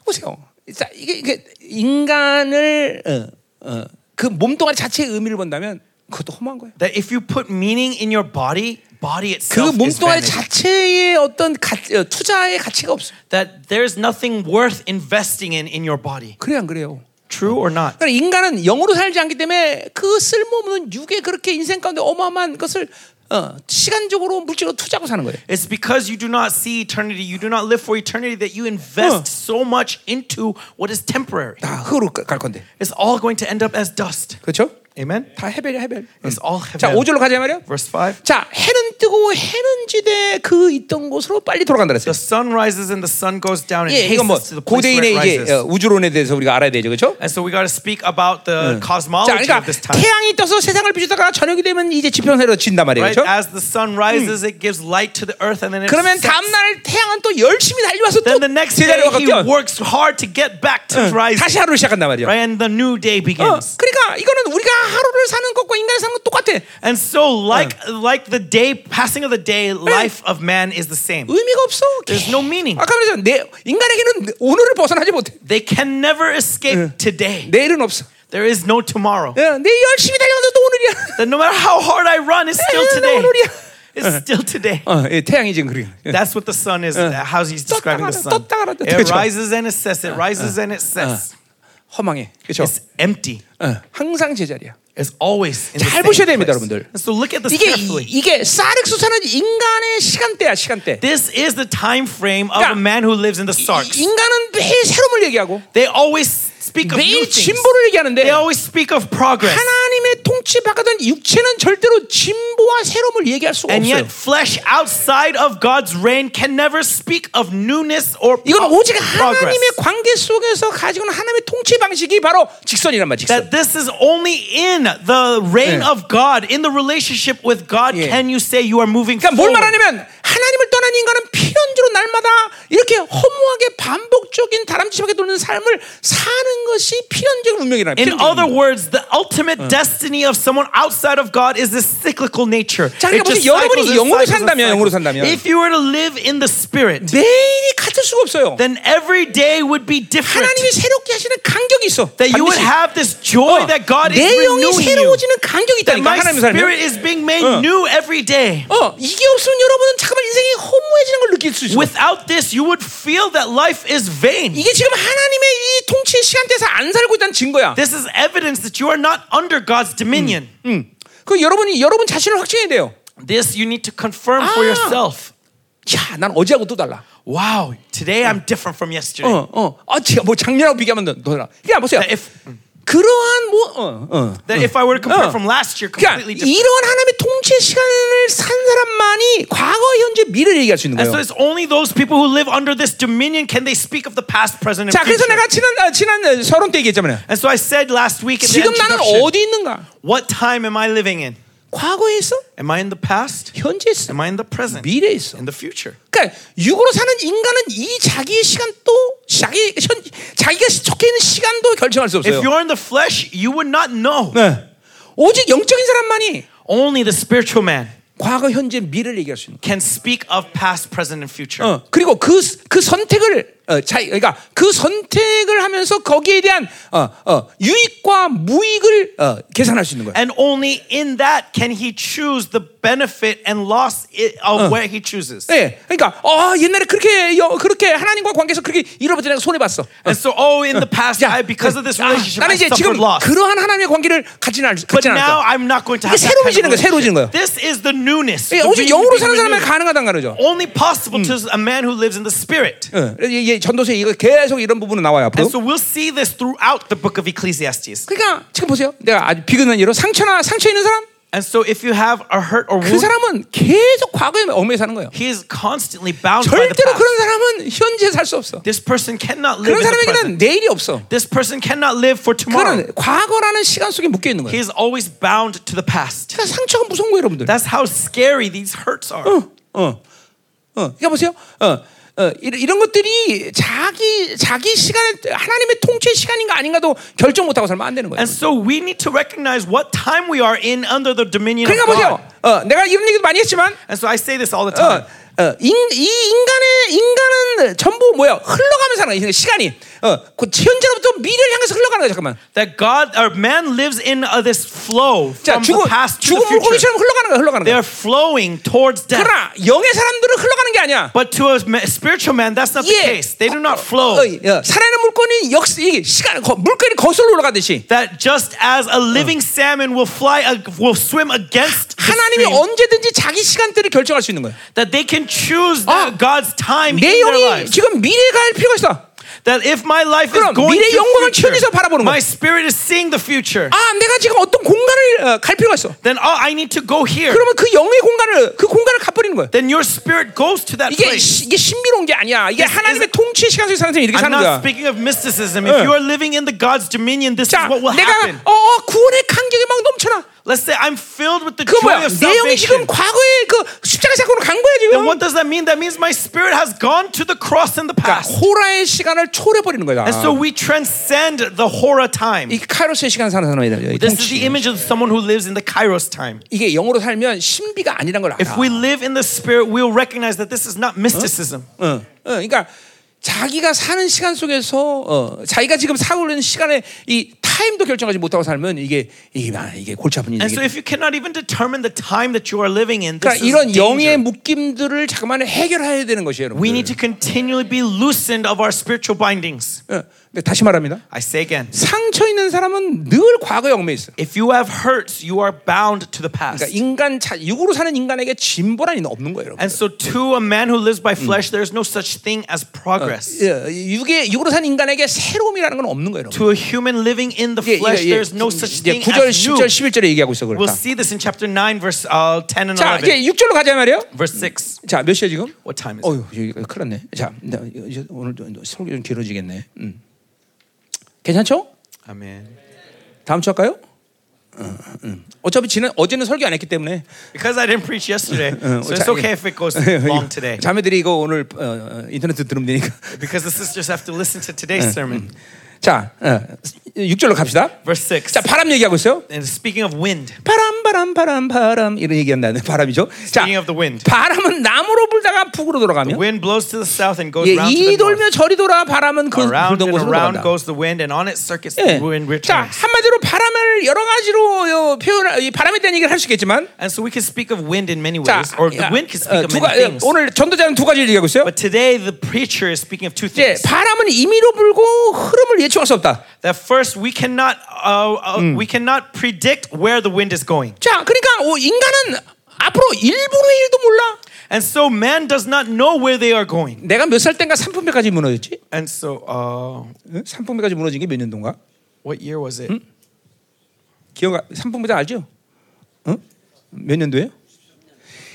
[SPEAKER 1] 보세요. 자 이게, 이게 인간을 어, 어, 그 몸뚱아리 자체의 의미를 본다면 그것도 허무한 거예요.
[SPEAKER 2] That if you put meaning in your body, body
[SPEAKER 1] 그
[SPEAKER 2] itself is
[SPEAKER 1] 몸뚱아리
[SPEAKER 2] vanity.
[SPEAKER 1] 자체의 어떤 가, 어, 투자의 가치가 없어.
[SPEAKER 2] That there's nothing worth investing in in your body.
[SPEAKER 1] 그래 안 그래요?
[SPEAKER 2] True or not?
[SPEAKER 1] 그러니까 인간은 영으로 살지 않기 때문에 그 쓸모없는 육에 그렇게 인생 가운데 어마어마한 것을 어, 시간적으로 물질로 투자하고 사는 거예요.
[SPEAKER 2] It's because you do not see eternity, you do not live for eternity, that you invest
[SPEAKER 1] Huh.
[SPEAKER 2] so much into what is temporary.
[SPEAKER 1] 다 흙으로 가- 갈 건데.
[SPEAKER 2] It's all going to end up as dust.
[SPEAKER 1] 그렇죠?
[SPEAKER 2] Amen?
[SPEAKER 1] 다 해벨이야 해벨.
[SPEAKER 2] It's all heaven.
[SPEAKER 1] 자, 5절로 가자 말이요.
[SPEAKER 2] Verse 5.
[SPEAKER 1] 자, 해는 뜨고 해는 지대 그 있던 곳으로 빨리 돌아간다 그랬어요.
[SPEAKER 2] The sun rises and the sun goes down and
[SPEAKER 1] 예, 이건 뭐
[SPEAKER 2] hastens to the place where
[SPEAKER 1] 고대인의
[SPEAKER 2] it
[SPEAKER 1] 이제 어,
[SPEAKER 2] rises.
[SPEAKER 1] 우주론에 대해서 우리가 알아야 되죠. 그렇죠?
[SPEAKER 2] And so we got to speak about
[SPEAKER 1] 자,
[SPEAKER 2] the cosmology
[SPEAKER 1] 그러니까
[SPEAKER 2] of this time.
[SPEAKER 1] 태양이 떠서 세상을 비추다가 저녁이 되면 이제 지평선으로 진단 말이에요.
[SPEAKER 2] Right?
[SPEAKER 1] 그렇죠?
[SPEAKER 2] As the sun rises, it gives light to the earth and then it
[SPEAKER 1] 그러면
[SPEAKER 2] sets.
[SPEAKER 1] 다음 날 태양은 또 열심히 달려와서 또
[SPEAKER 2] Then the next day
[SPEAKER 1] 제자리로
[SPEAKER 2] he
[SPEAKER 1] 바뀌어.
[SPEAKER 2] works hard to get back to rising.
[SPEAKER 1] 다시 하루를 시작한단 말이에요.
[SPEAKER 2] Right? And the new
[SPEAKER 1] 어,
[SPEAKER 2] day begins.
[SPEAKER 1] 그러니까 이거는 우리가 하루를 사는 것과 인간이 사는 것 똑같아.
[SPEAKER 2] And so like like the day passing of the day, life of man is the same.
[SPEAKER 1] 의미가 없어.
[SPEAKER 2] There's no meaning.
[SPEAKER 1] 아까 말했잖아. 내 인간에게는 오늘을 벗어나지 못해.
[SPEAKER 2] They can never escape today.
[SPEAKER 1] 내일은 없어.
[SPEAKER 2] There is no tomorrow.
[SPEAKER 1] 예, 내 열심히 달려서 또 오늘이야.
[SPEAKER 2] That no matter how hard I run, it's still
[SPEAKER 1] 예, 또
[SPEAKER 2] today.
[SPEAKER 1] 오늘이야.
[SPEAKER 2] It's still today.
[SPEAKER 1] 어, 예, 태양이 지금 그래. 예.
[SPEAKER 2] That's what the sun is.
[SPEAKER 1] Uh.
[SPEAKER 2] How he's describing the sun.
[SPEAKER 1] 떴다 가라, 떴다 가라.
[SPEAKER 2] It rises and it sets.
[SPEAKER 1] Uh,
[SPEAKER 2] It rises and it sets.
[SPEAKER 1] 허망해. 그렇죠? 어,
[SPEAKER 2] It's empty.
[SPEAKER 1] 항상 제자리야.
[SPEAKER 2] It's always in the
[SPEAKER 1] 잘
[SPEAKER 2] same
[SPEAKER 1] 보셔야 됩니다,
[SPEAKER 2] place.
[SPEAKER 1] 여러분들.
[SPEAKER 2] And so look at this
[SPEAKER 1] 이게
[SPEAKER 2] carefully.
[SPEAKER 1] 이, 게 사륵수사는 인간의 시간대야, 시간대.
[SPEAKER 2] This is the time frame of
[SPEAKER 1] 그러니까
[SPEAKER 2] a man who lives in the sarks.
[SPEAKER 1] 이- 인간은 매일 새로움을 얘기하고
[SPEAKER 2] They always speak of new
[SPEAKER 1] 매일
[SPEAKER 2] things.
[SPEAKER 1] 진보를 얘기하는데
[SPEAKER 2] They always speak of progress.
[SPEAKER 1] 하나님의 통치 바깥은 육체는 절대로 진보와 새로움을 얘기할 수가
[SPEAKER 2] And
[SPEAKER 1] 없어요.
[SPEAKER 2] yet, flesh outside of God's reign can never speak of newness or
[SPEAKER 1] 이건
[SPEAKER 2] pro-
[SPEAKER 1] 오직
[SPEAKER 2] progress.
[SPEAKER 1] 하나님의 관계 속에서 가지고는 하나님의 통치 방식이 바로 직선이란 말이야. 직선.
[SPEAKER 2] That this is only in the reign
[SPEAKER 1] Yeah.
[SPEAKER 2] of God, in the relationship with God,
[SPEAKER 1] Yeah.
[SPEAKER 2] can you say you are moving
[SPEAKER 1] 그러니까 뭘
[SPEAKER 2] forward.
[SPEAKER 1] 말하냐면 하나님을 떠난 인간은 필연적으로 날마다 이렇게 허무하게 반복적인 다람쥐밖에 도는 삶을 사는 것이 필연적인 운명이라는
[SPEAKER 2] In
[SPEAKER 1] 필연적인
[SPEAKER 2] other
[SPEAKER 1] 운명.
[SPEAKER 2] words, the ultimate destiny of someone outside of God is this cyclical nature.
[SPEAKER 1] 자, 그러니까
[SPEAKER 2] It just
[SPEAKER 1] 무슨 여러분이
[SPEAKER 2] cycles and
[SPEAKER 1] 영으로
[SPEAKER 2] cycles and
[SPEAKER 1] 산다면,
[SPEAKER 2] cycles.
[SPEAKER 1] 영으로 산다면.
[SPEAKER 2] If you were to live in the spirit,
[SPEAKER 1] 매일이 같을 수가 없어요.
[SPEAKER 2] then every day would be different.
[SPEAKER 1] 하나님이 새롭게 하시는 간격이 있어.
[SPEAKER 2] That you would
[SPEAKER 1] 반드시.
[SPEAKER 2] have this
[SPEAKER 1] 어,
[SPEAKER 2] joy that God is
[SPEAKER 1] 내 영이
[SPEAKER 2] renewing you.
[SPEAKER 1] 새로워지는 간격이
[SPEAKER 2] That
[SPEAKER 1] 있다니까
[SPEAKER 2] my
[SPEAKER 1] 하나님 삶에.
[SPEAKER 2] spirit is being made
[SPEAKER 1] 어.
[SPEAKER 2] new every day.
[SPEAKER 1] 어, 이게 없으면 여러분은 잠깐만 인생이 허무해지는 걸 느낄 수 있어.
[SPEAKER 2] Without this, you would feel that life is vain.
[SPEAKER 1] 이게 지금 하나님의 이 통치 시간대에서 안 살고 있다는 증거야.
[SPEAKER 2] This is evidence that you are not under God's dominion.
[SPEAKER 1] Mm. 그 여러분이 여러분 자신을 확증해야 돼요.
[SPEAKER 2] This you need to confirm
[SPEAKER 1] Ah.
[SPEAKER 2] for yourself.
[SPEAKER 1] 야, 난 어제하고 또 달라.
[SPEAKER 2] Wow, today
[SPEAKER 1] Mm.
[SPEAKER 2] I'm different from
[SPEAKER 1] 어,
[SPEAKER 2] yesterday.
[SPEAKER 1] 어, 아, 제가 뭐 작년하고 비교하면 너- 너라. 그냥 보세요.
[SPEAKER 2] That if 음.
[SPEAKER 1] 그러한 뭐, 어, 어.
[SPEAKER 2] that if I were to
[SPEAKER 1] 어.
[SPEAKER 2] compare from last year,
[SPEAKER 1] 그러니까
[SPEAKER 2] completely different.
[SPEAKER 1] 이러한 하나님의 통치 시간을 산 사람만이 과거, 현재, 미래를 얘기할 수 있는
[SPEAKER 2] And so
[SPEAKER 1] 거예요.
[SPEAKER 2] it's only those people who live under this dominion can they speak of the past, present,
[SPEAKER 1] 자,
[SPEAKER 2] and
[SPEAKER 1] 그래서
[SPEAKER 2] future.
[SPEAKER 1] 내가 지난 아, 지난 어, 서론 때 얘기했잖아요.
[SPEAKER 2] And so I said last week in the
[SPEAKER 1] 지금 나는
[SPEAKER 2] introduction,
[SPEAKER 1] 어디 있는가?
[SPEAKER 2] what time am I living in?
[SPEAKER 1] 과거에 있어?
[SPEAKER 2] Am I in the past?
[SPEAKER 1] 현재 있어?
[SPEAKER 2] Am I in the present?
[SPEAKER 1] 미래에 있어?
[SPEAKER 2] In the future.
[SPEAKER 1] 그러니까 육으로 사는 인간은 이 자기의 시간 또 자기 현 자기가 속해 있는 시간도 결정할 수 없어요.
[SPEAKER 2] If you're in the flesh, you would not know.
[SPEAKER 1] 네. 오직 영적인 사람만이
[SPEAKER 2] Only the spiritual man
[SPEAKER 1] 과거, 현재, 미래를 얘기할 수 있는.
[SPEAKER 2] can speak of past, present, and future.
[SPEAKER 1] 어, 그리고 그, 그 선택을, 어, 자, 그러니까 그 선택을 하면서 거기에 대한 어, 어, 유익과 무익을 어, 계산할 수 있는 거예요.
[SPEAKER 2] And only in that can he choose the benefit and loss i-
[SPEAKER 1] Uh.
[SPEAKER 2] of where he chooses.
[SPEAKER 1] 예, 그러니까 어, 옛날에 그렇게 여- 그렇게 하나님과 관계에서 그렇게 잃어버지 내가 손해 봤어.
[SPEAKER 2] And so, oh, in the past, I, because of this relationship,
[SPEAKER 1] Uh. 나는
[SPEAKER 2] I
[SPEAKER 1] 이제 지금
[SPEAKER 2] suffered loss.
[SPEAKER 1] 그러한 하나님의 관계를 갖지는 않,
[SPEAKER 2] But
[SPEAKER 1] 갖지는
[SPEAKER 2] now
[SPEAKER 1] 않았어.
[SPEAKER 2] I'm not going to
[SPEAKER 1] 이게
[SPEAKER 2] have that kind
[SPEAKER 1] 새로워지는 거예요.
[SPEAKER 2] of
[SPEAKER 1] 새로워지는 거예요.
[SPEAKER 2] relationship. This is the newness.
[SPEAKER 1] 예,
[SPEAKER 2] the
[SPEAKER 1] 오직
[SPEAKER 2] being-
[SPEAKER 1] 영으로
[SPEAKER 2] being
[SPEAKER 1] 사는 사람에게
[SPEAKER 2] renewed.
[SPEAKER 1] 가능하다는 거죠.
[SPEAKER 2] Only possible to a man who lives in the spirit.
[SPEAKER 1] 어, 예, 예, 전도서에 이거 계속 이런 부분은 나와요 앞으로.
[SPEAKER 2] And so we'll see this throughout the book of Ecclesiastes.
[SPEAKER 1] 그러니까 지금 보세요. 내가 아주 비근한 예로 상처나 상처 있는 사람
[SPEAKER 2] And so if you have a hurt or
[SPEAKER 1] 그
[SPEAKER 2] wound,
[SPEAKER 1] 사람은 계속 과거에 얽매여 사는 거예요.
[SPEAKER 2] he is constantly bound by the
[SPEAKER 1] 절대로
[SPEAKER 2] past.
[SPEAKER 1] 그런 사람은 현재 살 수 없어.
[SPEAKER 2] This person cannot live
[SPEAKER 1] 그런
[SPEAKER 2] in the present.
[SPEAKER 1] 사람에게는 내일이 없어.
[SPEAKER 2] This person cannot live for tomorrow.
[SPEAKER 1] 그는 과거라는 시간 속에 묶여 있는 거예요.
[SPEAKER 2] He is always bound to the past.
[SPEAKER 1] 그러니까 상처가 무서운 거예요, 여러분들.
[SPEAKER 2] That's how scary these hurts are.
[SPEAKER 1] 어, 어. 그러니까 보세요. 어, 어, 어, 이- 이런 것들이 자기 자기 시간 하나님의 통치 시간인가 아닌가도 결정 못하고 살면 안 되는 거예요.
[SPEAKER 2] And so we need to recognize what time we are in under the dominion of
[SPEAKER 1] 그러니까
[SPEAKER 2] God. 아. Uh.
[SPEAKER 1] 보세요. 어, 내가 이런 얘기도 많이 했지만
[SPEAKER 2] And so I say this all the
[SPEAKER 1] 어,
[SPEAKER 2] time.
[SPEAKER 1] 어, 인, 이 인간의 인간은 전부 뭐야 흘러가면서 사는 거예요. 시간이 어, 그 현재로부터 미래를 향해서 흘러가는 거예요. 잠깐만.
[SPEAKER 2] That God or man lives in uh, this flow
[SPEAKER 1] 자,
[SPEAKER 2] from
[SPEAKER 1] 죽은
[SPEAKER 2] the past to the
[SPEAKER 1] 죽은
[SPEAKER 2] future.
[SPEAKER 1] 물고기처럼 흘러가는 거야. 흘러가는
[SPEAKER 2] They
[SPEAKER 1] 거야.
[SPEAKER 2] are flowing towards death.
[SPEAKER 1] 그러나 영의 사람들은 흘러가는 게 아니야.
[SPEAKER 2] But to a ma- spiritual man, that's not the
[SPEAKER 1] 예.
[SPEAKER 2] case. They do not
[SPEAKER 1] 어,
[SPEAKER 2] flow.
[SPEAKER 1] 어, 살아있는 물건이 역시 시간 거- 물건이 거슬러 올라가듯이
[SPEAKER 2] That just as a living salmon will fly, ag- will swim against the
[SPEAKER 1] 하나님이
[SPEAKER 2] stream,
[SPEAKER 1] 언제든지 자기 시간대를 결정할 수 있는 거야.
[SPEAKER 2] that they can choose the-
[SPEAKER 1] 아,
[SPEAKER 2] God's time in
[SPEAKER 1] 내
[SPEAKER 2] their
[SPEAKER 1] 영이
[SPEAKER 2] lives.
[SPEAKER 1] 지금 미래에 갈 필요가 있어.
[SPEAKER 2] That if my life is
[SPEAKER 1] 그럼
[SPEAKER 2] going
[SPEAKER 1] 미래의 영광을
[SPEAKER 2] to
[SPEAKER 1] 천에서 바라보는
[SPEAKER 2] future,
[SPEAKER 1] 거야.
[SPEAKER 2] my spirit is seeing the future.
[SPEAKER 1] 아, 내가 지금 어떤 공간을 어, 갈 필요가 있어.
[SPEAKER 2] Then oh, I need to go here.
[SPEAKER 1] 그러면 그 영의 공간을 그 공간을 가버리는 거야.
[SPEAKER 2] Then your spirit goes to that
[SPEAKER 1] 이게
[SPEAKER 2] place.
[SPEAKER 1] 시- 이게 신비로운 게 아니야. 이게
[SPEAKER 2] This
[SPEAKER 1] 하나님의 통치 시간 속에 사는 사람이 이렇게
[SPEAKER 2] I'm
[SPEAKER 1] 사는
[SPEAKER 2] not
[SPEAKER 1] 거야.
[SPEAKER 2] speaking of mysticism.
[SPEAKER 1] 예.
[SPEAKER 2] If you are living in the God's dominion, this
[SPEAKER 1] 자,
[SPEAKER 2] is what will happen.
[SPEAKER 1] 내가 어, 어 구원의 감격이 막 넘쳐나.
[SPEAKER 2] Let's say I'm filled with
[SPEAKER 1] 그
[SPEAKER 2] the joy
[SPEAKER 1] 뭐야?
[SPEAKER 2] of
[SPEAKER 1] 내 영이 지금
[SPEAKER 2] salvation.
[SPEAKER 1] 과거의 그 십자가 사건으로 간 거야
[SPEAKER 2] Then
[SPEAKER 1] 지금.
[SPEAKER 2] what does that mean? That means my spirit has gone to the cross in the
[SPEAKER 1] 그러니까
[SPEAKER 2] past.
[SPEAKER 1] 호라의 시간을 초래버리는 거야.
[SPEAKER 2] And so we transcend the horror time.
[SPEAKER 1] 이 카이로스의 시간 사는 사람이다. 이
[SPEAKER 2] This is
[SPEAKER 1] 통치.
[SPEAKER 2] the image of someone who lives in the kairos time.
[SPEAKER 1] 이게 영으로 살면 신비가 아니란 걸 알아.
[SPEAKER 2] If we live in the spirit, we'll recognize that this is not mysticism.
[SPEAKER 1] 어, 어, 그러니까 자기가 사는 시간 속에서 어, 자기가 지금 사고 있는 시간에 이 타임도 결정하지 못하고 살면 이게 이게 아, 이게 골치 아픈
[SPEAKER 2] And so
[SPEAKER 1] 일이겠다.
[SPEAKER 2] if you cannot even determine the time that you are living in,
[SPEAKER 1] 그러니까
[SPEAKER 2] this is
[SPEAKER 1] 이런 영의
[SPEAKER 2] danger.
[SPEAKER 1] 묶임들을 잠깐만 해결해야 되는 것이에요, 여러분.
[SPEAKER 2] We need to continually be loosened of our spiritual bindings.
[SPEAKER 1] 어, 근데 다시 말합니다.
[SPEAKER 2] I say again,
[SPEAKER 1] 상처 있는 사람은 늘 과거 영매에 있어.
[SPEAKER 2] if you have hurts, you are bound to the past.
[SPEAKER 1] 그러니까 인간 자, 육으로 사는 인간에게 진보란 없는 거예요, 여러분.
[SPEAKER 2] And so to a man who lives
[SPEAKER 1] Mm.
[SPEAKER 2] by flesh, there is no such thing as
[SPEAKER 1] Uh,
[SPEAKER 2] progress.
[SPEAKER 1] 예, 육에 육으로 사는 인간에게 새로움이라는 건 없는 거예요, 여러분.
[SPEAKER 2] To a human living in the
[SPEAKER 1] 이게-
[SPEAKER 2] flesh,
[SPEAKER 1] 이게- 이게
[SPEAKER 2] there is no such
[SPEAKER 1] 이제
[SPEAKER 2] thing
[SPEAKER 1] 9절,
[SPEAKER 2] as new.
[SPEAKER 1] 10절, 11절에 얘기하고 있어
[SPEAKER 2] We'll
[SPEAKER 1] 그러니까.
[SPEAKER 2] see this in chapter 9, verse uh, 10 and
[SPEAKER 1] 자,
[SPEAKER 2] 11.
[SPEAKER 1] 이제 6절로 가자 말이에요.
[SPEAKER 2] Verse 6.
[SPEAKER 1] 자, 몇 시에 지금?
[SPEAKER 2] What time is it?
[SPEAKER 1] 어휴, 여기 큰일 났네. 자, 나 이제 오늘 좀- 설교 좀 길어지겠네. 음. 괜찮죠?
[SPEAKER 2] Amen.
[SPEAKER 1] 다음 주 할까요? 어, 음. 어차피 지난 어제는 설교 안 했기 때문에
[SPEAKER 2] Because I didn't preach yesterday, so it's
[SPEAKER 1] 자,
[SPEAKER 2] okay if it goes long today.
[SPEAKER 1] 자매들이 이거 오늘 어, 어, 인터넷에 들으면 되니까.
[SPEAKER 2] Because the sisters have to listen to today's sermon.
[SPEAKER 1] 자, 어, 6절로 갑시다.
[SPEAKER 2] Verse 6.
[SPEAKER 1] 자, 바람 얘기하고 있어요.
[SPEAKER 2] And speaking of wind,
[SPEAKER 1] 바람, 바람, 바람, 바람 이런 얘기한다는 네, 바람이죠. 자,
[SPEAKER 2] Speaking of the wind.
[SPEAKER 1] 바람은 남으로 불다가 북으로 돌아가며
[SPEAKER 2] wind blows to the south and goes
[SPEAKER 1] 예,
[SPEAKER 2] round to
[SPEAKER 1] 이
[SPEAKER 2] the north.
[SPEAKER 1] 돌며 저리 돌아 바람은 그
[SPEAKER 2] Around
[SPEAKER 1] 불던
[SPEAKER 2] and
[SPEAKER 1] 곳으로
[SPEAKER 2] around
[SPEAKER 1] 돌아간다.
[SPEAKER 2] goes the wind, and on its circuits
[SPEAKER 1] 예.
[SPEAKER 2] the wind
[SPEAKER 1] 자
[SPEAKER 2] returns.
[SPEAKER 1] 한마디로 바람을 여러 가지로 표현 바람에 대한 얘기를 할 수 있겠지만
[SPEAKER 2] And so we can speak of wind in many
[SPEAKER 1] 자
[SPEAKER 2] ways, or the
[SPEAKER 1] 야,
[SPEAKER 2] wind can
[SPEAKER 1] 어,
[SPEAKER 2] speak of
[SPEAKER 1] 두
[SPEAKER 2] many
[SPEAKER 1] 가-
[SPEAKER 2] things.
[SPEAKER 1] 오늘 전도자는 두 가지를 얘기하고 있어요.
[SPEAKER 2] But today the preacher is speaking of two
[SPEAKER 1] 이제
[SPEAKER 2] things.
[SPEAKER 1] 바람은 임의로 불고 흐름을 예측할 수 없다.
[SPEAKER 2] That first, we cannot uh, uh, we cannot predict where the wind is going,
[SPEAKER 1] 자 그러니까 어, 인간은 앞으로 일분의 일도 몰라.
[SPEAKER 2] and so man does not know where they are going.
[SPEAKER 1] 내가 몇 살 땐가 산품배까지 무너졌지?
[SPEAKER 2] And so, uh,
[SPEAKER 1] 응? 산품배까지 무너진 게 몇 년도인가?
[SPEAKER 2] what year was it?
[SPEAKER 1] 기억 산품배자 알죠? 응? 몇 년도예요?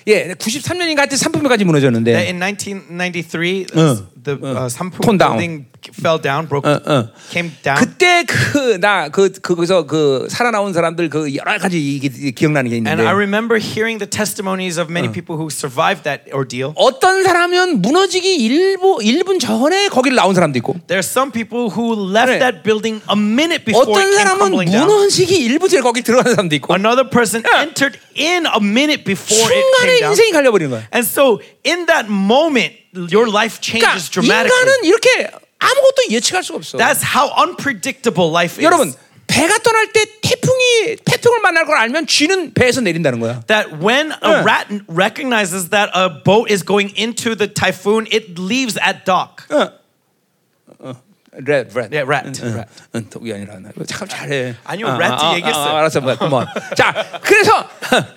[SPEAKER 1] 예, 93년인가 하여튼 산품배까지 무너졌는데.
[SPEAKER 2] That Uh, in 1993,
[SPEAKER 1] 응.
[SPEAKER 2] the uh, Sampo
[SPEAKER 1] Torn down.
[SPEAKER 2] building fell down, broke,
[SPEAKER 1] 응, 응.
[SPEAKER 2] came down.
[SPEAKER 1] 그때 그 나 그 거기서 그 살아나온 사람들 그 여러 가지 이게 기억나는 게
[SPEAKER 2] and
[SPEAKER 1] 있는데
[SPEAKER 2] I remember hearing the testimonies of many people who survived that ordeal.
[SPEAKER 1] 어떤 사람은 무너지기 일부 1분 전에 거기를 나온 사람도 있고
[SPEAKER 2] There are some people who left
[SPEAKER 1] 그래.
[SPEAKER 2] that building a minute before
[SPEAKER 1] 어떤
[SPEAKER 2] it came
[SPEAKER 1] 사람은
[SPEAKER 2] crumbling down.
[SPEAKER 1] 무너지기 1분 전에 거기 들어가는 사람도 있고
[SPEAKER 2] Another person
[SPEAKER 1] Yeah.
[SPEAKER 2] entered in a minute before it
[SPEAKER 1] 순간에
[SPEAKER 2] came down.
[SPEAKER 1] 인생이 갈려버리는 거야.
[SPEAKER 2] And so in that moment, your life
[SPEAKER 1] 그러니까
[SPEAKER 2] changes dramatically.
[SPEAKER 1] 인간은 이렇게 아무것도 예측할 수가 없어.
[SPEAKER 2] That's how unpredictable life is.
[SPEAKER 1] 여러분 배가 떠날 때 태풍이 태풍을 만날 걸 알면 쥐는 배에서 내린다는 거야.
[SPEAKER 2] that when
[SPEAKER 1] Yeah.
[SPEAKER 2] a rat recognizes that a boat is going into the typhoon, it leaves at dock.
[SPEAKER 1] 랩, 랩.
[SPEAKER 2] 네, rat,
[SPEAKER 1] 응, 응,
[SPEAKER 2] rat.
[SPEAKER 1] 응, 독이 아니라 나 이거 참 잘해.
[SPEAKER 2] 아니요, rat이 얘기했어요.
[SPEAKER 1] 알았어, 뭐, 고마워. 자, 그래서,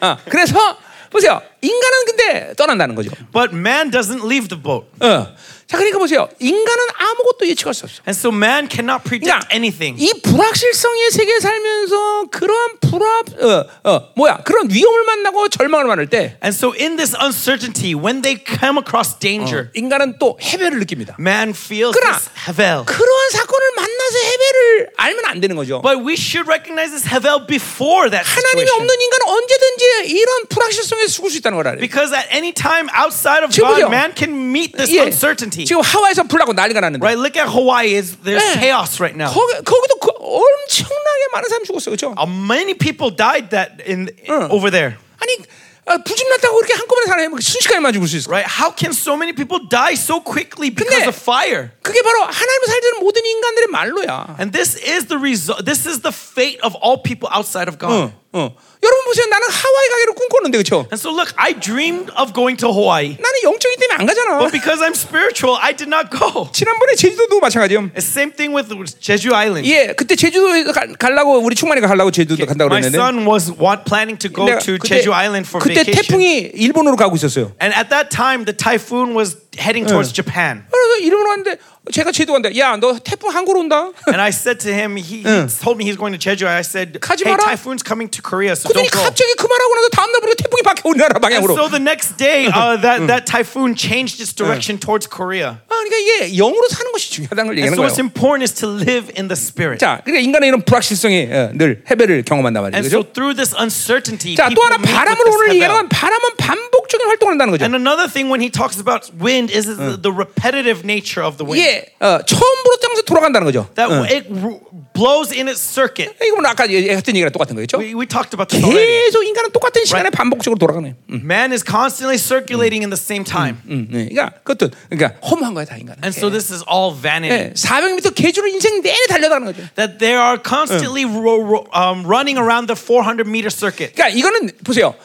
[SPEAKER 1] 어, 그래서 보세요. 인간은 근데 떠난다는 거죠.
[SPEAKER 2] But man doesn't leave the boat.
[SPEAKER 1] 어. 자, 그러니까 보세요. 인간은 아무것도 예측할 수 없어.
[SPEAKER 2] And so man cannot predict
[SPEAKER 1] 그러니까
[SPEAKER 2] anything.
[SPEAKER 1] 이 불확실성의 세계에 살면서 그러한 불합, 어, 어, 뭐야, 그런 위험을 만나고 절망을 만날 때
[SPEAKER 2] And so in this uncertainty, when they come across danger,
[SPEAKER 1] 인간은 또 해배를 느낍니다.
[SPEAKER 2] man feels
[SPEAKER 1] 그러나
[SPEAKER 2] this havel.
[SPEAKER 1] 그러한 사건을 만나서 해배를 알면 안 되는 거죠.
[SPEAKER 2] But we should recognize this havel before that
[SPEAKER 1] 하나님이
[SPEAKER 2] situation.
[SPEAKER 1] 없는 인간은 언제든지 이런 불확실성에 죽을 수 있다는 걸 알아요.
[SPEAKER 2] Because at any time outside of
[SPEAKER 1] 지금요.
[SPEAKER 2] God, man can meet this
[SPEAKER 1] 예.
[SPEAKER 2] uncertainty.
[SPEAKER 1] 지금 하와이에서 불나고 난리가 났는데
[SPEAKER 2] Right? Look at Hawaii. It's, there's
[SPEAKER 1] 예.
[SPEAKER 2] chaos right now.
[SPEAKER 1] 거기, 거기도 그 엄청나게 많은 사람이 죽었어요. 그렇죠?
[SPEAKER 2] Uh, many people died that in over there.
[SPEAKER 1] 아니 아, 부집났다고 그렇게 한꺼번에 사람이 뭐 순식간에만 죽을 수 있어.
[SPEAKER 2] Right? How can so many people die so quickly because
[SPEAKER 1] 근데-
[SPEAKER 2] of fire?
[SPEAKER 1] 그게 바로 하나님을 살지는 모든 인간들의 말로야.
[SPEAKER 2] And this is the result. This is the fate of all people outside
[SPEAKER 1] 어,
[SPEAKER 2] of God.
[SPEAKER 1] 어. 여러분 보세요. 나는 하와이 가기를 꿈꿨는데 그렇죠?
[SPEAKER 2] And so look, I dreamed of going to Hawaii,
[SPEAKER 1] 나는 영적이 때문에 안 가잖아.
[SPEAKER 2] but because I'm spiritual, I did not go.
[SPEAKER 1] 지난번에 제주도도 마찬가지요.
[SPEAKER 2] The same thing with Jeju Island.
[SPEAKER 1] 예, 그때 제주도 가- 가려고 우리 충만이가 가려고 제주도 간다고
[SPEAKER 2] My
[SPEAKER 1] 그랬는데
[SPEAKER 2] son was want, planning to go
[SPEAKER 1] 내가
[SPEAKER 2] to
[SPEAKER 1] 그때,
[SPEAKER 2] Jeju Island for
[SPEAKER 1] 그때
[SPEAKER 2] vacation.
[SPEAKER 1] 태풍이 일본으로 가고 있었어요.
[SPEAKER 2] And at that time, the typhoon was heading towards Japan.
[SPEAKER 1] 그래서 일본으로 왔는데 제가 제주도 간다. 야, 너 태풍 한국으로 온다.
[SPEAKER 2] And I said to him, he, he told me he's going to Jeju. I said,
[SPEAKER 1] 가지
[SPEAKER 2] hey,
[SPEAKER 1] 마라.
[SPEAKER 2] typhoon's coming to Korea, so
[SPEAKER 1] 그랬더니
[SPEAKER 2] don't go.
[SPEAKER 1] 갑자기 그 말하고 나서 다음날 보니까 태풍이 바뀌어 우리나라
[SPEAKER 2] And
[SPEAKER 1] 방향으로.
[SPEAKER 2] so the next day, uh, that, that typhoon changed its direction towards Korea.
[SPEAKER 1] 아, 그러니까 이게 영으로 사는 것이 중요하다는 걸
[SPEAKER 2] And
[SPEAKER 1] 얘기하는
[SPEAKER 2] so
[SPEAKER 1] 거예요.
[SPEAKER 2] what's important is to live in the spirit.
[SPEAKER 1] 자, 그러니까 인간의 이런 불확실성이 어, 늘 해배를 경험한단 말이죠.
[SPEAKER 2] And
[SPEAKER 1] 그죠?
[SPEAKER 2] so through this uncertainty,
[SPEAKER 1] 자, 또
[SPEAKER 2] people
[SPEAKER 1] 하나
[SPEAKER 2] meet with
[SPEAKER 1] 바람을 오늘
[SPEAKER 2] this
[SPEAKER 1] 얘기하는 건
[SPEAKER 2] hevel.
[SPEAKER 1] 바람은 반복적인 활동을 한다는 거죠.
[SPEAKER 2] And another thing when he talks about wind is the, the repetitive nature of the wind.
[SPEAKER 1] 이게 어, 처음 불었장에서 돌아간다는 거죠.
[SPEAKER 2] That it r- blows in its circuit.
[SPEAKER 1] 이거 뭐 아까 얘- 했던 얘기랑 똑같은 거겠죠?
[SPEAKER 2] We, we talked about this already.
[SPEAKER 1] 계속 인간은 똑같은 시간에 반복적으로 돌아가네. 음,
[SPEAKER 2] Man is constantly circulating in the same time.
[SPEAKER 1] 음, 네. 그러니까 그것도 그러니까 허무한 거야 다 인간은. 예.
[SPEAKER 2] And so this is all vanity.
[SPEAKER 1] 400m 계주로 인생 내내 달려가는 거죠.
[SPEAKER 2] That they are constantly ro- ro- um, running around the 400 meter circuit.
[SPEAKER 1] 그러니까 이거는 보세요.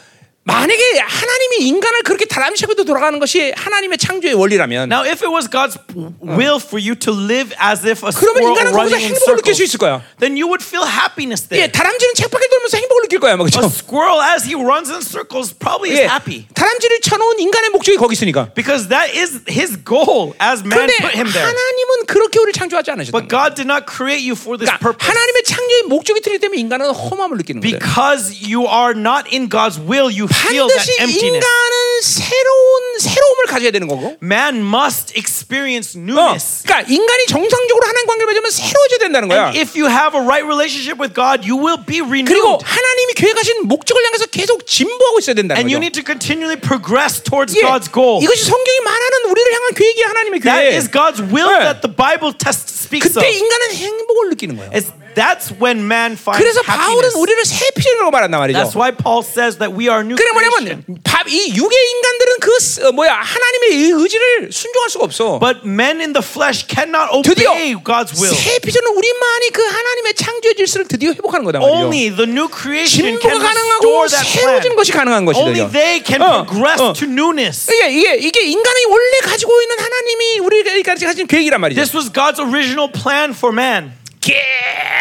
[SPEAKER 1] 만약에 하나님이 인간을 그렇게 다람쥐에도 돌아가는 것이 하나님의 창조의 원리라면
[SPEAKER 2] Now, if it was God's will for you to live as if
[SPEAKER 1] 그러면
[SPEAKER 2] a squirrel
[SPEAKER 1] 인간은 거기서
[SPEAKER 2] running in
[SPEAKER 1] 행복을 느낄 수
[SPEAKER 2] circles, 네.
[SPEAKER 1] 있을 거야.
[SPEAKER 2] then you would feel happiness
[SPEAKER 1] 예,
[SPEAKER 2] there.
[SPEAKER 1] 다람쥐는 책밖에 돌면서 행복을 느낄 거야, 뭐
[SPEAKER 2] A
[SPEAKER 1] 그렇죠?
[SPEAKER 2] squirrel, as he runs in circles, probably
[SPEAKER 1] 예,
[SPEAKER 2] is happy
[SPEAKER 1] 다람쥐를 쳐놓은 인간의 목적이 거기 있으니까.
[SPEAKER 2] because that is his goal as man
[SPEAKER 1] 그런데
[SPEAKER 2] put him there.
[SPEAKER 1] 하나님은 그렇게 우리를 창조하지 않으셨다.
[SPEAKER 2] But God did not create you for this
[SPEAKER 1] 그러니까
[SPEAKER 2] purpose.
[SPEAKER 1] 하나님의 창조의 목적이 틀리기 때문에 인간은 허함을 느끼는 거예요.
[SPEAKER 2] Because you are not in God's will, you feel that
[SPEAKER 1] 반드시
[SPEAKER 2] emptiness.
[SPEAKER 1] 인간은 새로운 새로움을 가져야 되는 거고.
[SPEAKER 2] Man must experience
[SPEAKER 1] 어,
[SPEAKER 2] newness.
[SPEAKER 1] 그러니까 인간이 정상적으로 하나님 관계를 맺으면 새로워져야 된다는 거야.
[SPEAKER 2] And if you have a right relationship with God, you will be
[SPEAKER 1] 그리고
[SPEAKER 2] renewed.
[SPEAKER 1] 하나님이 계획하신 목적을 향해서 계속 진보하고 있어야 된다는
[SPEAKER 2] And you
[SPEAKER 1] 거죠.
[SPEAKER 2] need to continually progress towards
[SPEAKER 1] 예,
[SPEAKER 2] God's goal.
[SPEAKER 1] 이것이 성경이 말하는 우리를 향한 계획이 하나님의
[SPEAKER 2] That
[SPEAKER 1] 계획.
[SPEAKER 2] is God's will
[SPEAKER 1] 네.
[SPEAKER 2] that the Bible test speaks of.
[SPEAKER 1] 그때 인간은 행복을 느끼는 거예요.
[SPEAKER 2] It's, that's when man finds
[SPEAKER 1] 그래서 바울은
[SPEAKER 2] happiness.
[SPEAKER 1] 우리를 새 피조물이라고 말한단 말이죠.
[SPEAKER 2] That's why Paul says that we are new
[SPEAKER 1] 그래
[SPEAKER 2] creation.
[SPEAKER 1] 뭐냐면 바- 이 육의 인간들은 그 쓰- 어, 뭐야 하나님의 의- 의지를 순종할 수가 없어.
[SPEAKER 2] But men in the flesh cannot
[SPEAKER 1] 드디어
[SPEAKER 2] obey God's will.
[SPEAKER 1] 새 피조는 우리만이 그 하나님의 창조의 질서를 드디어 회복하는 거다 말이죠.
[SPEAKER 2] Only the new creation
[SPEAKER 1] 진보가
[SPEAKER 2] can
[SPEAKER 1] 가능하고
[SPEAKER 2] restore that
[SPEAKER 1] 새로워진
[SPEAKER 2] plan.
[SPEAKER 1] 것이 가능한 것이죠.
[SPEAKER 2] Only they can
[SPEAKER 1] 어,
[SPEAKER 2] progress
[SPEAKER 1] 어.
[SPEAKER 2] to newness.
[SPEAKER 1] 이게 이게 이게 인간이 원래 가지고 있는 하나님이 우리에게 가진 계획이란 말이죠.
[SPEAKER 2] This was God's original plan for man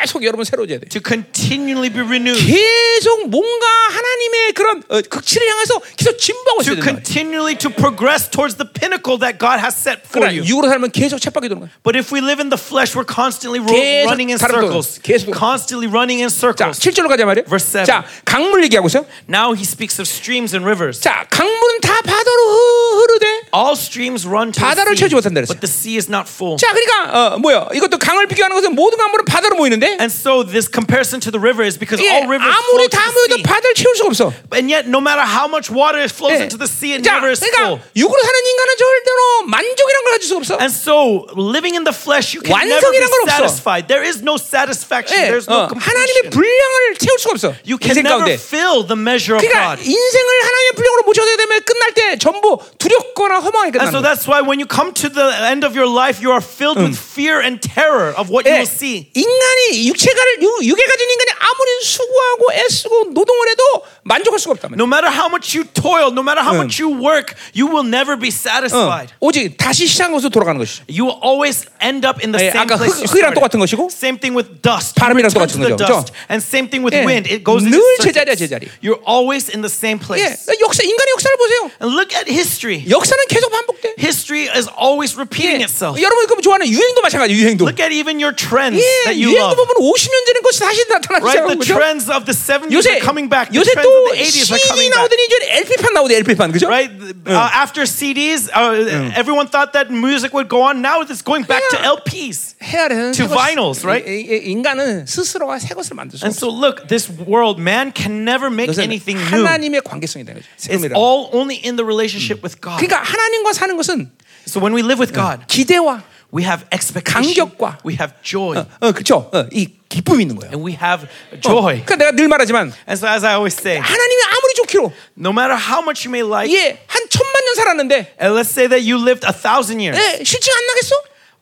[SPEAKER 1] 계속 여러분 새로워져야 돼.
[SPEAKER 2] to continually be renewed,
[SPEAKER 1] 계속 뭔가 하나님의 그런 어, 극치를 향해서 계속 진보하고 있어야
[SPEAKER 2] to
[SPEAKER 1] 된다. 말이에요.
[SPEAKER 2] continually to progress towards the pinnacle that God has set for
[SPEAKER 1] 그러나
[SPEAKER 2] you.
[SPEAKER 1] 육으로 살면 계속 쳇바퀴 도는 거야.
[SPEAKER 2] But if we live in the flesh, we're constantly ro-
[SPEAKER 1] 계속
[SPEAKER 2] running in
[SPEAKER 1] 다른
[SPEAKER 2] circles.
[SPEAKER 1] 돈, 계속 돈.
[SPEAKER 2] Constantly running in
[SPEAKER 1] 자,
[SPEAKER 2] circles.
[SPEAKER 1] 7절로 가자 말이에요.
[SPEAKER 2] Verse seven.
[SPEAKER 1] 자, 강물 얘기하고 있어요.
[SPEAKER 2] Now he speaks of streams and rivers.
[SPEAKER 1] 자, 강물은 다 바다로 흐- 흐르되.
[SPEAKER 2] All streams run to
[SPEAKER 1] 바다를 채우지
[SPEAKER 2] the
[SPEAKER 1] 못한다
[SPEAKER 2] sea,
[SPEAKER 1] 그랬어요.
[SPEAKER 2] but the sea is not full.
[SPEAKER 1] 자, 그러니까 어, 뭐야? 이것도 강을 비교하는 것은 모든 강물은 바다로 모이는데
[SPEAKER 2] And so this comparison to the river is because
[SPEAKER 1] 예,
[SPEAKER 2] all rivers
[SPEAKER 1] 아무리
[SPEAKER 2] flow to
[SPEAKER 1] 다
[SPEAKER 2] the
[SPEAKER 1] 모여도
[SPEAKER 2] sea.
[SPEAKER 1] 바다를 채울 수가 없어.
[SPEAKER 2] And yet, no matter how much water flows
[SPEAKER 1] 예.
[SPEAKER 2] into the sea, it
[SPEAKER 1] 자,
[SPEAKER 2] never is full.
[SPEAKER 1] 그러니까 육으로 사는 인간은 절대로 만족이란 걸 가질 수가 없어.
[SPEAKER 2] And so, living in the flesh, you can never be
[SPEAKER 1] 완성이란 건 없어.
[SPEAKER 2] satisfied. There is no satisfaction.
[SPEAKER 1] 예,
[SPEAKER 2] There's
[SPEAKER 1] 어,
[SPEAKER 2] no
[SPEAKER 1] 하나님의
[SPEAKER 2] completion.
[SPEAKER 1] 분량을 채울 수가 없어.
[SPEAKER 2] You can
[SPEAKER 1] 인생
[SPEAKER 2] never
[SPEAKER 1] 가운데.
[SPEAKER 2] fill the measure of
[SPEAKER 1] 그러니까
[SPEAKER 2] God.
[SPEAKER 1] 인생을 하나님의 분량으로 모셔야 되면 끝날 때 전부 두렵거나 허망하게
[SPEAKER 2] And
[SPEAKER 1] 끝나는
[SPEAKER 2] so
[SPEAKER 1] 거야.
[SPEAKER 2] that's why when you come to the end of your life, you are filled with fear and terror of what you
[SPEAKER 1] 예,
[SPEAKER 2] will see.
[SPEAKER 1] 인간이 육체가를 육- 육에 가진 인간이 아무리 수고하고 애쓰고 노동을 해도 만족할 수가 없다면.
[SPEAKER 2] No matter how much you toil, no matter how much you work, you will never
[SPEAKER 1] 어,
[SPEAKER 2] be satisfied.
[SPEAKER 1] 오직 다시 시작한 것으로 돌아가는 것이죠.
[SPEAKER 2] You will always end up in the
[SPEAKER 1] 예,
[SPEAKER 2] same
[SPEAKER 1] 아까
[SPEAKER 2] place.
[SPEAKER 1] 흙-
[SPEAKER 2] you
[SPEAKER 1] 흙이랑
[SPEAKER 2] started.
[SPEAKER 1] 똑같은 것이고
[SPEAKER 2] Same thing with dust. You
[SPEAKER 1] 바람이랑
[SPEAKER 2] return to
[SPEAKER 1] 똑같은
[SPEAKER 2] the
[SPEAKER 1] 거죠,
[SPEAKER 2] dust.
[SPEAKER 1] 그죠?
[SPEAKER 2] And same thing with
[SPEAKER 1] 예.
[SPEAKER 2] wind. It goes in
[SPEAKER 1] 늘
[SPEAKER 2] circuits.
[SPEAKER 1] 제자리야, 제자리.
[SPEAKER 2] You're always in the same place.
[SPEAKER 1] 예, 역사 인간의 역사를 보세요.
[SPEAKER 2] And look at history.
[SPEAKER 1] 역사는 계속 반복돼.
[SPEAKER 2] History is always
[SPEAKER 1] 예.
[SPEAKER 2] repeating itself.
[SPEAKER 1] 여러분 그 좋아하는 유행도 마찬가지. 유행도.
[SPEAKER 2] Look at even your trends.
[SPEAKER 1] 예,
[SPEAKER 2] that you
[SPEAKER 1] 유행도
[SPEAKER 2] love.
[SPEAKER 1] 보면 50년 전인 것이 다시 나타나기
[SPEAKER 2] Right?
[SPEAKER 1] 시작한
[SPEAKER 2] The
[SPEAKER 1] 거죠.
[SPEAKER 2] trends of the 70s
[SPEAKER 1] 요새
[SPEAKER 2] are coming back. The
[SPEAKER 1] 요새
[SPEAKER 2] trends of
[SPEAKER 1] 또
[SPEAKER 2] the 80s are
[SPEAKER 1] CD
[SPEAKER 2] coming back.
[SPEAKER 1] 나오더니 이제 LP판 나오대 LP판 그죠?
[SPEAKER 2] Right? Uh, after CDs, uh, everyone thought that music would go on. Now it's going back to
[SPEAKER 1] Yeah.
[SPEAKER 2] LPs.
[SPEAKER 1] 해야 되는
[SPEAKER 2] To
[SPEAKER 1] 새 것-
[SPEAKER 2] vinyls, right?
[SPEAKER 1] 이- 이- 인간은 스스로가 새 것을 만들 수
[SPEAKER 2] And
[SPEAKER 1] 없어.
[SPEAKER 2] so, look, this world, man can never make
[SPEAKER 1] 그것은
[SPEAKER 2] anything new.
[SPEAKER 1] 그러니까 하나님의 관계성이 되는 거죠.
[SPEAKER 2] It's
[SPEAKER 1] 새로움이라는 거.
[SPEAKER 2] all only in the relationship with God.
[SPEAKER 1] 그러니까 하나님과 사는 것은
[SPEAKER 2] So when we live with God,
[SPEAKER 1] 기대와
[SPEAKER 2] we have expectation,
[SPEAKER 1] 간격과.
[SPEAKER 2] we have joy,
[SPEAKER 1] 어, 그렇죠. 어, 이 기쁨이 있는 거예요.
[SPEAKER 2] and we have
[SPEAKER 1] 어,
[SPEAKER 2] joy.
[SPEAKER 1] 그러니까 내가 늘 말하지만
[SPEAKER 2] And so, as I always say,
[SPEAKER 1] 하나님이 아무리 좋기로
[SPEAKER 2] no 마tter how much you may like,
[SPEAKER 1] 예, 한 천만 년 살았는데
[SPEAKER 2] and let's say that you lived a thousand years.
[SPEAKER 1] 예, 실증 안 나겠어?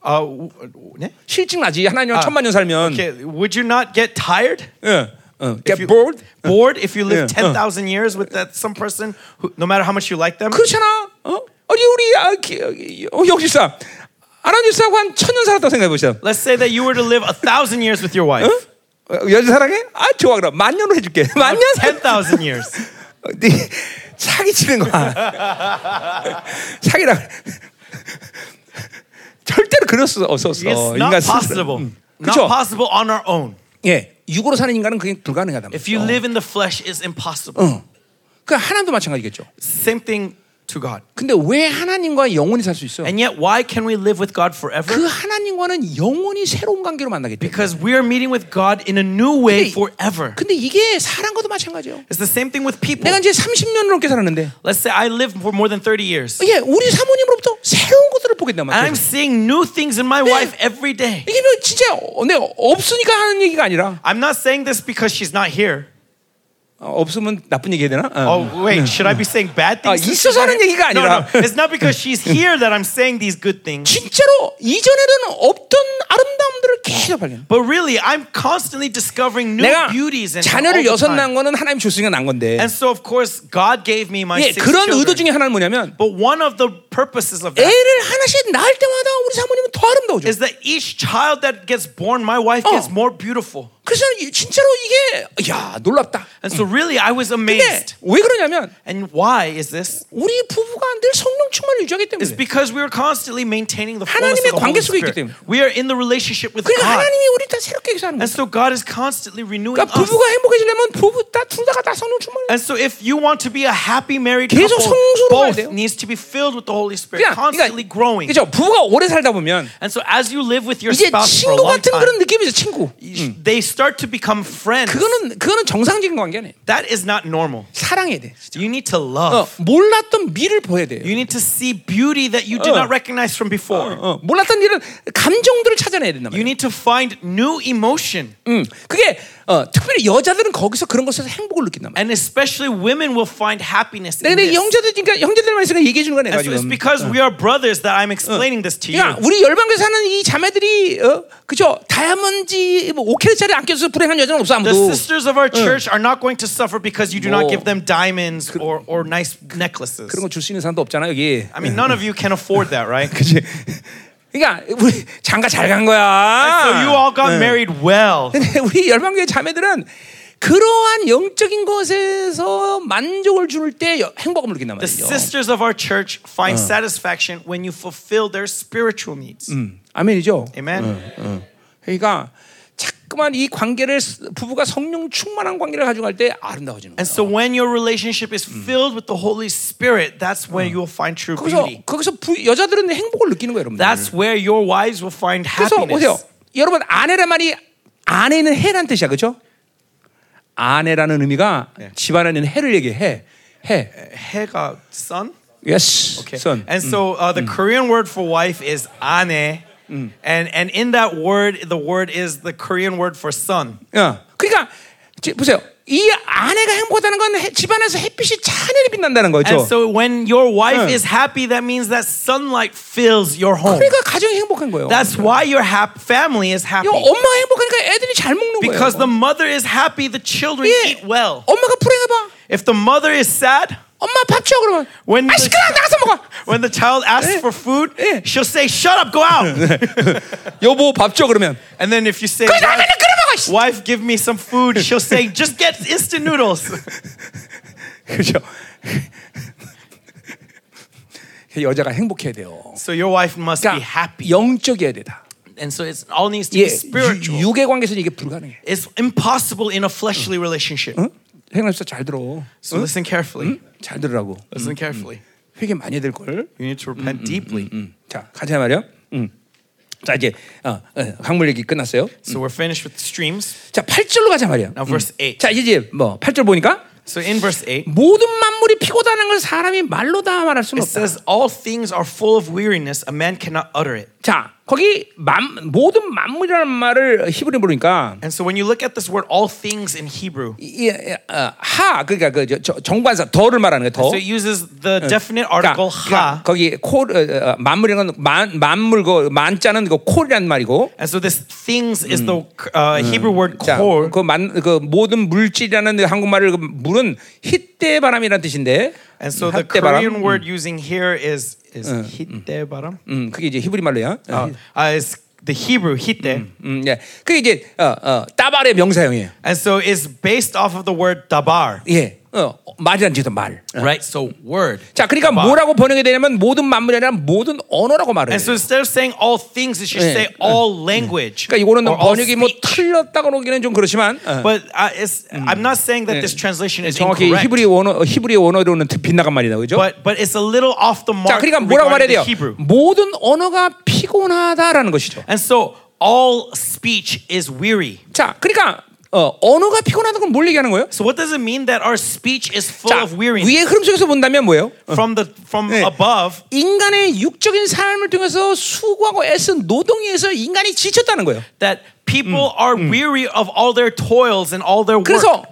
[SPEAKER 2] Uh, w- w- 네?
[SPEAKER 1] 실증 나지. 하나님 천만 년 살면
[SPEAKER 2] okay, would you not get tired?
[SPEAKER 1] 예, 어, get
[SPEAKER 2] you-
[SPEAKER 1] bored.
[SPEAKER 2] Bored if you live
[SPEAKER 1] Yeah.
[SPEAKER 2] ten thousand years with that some person, who, no matter how much you like them.
[SPEAKER 1] 그렇잖아. 어? 우리 우리 아, 기- 어, 역지사 아람지사하고 한 천 년 살았다고 생각해 보시죠.
[SPEAKER 2] Let's say that you were to live a thousand years with your wife,
[SPEAKER 1] 어? 여자 사랑해? 아 좋아 그럼 만 년으로 해줄게. 만 년.
[SPEAKER 2] ten
[SPEAKER 1] 살-
[SPEAKER 2] thousand years.
[SPEAKER 1] 어, 네 사기 치는 거야. 사기라. 그래. 절대로 그럴 수 없었어.
[SPEAKER 2] It's
[SPEAKER 1] 인간
[SPEAKER 2] not
[SPEAKER 1] 스스로.
[SPEAKER 2] possible.
[SPEAKER 1] 음.
[SPEAKER 2] Not
[SPEAKER 1] 그렇죠.
[SPEAKER 2] possible on our own.
[SPEAKER 1] 예, 육으로 사는 인간은 그게 불가능하다.
[SPEAKER 2] If
[SPEAKER 1] 어.
[SPEAKER 2] you live in the flesh, it's impossible.
[SPEAKER 1] 그 하나님도 마찬가지겠죠.
[SPEAKER 2] Same thing to God.
[SPEAKER 1] 근데 왜 하나님과 영원히 살 수 있어?
[SPEAKER 2] And yet, why can we live with God
[SPEAKER 1] 그
[SPEAKER 2] forever?
[SPEAKER 1] 하나님과는 영원히 새로운 관계로 만나기 때문에.
[SPEAKER 2] Because we are meeting with God in a new way
[SPEAKER 1] 근데-
[SPEAKER 2] forever.
[SPEAKER 1] 근데 이게 사랑과도 마찬가지예요.
[SPEAKER 2] It's the same thing with people.
[SPEAKER 1] 내가 이제 30년 넘게 살았는데,
[SPEAKER 2] Let's say I lived for more than 30 years.
[SPEAKER 1] 예, 우리 사모님으로부터 새로운 것들을 보게 된단
[SPEAKER 2] And
[SPEAKER 1] 말이야.
[SPEAKER 2] I'm seeing new things in my wife every day.
[SPEAKER 1] 이게 뭐 진짜 어, 내가 없으니까 하는 얘기가 아니라
[SPEAKER 2] I'm not saying this because she's not here.
[SPEAKER 1] 어, 없으면 나쁜 얘기 해야 되나? 어.
[SPEAKER 2] Oh, wait, should I be saying bad
[SPEAKER 1] 아,
[SPEAKER 2] things? since she's
[SPEAKER 1] 있어서
[SPEAKER 2] not
[SPEAKER 1] 하는
[SPEAKER 2] here?
[SPEAKER 1] 얘기가
[SPEAKER 2] No,
[SPEAKER 1] 아니라.
[SPEAKER 2] no. It's not because she's here that I'm saying these good things.
[SPEAKER 1] 진짜로 이전에는 없던 아름다움들을 계속 발견.
[SPEAKER 2] But really, I'm constantly discovering new
[SPEAKER 1] 내가
[SPEAKER 2] beauties and
[SPEAKER 1] 자녀를 여섯 낳은
[SPEAKER 2] time.
[SPEAKER 1] 거는 하나님 줬으니까 낳은 건데.
[SPEAKER 2] And so, of course, God gave me my
[SPEAKER 1] 예,
[SPEAKER 2] six
[SPEAKER 1] 그런 의도
[SPEAKER 2] children.
[SPEAKER 1] 중에 하나는 뭐냐면
[SPEAKER 2] But one of the purposes of that
[SPEAKER 1] 애를 하나씩 낳을 때마다 우리 사모님은 더 아름다워져.
[SPEAKER 2] is that each child that gets born, my wife
[SPEAKER 1] Oh.
[SPEAKER 2] gets more beautiful.
[SPEAKER 1] 그래서 이- 진짜로 이게 야 놀랍다.
[SPEAKER 2] And so, really, I was
[SPEAKER 1] 근데
[SPEAKER 2] amazed.
[SPEAKER 1] 왜 그러냐면
[SPEAKER 2] And why is this?
[SPEAKER 1] 우리 부부가 늘 성령 충만을 유지하기
[SPEAKER 2] It's
[SPEAKER 1] 때문에.
[SPEAKER 2] because we are constantly maintaining the fullness
[SPEAKER 1] 하나님의
[SPEAKER 2] of the
[SPEAKER 1] 관계
[SPEAKER 2] Holy
[SPEAKER 1] 속에 있기 때문에.
[SPEAKER 2] Spirit. We are in the relationship with
[SPEAKER 1] 그러니까
[SPEAKER 2] God.
[SPEAKER 1] 하나님이 우리 다 새롭게 계산하는
[SPEAKER 2] And
[SPEAKER 1] 거야.
[SPEAKER 2] so God is constantly renewing
[SPEAKER 1] 그러니까
[SPEAKER 2] us.
[SPEAKER 1] 부부가 행복해지려면 부부 다 둘 다가 다 성령 충만.
[SPEAKER 2] And so if you want to be a happy married
[SPEAKER 1] 계속
[SPEAKER 2] couple,
[SPEAKER 1] 성숙으로 가야 돼요.
[SPEAKER 2] both needs to be filled with the Holy Spirit, constantly growing.
[SPEAKER 1] 그러니까 그죠? 부부가 오래 살다 보면
[SPEAKER 2] And so as you live with your
[SPEAKER 1] 이제
[SPEAKER 2] spouse for a
[SPEAKER 1] 친구
[SPEAKER 2] long
[SPEAKER 1] 같은
[SPEAKER 2] time,
[SPEAKER 1] 그런 느낌이죠, 친구.
[SPEAKER 2] they start to become friends.
[SPEAKER 1] 그거는 그거는 정상적인 관계 아니에요.
[SPEAKER 2] That is not normal.
[SPEAKER 1] 사랑해야 돼.
[SPEAKER 2] You need to
[SPEAKER 1] 어,
[SPEAKER 2] love.
[SPEAKER 1] 몰랐던 미를 보여야 돼요.
[SPEAKER 2] You need to see beauty that you did
[SPEAKER 1] 어.
[SPEAKER 2] not recognize from before.
[SPEAKER 1] 어, 몰랐던 일은 감정들을 찾아내야 된단
[SPEAKER 2] You
[SPEAKER 1] 말이에요.
[SPEAKER 2] need to find new emotion.
[SPEAKER 1] 음, 그게 어, 특별히 여자들은 거기서 그런 것에서 행복을 느낀단 말이에요.
[SPEAKER 2] And especially women will find happiness in
[SPEAKER 1] 근데
[SPEAKER 2] this.
[SPEAKER 1] 형제들 그러니까 형제들만 있으니까 얘기해 주는 거 내가
[SPEAKER 2] And so it's
[SPEAKER 1] 지금.
[SPEAKER 2] because we are brothers that I'm explaining this to you.
[SPEAKER 1] 그러니까 우리 열방교 사는 이 자매들이 어? 그죠 다이아몬드 뭐 5캐럿짜리 안 껴서 불행한 여자는 없어
[SPEAKER 2] The
[SPEAKER 1] 아무도.
[SPEAKER 2] sisters of our church are not going to suffer because you do
[SPEAKER 1] 뭐.
[SPEAKER 2] not give them diamonds or, or nice necklaces.
[SPEAKER 1] 그런 거 줄 수 있는 사람도 없잖아 여기.
[SPEAKER 2] I mean, none of you can afford that, right?
[SPEAKER 1] 그지. 그러니까 우리 장가 잘 간
[SPEAKER 2] So you
[SPEAKER 1] 거야.
[SPEAKER 2] all got married well.
[SPEAKER 1] 근데 우리 열방교의 자매들은 그러한 영적인 것에서 만족을 줄 때 행복함을 느낀단
[SPEAKER 2] The
[SPEAKER 1] 말이죠.
[SPEAKER 2] sisters of our church find satisfaction when you fulfill their spiritual needs.
[SPEAKER 1] 아멘이죠.
[SPEAKER 2] Amen.
[SPEAKER 1] 그러니까 자꾸만 이 관계를 부부가 성령 충만한 관계를 가져갈 때 아름다워지는 거예요.
[SPEAKER 2] And so when your relationship is filled with the Holy Spirit, that's where you'll find true
[SPEAKER 1] 거기서
[SPEAKER 2] beauty.
[SPEAKER 1] 거기서 부, 여자들은 행복을 느끼는 거예요, 여러분들.
[SPEAKER 2] That's where your wives will find
[SPEAKER 1] 그래서 보세요.
[SPEAKER 2] happiness.
[SPEAKER 1] 여러분 아내란 말이 아내는 해란 뜻이야, 그렇죠? 아내라는 의미가
[SPEAKER 2] 네.
[SPEAKER 1] 집안에는 해를 얘기해. 해.
[SPEAKER 2] 해가 sun?
[SPEAKER 1] Yes.
[SPEAKER 2] Okay.
[SPEAKER 1] Son. Mm.
[SPEAKER 2] And so uh, the Korean word for wife is ane. And and in that word, the word is the Korean word for son.
[SPEAKER 1] 야, 그러니까 지- 보세요. 이 아내가 행복하다는 건 해- 집안에서 햇빛이 찬연히 빛난다는 거죠.
[SPEAKER 2] And so when your wife
[SPEAKER 1] Yeah.
[SPEAKER 2] is happy, that means that sunlight fills your home.
[SPEAKER 1] 그러니까 가정이 행복한 거예요.
[SPEAKER 2] That's why your hap- family is happy.
[SPEAKER 1] 이거 엄마가 행복하니까 애들이 잘 먹는
[SPEAKER 2] Because the
[SPEAKER 1] 거예요.
[SPEAKER 2] mother is happy, the children
[SPEAKER 1] Yeah.
[SPEAKER 2] eat well.
[SPEAKER 1] 엄마가 불행해봐.
[SPEAKER 2] If the mother is sad,
[SPEAKER 1] 엄마 밥 줘. 그러면
[SPEAKER 2] When
[SPEAKER 1] 아
[SPEAKER 2] the-
[SPEAKER 1] 시끄러 나가서 먹어.
[SPEAKER 2] when the child asks for food,
[SPEAKER 1] Yeah.
[SPEAKER 2] she'll say, "Shut up, go out."
[SPEAKER 1] 여보 밥 줘. 그러면
[SPEAKER 2] And then if you say,
[SPEAKER 1] 그 다음에
[SPEAKER 2] "Wife,
[SPEAKER 1] 끓여 먹어. 씨.
[SPEAKER 2] wife, give me some food," she'll say, "Just get instant noodles."
[SPEAKER 1] 그죠? 여자가 행복해야 돼요.
[SPEAKER 2] So your wife must be
[SPEAKER 1] 그러니까
[SPEAKER 2] happy.
[SPEAKER 1] 영적이어야 되다.
[SPEAKER 2] And so it's all needs to
[SPEAKER 1] 예,
[SPEAKER 2] be spiritual.
[SPEAKER 1] 유- 육의 관계에서는 이게 불가능해.
[SPEAKER 2] it's impossible in a fleshly relationship.
[SPEAKER 1] 생각해서 잘 들어.
[SPEAKER 2] So listen carefully.
[SPEAKER 1] 잘 들으라고.
[SPEAKER 2] Listen carefully.
[SPEAKER 1] 회개 많이 될 걸.
[SPEAKER 2] You need to repent deeply.
[SPEAKER 1] 음. 자, 가자 말이야. 음. 자, 이제 어, 어, 강물 얘기 끝났어요.
[SPEAKER 2] So we're finished with streams.
[SPEAKER 1] 자, 8절로 가자 말이야.
[SPEAKER 2] Now verse 8.
[SPEAKER 1] 자, 이제 뭐 8절 보니까
[SPEAKER 2] So in verse 8,
[SPEAKER 1] 모든 만물이 피곤하는 걸 사람이 말로 다 말할 수는
[SPEAKER 2] it
[SPEAKER 1] 없다.
[SPEAKER 2] says, All things are full of weariness, a man cannot utter it.
[SPEAKER 1] 자, 거기 만, 모든 만물이라는 말을 히브리로 보니까
[SPEAKER 2] And so when you look at this word, all things in Hebrew,
[SPEAKER 1] 이, 이, 어, 하 그러니까 그 저, 저, 정관사 더를 말하는 거예요. 더. 그러니까
[SPEAKER 2] so it uses the definite article ha.
[SPEAKER 1] 거기 코 어, 어, 만물이라는 건만 만물 그 만자는 그 콜이란 말이고
[SPEAKER 2] And so this things is the uh, Hebrew word kor.
[SPEAKER 1] 자그만그 모든 물질이라는 그 한국말을 그 물은 히떼바람이라는 뜻인데
[SPEAKER 2] And so the
[SPEAKER 1] 핫대바람.
[SPEAKER 2] Korean word using here is is hittebaram.
[SPEAKER 1] 음 그게 이제 히브리 말로야.
[SPEAKER 2] Uh, uh, is the Hebrew hitte.
[SPEAKER 1] 음, 예. 그게 이제 어, 어, 따발의 명사형이에요.
[SPEAKER 2] And so it's based off of the word dabar.
[SPEAKER 1] 예. 어, 말이란 뜻은 말.
[SPEAKER 2] Right? So word.
[SPEAKER 1] 자, 그러니까
[SPEAKER 2] dabar.
[SPEAKER 1] 뭐라고 번역이 되냐면 모든 만물이 아니라 모든 언어라고 말해요.
[SPEAKER 2] And so instead of saying all things, it should
[SPEAKER 1] 네.
[SPEAKER 2] say all language.
[SPEAKER 1] 그러니까 이거는
[SPEAKER 2] or all
[SPEAKER 1] 번역이 뭐
[SPEAKER 2] speech.
[SPEAKER 1] 틀렸다고 보기는 좀 그렇지만 어,
[SPEAKER 2] But uh, it's,
[SPEAKER 1] Mm.
[SPEAKER 2] I'm not saying that this translation is
[SPEAKER 1] 정확히
[SPEAKER 2] incorrect.
[SPEAKER 1] 히브리 원어 히브리 원어로는 빗나간 말이다. 그죠?
[SPEAKER 2] But but it's a little off the
[SPEAKER 1] 자,
[SPEAKER 2] mark
[SPEAKER 1] 그러니까 뭐라고 말해야
[SPEAKER 2] regarding the
[SPEAKER 1] 돼요?
[SPEAKER 2] Hebrew.
[SPEAKER 1] 모든 언어가 피곤하다라는 것이죠.
[SPEAKER 2] And so all speech is weary.
[SPEAKER 1] 자, 그러니까 어, 언어가 피곤하다는 건 뭘 얘기하는 거예요?
[SPEAKER 2] So what does it mean that our speech is full
[SPEAKER 1] 자,
[SPEAKER 2] of weariness?
[SPEAKER 1] 위의 흐름 속에서 본다면 뭐예요?
[SPEAKER 2] from the from
[SPEAKER 1] 네.
[SPEAKER 2] above
[SPEAKER 1] 인간의 육적인 삶을 통해서 수고하고 애쓴 노동에 의해서 인간이 지쳤다는 거예요.
[SPEAKER 2] that people are weary of all their toils and all their work.
[SPEAKER 1] Mm. 그래서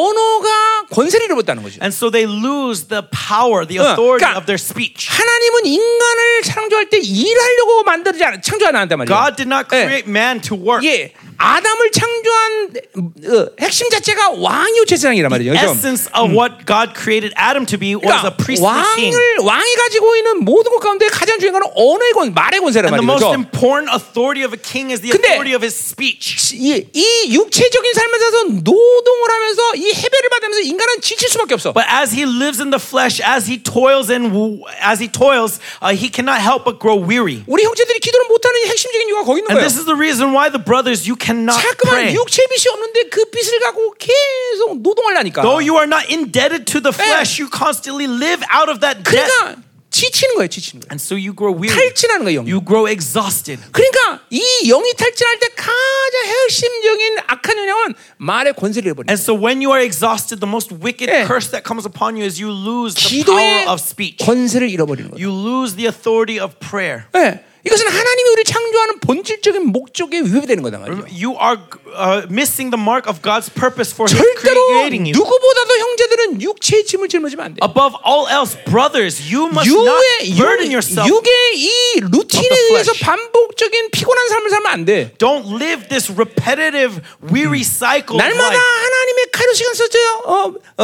[SPEAKER 1] 언어가 권세를 잃었다는 거죠.
[SPEAKER 2] and so they lose the power, the
[SPEAKER 1] 어,
[SPEAKER 2] authority
[SPEAKER 1] 그러니까
[SPEAKER 2] of their speech.
[SPEAKER 1] 하나님은 인간을 창조할 때 일하려고 만들지 않, 창조하지 않았단 말이에요.
[SPEAKER 2] God did
[SPEAKER 1] 예.
[SPEAKER 2] not create man to work.
[SPEAKER 1] 예, 아담을 창조한 어, 핵심 자체가 왕이요 제사장이란 말이죠. 그죠?
[SPEAKER 2] Essence of what God created Adam to be was a
[SPEAKER 1] 그러니까
[SPEAKER 2] priestly king.
[SPEAKER 1] 왕을 왕이 가지고 있는 모든 것 가운데 가장 중요한 건 언어의 권, 말의 권세란
[SPEAKER 2] And the most
[SPEAKER 1] 말이죠. 그죠?
[SPEAKER 2] important authority of a king is the
[SPEAKER 1] 근데-
[SPEAKER 2] authority of his speech.
[SPEAKER 1] 이, 이 육체적인 삶에서 노동을 하면서 이 해배를 받으면서 인간은 지칠 수밖에 없어.
[SPEAKER 2] But as he lives in the flesh, as he toils and wo- as he toils, uh, he cannot help but grow weary.
[SPEAKER 1] 우리 형제들이 기도를 못하는 핵심적인 이유가 거기 있는
[SPEAKER 2] And
[SPEAKER 1] 거예요.
[SPEAKER 2] this is the reason why the brothers you cannot
[SPEAKER 1] 자꾸만
[SPEAKER 2] pray.
[SPEAKER 1] 육체 빚이 없는데 그 빚을 갖고 계속 노동을 하니까.
[SPEAKER 2] Though you are not indebted to the flesh, you constantly live out of that debt.
[SPEAKER 1] 그러니까 지치는 거예요, 지치는 거예요.
[SPEAKER 2] And so you grow weary.
[SPEAKER 1] 탈진하는 거예요, 영이.
[SPEAKER 2] You grow exhausted.
[SPEAKER 1] 그러니까 이 영이 탈진할 때 가장 핵심적인 악한 영향은 말의 권세를 잃어버려.
[SPEAKER 2] And so when you are exhausted, the most wicked
[SPEAKER 1] Yeah.
[SPEAKER 2] curse that comes upon you is you lose the
[SPEAKER 1] 기도의
[SPEAKER 2] power of speech.
[SPEAKER 1] 권세를 잃어버리는 거예요.
[SPEAKER 2] You lose the authority of prayer.
[SPEAKER 1] 예, 이것은 하나님이 우리 창조하는 본질적인 목적에 위배되는 거다 말이죠.
[SPEAKER 2] You are uh, missing the mark of God's purpose for His
[SPEAKER 1] 절대로
[SPEAKER 2] creating you.
[SPEAKER 1] 누구보다도 형제들은 육체의 짐을 짊어지면 안 돼.
[SPEAKER 2] Above all else, brothers, you must
[SPEAKER 1] 육의
[SPEAKER 2] not burden
[SPEAKER 1] 육-
[SPEAKER 2] yourself.
[SPEAKER 1] 육의 이 루틴에
[SPEAKER 2] of the
[SPEAKER 1] 의해서
[SPEAKER 2] flesh.
[SPEAKER 1] 반복적인 피곤한 삶을 살면 안 돼.
[SPEAKER 2] Don't live this repetitive, weary cycle of
[SPEAKER 1] 날마다
[SPEAKER 2] life.
[SPEAKER 1] 하나님의 칼로 시간 써줘요. 어,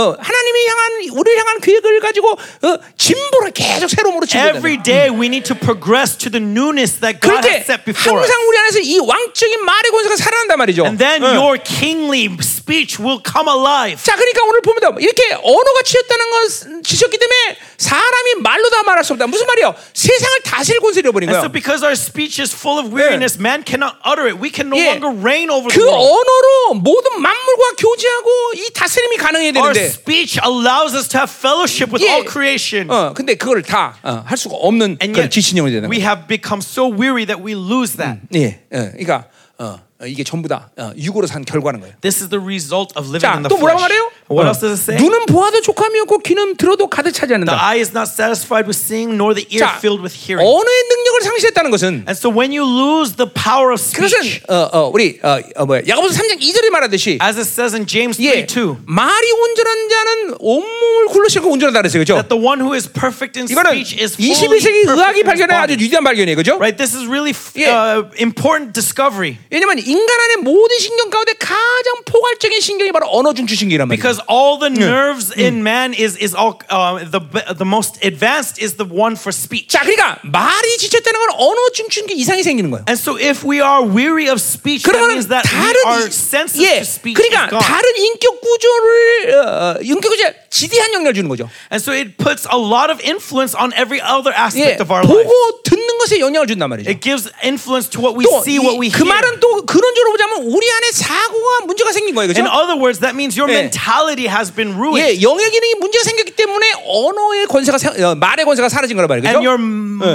[SPEAKER 1] 어, 하나님이 향한 우리를 향한 계획을 가지고 어, 진보를 계속 새로움으로 진보되는.
[SPEAKER 2] Every day we need to progress to the newness that God
[SPEAKER 1] 그렇게
[SPEAKER 2] has set before us.
[SPEAKER 1] 항상 우리 안에서 이 왕적인 말의 권세가 살아난단 말이죠.
[SPEAKER 2] And then
[SPEAKER 1] 어.
[SPEAKER 2] your kingly speech will come alive.
[SPEAKER 1] 자, 그러니까 오늘 보면 이렇게 언어가 치였다는 건 치셨기 때문에 사람이 말로 다 말할 수 없다. 무슨 말이요? 세상을 다스릴 권세를 잃어버린
[SPEAKER 2] And so
[SPEAKER 1] 거예요.
[SPEAKER 2] because our speech is full of weariness, man cannot utter it. We can no
[SPEAKER 1] 예.
[SPEAKER 2] longer reign over the
[SPEAKER 1] 그
[SPEAKER 2] world.
[SPEAKER 1] 언어로 모든 만물과 교제하고 이 다스림이 가능해야
[SPEAKER 2] Our
[SPEAKER 1] 되는데.
[SPEAKER 2] speech allows us to have fellowship with
[SPEAKER 1] 예.
[SPEAKER 2] all creation.
[SPEAKER 1] 어, 근데 그걸 다 할 수가 없는
[SPEAKER 2] And
[SPEAKER 1] 그런
[SPEAKER 2] yet
[SPEAKER 1] 지친형이 되는
[SPEAKER 2] we
[SPEAKER 1] 거예요.
[SPEAKER 2] have become so weary that we lose that.
[SPEAKER 1] 예, 예, 그러니까 어, 어, 이게 전부 다 어, 육으로 산 결과는 거예요.
[SPEAKER 2] This is the result of living
[SPEAKER 1] 자,
[SPEAKER 2] in the
[SPEAKER 1] 또 뭐라고
[SPEAKER 2] flesh.
[SPEAKER 1] 말해요?
[SPEAKER 2] What
[SPEAKER 1] 어,
[SPEAKER 2] else does it say?
[SPEAKER 1] 눈은 보아도 족함이 없고 귀는 들어도 가득 차지
[SPEAKER 2] The
[SPEAKER 1] 않는다.
[SPEAKER 2] eye is not satisfied with seeing, nor the ear
[SPEAKER 1] 자,
[SPEAKER 2] filled with hearing.
[SPEAKER 1] 언어의 능력을 상실했다는 것은
[SPEAKER 2] And so when you lose the power of
[SPEAKER 1] 그것은
[SPEAKER 2] speech,
[SPEAKER 1] 어, 어, 우리 어, 어, 뭐야 야고보서 3장 2절에 말하듯이
[SPEAKER 2] as it says in James 3
[SPEAKER 1] 예,
[SPEAKER 2] 2,
[SPEAKER 1] 말이 온전한 자는 온몸을 굴러시고 온전하다 그랬어요. 그죠?
[SPEAKER 2] that the one who is perfect in
[SPEAKER 1] 이거는
[SPEAKER 2] speech is fully
[SPEAKER 1] 21세기 의학이
[SPEAKER 2] perfect in his
[SPEAKER 1] 발견한 아주
[SPEAKER 2] body.
[SPEAKER 1] 위대한 발견이에요. 그죠?
[SPEAKER 2] Right? This is really f-
[SPEAKER 1] 예.
[SPEAKER 2] uh, important discovery
[SPEAKER 1] 왜냐면 인간 안에 모든 신경 가운데 가장 포괄적인 신경이 바로 언어 중추 신경이란 말이에요.
[SPEAKER 2] because all the nerves in man is is all uh, the be- the most advanced is the one for speech.
[SPEAKER 1] 자, 그러니까 말이 지쳤다는 건 언어 중추 신경 이상이 생기는 거예요.
[SPEAKER 2] And so if we are weary of speech, that
[SPEAKER 1] 그러면
[SPEAKER 2] means that
[SPEAKER 1] 다른
[SPEAKER 2] we are
[SPEAKER 1] 이-
[SPEAKER 2] sensitive
[SPEAKER 1] 예,
[SPEAKER 2] to speech. is
[SPEAKER 1] 그러니까
[SPEAKER 2] gone.
[SPEAKER 1] 다른 인격 구조를 어, 어, 인격 구조에 지대한 영향을 주는 거죠.
[SPEAKER 2] And so it puts a lot of influence on every other
[SPEAKER 1] 예,
[SPEAKER 2] aspect of our life.
[SPEAKER 1] 보고 듣는 것 것에 영향을 준단 말이죠.
[SPEAKER 2] It gives influence to what we
[SPEAKER 1] 또
[SPEAKER 2] see, what we
[SPEAKER 1] 이- 그
[SPEAKER 2] hear.
[SPEAKER 1] 말은 또 그런 쪽으로 보자면 우리 안에 사고가 문제가 생긴 거예요,
[SPEAKER 2] In
[SPEAKER 1] 그렇죠?
[SPEAKER 2] other words, that means your
[SPEAKER 1] 예.
[SPEAKER 2] mentality has been ruined.
[SPEAKER 1] 예, 영의 기능이 문제가 생겼기 때문에 언어의 권세가 사- 어, 말의 권세가 사라진 거란 말이죠.
[SPEAKER 2] And your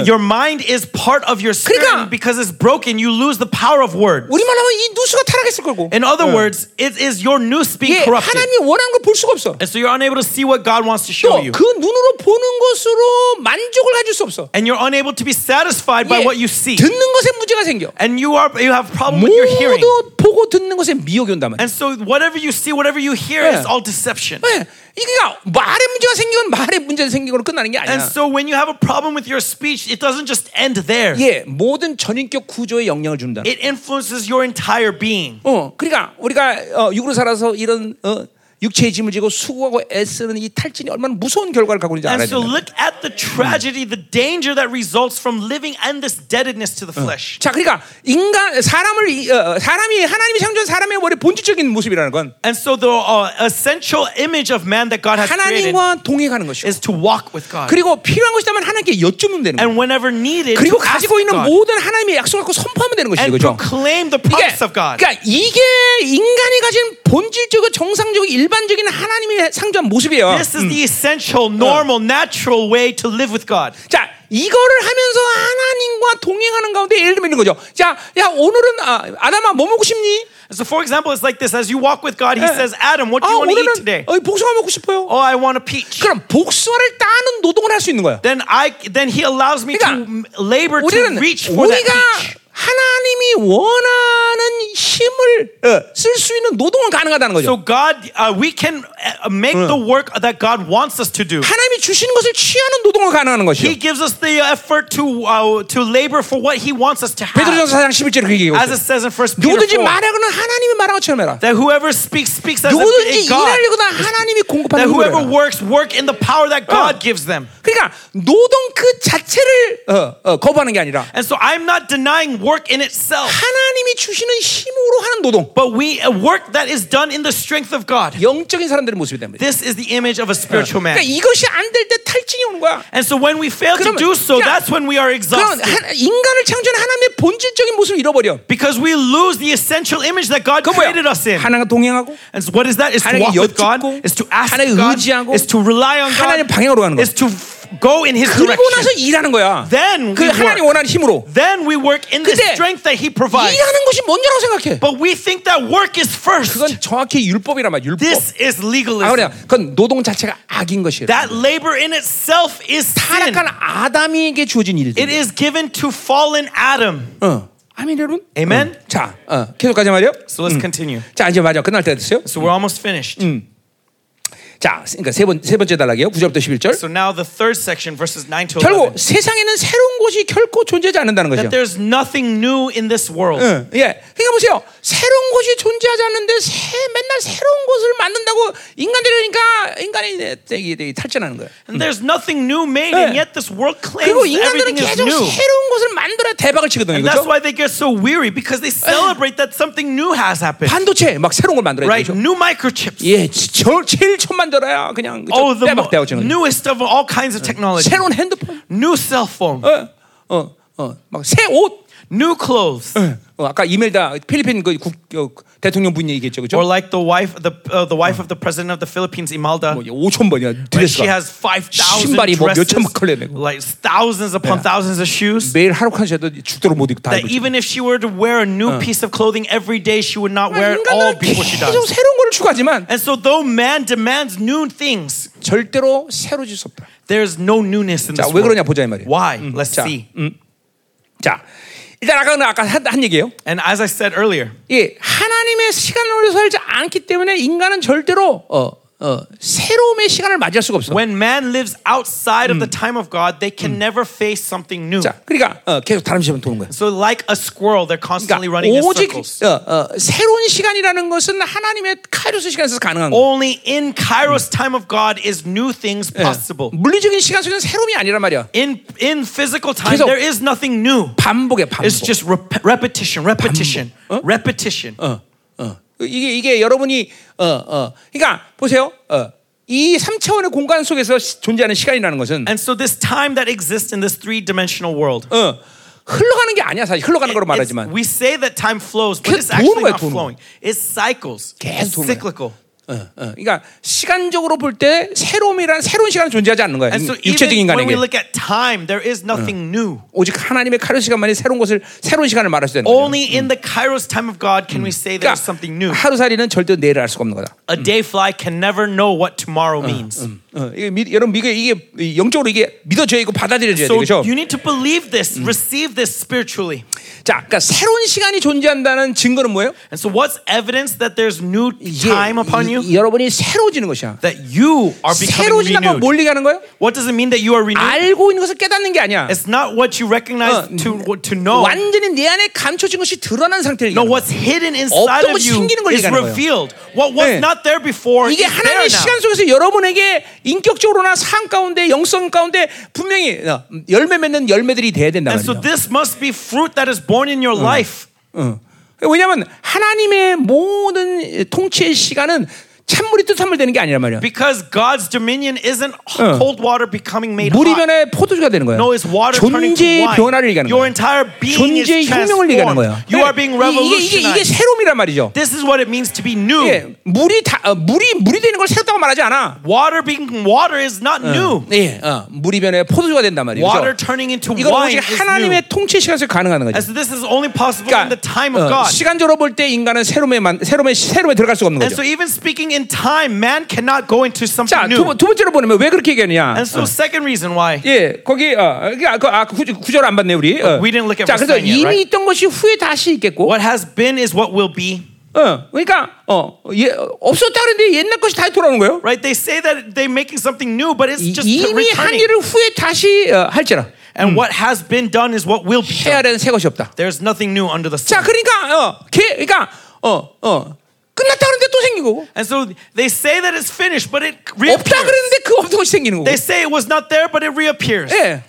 [SPEAKER 2] your mind is part of your spirit
[SPEAKER 1] 그러니까-
[SPEAKER 2] and because it's broken. You lose the power of word.
[SPEAKER 1] 우리말 하면 이 누수가 타락했을 거고.
[SPEAKER 2] In other words, it is your noose being
[SPEAKER 1] 예,
[SPEAKER 2] corrupted,
[SPEAKER 1] 하나님이 원하는 걸 볼 수가 없어.
[SPEAKER 2] and so you're unable to see what God wants to show
[SPEAKER 1] 또
[SPEAKER 2] you,
[SPEAKER 1] 그 눈으로 보는 것으로 만족을 가질 수 없어.
[SPEAKER 2] and you're unable to be satisfied
[SPEAKER 1] 예,
[SPEAKER 2] by what you see,
[SPEAKER 1] 듣는 것에 문제가 생겨.
[SPEAKER 2] and you are you have problem with your hearing.
[SPEAKER 1] 모두 보고 듣는 것에 미혹이 온단 말이야.
[SPEAKER 2] And so whatever you see, whatever you hear,
[SPEAKER 1] Yeah.
[SPEAKER 2] is all deception.
[SPEAKER 1] 예, 이게 말의 문제가 생기면 말의 문제가 생긴 걸로 끝나는 게
[SPEAKER 2] And
[SPEAKER 1] 아니야.
[SPEAKER 2] so when you have a problem with your speech, it doesn't just end there.
[SPEAKER 1] 예, 모든 전인격 구조에 영향을 준다.
[SPEAKER 2] It influences your entire being.
[SPEAKER 1] 어, 그러니까 우리가 어, 육으로 살아서 이런 어, 육체의 짐을 지고 수고하고 애쓰는 이 탈진이 얼마나 무서운 결과를 갖고 있는지
[SPEAKER 2] And
[SPEAKER 1] 알아야
[SPEAKER 2] so
[SPEAKER 1] 된다.
[SPEAKER 2] look at the tragedy, the danger that results from living and this deadedness to the
[SPEAKER 1] Uh.
[SPEAKER 2] flesh.
[SPEAKER 1] 자, 그러니까 인간 사람을 이- 어, 사람이 하나님이 창조한 사람의 원래 본질적인 모습이라는 건
[SPEAKER 2] And so the uh, essential image of man that God has created
[SPEAKER 1] 하나님과 동행하는 것이고
[SPEAKER 2] is to walk with God.
[SPEAKER 1] 그리고 필요한 것이다면 하나님께 여쭈면 되는 거예요.
[SPEAKER 2] And whenever needed,
[SPEAKER 1] 그리고
[SPEAKER 2] to ask
[SPEAKER 1] 가지고 있는
[SPEAKER 2] God
[SPEAKER 1] 모든 하나님의 약속을 갖고 선포하면 되는 것이죠.
[SPEAKER 2] and
[SPEAKER 1] 그죠?
[SPEAKER 2] proclaim the
[SPEAKER 1] 이게,
[SPEAKER 2] promise of God.
[SPEAKER 1] 그러니까 이게 인간이 가진 본질적이고 정상적이고 일반적인 하나님의 상주한 모습이에요.
[SPEAKER 2] This is the essential, normal, natural way to live with God.
[SPEAKER 1] 자, 이거를 하면서 하나님과 동행하는 가운데 예를 들면 이런 거죠. 자, 야, 오늘은 아, 아담아 뭐 먹고 싶니?
[SPEAKER 2] So, for example, it's like this: as you walk with God, He
[SPEAKER 1] Yeah.
[SPEAKER 2] says, "Adam, what do
[SPEAKER 1] 아,
[SPEAKER 2] you want to eat
[SPEAKER 1] 오늘은
[SPEAKER 2] today?"
[SPEAKER 1] 어, 복숭아 먹고 싶어요.
[SPEAKER 2] Oh, I want a peach.
[SPEAKER 1] 그럼 복숭아를 따는 노동을 할 수 있는 거야.
[SPEAKER 2] Then I, then He allows me to
[SPEAKER 1] 그러니까
[SPEAKER 2] labor to
[SPEAKER 1] 우리는
[SPEAKER 2] reach for
[SPEAKER 1] 우리가
[SPEAKER 2] that peach.
[SPEAKER 1] 하나님이 원하는 힘을 어, 쓸 수 있는 노동은 가능하다는 거죠.
[SPEAKER 2] So God, uh, we can uh, make the work that God wants us to do.
[SPEAKER 1] 하나님이 주시는 것을 취하는 노동은 가능한
[SPEAKER 2] He
[SPEAKER 1] 것이요.
[SPEAKER 2] gives us the effort to uh, to labor for what He wants us to
[SPEAKER 1] 베드로전서 4장
[SPEAKER 2] have.
[SPEAKER 1] 11절에 그 얘기하고
[SPEAKER 2] As it
[SPEAKER 1] 있어요.
[SPEAKER 2] says in First Peter
[SPEAKER 1] 누구든지
[SPEAKER 2] 4,
[SPEAKER 1] 말하거나 하나님이 말한 것처럼 해라.
[SPEAKER 2] that whoever speaks speaks as
[SPEAKER 1] 누구든지
[SPEAKER 2] if God.
[SPEAKER 1] 일하려거나 하나님이
[SPEAKER 2] That
[SPEAKER 1] 공급하는 힘을
[SPEAKER 2] whoever
[SPEAKER 1] 해라.
[SPEAKER 2] works work in the power that
[SPEAKER 1] 어.
[SPEAKER 2] God gives them.
[SPEAKER 1] 그러니까 노동 그 자체를 어, 어, 거부하는 게 아니라
[SPEAKER 2] And so I'm not denying work in itself,
[SPEAKER 1] 하나님이 주시는 힘으로 하는 노동
[SPEAKER 2] but we a work that is done in the strength of God.
[SPEAKER 1] 영적인 사람들의 모습이 됩니다.
[SPEAKER 2] This is the image of a spiritual man.
[SPEAKER 1] 그러니까 이것이 안 될 때 탈진이 오는 거야.
[SPEAKER 2] And so when we fail to
[SPEAKER 1] 그러면
[SPEAKER 2] do so,
[SPEAKER 1] 그냥-
[SPEAKER 2] that's when we are
[SPEAKER 1] 그런
[SPEAKER 2] exhausted.
[SPEAKER 1] 하- 인간을 창조한 하나님의 본질적인 모습을 잃어버려.
[SPEAKER 2] Because we lose the essential image that God
[SPEAKER 1] 그 뭐야?
[SPEAKER 2] created us in.
[SPEAKER 1] 하나님과 동행하고
[SPEAKER 2] And so what is that? Is to
[SPEAKER 1] 하나님께
[SPEAKER 2] walk with God,
[SPEAKER 1] 여쭙고,
[SPEAKER 2] is to ask
[SPEAKER 1] 하나님을
[SPEAKER 2] God,
[SPEAKER 1] 의지하고,
[SPEAKER 2] is to rely on
[SPEAKER 1] 하나님
[SPEAKER 2] God,
[SPEAKER 1] 방향으로 가는 거야.
[SPEAKER 2] is to f- go in His
[SPEAKER 1] 그리고 나서
[SPEAKER 2] direction.
[SPEAKER 1] 일하는 거야.
[SPEAKER 2] Then
[SPEAKER 1] 그
[SPEAKER 2] we
[SPEAKER 1] 하나님
[SPEAKER 2] work.
[SPEAKER 1] 원하는 힘으로.
[SPEAKER 2] Then we work in the
[SPEAKER 1] 근데
[SPEAKER 2] strength that He provides.
[SPEAKER 1] 일하는 것이 먼저라고 생각해.
[SPEAKER 2] But we think that work is first.
[SPEAKER 1] 그건 정확히 율법이란 말이야. 율법.
[SPEAKER 2] This is
[SPEAKER 1] 아
[SPEAKER 2] legalism.
[SPEAKER 1] 그래. 그건 노동 자체가 악인 것이에요.
[SPEAKER 2] That labor in itself is sin.
[SPEAKER 1] 타락한 아담에게 주어진 일들.
[SPEAKER 2] It is given to fallen Adam.
[SPEAKER 1] 어. 아멘 여러분.
[SPEAKER 2] Amen.
[SPEAKER 1] 어. 자, 어. 계속 가자 말이요.
[SPEAKER 2] So let's continue.
[SPEAKER 1] 자, 이제 맞아. 끝날 때 됐어요.
[SPEAKER 2] Mm. So we're almost finished.
[SPEAKER 1] 자, 그러니까 세 번 세 번째 단락이에요. 9절부터 11절.
[SPEAKER 2] So now the third section, verses 9 to 11.
[SPEAKER 1] 결국 세상에는 새로운 것이 결코 존재하지 않는다는 거죠.
[SPEAKER 2] That there's nothing new in this world.
[SPEAKER 1] 응, 예. 그러니까 보세요. 새로운 것이 존재하지 않는데 새, 맨날 새로운 것을 만든다고 인간들이니까 인간이 이제 되게, 되게 탈진하는 거예요.
[SPEAKER 2] And there's nothing new made,
[SPEAKER 1] 예.
[SPEAKER 2] and yet this world claims
[SPEAKER 1] 그리고
[SPEAKER 2] that
[SPEAKER 1] 인간들은
[SPEAKER 2] 네, everything is
[SPEAKER 1] 계속
[SPEAKER 2] new.
[SPEAKER 1] 새로운 것을 만들어야 대박을 치거든요.
[SPEAKER 2] And that's
[SPEAKER 1] 그렇죠?
[SPEAKER 2] why they get so weary because they celebrate that something new has happened.
[SPEAKER 1] 반도체 막 새로운 걸 만들어야
[SPEAKER 2] Right?
[SPEAKER 1] 되죠.
[SPEAKER 2] New microchips.
[SPEAKER 1] 예, 지- 저, 제일 처음 만들어야 그냥 그쵸?
[SPEAKER 2] Oh, the
[SPEAKER 1] 대박 대박
[SPEAKER 2] mo-
[SPEAKER 1] 치는 거죠.
[SPEAKER 2] newest of all kinds of technology.
[SPEAKER 1] 새로운 핸드폰,
[SPEAKER 2] New cell phone.
[SPEAKER 1] 어, 어, 어, 막 새 옷.
[SPEAKER 2] New clothes.
[SPEAKER 1] 어, 아까 이멜다 필리핀 그 국, 어, 대통령 분이 얘기했죠,
[SPEAKER 2] Or
[SPEAKER 1] 그렇죠?
[SPEAKER 2] like the wife, the uh, the wife of the president of the Philippines, Imelda.
[SPEAKER 1] 뭐 5천 번이야
[SPEAKER 2] Right?
[SPEAKER 1] 드레스가
[SPEAKER 2] She has five thousand
[SPEAKER 1] 신발이 뭐
[SPEAKER 2] dresses,
[SPEAKER 1] 몇천만 컬러야, 내가.
[SPEAKER 2] like thousands upon thousands of shoes.
[SPEAKER 1] 매일 하루 칸씩 해도 죽도록 못 입고 다
[SPEAKER 2] That
[SPEAKER 1] 입고.
[SPEAKER 2] even if she were to wear a new
[SPEAKER 1] Uh.
[SPEAKER 2] piece of clothing every day, she would not wear it
[SPEAKER 1] 인간은
[SPEAKER 2] all before she
[SPEAKER 1] 계속
[SPEAKER 2] dies.
[SPEAKER 1] 새로운 걸 추구하지만
[SPEAKER 2] And so, though man demands new things,
[SPEAKER 1] 절대로 새로질 수 없다.
[SPEAKER 2] there's no newness in
[SPEAKER 1] 자,
[SPEAKER 2] this
[SPEAKER 1] 왜 그러냐
[SPEAKER 2] world.
[SPEAKER 1] 보자 이 말이에요.
[SPEAKER 2] Why? Let's
[SPEAKER 1] 자, 음.
[SPEAKER 2] see.
[SPEAKER 1] 자, 일단 아까 아까 한, 한 얘기예요.
[SPEAKER 2] And as I said earlier,
[SPEAKER 1] 예, 하나님의 시간으로 살지 않기 때문에 인간은 절대로 어, 어, 새로움의 시간을 맞이할 수가 없어.
[SPEAKER 2] when man lives outside of the time of God, they can never face something new.
[SPEAKER 1] 자, 그러니까 어, 계속 다른 시험 도는 거야.
[SPEAKER 2] So, like a squirrel, they're constantly
[SPEAKER 1] 그러니까
[SPEAKER 2] running in
[SPEAKER 1] 오직
[SPEAKER 2] circles.
[SPEAKER 1] 어, 어, 새로운 시간이라는 것은 하나님의 카이로스 시간에서 가능한 거야.
[SPEAKER 2] Only in Kairos time of God is new things possible.
[SPEAKER 1] 물리적인 시간 속에는 새로움이 아니란 말이야.
[SPEAKER 2] In in physical time
[SPEAKER 1] 계속
[SPEAKER 2] there is nothing new.
[SPEAKER 1] 반복에 반복.
[SPEAKER 2] It's just rep- repetition, repetition, repetition.
[SPEAKER 1] uh. 어. 이게 이게 여러분이 어, 어. 그러니까 보세요. 어. 이 3차원의 공간 속에서 시- 존재하는 시간이라는 것은 Uh,
[SPEAKER 2] And so this time that exists in this three-dimensional world
[SPEAKER 1] 어. 흘러가는 게 아니야 사실 흘러가는 거로
[SPEAKER 2] It's-
[SPEAKER 1] 말하지만
[SPEAKER 2] we say that time flows, but
[SPEAKER 1] 계속
[SPEAKER 2] it's actually
[SPEAKER 1] 도는 거야,
[SPEAKER 2] not
[SPEAKER 1] 도는 거.
[SPEAKER 2] flowing. It's cycles.
[SPEAKER 1] 계속
[SPEAKER 2] It's
[SPEAKER 1] 도는 거야.
[SPEAKER 2] cyclical.
[SPEAKER 1] 어, 어. 그러니까 시간적으로 볼 때 새로움이란 새로운 시간은 존재하지 않는 거야
[SPEAKER 2] And so
[SPEAKER 1] 육체적인
[SPEAKER 2] even when
[SPEAKER 1] 인간에게
[SPEAKER 2] we look at time, there is nothing new.
[SPEAKER 1] 오직 하나님의 카르 시간만이 새로운 것을 새로운 시간을 말할 수 있는 거야
[SPEAKER 2] Only in the Kairos time of God can we say there's something new.
[SPEAKER 1] 그러니까 하루살이는 절대 내일을 알 수가 없는 거다
[SPEAKER 2] A dayfly can never know what tomorrow means.
[SPEAKER 1] 어, 이게 미- 여러분 이게, 이게 이 영적으로 이게 믿어져야 되고 받아들여져야
[SPEAKER 2] So
[SPEAKER 1] 되죠
[SPEAKER 2] you need to believe this, receive this spiritually.
[SPEAKER 1] 자, 그러니까 새로운 시간이 존재한다는 증거는 뭐예요?
[SPEAKER 2] And so what's evidence that there's new
[SPEAKER 1] 이게
[SPEAKER 2] time upon
[SPEAKER 1] 이-
[SPEAKER 2] you?
[SPEAKER 1] 이- 여러분이 새로워지는 것이야
[SPEAKER 2] That you are becoming
[SPEAKER 1] 새로워진다고
[SPEAKER 2] renewed.
[SPEAKER 1] 몰리게 하는 거예요?
[SPEAKER 2] What does it mean that you are renewed?
[SPEAKER 1] 알고 있는 것을 깨닫는 게 아니야
[SPEAKER 2] It's not what you
[SPEAKER 1] 어,
[SPEAKER 2] recognize to to know.
[SPEAKER 1] 완전히 내 안에 감춰진 것이 드러난 상태를 얘기하는
[SPEAKER 2] No, what's hidden inside
[SPEAKER 1] 없던
[SPEAKER 2] of
[SPEAKER 1] 것이
[SPEAKER 2] you
[SPEAKER 1] 생기는 걸
[SPEAKER 2] is
[SPEAKER 1] 얘기하는 거예요.
[SPEAKER 2] revealed. What was
[SPEAKER 1] 네.
[SPEAKER 2] not there before is
[SPEAKER 1] 이게
[SPEAKER 2] there
[SPEAKER 1] 하나님의
[SPEAKER 2] now.
[SPEAKER 1] 시간 속에서 여러분에게 인격적으로나 삶 가운데 영성 가운데 분명히 어, 열매 맺는 열매들이 돼야 된다
[SPEAKER 2] And so
[SPEAKER 1] 말이죠.
[SPEAKER 2] this must be fruit that is born in your life.
[SPEAKER 1] 어. 왜냐하면 하나님의 모든 통치의 시간은 찬물이 뜨산물 되는 게 아니란 말이야.
[SPEAKER 2] Because God's dominion isn't cold water becoming made
[SPEAKER 1] 물이
[SPEAKER 2] hot.
[SPEAKER 1] 변해 포도주가 되는 거야.
[SPEAKER 2] No, it's water turning to
[SPEAKER 1] 존재의
[SPEAKER 2] wine.
[SPEAKER 1] 변화를 얘기하는
[SPEAKER 2] Your
[SPEAKER 1] 거야.
[SPEAKER 2] entire being is
[SPEAKER 1] 존재의 혁명을 얘기하는
[SPEAKER 2] transformed.
[SPEAKER 1] 거야.
[SPEAKER 2] You are being
[SPEAKER 1] 이- 이게 이게 이게
[SPEAKER 2] revolutionized.
[SPEAKER 1] 새로움이란 말이죠.
[SPEAKER 2] This is what it means to be new.
[SPEAKER 1] 예, 물이 다 어, 물이 물이 되는 걸 새롭다고 말하지 않아.
[SPEAKER 2] Water being water is not new.
[SPEAKER 1] 예, 어, 물이 변해 포도주가 된단 말이죠.
[SPEAKER 2] Water turning into
[SPEAKER 1] 이건
[SPEAKER 2] wine
[SPEAKER 1] 오직
[SPEAKER 2] is new.
[SPEAKER 1] 하나님의 통치 시간에서 가능한 거죠.
[SPEAKER 2] And so this is only possible in the time
[SPEAKER 1] 어,
[SPEAKER 2] of God.
[SPEAKER 1] 시간적으로 볼 때 인간은 새로움에 만, 새로움에 새로움에 들어갈 수가 없는
[SPEAKER 2] And
[SPEAKER 1] 거죠.
[SPEAKER 2] so even speaking in time, man cannot go into
[SPEAKER 1] 자,
[SPEAKER 2] something
[SPEAKER 1] 두,
[SPEAKER 2] new.
[SPEAKER 1] 번- 두 번째로 보면 왜 그렇게 얘기하느냐?
[SPEAKER 2] And so second reason why
[SPEAKER 1] 예, 거기 어, 그, 아, 그, 아, 그 구- 구절 안 봤네 우리. 어.
[SPEAKER 2] We didn't look at
[SPEAKER 1] 자,
[SPEAKER 2] verse
[SPEAKER 1] 그래서
[SPEAKER 2] 9 yet,
[SPEAKER 1] 이미
[SPEAKER 2] right?
[SPEAKER 1] 있던 것이 후에 다시 있겠고,
[SPEAKER 2] what has been is what will be.
[SPEAKER 1] 어, 그러니까 어, 예, 어, 없었다 그랬는데 옛날 것이 다시 돌아오는 거예요.
[SPEAKER 2] Right? They say that they're making something new, but it's
[SPEAKER 1] 이-
[SPEAKER 2] just
[SPEAKER 1] 이미 한
[SPEAKER 2] returning.
[SPEAKER 1] 일을 후에 다시 어, 할지라
[SPEAKER 2] And what has been done is what will be
[SPEAKER 1] 해야
[SPEAKER 2] done.
[SPEAKER 1] 되는 새 것이 없다.
[SPEAKER 2] There's nothing new under the
[SPEAKER 1] 자,
[SPEAKER 2] sun.
[SPEAKER 1] 그러니까 어, 개, 그러니까 어, 어, 끝났다 그랬는데 또 생기고,
[SPEAKER 2] And so they say that it's finished, but it
[SPEAKER 1] 없다
[SPEAKER 2] reappears.
[SPEAKER 1] 그랬는데 그 없던 것이 생기는 거고.
[SPEAKER 2] They say it was not there, but it reappears.
[SPEAKER 1] 예,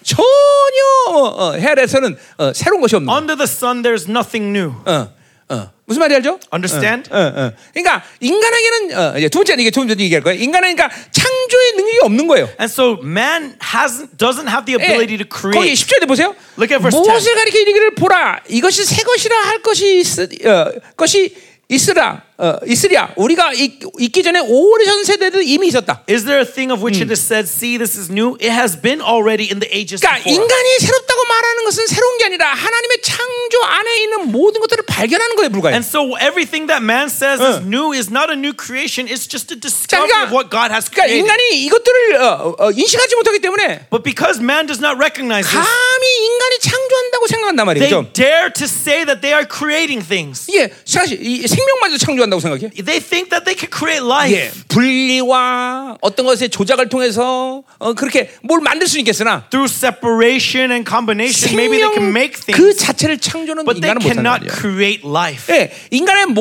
[SPEAKER 1] 전혀 어, 어, 헤아에서는 어, 새로운 것이 없는
[SPEAKER 2] Under the sun, there's nothing new.
[SPEAKER 1] 거예요. 어, 어. 무슨 말이 알죠?
[SPEAKER 2] Understand?
[SPEAKER 1] 어, 어. 그러니까 인간에게는 어, 이제 두 번째는 이게 좀 전에 얘기할 거예요. 인간은 그러니까 창조의 능력이 없는 거예요.
[SPEAKER 2] And so man hasn't doesn't have the
[SPEAKER 1] 예,
[SPEAKER 2] ability to
[SPEAKER 1] 거기
[SPEAKER 2] create.
[SPEAKER 1] 10절에 보세요.
[SPEAKER 2] Look at verse 10.
[SPEAKER 1] 무엇을 가리켜 이르기를 보라. 이것이 새 것이라 할 것이 있으, 어, 것이 있으라. 어, 있으랴. 우리가 있, 있기 전에 오래전 세대도 이미 있었다.
[SPEAKER 2] Is there a thing of which it
[SPEAKER 1] Hmm.
[SPEAKER 2] is said, see, this is new? It has been already in the ages
[SPEAKER 1] 그러니까
[SPEAKER 2] before.
[SPEAKER 1] 인간이 새롭다고 말하는 것은 새로운 게 아니라 하나님의 창조 안에 있는 모든 것들을 발견하는 거에 불과해요.
[SPEAKER 2] And so everything that man says
[SPEAKER 1] Uh.
[SPEAKER 2] is new is not a new creation. It's just a
[SPEAKER 1] 자,
[SPEAKER 2] discovery
[SPEAKER 1] 그러니까,
[SPEAKER 2] of what God has
[SPEAKER 1] 그러니까
[SPEAKER 2] created.
[SPEAKER 1] 인간이 이것들을 어, 어, 인식하지 못하기 때문에
[SPEAKER 2] But because man does not recognize this,
[SPEAKER 1] 감히 인간이 창조한다고 생각한단
[SPEAKER 2] they
[SPEAKER 1] 말이죠.
[SPEAKER 2] dare to say that they are creating things.
[SPEAKER 1] 이게 사실 이 생명마저 창조한다고 생각해.
[SPEAKER 2] They think that they could create life.
[SPEAKER 1] 예, 분리와 어떤 것의 조작을 통해서 어, 그렇게 뭘 만들 수 있겠으나
[SPEAKER 2] Through separation and combination, maybe they
[SPEAKER 1] 생명
[SPEAKER 2] can make things,
[SPEAKER 1] 그 자체를 창조는
[SPEAKER 2] but they
[SPEAKER 1] 인간은 못한단
[SPEAKER 2] cannot
[SPEAKER 1] 말이야.
[SPEAKER 2] create life.
[SPEAKER 1] 예, 인간의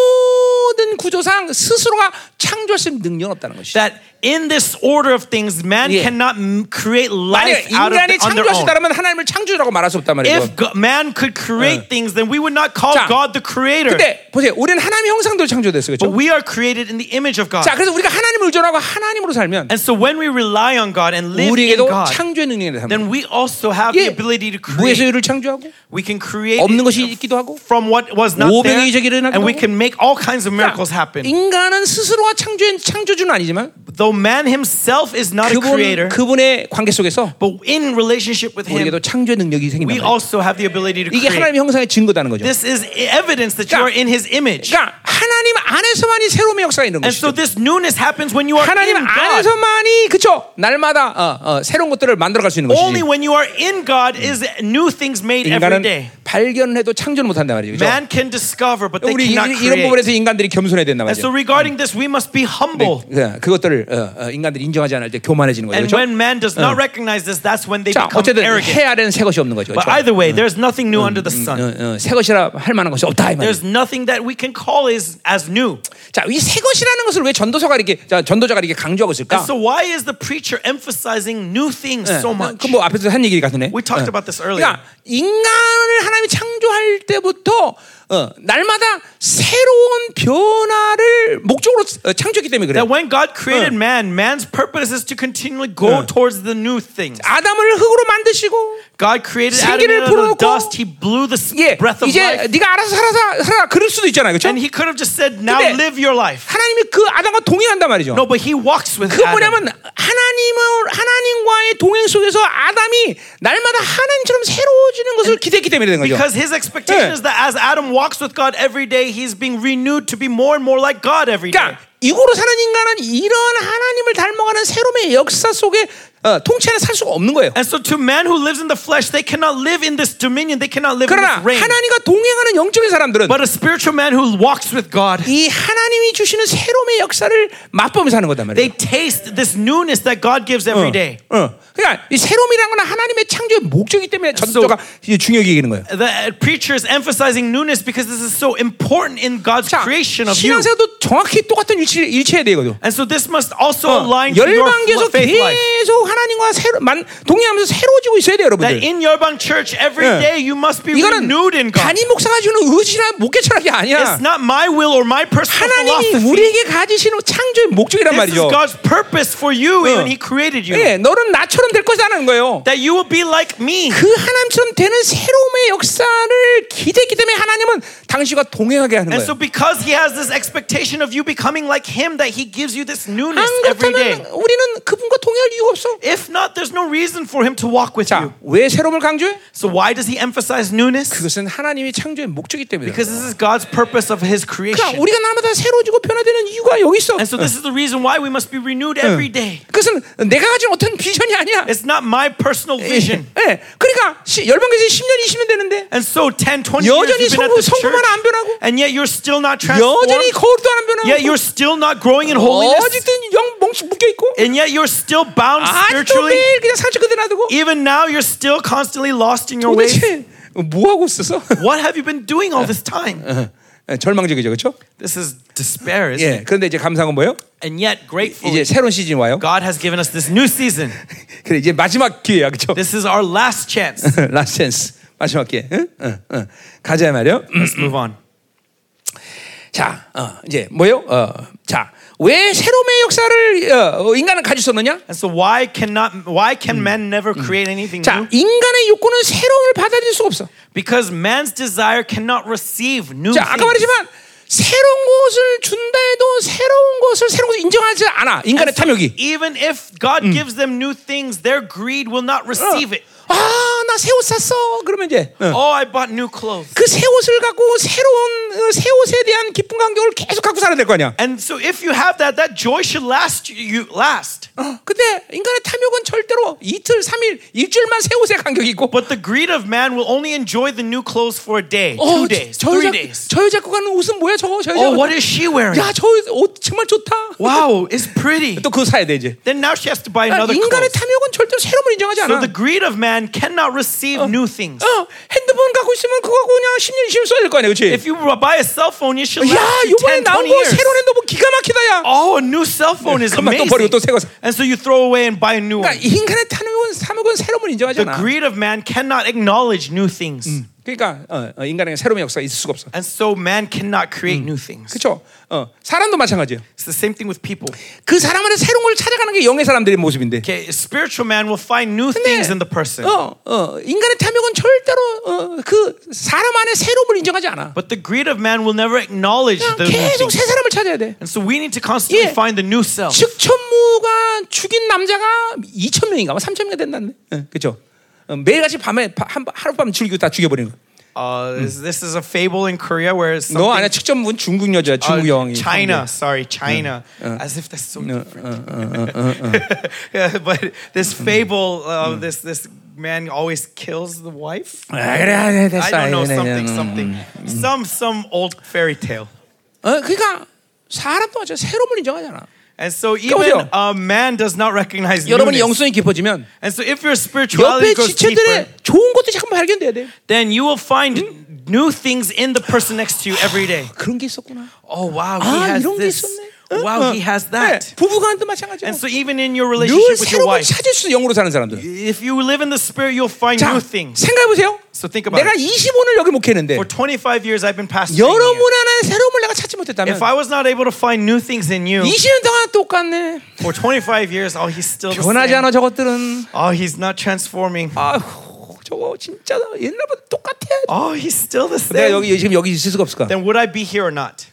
[SPEAKER 1] 모든 구조상 스스로가 창조할 수 있는 능력은 없다는 것이.
[SPEAKER 2] That in this order of things, man
[SPEAKER 1] Yeah.
[SPEAKER 2] cannot m- create
[SPEAKER 1] 만약
[SPEAKER 2] life out of
[SPEAKER 1] 인간이
[SPEAKER 2] the, on their
[SPEAKER 1] 창조할 수
[SPEAKER 2] own.
[SPEAKER 1] 있다면 하나님을 창조라고 말할 수 없단 말이에요.
[SPEAKER 2] If go- man could create
[SPEAKER 1] Uh.
[SPEAKER 2] things, then we would not call
[SPEAKER 1] 자,
[SPEAKER 2] God the creator.
[SPEAKER 1] 근데 보세요, 우리는 하나님의 형상대로 창조됐어요,
[SPEAKER 2] But
[SPEAKER 1] 그렇죠?
[SPEAKER 2] we are created in the image of God.
[SPEAKER 1] 자, 그래서 우리가 하나님을 의존하고 하나님으로 살면
[SPEAKER 2] And so when we rely on God and live in
[SPEAKER 1] 우리에게도
[SPEAKER 2] God,
[SPEAKER 1] 창조의 능력이 나타납니다.
[SPEAKER 2] then we also have
[SPEAKER 1] 예,
[SPEAKER 2] the ability to
[SPEAKER 1] 무에서
[SPEAKER 2] create.
[SPEAKER 1] 유를 창조하고
[SPEAKER 2] We can create
[SPEAKER 1] 없는
[SPEAKER 2] it
[SPEAKER 1] 것이 있기도 하고
[SPEAKER 2] from what was not
[SPEAKER 1] 오병의
[SPEAKER 2] there,
[SPEAKER 1] 기적이 일어나기도
[SPEAKER 2] and we
[SPEAKER 1] 하고.
[SPEAKER 2] can make all kinds of miracles
[SPEAKER 1] 그러니까
[SPEAKER 2] happen.
[SPEAKER 1] 인간은 스스로가 창조의 창조주는 아니지만
[SPEAKER 2] Though man himself is not a creator,
[SPEAKER 1] 그분 그분의 관계 속에서
[SPEAKER 2] but in relationship with him,
[SPEAKER 1] 우리에게도 창조의 능력이
[SPEAKER 2] we
[SPEAKER 1] 생긴다.
[SPEAKER 2] also have the ability to
[SPEAKER 1] 이게
[SPEAKER 2] create.
[SPEAKER 1] 하나님의 형상의 증거다는 거죠.
[SPEAKER 2] This is e- evidence that you
[SPEAKER 1] 그러니까-
[SPEAKER 2] are in his image.
[SPEAKER 1] 그러니까 하나님 안에서만이 새로움의 역사가 있는
[SPEAKER 2] And
[SPEAKER 1] 것이죠.
[SPEAKER 2] so this newness happens when you are
[SPEAKER 1] 하나님
[SPEAKER 2] in God.
[SPEAKER 1] 안에서만이 그쵸 날마다 어, 어, 새로운 것들을 만들어갈 수 있는
[SPEAKER 2] Only
[SPEAKER 1] 것이지.
[SPEAKER 2] when you are in God is new things made every
[SPEAKER 1] 인간은
[SPEAKER 2] day.
[SPEAKER 1] 발견해도 창조는 못한단 말이죠. 그죠?
[SPEAKER 2] Man can discover, but they
[SPEAKER 1] 우리 이,
[SPEAKER 2] cannot
[SPEAKER 1] 이런
[SPEAKER 2] create.
[SPEAKER 1] 부분에서 인간들이 겸손해야 된단
[SPEAKER 2] And so
[SPEAKER 1] 말이죠.
[SPEAKER 2] regarding this, we must be humble.
[SPEAKER 1] 그- 그것들을 어, 어, 인간들이 인정하지 않을 때 교만해지는 거죠.
[SPEAKER 2] And
[SPEAKER 1] 그렇죠?
[SPEAKER 2] when man does not recognize this, that's when they
[SPEAKER 1] 자,
[SPEAKER 2] become
[SPEAKER 1] 어쨌든
[SPEAKER 2] arrogant.
[SPEAKER 1] 해야 되는 새 것이 없는 거죠.
[SPEAKER 2] But
[SPEAKER 1] 그렇죠?
[SPEAKER 2] either way, there's nothing new under the sun.
[SPEAKER 1] 어, 어, 새 것이라 할 만한 것이 없다 이 말이죠.
[SPEAKER 2] There's nothing that we can call is as new.
[SPEAKER 1] 자, 이 새 것이라는 것을 왜 전도서가 이렇게 자, 전도자가 이렇게 강조하고 있을까?
[SPEAKER 2] And so why is the preacher
[SPEAKER 1] Eh.
[SPEAKER 2] emphasizing new things so
[SPEAKER 1] 아,
[SPEAKER 2] much?
[SPEAKER 1] 그뭐 앞에서 한 얘기 같은데.
[SPEAKER 2] We talked about this earlier.
[SPEAKER 1] 그러니까 인간을 하나님 하나님이 창조할 때부터 어, 날마다 새로운 변화를 목적으로 어, 창조했기 때문에 그래요.
[SPEAKER 2] That when God created man, man's purpose is to continually go
[SPEAKER 1] Uh.
[SPEAKER 2] towards the new things.
[SPEAKER 1] 아담을 흙으로 만드시고
[SPEAKER 2] God created Adam
[SPEAKER 1] 생기를
[SPEAKER 2] out of
[SPEAKER 1] 불어넣고,
[SPEAKER 2] dust. He blew the s-
[SPEAKER 1] 예,
[SPEAKER 2] breath of
[SPEAKER 1] 이제
[SPEAKER 2] life.
[SPEAKER 1] 네가 알아서 살아라, 살아라 그럴 수도 있잖아요, 그렇죠?
[SPEAKER 2] And he could have just said, now
[SPEAKER 1] 근데-
[SPEAKER 2] live your life.
[SPEAKER 1] 하나님이 그 아담과 동행한단 말이죠.
[SPEAKER 2] No, but he walks with
[SPEAKER 1] 그
[SPEAKER 2] Adam.
[SPEAKER 1] 뭐냐면 하나님을 하나님과의 동행 속에서 아담이 날마다 하나님처럼 새로워지는 것을 기대했기 때문에 된 거죠.
[SPEAKER 2] Because his expectation
[SPEAKER 1] Yeah.
[SPEAKER 2] is that as Adam walks with God every day, he's being renewed to be more and more like God every day.
[SPEAKER 1] 그러니까 이고로 사는 인간은 이런 하나님을 닮아가는 새로운 역사 속에 어, 통치 안에 살 수가 없는 거예요.
[SPEAKER 2] And so, to man who lives in the flesh, they cannot live in this dominion, they cannot live
[SPEAKER 1] 그러나
[SPEAKER 2] in this reign.
[SPEAKER 1] 하나님과 동행하는 영적인 사람들은
[SPEAKER 2] But a spiritual man who walks with God,
[SPEAKER 1] 이 하나님이 주시는 새로운 역사를 맛보면서 사는 거단
[SPEAKER 2] they
[SPEAKER 1] 말이에요.
[SPEAKER 2] taste this newness that God gives every day.
[SPEAKER 1] 어, 어. 그러니까 이 새로움이라는 건 하나님의 창조의 목적이기 때문에 전도가 중요하게 얘기하는 거예요.
[SPEAKER 2] The preacher is emphasizing newness because this is so important in God's
[SPEAKER 1] 자,
[SPEAKER 2] creation of you.
[SPEAKER 1] 신앙생활도 정확히 똑같은 일치, 일치해야 되거든. 어.
[SPEAKER 2] And so this must also align to your
[SPEAKER 1] 열방계에서
[SPEAKER 2] fl- faith life.
[SPEAKER 1] 계속 하나님과 새로, 만, 동의하면서 새로워지고 있어야 돼요, 여러분들.
[SPEAKER 2] That in Yerbang Church, every
[SPEAKER 1] Yeah.
[SPEAKER 2] day you must be
[SPEAKER 1] 이거는
[SPEAKER 2] renewed in God.
[SPEAKER 1] 단임 목사가 주는 의지나 목회 철학이 아니야.
[SPEAKER 2] It's not my will or my personal
[SPEAKER 1] 하나님이
[SPEAKER 2] philosophy.
[SPEAKER 1] 우리에게 가지시는 창조의 목적이란
[SPEAKER 2] This
[SPEAKER 1] 말이죠.
[SPEAKER 2] is God's purpose for you
[SPEAKER 1] Yeah.
[SPEAKER 2] when He created you.
[SPEAKER 1] 예, 너는 나처럼 될 것이라는 거예요.
[SPEAKER 2] That you will be like me.
[SPEAKER 1] 그 하나님처럼 되는 새로움의 역사를 기대했기 때문에 하나님은 당신과 동행하게 하는
[SPEAKER 2] And so
[SPEAKER 1] 거예요.
[SPEAKER 2] because he has this expectation of you becoming like him, that he gives you this newness
[SPEAKER 1] 안
[SPEAKER 2] every day.
[SPEAKER 1] 그렇다면 우리는 그분과 동행할 이유가 없어.
[SPEAKER 2] If not, there's no reason for him to walk with you.
[SPEAKER 1] 자, 왜 새로움을 강조해?
[SPEAKER 2] So why does he emphasize newness?
[SPEAKER 1] 그것은 하나님이 창조의 목적이기 때문에.
[SPEAKER 2] Because this is God's purpose of his creation.
[SPEAKER 1] 그러니까 우리가 날마다 새로워지고 변화되는 이유가 여기 있어.
[SPEAKER 2] And so this is the reason why we must be renewed every day.
[SPEAKER 1] 그것은 내가 가진 어떤 비전이 아니야.
[SPEAKER 2] It's not my personal
[SPEAKER 1] Eh.
[SPEAKER 2] vision.
[SPEAKER 1] 예, 그러니까 시- 열방교회 10년, 20년 되는데
[SPEAKER 2] And so 10, 20 years
[SPEAKER 1] 여전히
[SPEAKER 2] you've been at
[SPEAKER 1] 성부,
[SPEAKER 2] this
[SPEAKER 1] 성부만 안
[SPEAKER 2] church,
[SPEAKER 1] 변하고
[SPEAKER 2] and yet you're still not
[SPEAKER 1] 여전히
[SPEAKER 2] transformed.
[SPEAKER 1] 거울도 안 변하고
[SPEAKER 2] Yet you're still not growing in holiness.
[SPEAKER 1] 어쨌든 영 멍치 묶여 있고
[SPEAKER 2] And yet you're still bound
[SPEAKER 1] 아직도
[SPEAKER 2] spiritually.
[SPEAKER 1] 매일 그냥 상처 그대로 놔두고
[SPEAKER 2] Even now you're still constantly lost in your ways.
[SPEAKER 1] 도대체 뭐 하고 있었어?
[SPEAKER 2] What have you been doing all this
[SPEAKER 1] Uh.
[SPEAKER 2] time?
[SPEAKER 1] 예, 절망적이죠, 그렇죠?
[SPEAKER 2] This is despair, isn't
[SPEAKER 1] 예.
[SPEAKER 2] it?
[SPEAKER 1] 그런데 이제 감사한 건 뭐예요?
[SPEAKER 2] And yet,
[SPEAKER 1] 이제
[SPEAKER 2] gratefully,
[SPEAKER 1] 새로운 시즌 와요.
[SPEAKER 2] God has given us this new season.
[SPEAKER 1] 그래 이제 마지막 기회야, 그렇죠?
[SPEAKER 2] This is our last chance.
[SPEAKER 1] 라스트 찬스 마지막 기회. 응? 응, 응. 가자 말이요. 음.
[SPEAKER 2] Let's move on.
[SPEAKER 1] 자, 어, 이제 뭐요? 어, 자, 왜 새로움의 역사를 어, 어, 인간은 가질 수 없느냐?
[SPEAKER 2] And so, why cannot? Why can man never create anything
[SPEAKER 1] 자,
[SPEAKER 2] new?
[SPEAKER 1] 인간의 욕구는 새로움을 받아들일 수 없어.
[SPEAKER 2] Because man's desire cannot receive new
[SPEAKER 1] 자, 아까
[SPEAKER 2] things.
[SPEAKER 1] 말했지만 새로운 것을 준다 해도 새로운 것을 새로운 것을 인정하지 않아. 인간의
[SPEAKER 2] And so
[SPEAKER 1] 탐욕이.
[SPEAKER 2] even if God
[SPEAKER 1] Mm.
[SPEAKER 2] gives them new things, their greed will not
[SPEAKER 1] Uh.
[SPEAKER 2] receive it.
[SPEAKER 1] 아, 나 새 옷 샀어. 그러면 이제
[SPEAKER 2] Oh, I bought new clothes.
[SPEAKER 1] 그 새 옷을 갖고 새로운 어, 새 옷에 대한 기쁨 감격을 계속 갖고 살아야 될 거 아니야.
[SPEAKER 2] And so, if you have that, that joy should last you- you last.
[SPEAKER 1] 어, 근데 인간의 탐욕은 절대로 이틀, 삼일, 일주일만 새 옷에 감격이 있고
[SPEAKER 2] But the greed of man will only enjoy the new clothes for a day,
[SPEAKER 1] 어,
[SPEAKER 2] two
[SPEAKER 1] Oh,
[SPEAKER 2] days,
[SPEAKER 1] 저 여자
[SPEAKER 2] three days.
[SPEAKER 1] 저 여자 거 가는 옷은 뭐야 저거 저 여자
[SPEAKER 2] Oh,
[SPEAKER 1] 옷.
[SPEAKER 2] what is she wearing?
[SPEAKER 1] 야, 저 옷 정말 좋다.
[SPEAKER 2] Wow, it's pretty.
[SPEAKER 1] 또 그거 사야 돼 이제.
[SPEAKER 2] Then now she has to buy
[SPEAKER 1] 그러니까
[SPEAKER 2] another
[SPEAKER 1] 인간의
[SPEAKER 2] clothes.
[SPEAKER 1] 탐욕은 절대로 새로움을 인정하지
[SPEAKER 2] So
[SPEAKER 1] 않아.
[SPEAKER 2] the greed of man cannot receive new things.
[SPEAKER 1] 어, 핸드폰 갖고 있으면 그거 갖고 그냥 10년, 20년 써야 될 거 아니야,
[SPEAKER 2] If
[SPEAKER 1] 그렇지?
[SPEAKER 2] you buy a cell phone, you should
[SPEAKER 1] 야,
[SPEAKER 2] last you
[SPEAKER 1] 이번에
[SPEAKER 2] 10,
[SPEAKER 1] 나온
[SPEAKER 2] 20
[SPEAKER 1] 거
[SPEAKER 2] years.
[SPEAKER 1] 새로운 핸드폰 기가 막히다, 야.
[SPEAKER 2] Oh, a new cell phone is
[SPEAKER 1] 그만 또 버리고 또 새거
[SPEAKER 2] amazing.
[SPEAKER 1] 사.
[SPEAKER 2] And so you throw away and buy a new one.
[SPEAKER 1] 그러니까 인간의 탐욕은 탐욕은 새로움을 인정하지
[SPEAKER 2] The
[SPEAKER 1] 않아.
[SPEAKER 2] greed of man cannot acknowledge new things.
[SPEAKER 1] 그러니까 어, 어, 인간에게 새로운 역사가 있을 수가 없어.
[SPEAKER 2] And so man cannot create new things.
[SPEAKER 1] 그렇죠? 어, 사람도 마찬가지예요.
[SPEAKER 2] It's the same thing with people.
[SPEAKER 1] 그 사람 안에 새로운 걸 찾아가는 게 영의 사람들의 모습인데.
[SPEAKER 2] Okay, a spiritual man will find new things in the person.
[SPEAKER 1] 어, 어, 인간의 탐욕은 절대로 어, 그 사람 안에 새로움을 인정하지 않아.
[SPEAKER 2] But the greed of man will never acknowledge
[SPEAKER 1] 그냥
[SPEAKER 2] the new
[SPEAKER 1] 계속
[SPEAKER 2] things.
[SPEAKER 1] 새 사람을 찾아야 돼.
[SPEAKER 2] And so we need to constantly
[SPEAKER 1] Yeah.
[SPEAKER 2] find the new self.
[SPEAKER 1] 아, 측천무가 죽인 남자가 2천 명인가 뭐 3천 명이 된다는데, 그렇죠? 매일같이 밤에 바- 한, 하룻밤 즐기고 다 죽여버리는 거.
[SPEAKER 2] Uh, this, this is a fable in Korea where it's
[SPEAKER 1] 너 아니야 측천무는
[SPEAKER 2] something,
[SPEAKER 1] 중국 여자, 중국
[SPEAKER 2] uh,
[SPEAKER 1] 여왕이. 어,
[SPEAKER 2] China, sorry, China, as if that's so different. yeah, but this
[SPEAKER 1] Mm.
[SPEAKER 2] fable, uh, this this man always kills the wife.
[SPEAKER 1] 아, 그래, 아, 그래, 됐어.
[SPEAKER 2] I don't know
[SPEAKER 1] 아, 그래,
[SPEAKER 2] something,
[SPEAKER 1] 음.
[SPEAKER 2] something,
[SPEAKER 1] mm,
[SPEAKER 2] some some old fairy tale.
[SPEAKER 1] 어, 그러니까 사람도 마찬 새로움을 인정하잖아.
[SPEAKER 2] And so
[SPEAKER 1] 보세요.
[SPEAKER 2] even a man does not recognize
[SPEAKER 1] 여러분이
[SPEAKER 2] newness.
[SPEAKER 1] 영성이 깊어지면
[SPEAKER 2] And so if your
[SPEAKER 1] 옆에
[SPEAKER 2] spirituality goes deeper,
[SPEAKER 1] 지체들의 좋은 것도 잠깐 발견돼야 돼.
[SPEAKER 2] then you will find new things in the person next to you every day.
[SPEAKER 1] 그런 게 있었구나.
[SPEAKER 2] Oh wow, he
[SPEAKER 1] 아,
[SPEAKER 2] has
[SPEAKER 1] 이런 게
[SPEAKER 2] this.
[SPEAKER 1] 있었네. 어, 네,
[SPEAKER 2] Wow, he has that.
[SPEAKER 1] 부부간도 마찬가지야.
[SPEAKER 2] Uh-huh. And so even in your
[SPEAKER 1] 늘
[SPEAKER 2] relationship with your
[SPEAKER 1] 새로운 걸
[SPEAKER 2] wife,
[SPEAKER 1] 찾을 수 있어, 영으로 사는 사람들.
[SPEAKER 2] if you live in the spirit, you'll find
[SPEAKER 1] 자,
[SPEAKER 2] new things.
[SPEAKER 1] 생각해 보세요.
[SPEAKER 2] So think about
[SPEAKER 1] 내가
[SPEAKER 2] it.
[SPEAKER 1] 25을 여기 목회했는데
[SPEAKER 2] 그러니까 For 25 years, I've been pastoring you.
[SPEAKER 1] 여러분 하나의 새로움을 내가 찾지 못했다면
[SPEAKER 2] If I was not able to find new things in you,
[SPEAKER 1] 20년 동안 똑같네.
[SPEAKER 2] for 25 years, oh, he's still the
[SPEAKER 1] 변하지
[SPEAKER 2] same.
[SPEAKER 1] 않아 저것들은.
[SPEAKER 2] Oh, he's not transforming.
[SPEAKER 1] 아휴, 저거 진짜 옛날보다 똑같아.
[SPEAKER 2] Oh, he's still the
[SPEAKER 1] 내가
[SPEAKER 2] same.
[SPEAKER 1] 여기 지금 여기 있을 수가 없을까?
[SPEAKER 2] Then would I be here or not?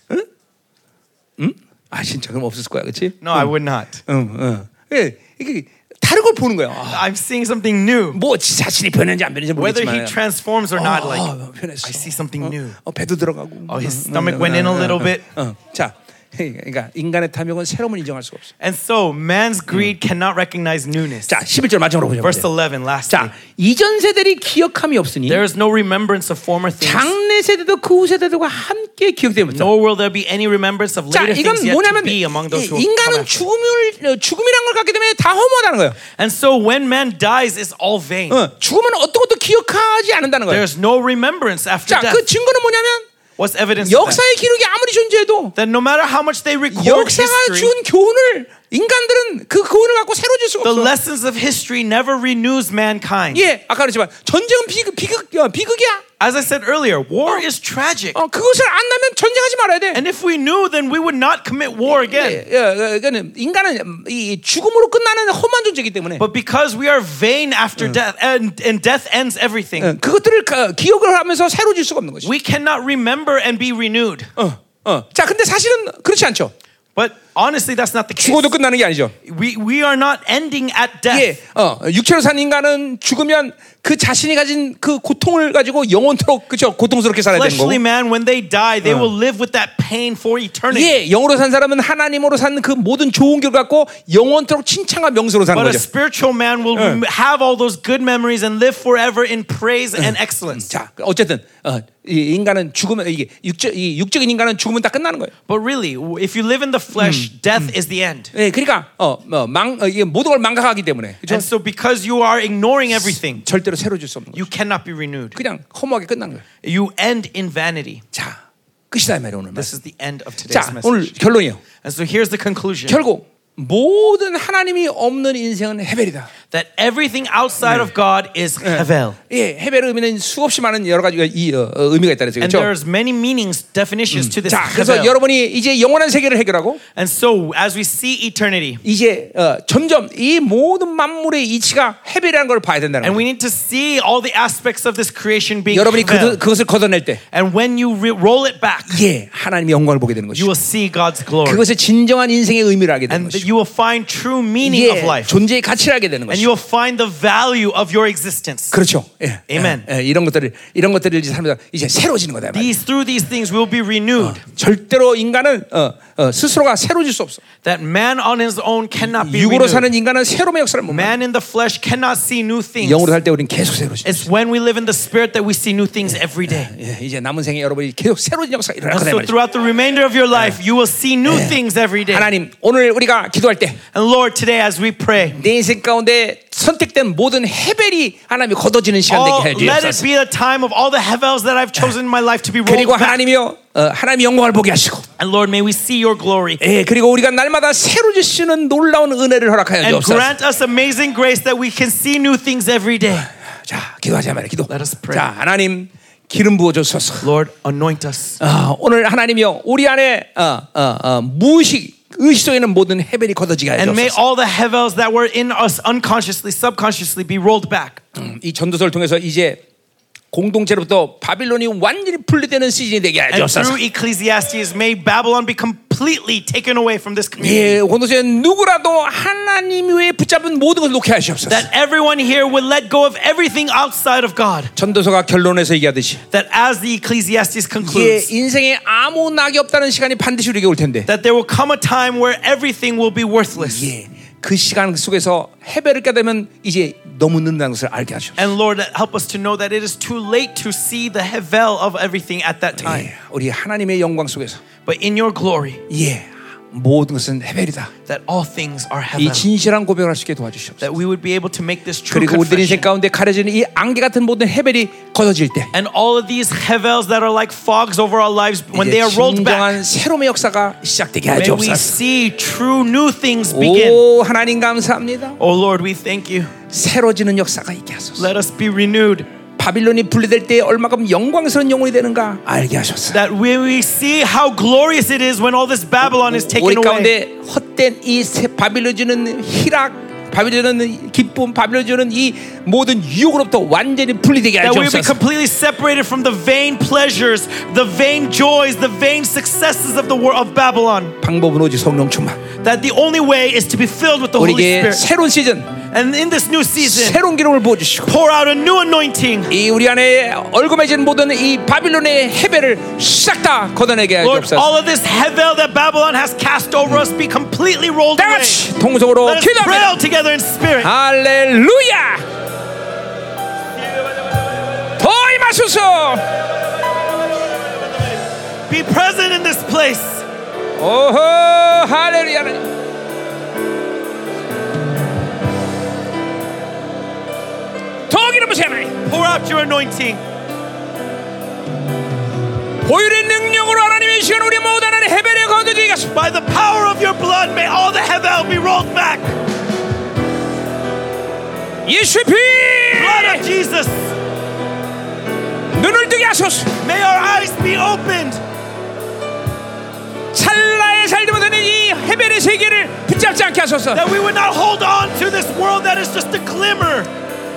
[SPEAKER 1] 아 진짜 그럼 없을 거야, 그렇지?
[SPEAKER 2] No, I would not.
[SPEAKER 1] 응, 응. 예, 이게 다른 걸 보는 거야. 아,
[SPEAKER 2] I'm seeing something new.
[SPEAKER 1] 뭐 지- 자신이 변했는지 안 변했는지
[SPEAKER 2] Whether he
[SPEAKER 1] 모르겠지만.
[SPEAKER 2] transforms or
[SPEAKER 1] 아,
[SPEAKER 2] not, like
[SPEAKER 1] 아, 변했어.
[SPEAKER 2] I see something
[SPEAKER 1] 어,
[SPEAKER 2] new.
[SPEAKER 1] 어, 배도 들어가고.
[SPEAKER 2] Oh, his
[SPEAKER 1] 응,
[SPEAKER 2] stomach
[SPEAKER 1] 응,
[SPEAKER 2] went
[SPEAKER 1] 응,
[SPEAKER 2] in a
[SPEAKER 1] 응,
[SPEAKER 2] little
[SPEAKER 1] 응,
[SPEAKER 2] bit.
[SPEAKER 1] 응. 자, 그러니까 인간의 탐욕은 새로움을 인정할 수가 없어.
[SPEAKER 2] And so
[SPEAKER 1] Mm.
[SPEAKER 2] man's greed cannot recognize newness.
[SPEAKER 1] 자, 11절 마지막으로 보자.
[SPEAKER 2] Verse 11, lastly.
[SPEAKER 1] 자, 이전 세대들이 기억함이 없으니
[SPEAKER 2] 네. There is no remembrance of former things,
[SPEAKER 1] 장래 세대도 그 후 세대들과 함께 기억되면
[SPEAKER 2] nor will there be any remembrance of
[SPEAKER 1] 자,
[SPEAKER 2] later
[SPEAKER 1] 이건
[SPEAKER 2] things yet to
[SPEAKER 1] 뭐냐면
[SPEAKER 2] be among those who have come
[SPEAKER 1] 인간은
[SPEAKER 2] after.
[SPEAKER 1] 죽음을 어, 죽음이란 걸 갖기 때문에 다 허무하다는 거예요.
[SPEAKER 2] And so when man dies, it's all vain.
[SPEAKER 1] 어, 죽음은 어떤 것도 기억하지 않는다는 거예요.
[SPEAKER 2] There's no remembrance after
[SPEAKER 1] 자,
[SPEAKER 2] death.
[SPEAKER 1] 그 증거는 뭐냐면
[SPEAKER 2] What's evidence of that?
[SPEAKER 1] 역사의 기록이 아무리 존재해도
[SPEAKER 2] That no matter how much they record
[SPEAKER 1] 역사가
[SPEAKER 2] history,
[SPEAKER 1] 준 교훈을 인간들은 그 교훈을 갖고 새로질 수가
[SPEAKER 2] the
[SPEAKER 1] 없어.
[SPEAKER 2] lessons of history never renews mankind.
[SPEAKER 1] 예, 아까 그랬지만 전쟁은 비극, 비극, 어, 비극이야.
[SPEAKER 2] As I said earlier, war is tragic.
[SPEAKER 1] 어, 그것을 안다면 전쟁하지 말아야 돼.
[SPEAKER 2] And if we knew, then we would not commit war again.
[SPEAKER 1] 예, 예, 예, 그러니까 인간은 이 죽음으로 끝나는 험한 존재이기 때문에
[SPEAKER 2] But because we are vain after death, and, and death ends everything,
[SPEAKER 1] 어, 그것들을 가- 기억을 하면서 새로질 수가 없는 것이.
[SPEAKER 2] we cannot remember and be renewed.
[SPEAKER 1] 어, 어. 자, 근데 사실은 그렇지 않죠.
[SPEAKER 2] But honestly, that's not the case.
[SPEAKER 1] 죽어도 끝나는 게 아니죠.
[SPEAKER 2] We, we are not ending at death.
[SPEAKER 1] 예, 어, 육체로 사는 인간은 죽으면 그 자신이 가진 그 고통을 가지고 영원토록 그죠 고통스럽게 살아야 되는 거고.
[SPEAKER 2] Fleshly man, when they die, they will live with that pain for eternity.
[SPEAKER 1] 예, 영으로 산 사람은 하나님으로 산 그 모든 좋은 결 갖고 영원토록 칭찬과 명수로 사는
[SPEAKER 2] But a
[SPEAKER 1] 거죠.
[SPEAKER 2] spiritual man will rem- have all those good memories and live forever in praise and excellence.
[SPEAKER 1] 자, 어쨌든 어, 이 인간은 죽으면 이게 육적 이 육적인 인간은 죽으면 다 끝나는 거예요.
[SPEAKER 2] But really, w- if you live in the flesh, death is the end.
[SPEAKER 1] 예, 그러니까 어망 이게 모든 걸 망각하기 때문에 그죠?
[SPEAKER 2] And so, because you are ignoring everything,
[SPEAKER 1] 절대로 새로 질 수 없는 거예요.
[SPEAKER 2] you cannot be renewed.
[SPEAKER 1] 그냥 허무하게 끝난 거예요.
[SPEAKER 2] You end in vanity.
[SPEAKER 1] 자, 끝이다 이 말이에요 오늘. 말씀. 예.
[SPEAKER 2] This is the end of today's
[SPEAKER 1] 자, 오늘
[SPEAKER 2] message.
[SPEAKER 1] 결론이에요.
[SPEAKER 2] And so, here's the conclusion
[SPEAKER 1] 결국 모든 하나님이 없는 인생은 헤벨이다.
[SPEAKER 2] that everything outside of God is Havel.
[SPEAKER 1] 예, 헤벨의 의미는 수없이 많은 여러 가지 이 어, 어, 의미가 있다는
[SPEAKER 2] And
[SPEAKER 1] 거죠.
[SPEAKER 2] there's many meanings, definitions to this
[SPEAKER 1] 자, 그래서
[SPEAKER 2] Havel.
[SPEAKER 1] 여러분이 이제 영원한 세계를 해결하고
[SPEAKER 2] And so, as we see eternity,
[SPEAKER 1] 이제 어, 점점 이 모든 만물의 이치가 헤벨이라는 걸 봐야 된다는
[SPEAKER 2] and we
[SPEAKER 1] 거예요.
[SPEAKER 2] need to see all the aspects of this creation being
[SPEAKER 1] 여러분이 그,
[SPEAKER 2] Havel.
[SPEAKER 1] 그것을 걷어낼 때,
[SPEAKER 2] And when you re- roll it back,
[SPEAKER 1] 예, 하나님의 영광을 보게 되는
[SPEAKER 2] you
[SPEAKER 1] 것이죠.
[SPEAKER 2] will see God's glory.
[SPEAKER 1] 그것의 진정한 인생의 의미를 알게 되는
[SPEAKER 2] And that
[SPEAKER 1] 것이죠.
[SPEAKER 2] you will find true meaning
[SPEAKER 1] 예,
[SPEAKER 2] of life.
[SPEAKER 1] 존재의 가치를 알게 되는
[SPEAKER 2] And
[SPEAKER 1] 것이죠.
[SPEAKER 2] you will find the value of your existence.
[SPEAKER 1] 그렇죠. 예, 예,
[SPEAKER 2] Amen.
[SPEAKER 1] 예, 이런 것들을 이런 것들을 이제 삶에서 이제 새로지는 거다. 이 말이에요.
[SPEAKER 2] These through these things will be renewed.
[SPEAKER 1] Ah. 절대로 인간은 어, 어, 스스로가 새로질 수 없어.
[SPEAKER 2] That man on his own cannot be
[SPEAKER 1] 육으로
[SPEAKER 2] renewed.
[SPEAKER 1] 사는 인간은 새로운 역사를 못 만나.
[SPEAKER 2] Man in the flesh cannot see new things.
[SPEAKER 1] 영으로 살 때 우리는 계속 새로워져.
[SPEAKER 2] It's when we live in the spirit that we see new things every day.
[SPEAKER 1] 예, 이제 남은 생에 여러분이 계속 새로운 역사가 일어날
[SPEAKER 2] And
[SPEAKER 1] 거다. 이
[SPEAKER 2] so
[SPEAKER 1] 말이죠.
[SPEAKER 2] throughout the remainder of your life, you will see new things every day.
[SPEAKER 1] 하나님, 오늘 우리가 기도할 때 내
[SPEAKER 2] And Lord, today as we pray,
[SPEAKER 1] 인생 가운데 선택된 모든 헤벨이 하나님이 걷어지는 시간
[SPEAKER 2] all,
[SPEAKER 1] 되게 해
[SPEAKER 2] Oh, let it
[SPEAKER 1] 주옵소서.
[SPEAKER 2] be a time of all the hevels that I've chosen in my life to be rolled
[SPEAKER 1] 그리고
[SPEAKER 2] back.
[SPEAKER 1] 하나님이요, 어, 하나님의 영광을 보게 하시고,
[SPEAKER 2] And Lord, may we see your glory.
[SPEAKER 1] 예, 그리고 우리가 날마다 새로 주시는 놀라운 은혜를 허락하여
[SPEAKER 2] And
[SPEAKER 1] 주옵소서.
[SPEAKER 2] grant us amazing grace that we can see new things every day.
[SPEAKER 1] 자, 기도하자 말이야, 기도.
[SPEAKER 2] Let us pray.
[SPEAKER 1] 자, 하나님 기름 부어 주소서.
[SPEAKER 2] Lord, anoint us.
[SPEAKER 1] 아, 오늘 하나님이요 우리 안에 어, 어, 어, 무의식 의식 속에 있는 모든 헤벨이 걷어지게 하여
[SPEAKER 2] And may
[SPEAKER 1] 주옵소서.
[SPEAKER 2] all the hevels that were in us unconsciously, subconsciously be rolled back.
[SPEAKER 1] 음, 이 전도서를 통해서 이제 공동체로부터 바빌론이 완전히 분리되는 시즌이 되게 하여
[SPEAKER 2] And
[SPEAKER 1] 주옵소서.
[SPEAKER 2] through Ecclesiastes, may Babylon be completely taken away from this
[SPEAKER 1] 예,
[SPEAKER 2] community.
[SPEAKER 1] 공동체 누구라도 하나님 외에 붙잡은 모든 것을 놓게 하시옵소서.
[SPEAKER 2] That everyone here will let go of everything outside of God.
[SPEAKER 1] 전도서가 결론에서 얘기하듯이
[SPEAKER 2] That as the Ecclesiastes
[SPEAKER 1] 예,
[SPEAKER 2] concludes,
[SPEAKER 1] 인생에 아무 낙이 없다는 시간이 반드시 우리에게 올 텐데
[SPEAKER 2] that there will come a time where everything will be worthless.
[SPEAKER 1] 예, 그 시간 속에서 해배를 깨달으면 이제 너무 늦는다는 것을 알게 하시옵소서.
[SPEAKER 2] And Lord, help us to know that it is too late to see the hevel of everything at that time.
[SPEAKER 1] 예, 우리 하나님의 예, 영광 속에서
[SPEAKER 2] But in your glory,
[SPEAKER 1] 예, 모든 것은 헤벨이다.
[SPEAKER 2] that all things are
[SPEAKER 1] 이
[SPEAKER 2] heaven.
[SPEAKER 1] 진실한 고백을 할 수 있게 도와주시옵소서.
[SPEAKER 2] That we would be able to make this true
[SPEAKER 1] 그리고 우리들 인생
[SPEAKER 2] confession.
[SPEAKER 1] 가운데 가려지는 이 안개 같은 모든 헤벨이 걷어질 때
[SPEAKER 2] And all of these hevels that are like fogs over our lives, when they
[SPEAKER 1] 이제
[SPEAKER 2] are rolled back,
[SPEAKER 1] 진정한 새로움의 역사가 시작되게
[SPEAKER 2] may
[SPEAKER 1] 하죠.
[SPEAKER 2] we see true new things begin.
[SPEAKER 1] 오 하나님 감사합니다.
[SPEAKER 2] Oh Lord, we thank you.
[SPEAKER 1] 새로지는 역사가 있게 하소서.
[SPEAKER 2] Let us be renewed.
[SPEAKER 1] 바빌론이 분리될 때 얼마큼 영광스러운 영혼이 되는가 알게 하소서.
[SPEAKER 2] That when we see how glorious it is when all this Babylon is
[SPEAKER 1] 우리
[SPEAKER 2] taken away.
[SPEAKER 1] 가운데 헛된 이 새- 바빌론 주는 희락, 바빌론 주는 기쁨, 바빌론 주는 이 모든 유혹으로부터 완전히 분리되게
[SPEAKER 2] That we will be
[SPEAKER 1] 하소서.
[SPEAKER 2] completely separated from the vain pleasures, the vain joys, the vain successes of the world of Babylon.
[SPEAKER 1] 방법은 오직 성령 충만.
[SPEAKER 2] That the only way is to be filled with the Holy
[SPEAKER 1] 우리에게
[SPEAKER 2] Spirit.
[SPEAKER 1] 새로운 시즌,
[SPEAKER 2] And in this new season,
[SPEAKER 1] 새로운 기름을 부어주시고
[SPEAKER 2] pour out a new anointing.
[SPEAKER 1] 이 우리 안에 얼금해진 모든 이 바빌론의 헤벨을 싹 다 걷어내게
[SPEAKER 2] Lord,
[SPEAKER 1] 하옵소서.
[SPEAKER 2] all of this hevel that Babylon has cast over us be completely rolled
[SPEAKER 1] 다
[SPEAKER 2] away.
[SPEAKER 1] 같이 동성으로
[SPEAKER 2] Let us pray
[SPEAKER 1] 기도합니다.
[SPEAKER 2] out together in spirit.
[SPEAKER 1] 할렐루야! 더 임하소서!
[SPEAKER 2] Be present in this place.
[SPEAKER 1] 오호 할렐루야 하나님. 더 기름 부세 하나님.
[SPEAKER 2] Pour out your anointing.
[SPEAKER 1] 보혈의 능력으로 하나님의 시간 우리 모두 하나님 헤벨에 거두지게 하소서.
[SPEAKER 2] By the power of your blood, may all the hevel be rolled back.
[SPEAKER 1] 예수의 피!
[SPEAKER 2] Blood of Jesus,
[SPEAKER 1] 눈을 뜨게 하소서.
[SPEAKER 2] may our eyes be opened.
[SPEAKER 1] 찰나에 살지 못하는 이 헤벨의 세계를 붙잡지 않게 하소서.
[SPEAKER 2] That we would not hold on to this world that is just a glimmer.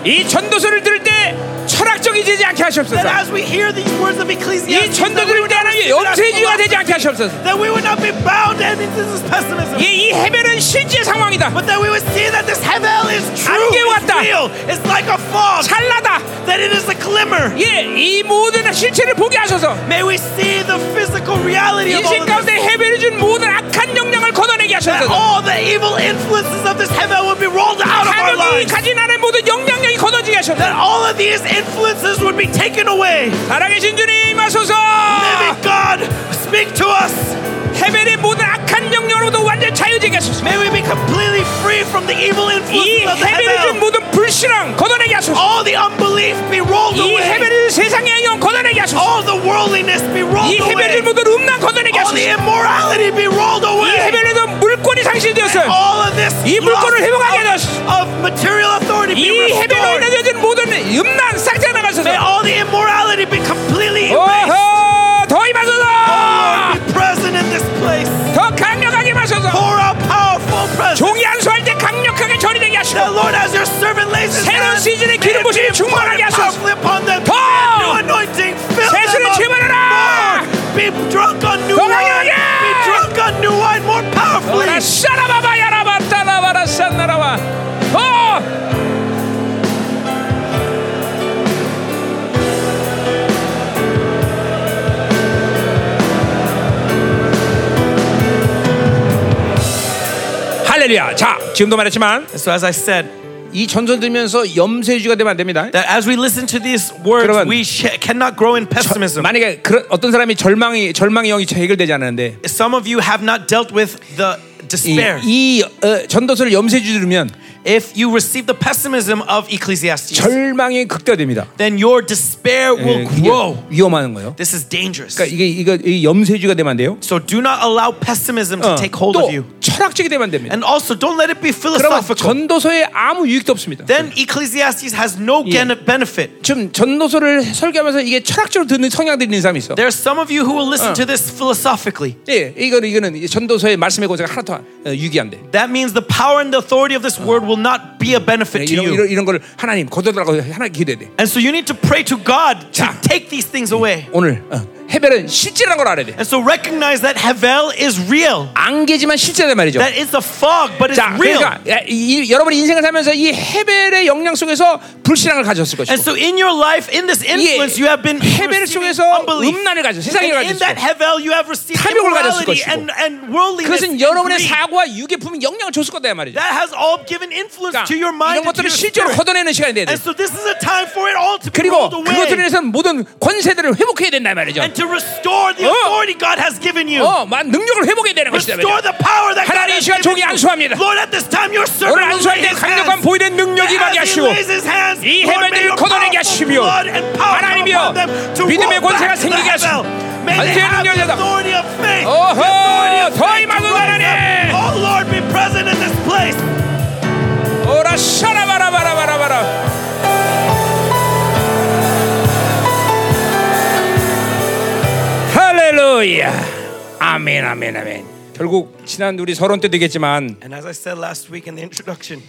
[SPEAKER 1] 이 전도서를 들을 때 철학적이지 않게
[SPEAKER 2] That
[SPEAKER 1] 하시옵소서.
[SPEAKER 2] as we hear these words
[SPEAKER 1] 이
[SPEAKER 2] of Ecclesiastes,
[SPEAKER 1] 전도
[SPEAKER 2] that we
[SPEAKER 1] 들을
[SPEAKER 2] would
[SPEAKER 1] 때
[SPEAKER 2] not
[SPEAKER 1] 하나님
[SPEAKER 2] receive it as
[SPEAKER 1] 염세지가 되지
[SPEAKER 2] philosophy,
[SPEAKER 1] 않게 하시옵소서. 예,
[SPEAKER 2] that we would not be bound and into this pessimism.
[SPEAKER 1] 이, 이 헤벨은 실제 상황이다.
[SPEAKER 2] But that we would see that this hevel is true,
[SPEAKER 1] 안개
[SPEAKER 2] it's
[SPEAKER 1] 왔다.
[SPEAKER 2] real, it's like a fog,
[SPEAKER 1] 찰나다.
[SPEAKER 2] that it is a glimmer.
[SPEAKER 1] 예, 이 모든 실체를 보게 하소서.
[SPEAKER 2] May we see the physical reality of all
[SPEAKER 1] 인생
[SPEAKER 2] of this.
[SPEAKER 1] 가운데 헤벨이 준 모든 악한 영향을 걷어내게
[SPEAKER 2] That
[SPEAKER 1] 하소서.
[SPEAKER 2] all the evil influences of this hevel would be rolled out of our
[SPEAKER 1] 가족이
[SPEAKER 2] lives.
[SPEAKER 1] 가진 안의 모든 영향력이 걷어지게 하소서.
[SPEAKER 2] That all of these influences would be taken away.
[SPEAKER 1] 살아계신 주님 하소서.
[SPEAKER 2] Living God, speak to us.
[SPEAKER 1] 헤벨의 모든 악한 영향으로부터 완전 자유지게 하소서.
[SPEAKER 2] May we be completely free from the evil
[SPEAKER 1] 이
[SPEAKER 2] influences of the
[SPEAKER 1] 헤벨이 준
[SPEAKER 2] hevel.
[SPEAKER 1] 모든 불신앙 걷어내게 하소서.
[SPEAKER 2] All the unbelief be rolled
[SPEAKER 1] 이
[SPEAKER 2] away.
[SPEAKER 1] 헤벨을 세상의 영향 걷어내게 하소서.
[SPEAKER 2] All the worldliness be rolled
[SPEAKER 1] 이 헤벨을 준
[SPEAKER 2] away.
[SPEAKER 1] 모든 음란 걷어내게
[SPEAKER 2] All
[SPEAKER 1] 하소서.
[SPEAKER 2] the immorality be rolled
[SPEAKER 1] 이
[SPEAKER 2] away.
[SPEAKER 1] 헤벨에도 물권이 상실되었어요.
[SPEAKER 2] all of this
[SPEAKER 1] 이 물건을 회복하게
[SPEAKER 2] loss
[SPEAKER 1] 하소서.
[SPEAKER 2] of, of material authority
[SPEAKER 1] 이 어. 네,
[SPEAKER 2] be
[SPEAKER 1] 헤벨로
[SPEAKER 2] restored.
[SPEAKER 1] 인해진 모든 음란 싹다
[SPEAKER 2] May
[SPEAKER 1] 나가소서.
[SPEAKER 2] all the immorality be
[SPEAKER 1] 어.
[SPEAKER 2] completely erased.
[SPEAKER 1] 오호 더 임하소서.
[SPEAKER 2] Lord, be present in this place.
[SPEAKER 1] 더 강력하게 마셔서
[SPEAKER 2] Pour out powerful presence.
[SPEAKER 1] 종이 안수할 때 강력하게 처리되게
[SPEAKER 2] That
[SPEAKER 1] 하시고
[SPEAKER 2] Lord, as your servant lays his
[SPEAKER 1] 새로운
[SPEAKER 2] hands,
[SPEAKER 1] 시즌의
[SPEAKER 2] may
[SPEAKER 1] 기름
[SPEAKER 2] it be
[SPEAKER 1] 부심이 충만하게
[SPEAKER 2] poured
[SPEAKER 1] 하소서.
[SPEAKER 2] powerfully upon them.
[SPEAKER 1] 더
[SPEAKER 2] New anointing, fill them
[SPEAKER 1] 세수를
[SPEAKER 2] up
[SPEAKER 1] 집어넣어라.
[SPEAKER 2] more. Be drunk on new
[SPEAKER 1] 더
[SPEAKER 2] wine.
[SPEAKER 1] 강력하게.
[SPEAKER 2] Be drunk on new wine more powerfully.
[SPEAKER 1] 라 샤라바바 야라바 따라바라 어! 산나라와 더 할렐루야 자 지금도 말했지만
[SPEAKER 2] So as I said,
[SPEAKER 1] 이 전선 들면서 염세주의가 되면 안 됩니다
[SPEAKER 2] that as we listen to these words,
[SPEAKER 1] 그러면-
[SPEAKER 2] we sh- cannot grow in pessimism.
[SPEAKER 1] 만약에 그런 어떤 사람이 절망이 절망의 영이 해결되지 않았는데
[SPEAKER 2] some of you have not dealt with the
[SPEAKER 1] 이,
[SPEAKER 2] despair.
[SPEAKER 1] 이 어, 전도서를 염세주 들으면
[SPEAKER 2] If you receive the pessimism of Ecclesiastes,
[SPEAKER 1] 절망이 극대화됩니다.
[SPEAKER 2] then your despair
[SPEAKER 1] 예,
[SPEAKER 2] will
[SPEAKER 1] 이게
[SPEAKER 2] grow.
[SPEAKER 1] 위험한 거예요.
[SPEAKER 2] This is dangerous.
[SPEAKER 1] 그러니까 이게 이거 이 염세주의가 되면 안 돼요.
[SPEAKER 2] So do not allow pessimism
[SPEAKER 1] 어,
[SPEAKER 2] to take hold of you.
[SPEAKER 1] 또 철학적이 되면 안 됩니다.
[SPEAKER 2] And also don't let it be
[SPEAKER 1] 그러면
[SPEAKER 2] philosophical.
[SPEAKER 1] 전도서에 아무 유익도 없습니다.
[SPEAKER 2] Then Ecclesiastes has no
[SPEAKER 1] Yeah.
[SPEAKER 2] gen- benefit.
[SPEAKER 1] 지금 전도서를 설교하면서 이게 철학적으로 듣는 성향들이 있는 사람이 있어.
[SPEAKER 2] There are some of you who will listen to this philosophically.
[SPEAKER 1] 예, 이거는 이거는 이 전도서의 말씀의 권세가 하나도 안- 어, 유익이 안 돼.
[SPEAKER 2] That means the power and the authority of this word will not be
[SPEAKER 1] 예,
[SPEAKER 2] a benefit to
[SPEAKER 1] 이런 이런,
[SPEAKER 2] Uh. you.
[SPEAKER 1] 이런 걸 하나님 거둬달라고 하나 기도해야 돼.
[SPEAKER 2] And so you need to pray to God to
[SPEAKER 1] 자.
[SPEAKER 2] take these things away.
[SPEAKER 1] 오늘 어, 헤벨은 실제라는 걸 알아야 돼.
[SPEAKER 2] And so recognize that Havel is real.
[SPEAKER 1] 안개지만 실제다 말이죠.
[SPEAKER 2] That it's a fog, but it's
[SPEAKER 1] 자,
[SPEAKER 2] real.
[SPEAKER 1] 그러니까 이, 이- 여러분이 인생을 살면서 이 헤벨의 영향 속에서 불신앙을 가졌을 것이고
[SPEAKER 2] And so in your life, in this influence, you have been
[SPEAKER 1] 헤벨
[SPEAKER 2] receiving
[SPEAKER 1] 속에서
[SPEAKER 2] unbelief.
[SPEAKER 1] 음란을 가졌어, 세상을
[SPEAKER 2] And in
[SPEAKER 1] 가졌어.
[SPEAKER 2] that Havel, you have received
[SPEAKER 1] 탐욕을 가졌을 것이고.
[SPEAKER 2] immorality and, and worldliness.
[SPEAKER 1] 그것은
[SPEAKER 2] and
[SPEAKER 1] 여러분의
[SPEAKER 2] greed.
[SPEAKER 1] 사고와 유괴 품에 영향을 줬을 거다 이 말이죠.
[SPEAKER 2] That has all given influence
[SPEAKER 1] 그러니까
[SPEAKER 2] to your
[SPEAKER 1] 이런
[SPEAKER 2] mind and to
[SPEAKER 1] 것들을
[SPEAKER 2] your
[SPEAKER 1] 실제로
[SPEAKER 2] spirit.
[SPEAKER 1] 걷어내는 시간이 돼야 돼.
[SPEAKER 2] And so this is a time for it all to be
[SPEAKER 1] 그리고
[SPEAKER 2] rolled away.
[SPEAKER 1] 그것들에 대해서 모든 권세들을 회복해야 된다 이 말이죠.
[SPEAKER 2] And to restore the
[SPEAKER 1] Oh.
[SPEAKER 2] authority God has given you.
[SPEAKER 1] 어, 만 능력을 회복해야 되는 것이다.
[SPEAKER 2] Restore the power that God
[SPEAKER 1] 하나님 이
[SPEAKER 2] has
[SPEAKER 1] 시간
[SPEAKER 2] given
[SPEAKER 1] 종이
[SPEAKER 2] you.
[SPEAKER 1] 안수합니다.
[SPEAKER 2] Lord, at this time, your servant
[SPEAKER 1] 오늘
[SPEAKER 2] will
[SPEAKER 1] 안수할
[SPEAKER 2] lay
[SPEAKER 1] 때
[SPEAKER 2] his
[SPEAKER 1] 강력한
[SPEAKER 2] hands.
[SPEAKER 1] 보이는 능력이
[SPEAKER 2] As
[SPEAKER 1] 나게
[SPEAKER 2] he
[SPEAKER 1] 하시고
[SPEAKER 2] lays his hands,
[SPEAKER 1] 이
[SPEAKER 2] Lord, may
[SPEAKER 1] 해변들을
[SPEAKER 2] your
[SPEAKER 1] 걷어내게
[SPEAKER 2] powerful
[SPEAKER 1] 하시며
[SPEAKER 2] blood and power come
[SPEAKER 1] 하나님이여
[SPEAKER 2] upon them to
[SPEAKER 1] 믿음의
[SPEAKER 2] roll
[SPEAKER 1] 권세가
[SPEAKER 2] back to the
[SPEAKER 1] 생기게 하시고
[SPEAKER 2] hell. May
[SPEAKER 1] 안수의
[SPEAKER 2] they have the
[SPEAKER 1] 능력이다.
[SPEAKER 2] authority of faith. the
[SPEAKER 1] 어허,
[SPEAKER 2] authority of
[SPEAKER 1] 더
[SPEAKER 2] faith
[SPEAKER 1] 임하는
[SPEAKER 2] to rise
[SPEAKER 1] 하나님.
[SPEAKER 2] up. Oh Lord, be present in this place.
[SPEAKER 1] 오라 샤라바라바라바라바라 할렐루야 아멘 아멘 아멘 결국 지난 우리 서론 때도 얘기했지만
[SPEAKER 2] And as I said last week in the introduction,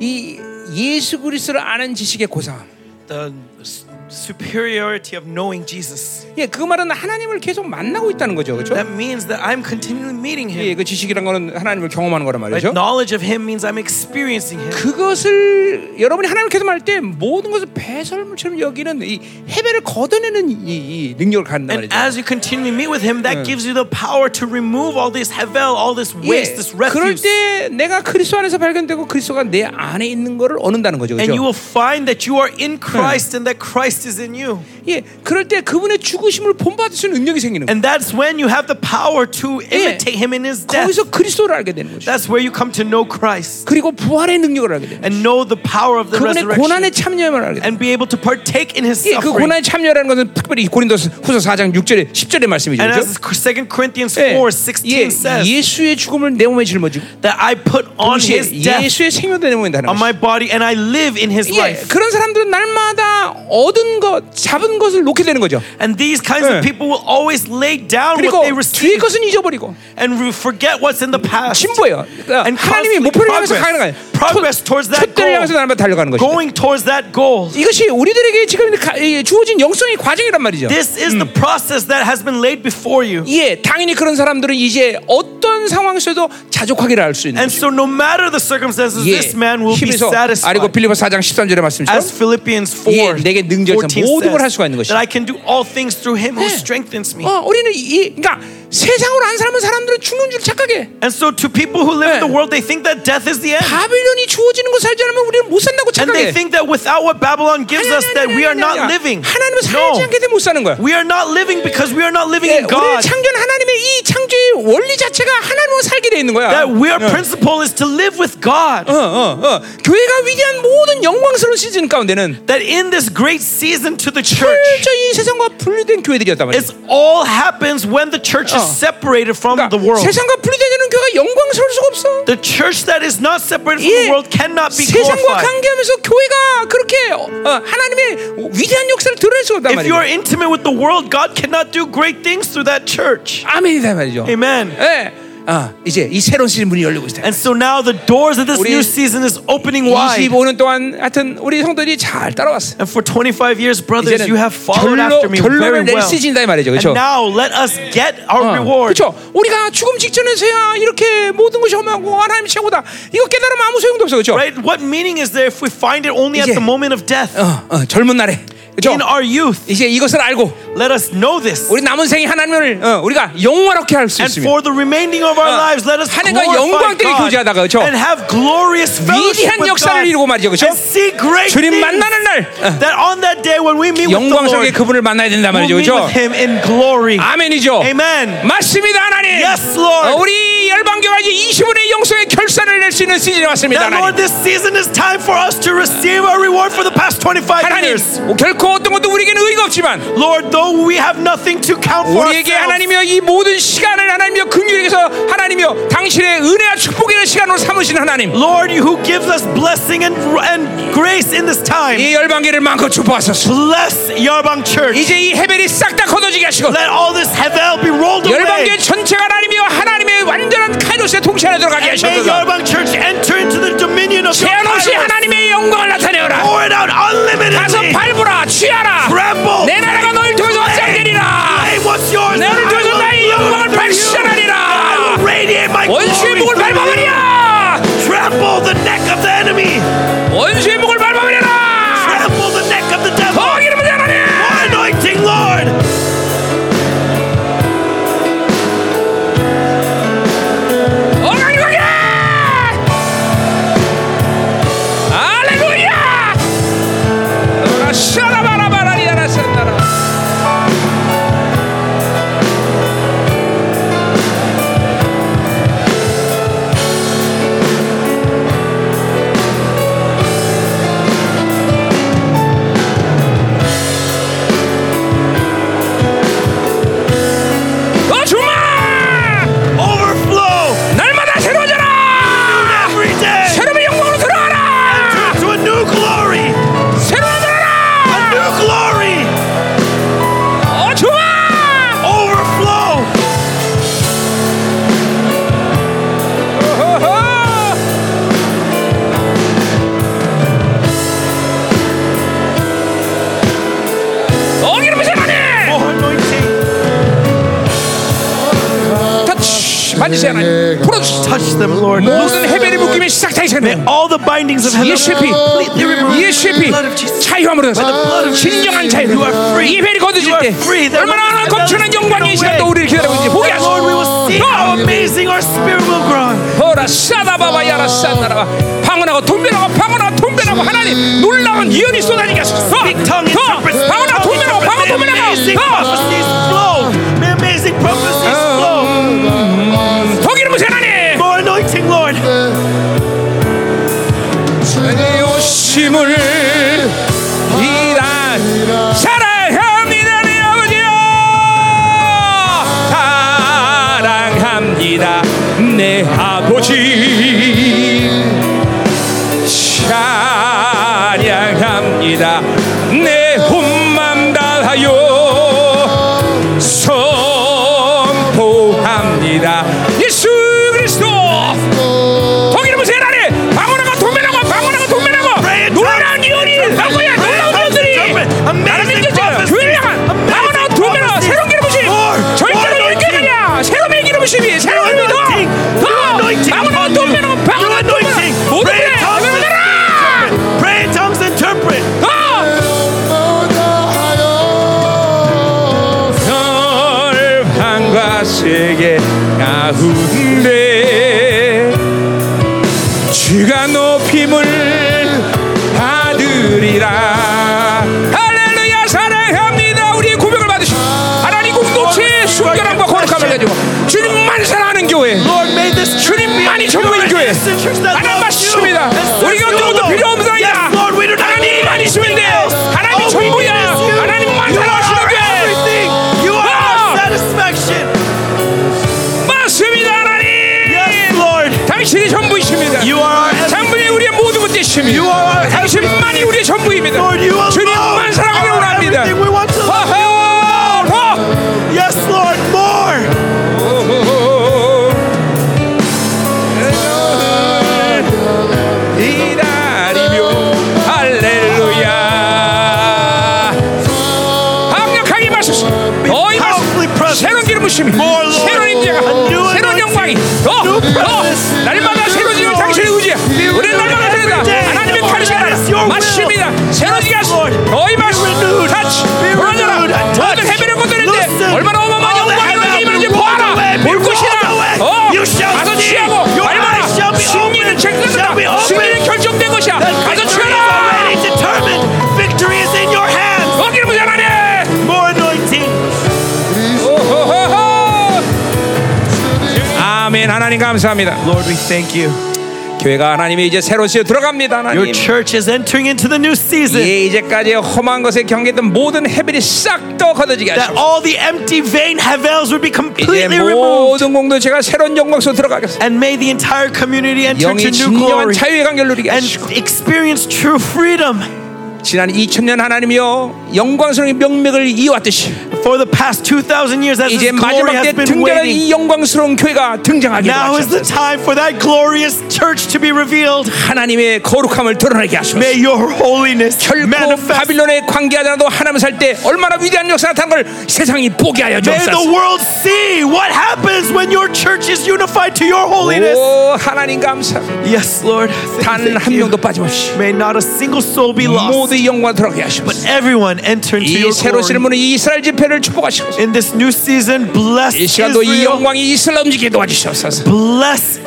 [SPEAKER 1] 이 예수 그리스도를 아는 지식의 고상함
[SPEAKER 2] the s- superiority of knowing Jesus.
[SPEAKER 1] 예, 그 말은 하나님을 계속 만나고 있다는 거죠 그렇죠?
[SPEAKER 2] That means that I'm continually meeting Him.
[SPEAKER 1] 예, 그 지식이란 거는 하나님을 경험하는 거란
[SPEAKER 2] Right?
[SPEAKER 1] 말이죠
[SPEAKER 2] Knowledge of Him means I'm experiencing Him.
[SPEAKER 1] 그것을 여러분이 하나님을 계속할 때 모든 것을 배설물처럼 여기는 이 해배를 걷어내는 이, 이 능력을 갖는단
[SPEAKER 2] And
[SPEAKER 1] 말이죠
[SPEAKER 2] as you continually meet with Him, that gives you the power to remove all this havel, all this
[SPEAKER 1] 예,
[SPEAKER 2] waste, this
[SPEAKER 1] 그럴
[SPEAKER 2] refuse.
[SPEAKER 1] 때 내가 그리스도 안에서 발견되고 그리스도가 내 안에 있는 거를 얻는다는 거죠.
[SPEAKER 2] And
[SPEAKER 1] 그렇죠?
[SPEAKER 2] you will find that you are in Christ and that Christ is in you.
[SPEAKER 1] 예, 그럴 때 그분의 죽으심을 본받을 수 있는 능력이 생기는 거예요.
[SPEAKER 2] And that's when you have the power to imitate Him in His death.
[SPEAKER 1] 거기서 그리스도를 알게 되는 거죠.
[SPEAKER 2] That's where you come to know Christ
[SPEAKER 1] 그리고 부활의 능력을 알게 되는 거죠.
[SPEAKER 2] and know the power of the
[SPEAKER 1] 그분의 고난에
[SPEAKER 2] resurrection
[SPEAKER 1] 참여함을 알게 되는 거죠.
[SPEAKER 2] and be able to partake in His
[SPEAKER 1] 예, 그
[SPEAKER 2] suffering.
[SPEAKER 1] 고난에 참여라는 것은 특별히 고린도서 후서 4장 6절에 10절의 말씀이죠.
[SPEAKER 2] And
[SPEAKER 1] 그렇죠?
[SPEAKER 2] as 2 Corinthians
[SPEAKER 1] 예,
[SPEAKER 2] 4 16 says,
[SPEAKER 1] 예, 예수의 죽음을 내 몸에 짊어지고
[SPEAKER 2] that I put on
[SPEAKER 1] 동시에
[SPEAKER 2] His death
[SPEAKER 1] 예수의 생명도 내 몸에 다는 거죠.
[SPEAKER 2] on my body and I live in His
[SPEAKER 1] 예,
[SPEAKER 2] life.
[SPEAKER 1] 그런 사람들은 날마다 얻은 것, 잡은 것을 놓게 되는 거죠.
[SPEAKER 2] And these kinds
[SPEAKER 1] Yeah.
[SPEAKER 2] of people will always lay down what they
[SPEAKER 1] 그리고 뒤의
[SPEAKER 2] receive
[SPEAKER 1] 것은 잊어버리고
[SPEAKER 2] and re- forget what's in the past.
[SPEAKER 1] 진보예요. 그러니까
[SPEAKER 2] And
[SPEAKER 1] 하나님이
[SPEAKER 2] constantly
[SPEAKER 1] 목표를 향해서 가는 거예요.
[SPEAKER 2] progress. Progress towards that
[SPEAKER 1] 첫대를 향해서
[SPEAKER 2] goal.
[SPEAKER 1] 날마다 달려가는 것이죠.
[SPEAKER 2] Going towards that goal.
[SPEAKER 1] 이것이 우리들에게 지금 가- 이 주어진 영성의 과정이란 말이죠.
[SPEAKER 2] This is the
[SPEAKER 1] Hmm.
[SPEAKER 2] process that has been laid before you.
[SPEAKER 1] 예, 당연히 그런 사람들은 이제 어떤 상황 속에도 자족하기를 할 수 있는
[SPEAKER 2] And
[SPEAKER 1] 거죠.
[SPEAKER 2] so, no matter the circumstances,
[SPEAKER 1] 예,
[SPEAKER 2] this man will be
[SPEAKER 1] 힘에서 아리고
[SPEAKER 2] satisfied.
[SPEAKER 1] 빌리보 4장 13절의 말씀처럼
[SPEAKER 2] As Philippians 4
[SPEAKER 1] 예, 내게 능력이 있어
[SPEAKER 2] 14
[SPEAKER 1] 모든 걸할
[SPEAKER 2] says,
[SPEAKER 1] 수가 있는
[SPEAKER 2] that
[SPEAKER 1] 것이다.
[SPEAKER 2] I can do all things through him who
[SPEAKER 1] 예.
[SPEAKER 2] strengthens me.
[SPEAKER 1] 어, 우리는 이 그러니까 세상으로 안 살면 사람들은 죽는 줄 착각해.
[SPEAKER 2] And so, to people who
[SPEAKER 1] 예.
[SPEAKER 2] live in the world, they think that death is the end.
[SPEAKER 1] 바빌론이 주어지는 거 살지 않으면 우리는 못 산다고
[SPEAKER 2] And
[SPEAKER 1] 착각해.
[SPEAKER 2] they think that without what Babylon gives
[SPEAKER 1] 아니,
[SPEAKER 2] us,
[SPEAKER 1] 아니,
[SPEAKER 2] that
[SPEAKER 1] 아니,
[SPEAKER 2] we are
[SPEAKER 1] 아니,
[SPEAKER 2] not
[SPEAKER 1] 아니야.
[SPEAKER 2] living.
[SPEAKER 1] 하나님은 살지
[SPEAKER 2] No,
[SPEAKER 1] 않게 되면 못 사는 거야.
[SPEAKER 2] we are not living because we are not living
[SPEAKER 1] 예, 우리는
[SPEAKER 2] in God.
[SPEAKER 1] 창조한 하나님의 이 창조의 원리 자체가 하나님으로 살게 돼 있는 거야.
[SPEAKER 2] That we are
[SPEAKER 1] 어,
[SPEAKER 2] principle is to live with God.
[SPEAKER 1] 어, 어, 어. 교회가 위대한 모든 영광스러운 시즌 가운데는
[SPEAKER 2] That in this great season to the church,
[SPEAKER 1] 철저히 세상과 분리된 교회들이었단 말이야.
[SPEAKER 2] it all happens when the church
[SPEAKER 1] 어.
[SPEAKER 2] is separated from the
[SPEAKER 1] 그러니까
[SPEAKER 2] world.
[SPEAKER 1] 세상과 분리되는 교회가 영광스러울 수가 없어.
[SPEAKER 2] The church that is not separated from
[SPEAKER 1] 예,
[SPEAKER 2] the world cannot be
[SPEAKER 1] 세상과
[SPEAKER 2] glorified.
[SPEAKER 1] 관계하면서 교회가 그렇게 어, 어, 하나님의 위대한 역사를 드러낼 수가 없단
[SPEAKER 2] If you are
[SPEAKER 1] 말이야.
[SPEAKER 2] intimate with the world, God cannot do great things through that church.
[SPEAKER 1] 아멘이다 말이죠.
[SPEAKER 2] Amen.
[SPEAKER 1] 예. 아, 이제 이 새로운 시즌 문이 열리고 있어요.
[SPEAKER 2] And so now the doors of this
[SPEAKER 1] 우리
[SPEAKER 2] new season is opening wide.
[SPEAKER 1] 25년 동안 하여튼 우리 성도들이 잘 따라왔어.
[SPEAKER 2] And for 25 years, brothers,
[SPEAKER 1] 이제는
[SPEAKER 2] you have followed
[SPEAKER 1] 결론,
[SPEAKER 2] after me very
[SPEAKER 1] 결론을 낼
[SPEAKER 2] well.
[SPEAKER 1] 시즌이다 이 말이죠. 그렇죠?
[SPEAKER 2] And now let us get
[SPEAKER 1] Oh,
[SPEAKER 2] our reward.
[SPEAKER 1] 그렇죠. 우리가 죽음 직전에서야 이렇게 모든 것이 허무하고 하나님이 최고다. 이거 깨달으면 아무 소용도 없어. 그렇죠?
[SPEAKER 2] Right? What meaning is there if we find it only at
[SPEAKER 1] 이제-
[SPEAKER 2] the moment of death?
[SPEAKER 1] 어, 어, 젊은 날에. 그렇죠?
[SPEAKER 2] In our youth,
[SPEAKER 1] 이제 이것을 알고
[SPEAKER 2] let us know this.
[SPEAKER 1] 우리 남은 생이 하나님을 어, 우리가 영원하게 할 수
[SPEAKER 2] And
[SPEAKER 1] 있습니다.
[SPEAKER 2] for the remaining of our
[SPEAKER 1] 어,
[SPEAKER 2] lives, let us
[SPEAKER 1] 하나님과
[SPEAKER 2] glorify
[SPEAKER 1] 영광되게
[SPEAKER 2] God
[SPEAKER 1] 교제하다가, 그쵸?
[SPEAKER 2] and have glorious fellowship
[SPEAKER 1] 위대한
[SPEAKER 2] with
[SPEAKER 1] 역사를 이루고
[SPEAKER 2] God
[SPEAKER 1] 말이죠. 그렇죠?
[SPEAKER 2] and see great
[SPEAKER 1] 주님
[SPEAKER 2] things
[SPEAKER 1] 만나는 날, 어.
[SPEAKER 2] that on that day when we meet with the
[SPEAKER 1] 영광스럽게
[SPEAKER 2] Lord,
[SPEAKER 1] 그분을 만나야 된단
[SPEAKER 2] we'll
[SPEAKER 1] 말이죠.
[SPEAKER 2] meet
[SPEAKER 1] 그렇죠?
[SPEAKER 2] with Him in glory.
[SPEAKER 1] 아멘이죠.
[SPEAKER 2] Amen.
[SPEAKER 1] 맞습니다, 하나님.
[SPEAKER 2] Yes, Lord.
[SPEAKER 1] 어, 우리 열방교가 이제 20분의 영성의 결산을 낼 수 있는 시즌이 왔습니다,
[SPEAKER 2] Now, Lord,
[SPEAKER 1] 하나님.
[SPEAKER 2] this season is time for us to receive our reward for the past 25
[SPEAKER 1] 하나님, 뭐
[SPEAKER 2] years.
[SPEAKER 1] 결코 어떤 것도 우리에게는 의의가 없지만
[SPEAKER 2] Lord, though we have nothing to count for
[SPEAKER 1] 우리에게
[SPEAKER 2] ourselves,
[SPEAKER 1] 하나님이여 이 모든 시간을 하나님이여 긍휼에게서 하나님이여 당신의 은혜와 축복의 시간으로 삼으신 하나님
[SPEAKER 2] Lord, you who gives us blessing and, and grace in this time,
[SPEAKER 1] 이 열방계를 마음껏 축복하소서
[SPEAKER 2] bless Yarbang Church.
[SPEAKER 1] 이제 이 헤벨이 싹 다 걷어지게 하시고
[SPEAKER 2] Let all this havel be rolled
[SPEAKER 1] 열방계
[SPEAKER 2] away.
[SPEAKER 1] 전체가 하나님이여 하나님의 완전한 카이로스의 통치 안에 들어가게
[SPEAKER 2] And may
[SPEAKER 1] 하셨소서
[SPEAKER 2] Yarbang Church enter into the dominion of your
[SPEAKER 1] 제한없이
[SPEAKER 2] power.
[SPEAKER 1] 하나님의 영광을 나타내어라
[SPEAKER 2] Pour it out
[SPEAKER 1] 가서
[SPEAKER 2] unlimitedly.
[SPEAKER 1] 밟으라 취하라
[SPEAKER 2] Trample.
[SPEAKER 1] 내 나라가 너희를 통해서 확장되리라
[SPEAKER 2] Claim what's yours.
[SPEAKER 1] 나를
[SPEAKER 2] I
[SPEAKER 1] 통해서
[SPEAKER 2] will
[SPEAKER 1] 나의
[SPEAKER 2] bloom
[SPEAKER 1] 영광을
[SPEAKER 2] through you.
[SPEAKER 1] 발산하리라.
[SPEAKER 2] I will radiate my
[SPEAKER 1] 원수의 목을
[SPEAKER 2] glory through you.
[SPEAKER 1] 밟아버리라
[SPEAKER 2] Trample the neck of the enemy.
[SPEAKER 1] 원수의 목을 밟아버리라
[SPEAKER 2] Trample the neck of the devil.
[SPEAKER 1] 더 기름을 하나님
[SPEAKER 2] More anointing, Lord.
[SPEAKER 1] 어간이 거야! 어, 만지세요 하나님 풀어주시오
[SPEAKER 2] Touch them, Lord. Loose
[SPEAKER 1] 모든 해변의 묶임이 시작되기 전에
[SPEAKER 2] all the bindings of heaven.
[SPEAKER 1] 예수의 피
[SPEAKER 2] completely removed.
[SPEAKER 1] 예수의
[SPEAKER 2] Blood of
[SPEAKER 1] 피
[SPEAKER 2] Jesus.
[SPEAKER 1] 자유함으로 해서
[SPEAKER 2] blood of
[SPEAKER 1] 진정한
[SPEAKER 2] Jesus.
[SPEAKER 1] 자유
[SPEAKER 2] You are
[SPEAKER 1] 이
[SPEAKER 2] free.
[SPEAKER 1] 벨이 거두질
[SPEAKER 2] You are
[SPEAKER 1] 때
[SPEAKER 2] free. There
[SPEAKER 1] 얼마나
[SPEAKER 2] will
[SPEAKER 1] 얼마나
[SPEAKER 2] be
[SPEAKER 1] 넘치는
[SPEAKER 2] no
[SPEAKER 1] 영광이 이
[SPEAKER 2] way.
[SPEAKER 1] 시간 또 우리를 기다리고 있는지 어, 보게
[SPEAKER 2] But Lord, we
[SPEAKER 1] 하소서
[SPEAKER 2] will see how amazing our spirit will grow.
[SPEAKER 1] 허라
[SPEAKER 2] Oh.
[SPEAKER 1] 싸다바바 야라 싸다라바 방언하고 통변하고 방언하고 통변하고 하나님
[SPEAKER 2] Mm.
[SPEAKER 1] 놀라운 예언이 쏟아지게 하소서 더!
[SPEAKER 2] Big tongue
[SPEAKER 1] 더!
[SPEAKER 2] interprets.
[SPEAKER 1] 방언하고 통변하고 방언
[SPEAKER 2] May amazing
[SPEAKER 1] 통변하고 더!
[SPEAKER 2] prophecies flow. May amazing prophecies flow.
[SPEAKER 1] 더 기름 부세 하나님
[SPEAKER 2] More anointing, Lord.
[SPEAKER 1] 내 오심을 이란 사랑합니다 내 아버지여 사랑합니다 네 내 아버지 찬양합니다 내 혼만 다하여 선포합니다 예수 그리스도 거기를 보세요 나를 방언하고 동면하고 방언하고 동면하고 놀라운 이언이 나올 거야 놀라운 이언들이 나를 믿겨줘요 교회를 향한 방언하고 동면하고 새로운 기름 부심 절대로 인격하냐 새로운 기름 부심이 새로운 믿음 더 방언하고 동면하고 방언하고 동면하고 모든 게 그러더라
[SPEAKER 2] Pray in tongues, interpret.
[SPEAKER 1] 더 널방과 아! 세계 가운데 주가 높임을 받으리라 할렐루야 사랑합니다 우리의 고백을 받으시오 하나님 공동체의 순결함과 거룩함을 가지고 주님만 사랑하는 교회
[SPEAKER 2] Lord, may this church be
[SPEAKER 1] 주님만이
[SPEAKER 2] a
[SPEAKER 1] 전부인 교회
[SPEAKER 2] Yes, the church that
[SPEAKER 1] 하나님
[SPEAKER 2] loves you
[SPEAKER 1] 맞습니다
[SPEAKER 2] and serves
[SPEAKER 1] 우리가
[SPEAKER 2] you
[SPEAKER 1] 누구도
[SPEAKER 2] alone.
[SPEAKER 1] 필요 없는
[SPEAKER 2] Yes,
[SPEAKER 1] 사이다
[SPEAKER 2] Lord, we do not need
[SPEAKER 1] 하나님만 있으면 돼
[SPEAKER 2] anything else.
[SPEAKER 1] 하나님이
[SPEAKER 2] All we
[SPEAKER 1] 전부야
[SPEAKER 2] need is you.
[SPEAKER 1] 하나님만
[SPEAKER 2] You are
[SPEAKER 1] 사랑하시는
[SPEAKER 2] our
[SPEAKER 1] 교회
[SPEAKER 2] everything. You are our
[SPEAKER 1] 아!
[SPEAKER 2] satisfaction.
[SPEAKER 1] 맞습니다 하나님
[SPEAKER 2] Yes, Lord.
[SPEAKER 1] 당신이 전부이십니다
[SPEAKER 2] You are our everything.
[SPEAKER 1] 당분이 우리의 모든 것 되십니다
[SPEAKER 2] You are our
[SPEAKER 1] 당신만이 우리의 전부입니다
[SPEAKER 2] Lord, you alone
[SPEAKER 1] 주님만 사랑하기를
[SPEAKER 2] are
[SPEAKER 1] 원합니다
[SPEAKER 2] everything we want to love.
[SPEAKER 1] 허허
[SPEAKER 2] Yes, Lord, more.
[SPEAKER 1] 기다리며 할렐루야 강력하게 마소서 너희 마소서
[SPEAKER 2] Powerfully present.
[SPEAKER 1] 새로운 기름 부심이
[SPEAKER 2] More, Lord.
[SPEAKER 1] 새로운 임재가
[SPEAKER 2] New
[SPEAKER 1] 새로운
[SPEAKER 2] anointing.
[SPEAKER 1] 영광이 더더 날마다 새로운 일을 당신의 의지야 우리는 날마다 드린다 하나님의 관심을 맞습니다 새로운 이가 너희 말씀 터치 불어져라 모든 해변의 것들인데 얼마나 어마어마한 영광이 너희 힘을 이제 보아라 볼 것이다 어 가서 취하고 얼마나 승리는 책임진다 승리는 결정된 것이야 가서 취하라
[SPEAKER 2] Victory is in your hands.
[SPEAKER 1] 거기를 보자 하나님
[SPEAKER 2] More anointing.
[SPEAKER 1] 오호호호. 아멘 하나님 감사합니다
[SPEAKER 2] Lord, we thank you.
[SPEAKER 1] 교회가 하나님이 이제 새로운 시에 들어갑니다
[SPEAKER 2] Your
[SPEAKER 1] 하나님
[SPEAKER 2] church is entering into the new season.
[SPEAKER 1] 예, 이제까지 험한 것에 경계했던 모든 해변이 싹 더 걷어지게
[SPEAKER 2] That
[SPEAKER 1] 하시고
[SPEAKER 2] all the empty vain havels would be
[SPEAKER 1] 이제
[SPEAKER 2] completely removed.
[SPEAKER 1] 모든 공동체가 새로운 영광 속으로 들어가겠습니다
[SPEAKER 2] And may the entire community enter into
[SPEAKER 1] 영이
[SPEAKER 2] new
[SPEAKER 1] 진정한
[SPEAKER 2] glory.
[SPEAKER 1] 자유의 관계를 누리게
[SPEAKER 2] And
[SPEAKER 1] 하시고
[SPEAKER 2] experience true freedom.
[SPEAKER 1] 지난 2000년 하나님이여 영광스러운 명맥을 이어왔듯이
[SPEAKER 2] For the past 2,000 years, as
[SPEAKER 1] 이제
[SPEAKER 2] this glory
[SPEAKER 1] 마지막 때
[SPEAKER 2] has been
[SPEAKER 1] 등장한
[SPEAKER 2] waiting.
[SPEAKER 1] 이 영광스러운 교회가 등장하기로
[SPEAKER 2] Now is the
[SPEAKER 1] 하셨습니다
[SPEAKER 2] time for that glorious church to be revealed.
[SPEAKER 1] 하나님의 거룩함을 드러내게 하시고
[SPEAKER 2] May your holiness
[SPEAKER 1] 결코
[SPEAKER 2] manifest.
[SPEAKER 1] 바빌론에 관계하지 않아도 하나님 살 때 얼마나 위대한 역사가 나타난 걸 세상이 보게 하여
[SPEAKER 2] May the
[SPEAKER 1] 주옵소서
[SPEAKER 2] world see what happens when your church is unified to your holiness.
[SPEAKER 1] 오 하나님 감사합니다
[SPEAKER 2] Yes, Lord. Thank-
[SPEAKER 1] 단
[SPEAKER 2] thank
[SPEAKER 1] 한
[SPEAKER 2] you.
[SPEAKER 1] 명도 빠짐없이
[SPEAKER 2] May not a single soul be lost.
[SPEAKER 1] 모두 영광 들어가게 하시고
[SPEAKER 2] Everyone enter into
[SPEAKER 1] 이
[SPEAKER 2] your
[SPEAKER 1] 새로
[SPEAKER 2] glory.
[SPEAKER 1] 실문은 이스라엘 집회를 축복하시고
[SPEAKER 2] In this new season, bless
[SPEAKER 1] 이 시간도 이
[SPEAKER 2] Israel.
[SPEAKER 1] 영광이 이스라엘 움직이게 도와주시옵소서
[SPEAKER 2] Bless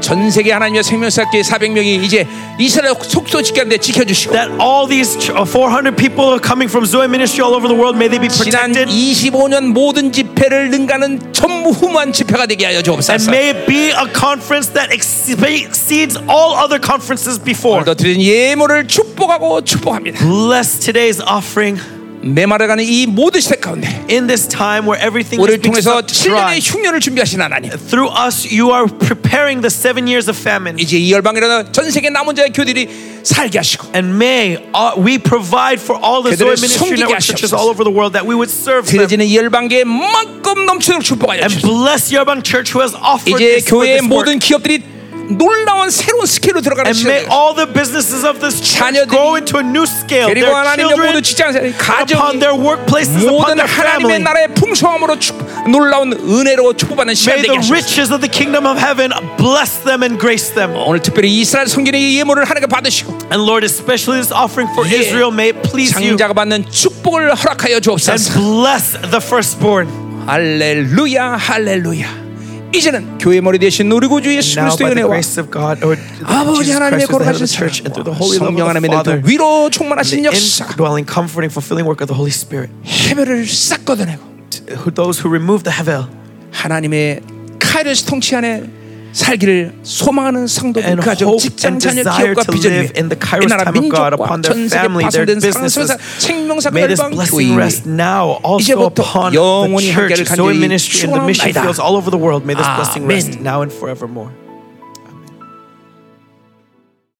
[SPEAKER 1] 전 세계 하나님의 생명사학교의 400명이 이제 이스라엘 속도 지켰는데 지켜주시고
[SPEAKER 2] that all these ch- uh, 400 people are coming from Zoe Ministry all over the world. May they be
[SPEAKER 1] 지난
[SPEAKER 2] protected.
[SPEAKER 1] 25년 모든 집회를 능가하는 전무후무한 집회가 되게 하여
[SPEAKER 2] And
[SPEAKER 1] 주옵소서
[SPEAKER 2] may it be a conference that exceeds all other conferences before.
[SPEAKER 1] 오늘도 드린 예물을 축복하고 축복합니다
[SPEAKER 2] Bless today's offering
[SPEAKER 1] 메마르가는 이 모든 시대 가운데
[SPEAKER 2] in this time where everything is
[SPEAKER 1] 우리를
[SPEAKER 2] being
[SPEAKER 1] 통해서
[SPEAKER 2] swept
[SPEAKER 1] 7년의
[SPEAKER 2] dry.
[SPEAKER 1] 흉년을 준비하신 하나님
[SPEAKER 2] Through us, you are preparing the seven years of famine.
[SPEAKER 1] 이제 이 열방이라는 전 세계 남은 자의 교들이 살게 하시고
[SPEAKER 2] And may uh, we provide for all the
[SPEAKER 1] 그들을
[SPEAKER 2] Zoe Ministry
[SPEAKER 1] 섬기게
[SPEAKER 2] Network churches
[SPEAKER 1] 하시옵소서.
[SPEAKER 2] all over the world that we would serve them.
[SPEAKER 1] 드려지는 이 열방계에 만큼 넘치도록 축복하여
[SPEAKER 2] And
[SPEAKER 1] 주시옵소서
[SPEAKER 2] bless Yerbang Church who has offered
[SPEAKER 1] 이제
[SPEAKER 2] this, for
[SPEAKER 1] 교회의
[SPEAKER 2] this work.
[SPEAKER 1] 모든 기업들이 놀라운 새로운 스케일로 들어가는
[SPEAKER 2] And may
[SPEAKER 1] 시대
[SPEAKER 2] all the businesses of this church
[SPEAKER 1] 자녀들이
[SPEAKER 2] grow into a new scale. Their
[SPEAKER 1] 그리고 하나님의 모든
[SPEAKER 2] children
[SPEAKER 1] 직장
[SPEAKER 2] upon
[SPEAKER 1] 가정
[SPEAKER 2] their workplaces, upon
[SPEAKER 1] 모든
[SPEAKER 2] their
[SPEAKER 1] 하나님의
[SPEAKER 2] family.
[SPEAKER 1] 나라의 풍성함으로 축, 놀라운 은혜로 축복받는 시간 되게
[SPEAKER 2] May the
[SPEAKER 1] 하시옵소서.
[SPEAKER 2] riches of the kingdom of heaven bless them and grace them.
[SPEAKER 1] 오늘 특별히 이스라엘 성전의 예물을 하나님 받으시고
[SPEAKER 2] And Lord, especially this offering for
[SPEAKER 1] Yeah.
[SPEAKER 2] Israel, may it please you
[SPEAKER 1] 장자가 받는 축복을 허락하여
[SPEAKER 2] and
[SPEAKER 1] 주옵소서.
[SPEAKER 2] bless the firstborn.
[SPEAKER 1] 할렐루야, 할렐루야. 이제는 교회 머리 대신 우리 구주 예수
[SPEAKER 2] Now, by
[SPEAKER 1] 그리스도의
[SPEAKER 2] the
[SPEAKER 1] 은혜와
[SPEAKER 2] grace of God, or
[SPEAKER 1] 아버지
[SPEAKER 2] Jesus
[SPEAKER 1] 하나님의
[SPEAKER 2] Christ, who is the head of
[SPEAKER 1] 거룩하신
[SPEAKER 2] the church, and through the
[SPEAKER 1] 사랑과
[SPEAKER 2] holy love
[SPEAKER 1] 성령
[SPEAKER 2] of the
[SPEAKER 1] 하나님의
[SPEAKER 2] Father,
[SPEAKER 1] 또 위로 충만하신
[SPEAKER 2] the
[SPEAKER 1] 역사
[SPEAKER 2] indwelling, comforting, fulfilling work of the Holy Spirit,
[SPEAKER 1] 해별을 싹 걷어내고
[SPEAKER 2] who those who remove the hevel
[SPEAKER 1] 하나님의 카이로스 통치 안에 살기를 소망하는 성도들
[SPEAKER 2] and
[SPEAKER 1] 가족
[SPEAKER 2] hope
[SPEAKER 1] 직장
[SPEAKER 2] and
[SPEAKER 1] 자녀
[SPEAKER 2] desire
[SPEAKER 1] 기업과
[SPEAKER 2] to
[SPEAKER 1] 비전 위에
[SPEAKER 2] live in
[SPEAKER 1] 이
[SPEAKER 2] the kairos
[SPEAKER 1] 나라
[SPEAKER 2] time of God
[SPEAKER 1] 민족과
[SPEAKER 2] upon
[SPEAKER 1] 전
[SPEAKER 2] their
[SPEAKER 1] 세계
[SPEAKER 2] family, their
[SPEAKER 1] 파손된
[SPEAKER 2] businesses.
[SPEAKER 1] 상황에서 생명사
[SPEAKER 2] May this
[SPEAKER 1] 열방 교회
[SPEAKER 2] blessing rest now also
[SPEAKER 1] 이제부터
[SPEAKER 2] upon
[SPEAKER 1] 영원히
[SPEAKER 2] the
[SPEAKER 1] 함께를
[SPEAKER 2] church, Zoe
[SPEAKER 1] 간절히
[SPEAKER 2] ministry, and the mission
[SPEAKER 1] 축원합니다.
[SPEAKER 2] fields all over the world. May this blessing
[SPEAKER 1] 아멘.
[SPEAKER 2] rest now and forevermore.